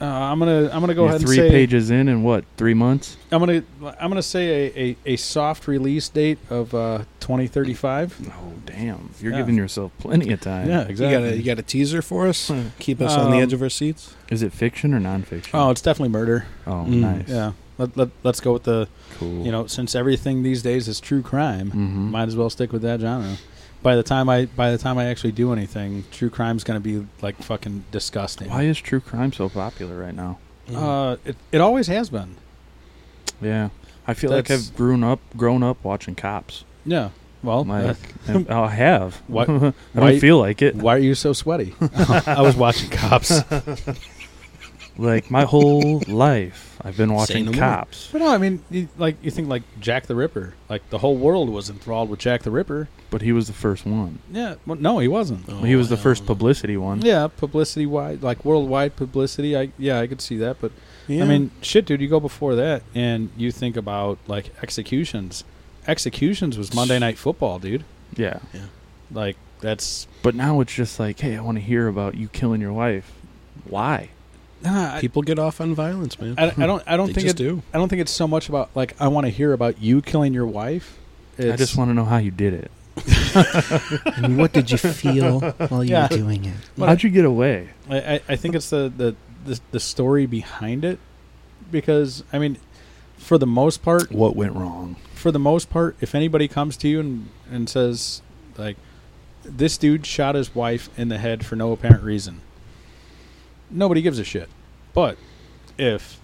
Speaker 1: Uh, I'm gonna I'm gonna go
Speaker 2: You're
Speaker 1: ahead and
Speaker 2: three
Speaker 1: say
Speaker 2: pages in and what three months
Speaker 1: I'm gonna I'm gonna say a, a, a soft release date of uh, 2035.
Speaker 2: oh damn you're
Speaker 1: Yeah.
Speaker 2: giving yourself plenty of time
Speaker 1: Yeah,
Speaker 4: You got a
Speaker 1: exactly.
Speaker 4: you got a teaser for us? Keep us on the
Speaker 1: Um,
Speaker 4: edge of our seats.
Speaker 2: is it fiction or nonfiction
Speaker 1: oh, it's definitely murder.
Speaker 2: oh
Speaker 4: Mm,
Speaker 2: nice
Speaker 1: Yeah, let, let let's go with the
Speaker 2: cool
Speaker 1: you know since everything these days is true crime,
Speaker 2: mm-hmm.
Speaker 1: might as well stick with that genre. by the time I by the time I actually do anything, true crime's going to be like fucking disgusting.
Speaker 2: Why is true crime so popular right now?
Speaker 1: Uh, it it always has been.
Speaker 2: Yeah, I feel like
Speaker 1: That's-
Speaker 2: I've grown up, grown up watching cops.
Speaker 1: Yeah. Well, uh,
Speaker 2: Like and- oh, I have.
Speaker 1: Why-
Speaker 2: I don't
Speaker 1: why-
Speaker 2: feel like it.
Speaker 1: why are you so sweaty? I was watching cops.
Speaker 2: Like my whole life, I've been watching
Speaker 4: no more.
Speaker 2: cops.
Speaker 1: But no, I mean, you, like you think like Jack the Ripper, like the whole world was enthralled with Jack the Ripper.
Speaker 2: But he was the first one.
Speaker 1: Yeah, well, no, he wasn't.
Speaker 4: Oh,
Speaker 2: he was the
Speaker 4: I
Speaker 2: first
Speaker 4: don't know.
Speaker 2: publicity one.
Speaker 1: Yeah, publicity wide, like worldwide publicity. I yeah, I could see that, but
Speaker 10: Yeah.
Speaker 1: I mean, shit, dude, you go before that and you think about like executions. Executions was Monday Night Football, dude.
Speaker 2: Yeah.
Speaker 1: Like that's
Speaker 2: But now it's just like, hey, I want to hear about you killing your wife. Why?
Speaker 1: nah, I,
Speaker 4: People get off on violence, man.
Speaker 1: I, I don't I don't
Speaker 4: they
Speaker 1: think
Speaker 4: just
Speaker 1: it,
Speaker 4: do.
Speaker 1: I don't think it's so much about like I want to hear about you killing your wife. It's,
Speaker 2: I just want to know how you did it.
Speaker 3: And what did you feel while you
Speaker 1: Yeah.
Speaker 3: were doing it?
Speaker 1: But-
Speaker 2: How'd you get away?
Speaker 1: I, I, I think it's the, the, the, the story behind it because I mean for the most part
Speaker 2: What went wrong?
Speaker 1: for the most part if anybody comes to you and, and says like this dude shot his wife in the head for no apparent reason nobody gives a shit but if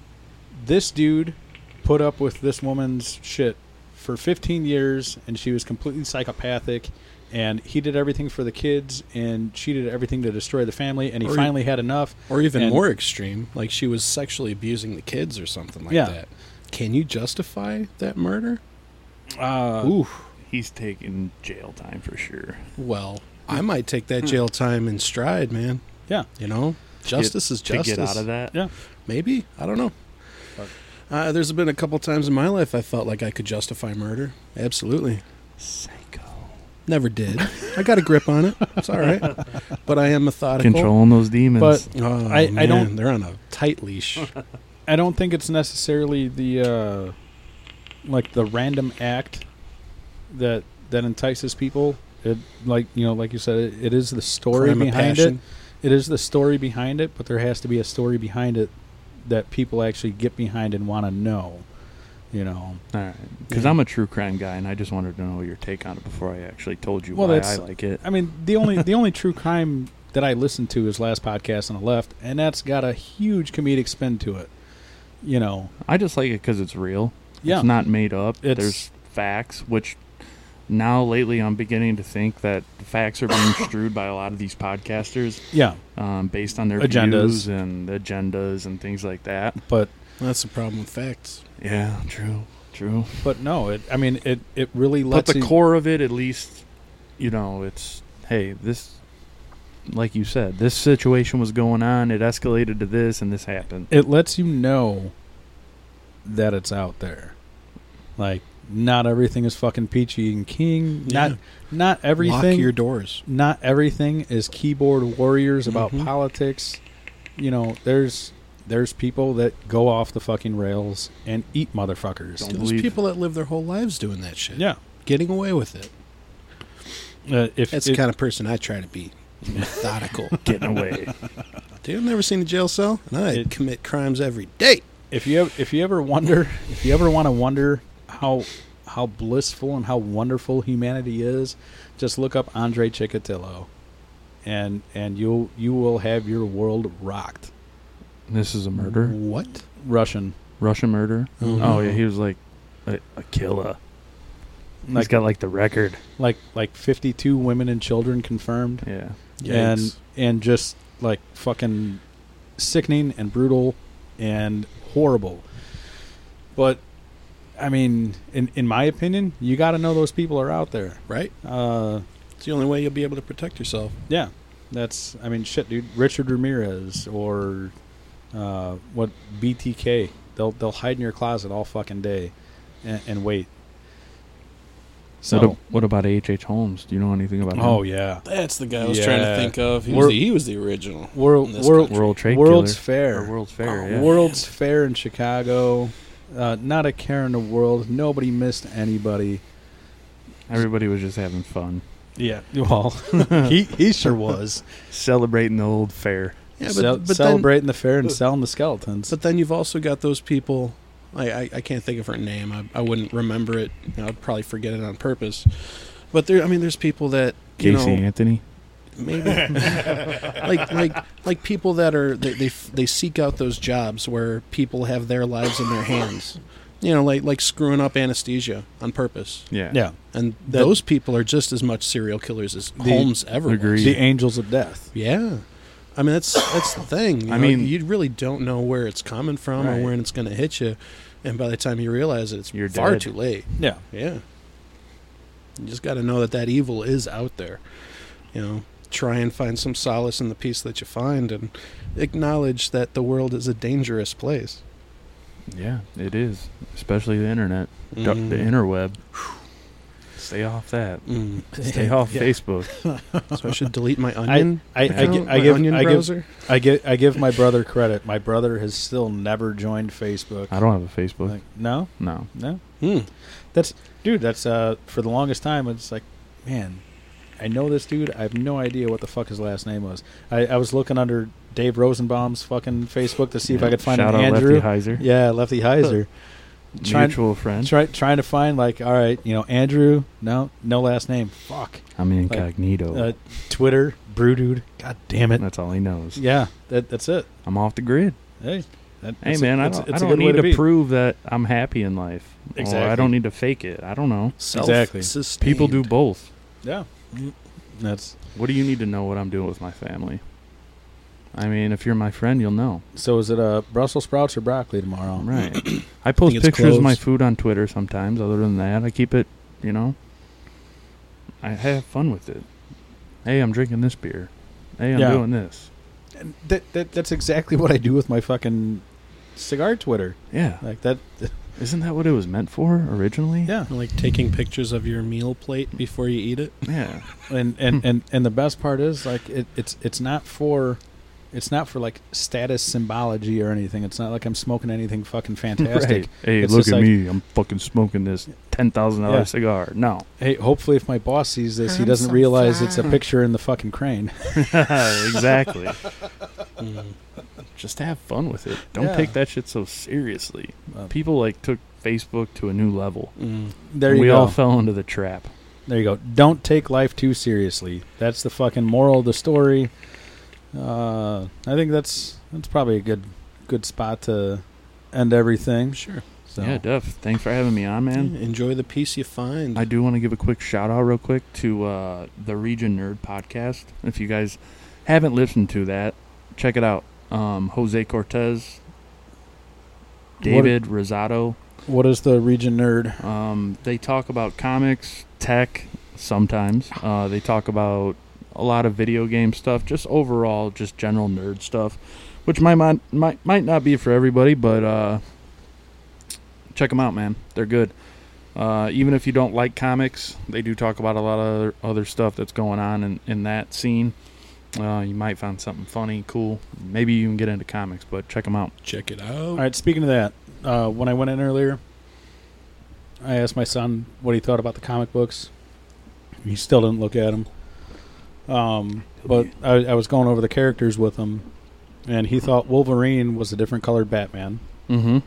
Speaker 1: this dude put up with this woman's shit for 15 years and she was completely psychopathic and he did everything for the kids and she did everything to destroy the family and he
Speaker 4: Or-
Speaker 1: finally had enough
Speaker 4: Or even
Speaker 1: And-
Speaker 4: more extreme, like she was sexually abusing the kids or something like
Speaker 1: Yeah.
Speaker 4: that. Can you justify that murder?
Speaker 1: uh,
Speaker 2: He's taking jail time for sure.
Speaker 4: Well,
Speaker 10: I might take that jail time in stride, man.
Speaker 1: hmm. Yeah.
Speaker 4: you know, justice is
Speaker 2: To
Speaker 4: justice.
Speaker 2: get out of that.
Speaker 4: Maybe I don't know.
Speaker 1: Fuck.
Speaker 4: Uh, there's been a couple times in my life I felt like I could justify murder. Absolutely,
Speaker 2: Psycho.
Speaker 4: never did. I got a grip on it. It's all right, but I am methodical.
Speaker 2: Controlling those demons.
Speaker 1: But-
Speaker 4: Oh,
Speaker 1: I- I
Speaker 4: man,
Speaker 1: don't-
Speaker 4: They're on a tight leash.
Speaker 1: I don't think it's necessarily the uh, like the random act that that entices people. It like you know, like you said, it, it is the story
Speaker 4: Crime of
Speaker 1: behind it.
Speaker 4: passion.
Speaker 1: It is the story behind it, but there has to be a story behind it that people actually get behind and want to know. You know,
Speaker 2: All right. Because I'm a true crime guy, and I just wanted to know your take on it before I actually told you
Speaker 1: Well,
Speaker 2: why I
Speaker 1: that's-
Speaker 2: like it.
Speaker 1: I mean the only the only true crime that I listened to is last podcast on the left, and that's got a huge comedic spin to it. You know,
Speaker 2: I just like it because it's real.
Speaker 1: yeah,
Speaker 2: It's not made up.
Speaker 1: It's-
Speaker 2: There's facts, which now lately I'm beginning to think that the facts are being strewed by a lot of these podcasters
Speaker 1: yeah,
Speaker 2: um, based on their
Speaker 1: Agendas.
Speaker 2: views and agendas and things like that.
Speaker 1: but
Speaker 4: That's the problem with facts.
Speaker 2: Yeah, true, true.
Speaker 1: But no, it. I mean, it. It really
Speaker 2: but
Speaker 1: lets
Speaker 2: the
Speaker 1: you-
Speaker 2: core of it, at least, you know, it's hey, this, like you said, this situation was going on. It escalated to this, and this happened.
Speaker 1: it lets you know that it's out there. Like, not everything is fucking peachy and king. Not, not everything.
Speaker 4: Lock your doors.
Speaker 1: not everything is keyboard warriors about
Speaker 4: Mhm.
Speaker 1: politics. You know, there's there's people that go off the fucking rails and eat motherfuckers.
Speaker 2: Don't
Speaker 4: There's
Speaker 2: believe-
Speaker 4: people that live their whole lives doing that shit.
Speaker 1: Yeah,
Speaker 4: Getting away with it.
Speaker 1: uh, if
Speaker 4: That's
Speaker 1: it-
Speaker 4: the kind of person I try to be. Methodical.
Speaker 2: Getting away.
Speaker 4: Dude, I've never seen a jail cell, and I
Speaker 1: It-
Speaker 4: commit crimes every day.
Speaker 1: if you ev- if you ever wonder if you ever want to wonder how how blissful and how wonderful humanity is, just look up Andre Chikatilo, and and you'll you will have your world rocked.
Speaker 2: this is a murder,
Speaker 4: What?
Speaker 1: Russian,
Speaker 2: Russian murder.
Speaker 4: Oh,
Speaker 1: Mm-hmm.
Speaker 2: Oh
Speaker 4: no.
Speaker 2: yeah, he was like a, a killer. He's
Speaker 1: Like-
Speaker 2: got like the record.
Speaker 1: like like fifty two women and children confirmed,
Speaker 2: Yeah.
Speaker 4: Yikes.
Speaker 1: and and just like fucking sickening and brutal and horrible. But I mean, in in my opinion, you got to know those people are out there.
Speaker 4: right?
Speaker 1: Uh,
Speaker 4: It's the only way you'll be able to protect yourself.
Speaker 1: Yeah, that's I mean shit, dude. Richard Ramirez or uh, what BTK? They'll they'll hide in your closet all fucking day and, and wait. So
Speaker 2: What, a, what about H.H. H. Holmes? Do you know anything about
Speaker 1: oh
Speaker 2: him?
Speaker 1: yeah,
Speaker 4: That's the guy I was trying
Speaker 1: Yeah.
Speaker 4: to think of. He
Speaker 1: We're-
Speaker 4: was, the, he was the original.
Speaker 1: world
Speaker 4: In this
Speaker 1: world
Speaker 2: World Trade
Speaker 1: world's
Speaker 2: Killer.
Speaker 1: fair,
Speaker 2: Or World's Fair,
Speaker 4: Oh,
Speaker 2: yeah.
Speaker 1: world's fair in Chicago. Uh, not a care in the world. Nobody missed anybody.
Speaker 2: Everybody was just having fun.
Speaker 1: Yeah, well, he he sure was
Speaker 2: Celebrating the old fair.
Speaker 4: Yeah, but,
Speaker 1: Cel-
Speaker 4: but, then,
Speaker 1: celebrating the fair and selling the skeletons.
Speaker 4: but then you've also got those people. I, I, I can't think of her name. I, I wouldn't remember it. I'd probably forget it on purpose. But there, I mean, there's people that
Speaker 2: Casey
Speaker 4: you know,
Speaker 2: Anthony.
Speaker 4: maybe like like like people that are they, they f- they seek out those jobs where people have their lives in their hands you know like like screwing up anesthesia on purpose
Speaker 2: Yeah.
Speaker 1: Yeah.
Speaker 4: and
Speaker 1: That-
Speaker 4: those people are just as much serial killers as Holmes ever was.
Speaker 2: Agreed.
Speaker 1: The angels of death.
Speaker 4: yeah I mean that's that's the thing you
Speaker 2: I
Speaker 4: know,
Speaker 2: mean-
Speaker 4: you really don't know where it's coming from
Speaker 2: Right.
Speaker 4: or when it's going to hit you and by the time you realize it it's
Speaker 2: You're
Speaker 4: far
Speaker 2: dead.
Speaker 4: too late
Speaker 1: Yeah.
Speaker 4: yeah. You just got to know that that evil is out there. You know, try and find some solace in the peace that you find and acknowledge that the world is a dangerous place.
Speaker 2: Yeah, it is. Especially the internet,
Speaker 1: Mm.
Speaker 2: the
Speaker 4: Mm-hmm.
Speaker 2: the interweb. Stay off that.
Speaker 4: Mm.
Speaker 2: Stay off Facebook.
Speaker 4: So I should delete my
Speaker 1: I,
Speaker 4: onion.
Speaker 1: I, I,
Speaker 2: account,
Speaker 1: gi- I
Speaker 4: my
Speaker 1: give
Speaker 4: onion
Speaker 1: I give,
Speaker 4: browser.
Speaker 1: I give I give my brother credit. My brother has still never joined Facebook.
Speaker 2: I don't have a Facebook.
Speaker 1: Like, no,
Speaker 2: no.
Speaker 1: no,
Speaker 4: Mm.
Speaker 1: dude. That's uh for the longest time. It's like, man, I know this dude. I have no idea what the fuck his last name was. I, I was looking under Dave Rosenbaum's fucking Facebook to see if I could find
Speaker 2: Shout
Speaker 1: an
Speaker 2: out
Speaker 1: Andrew.
Speaker 2: Lefty Heiser.
Speaker 1: Yeah, Lefty Heiser. Trying-
Speaker 2: Mutual friend.
Speaker 1: Try, trying to find like, all right, you know, Andrew. No, no last name. Fuck.
Speaker 2: I'm
Speaker 1: like,
Speaker 2: incognito.
Speaker 1: Uh, Twitter, Brew Dude. God damn it.
Speaker 2: that's all he knows.
Speaker 1: Yeah, that, that's it.
Speaker 2: I'm off the grid.
Speaker 1: Hey, that,
Speaker 2: Hey
Speaker 1: that's a-
Speaker 2: man, I
Speaker 1: that's a-
Speaker 2: don't,
Speaker 1: that's a
Speaker 2: I don't
Speaker 1: good way
Speaker 2: need to
Speaker 1: be.
Speaker 2: prove that I'm happy in life. Or I
Speaker 1: Exactly.
Speaker 2: don't need to fake it. I don't know.
Speaker 1: Exactly. Mm.
Speaker 4: Self-sustained.
Speaker 2: People do both.
Speaker 1: Yeah, that's
Speaker 2: What do you need to know what I'm doing with my family? I mean, if you're my friend, you'll know.
Speaker 1: so. Is it uh, Brussels sprouts or broccoli tomorrow?
Speaker 2: All right. I post
Speaker 4: it's
Speaker 2: pictures of my
Speaker 4: closed.
Speaker 2: food on Twitter sometimes. Other than that, I keep it, you know, I have fun with it. Hey, I'm drinking this beer. Hey, I'm
Speaker 1: Yeah.
Speaker 2: doing this.
Speaker 1: And that, that that's exactly what I do with my fucking cigar Twitter.
Speaker 2: Yeah.
Speaker 1: Like that.
Speaker 2: Isn't that what it was meant for originally?
Speaker 1: Yeah,
Speaker 4: Like taking pictures of your meal plate before you eat it.
Speaker 2: Yeah.
Speaker 1: and and and and the best part is like it, it's it's not for. It's not for like status symbology or anything. It's not like I'm smoking anything fucking fantastic.
Speaker 2: Right. Hey,
Speaker 1: It's
Speaker 2: look
Speaker 1: just
Speaker 2: at
Speaker 1: like-
Speaker 2: me. I'm fucking smoking this $10,000
Speaker 1: Yeah.
Speaker 2: cigar. No.
Speaker 1: Hey, hopefully, if my boss sees this, he
Speaker 11: I'm
Speaker 1: doesn't
Speaker 11: so
Speaker 1: realize it's a
Speaker 11: fly.
Speaker 1: picture in the fucking crane.
Speaker 2: exactly.
Speaker 4: Mm.
Speaker 2: Just have fun with it. Don't
Speaker 1: Yeah.
Speaker 2: take that shit so seriously.
Speaker 1: Well-
Speaker 2: People like took Facebook to a new level.
Speaker 4: Mm.
Speaker 1: There
Speaker 2: And
Speaker 1: you
Speaker 2: we
Speaker 1: go.
Speaker 2: all fell into the trap.
Speaker 1: There you go. Don't take life too seriously. That's the fucking moral of the story. Uh, I think that's that's probably a good good spot to end everything.
Speaker 4: Sure.
Speaker 1: So
Speaker 2: Yeah, Duff. Thanks for having me on, man.
Speaker 4: Enjoy the peace you find.
Speaker 2: I do want to give a quick shout out, real quick, to uh, the Region Nerd podcast. If you guys haven't listened to that, check it out. Um, Jose Cortez, David Rosado.
Speaker 1: what is the region nerd?
Speaker 2: Um, they talk about comics, tech, sometimes. Uh, they talk about a lot of video game stuff, just overall, just general nerd stuff, which might might might, might not be for everybody, but uh, check them out, man. They're good. Uh, even if you don't like comics, they do talk about a lot of other, other stuff that's going on in, in that scene. Uh, you might find something funny, cool. Maybe you can get into comics, but check them out.
Speaker 4: Check it out.
Speaker 1: All right. Speaking of that, uh, when I went in earlier, I asked my son what he thought about the comic books. He still didn't look at them. Um, but I, I was going over the characters with him, and he thought Wolverine was a different colored Batman.
Speaker 2: Mm-hmm.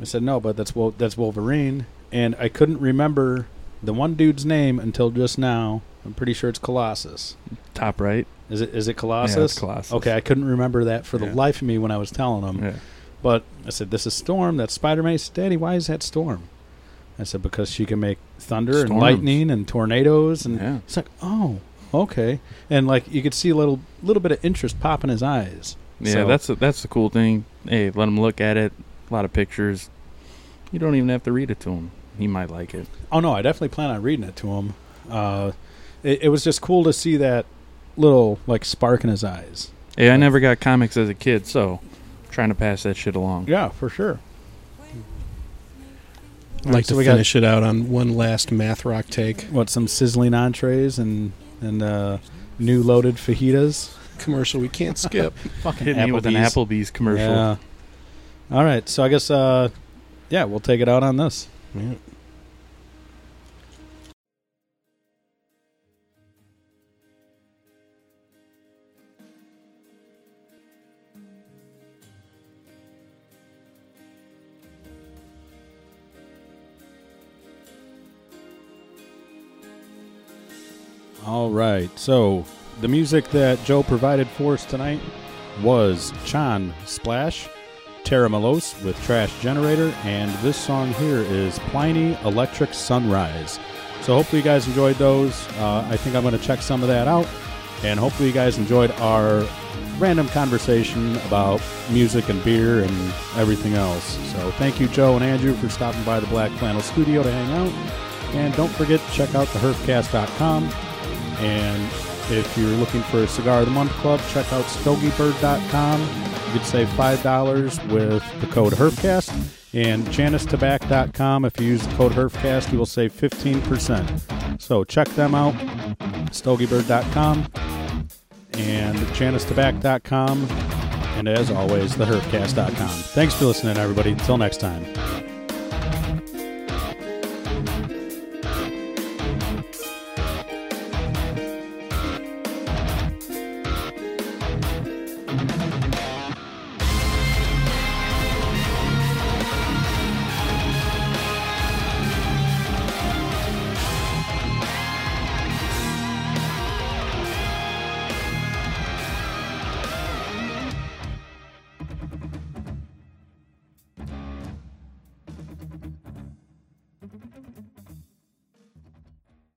Speaker 1: I said, "No, but that's Wol- that's Wolverine." And I couldn't remember the one dude's name until just now. I'm pretty sure it's Colossus.
Speaker 2: Top right.
Speaker 1: Is it is it
Speaker 2: Yeah,
Speaker 1: Colossus?
Speaker 2: it's Colossus.
Speaker 1: okay, I couldn't remember that for the
Speaker 2: Yeah. Mm-hmm.
Speaker 1: life of me when I was telling him.
Speaker 2: Yeah.
Speaker 1: But I said, "This is Storm. That's Spider-Man." He said, "Daddy, why is that Storm?" I said, "Because she can make thunder and
Speaker 2: Storms.
Speaker 1: lightning and tornadoes." And
Speaker 2: Yeah.
Speaker 1: it's like, "Oh, okay." And like you could see a little little bit of interest pop in his eyes.
Speaker 2: Yeah,
Speaker 1: So-
Speaker 2: that's the, that's the cool thing. Hey, let him look at it. A lot of pictures. You don't even have to read it to him. He might like it.
Speaker 1: Oh no, I definitely plan on reading it to him. Uh, it, it was just cool to see that little like spark in his eyes.
Speaker 2: Hey, I never got comics as a kid, so trying to pass that shit along.
Speaker 1: Yeah, for sure.
Speaker 4: I'd like
Speaker 1: so
Speaker 4: to
Speaker 1: we got-
Speaker 4: finish it out on one last math rock take.
Speaker 1: What some sizzling entrees and and uh, new loaded fajitas.
Speaker 4: Commercial we can't skip.
Speaker 1: Fucking
Speaker 2: Hit me with an
Speaker 1: Applebee's.
Speaker 2: Applebee's commercial.
Speaker 1: Yeah. All right, so I guess uh, yeah, we'll take it out on this.
Speaker 4: Yeah.
Speaker 1: All All right. So the music that Joe provided for us tonight was Chan Splash, Terra Melos with Trash Generator, and this song here is Pliny Electric Sunrise. So hopefully you guys enjoyed those. Uh, I think I'm going to check some of that out, and hopefully you guys enjoyed our random conversation about music and beer and everything else. So thank you, Joe and Andrew, for stopping by the Black Flannel Studio to hang out. And don't forget to check out the herfcast.com. And if you're looking for a Cigar of the Month Club, check out stogiebird.com. You can save $5 with the code HERFCAST. And janistobac.com, if you use the code HERFCAST, you will save 15%. So check them out, stogiebird.com and janistobac.com. And as always, the herfcast.com. Thanks for listening, everybody. Until next time.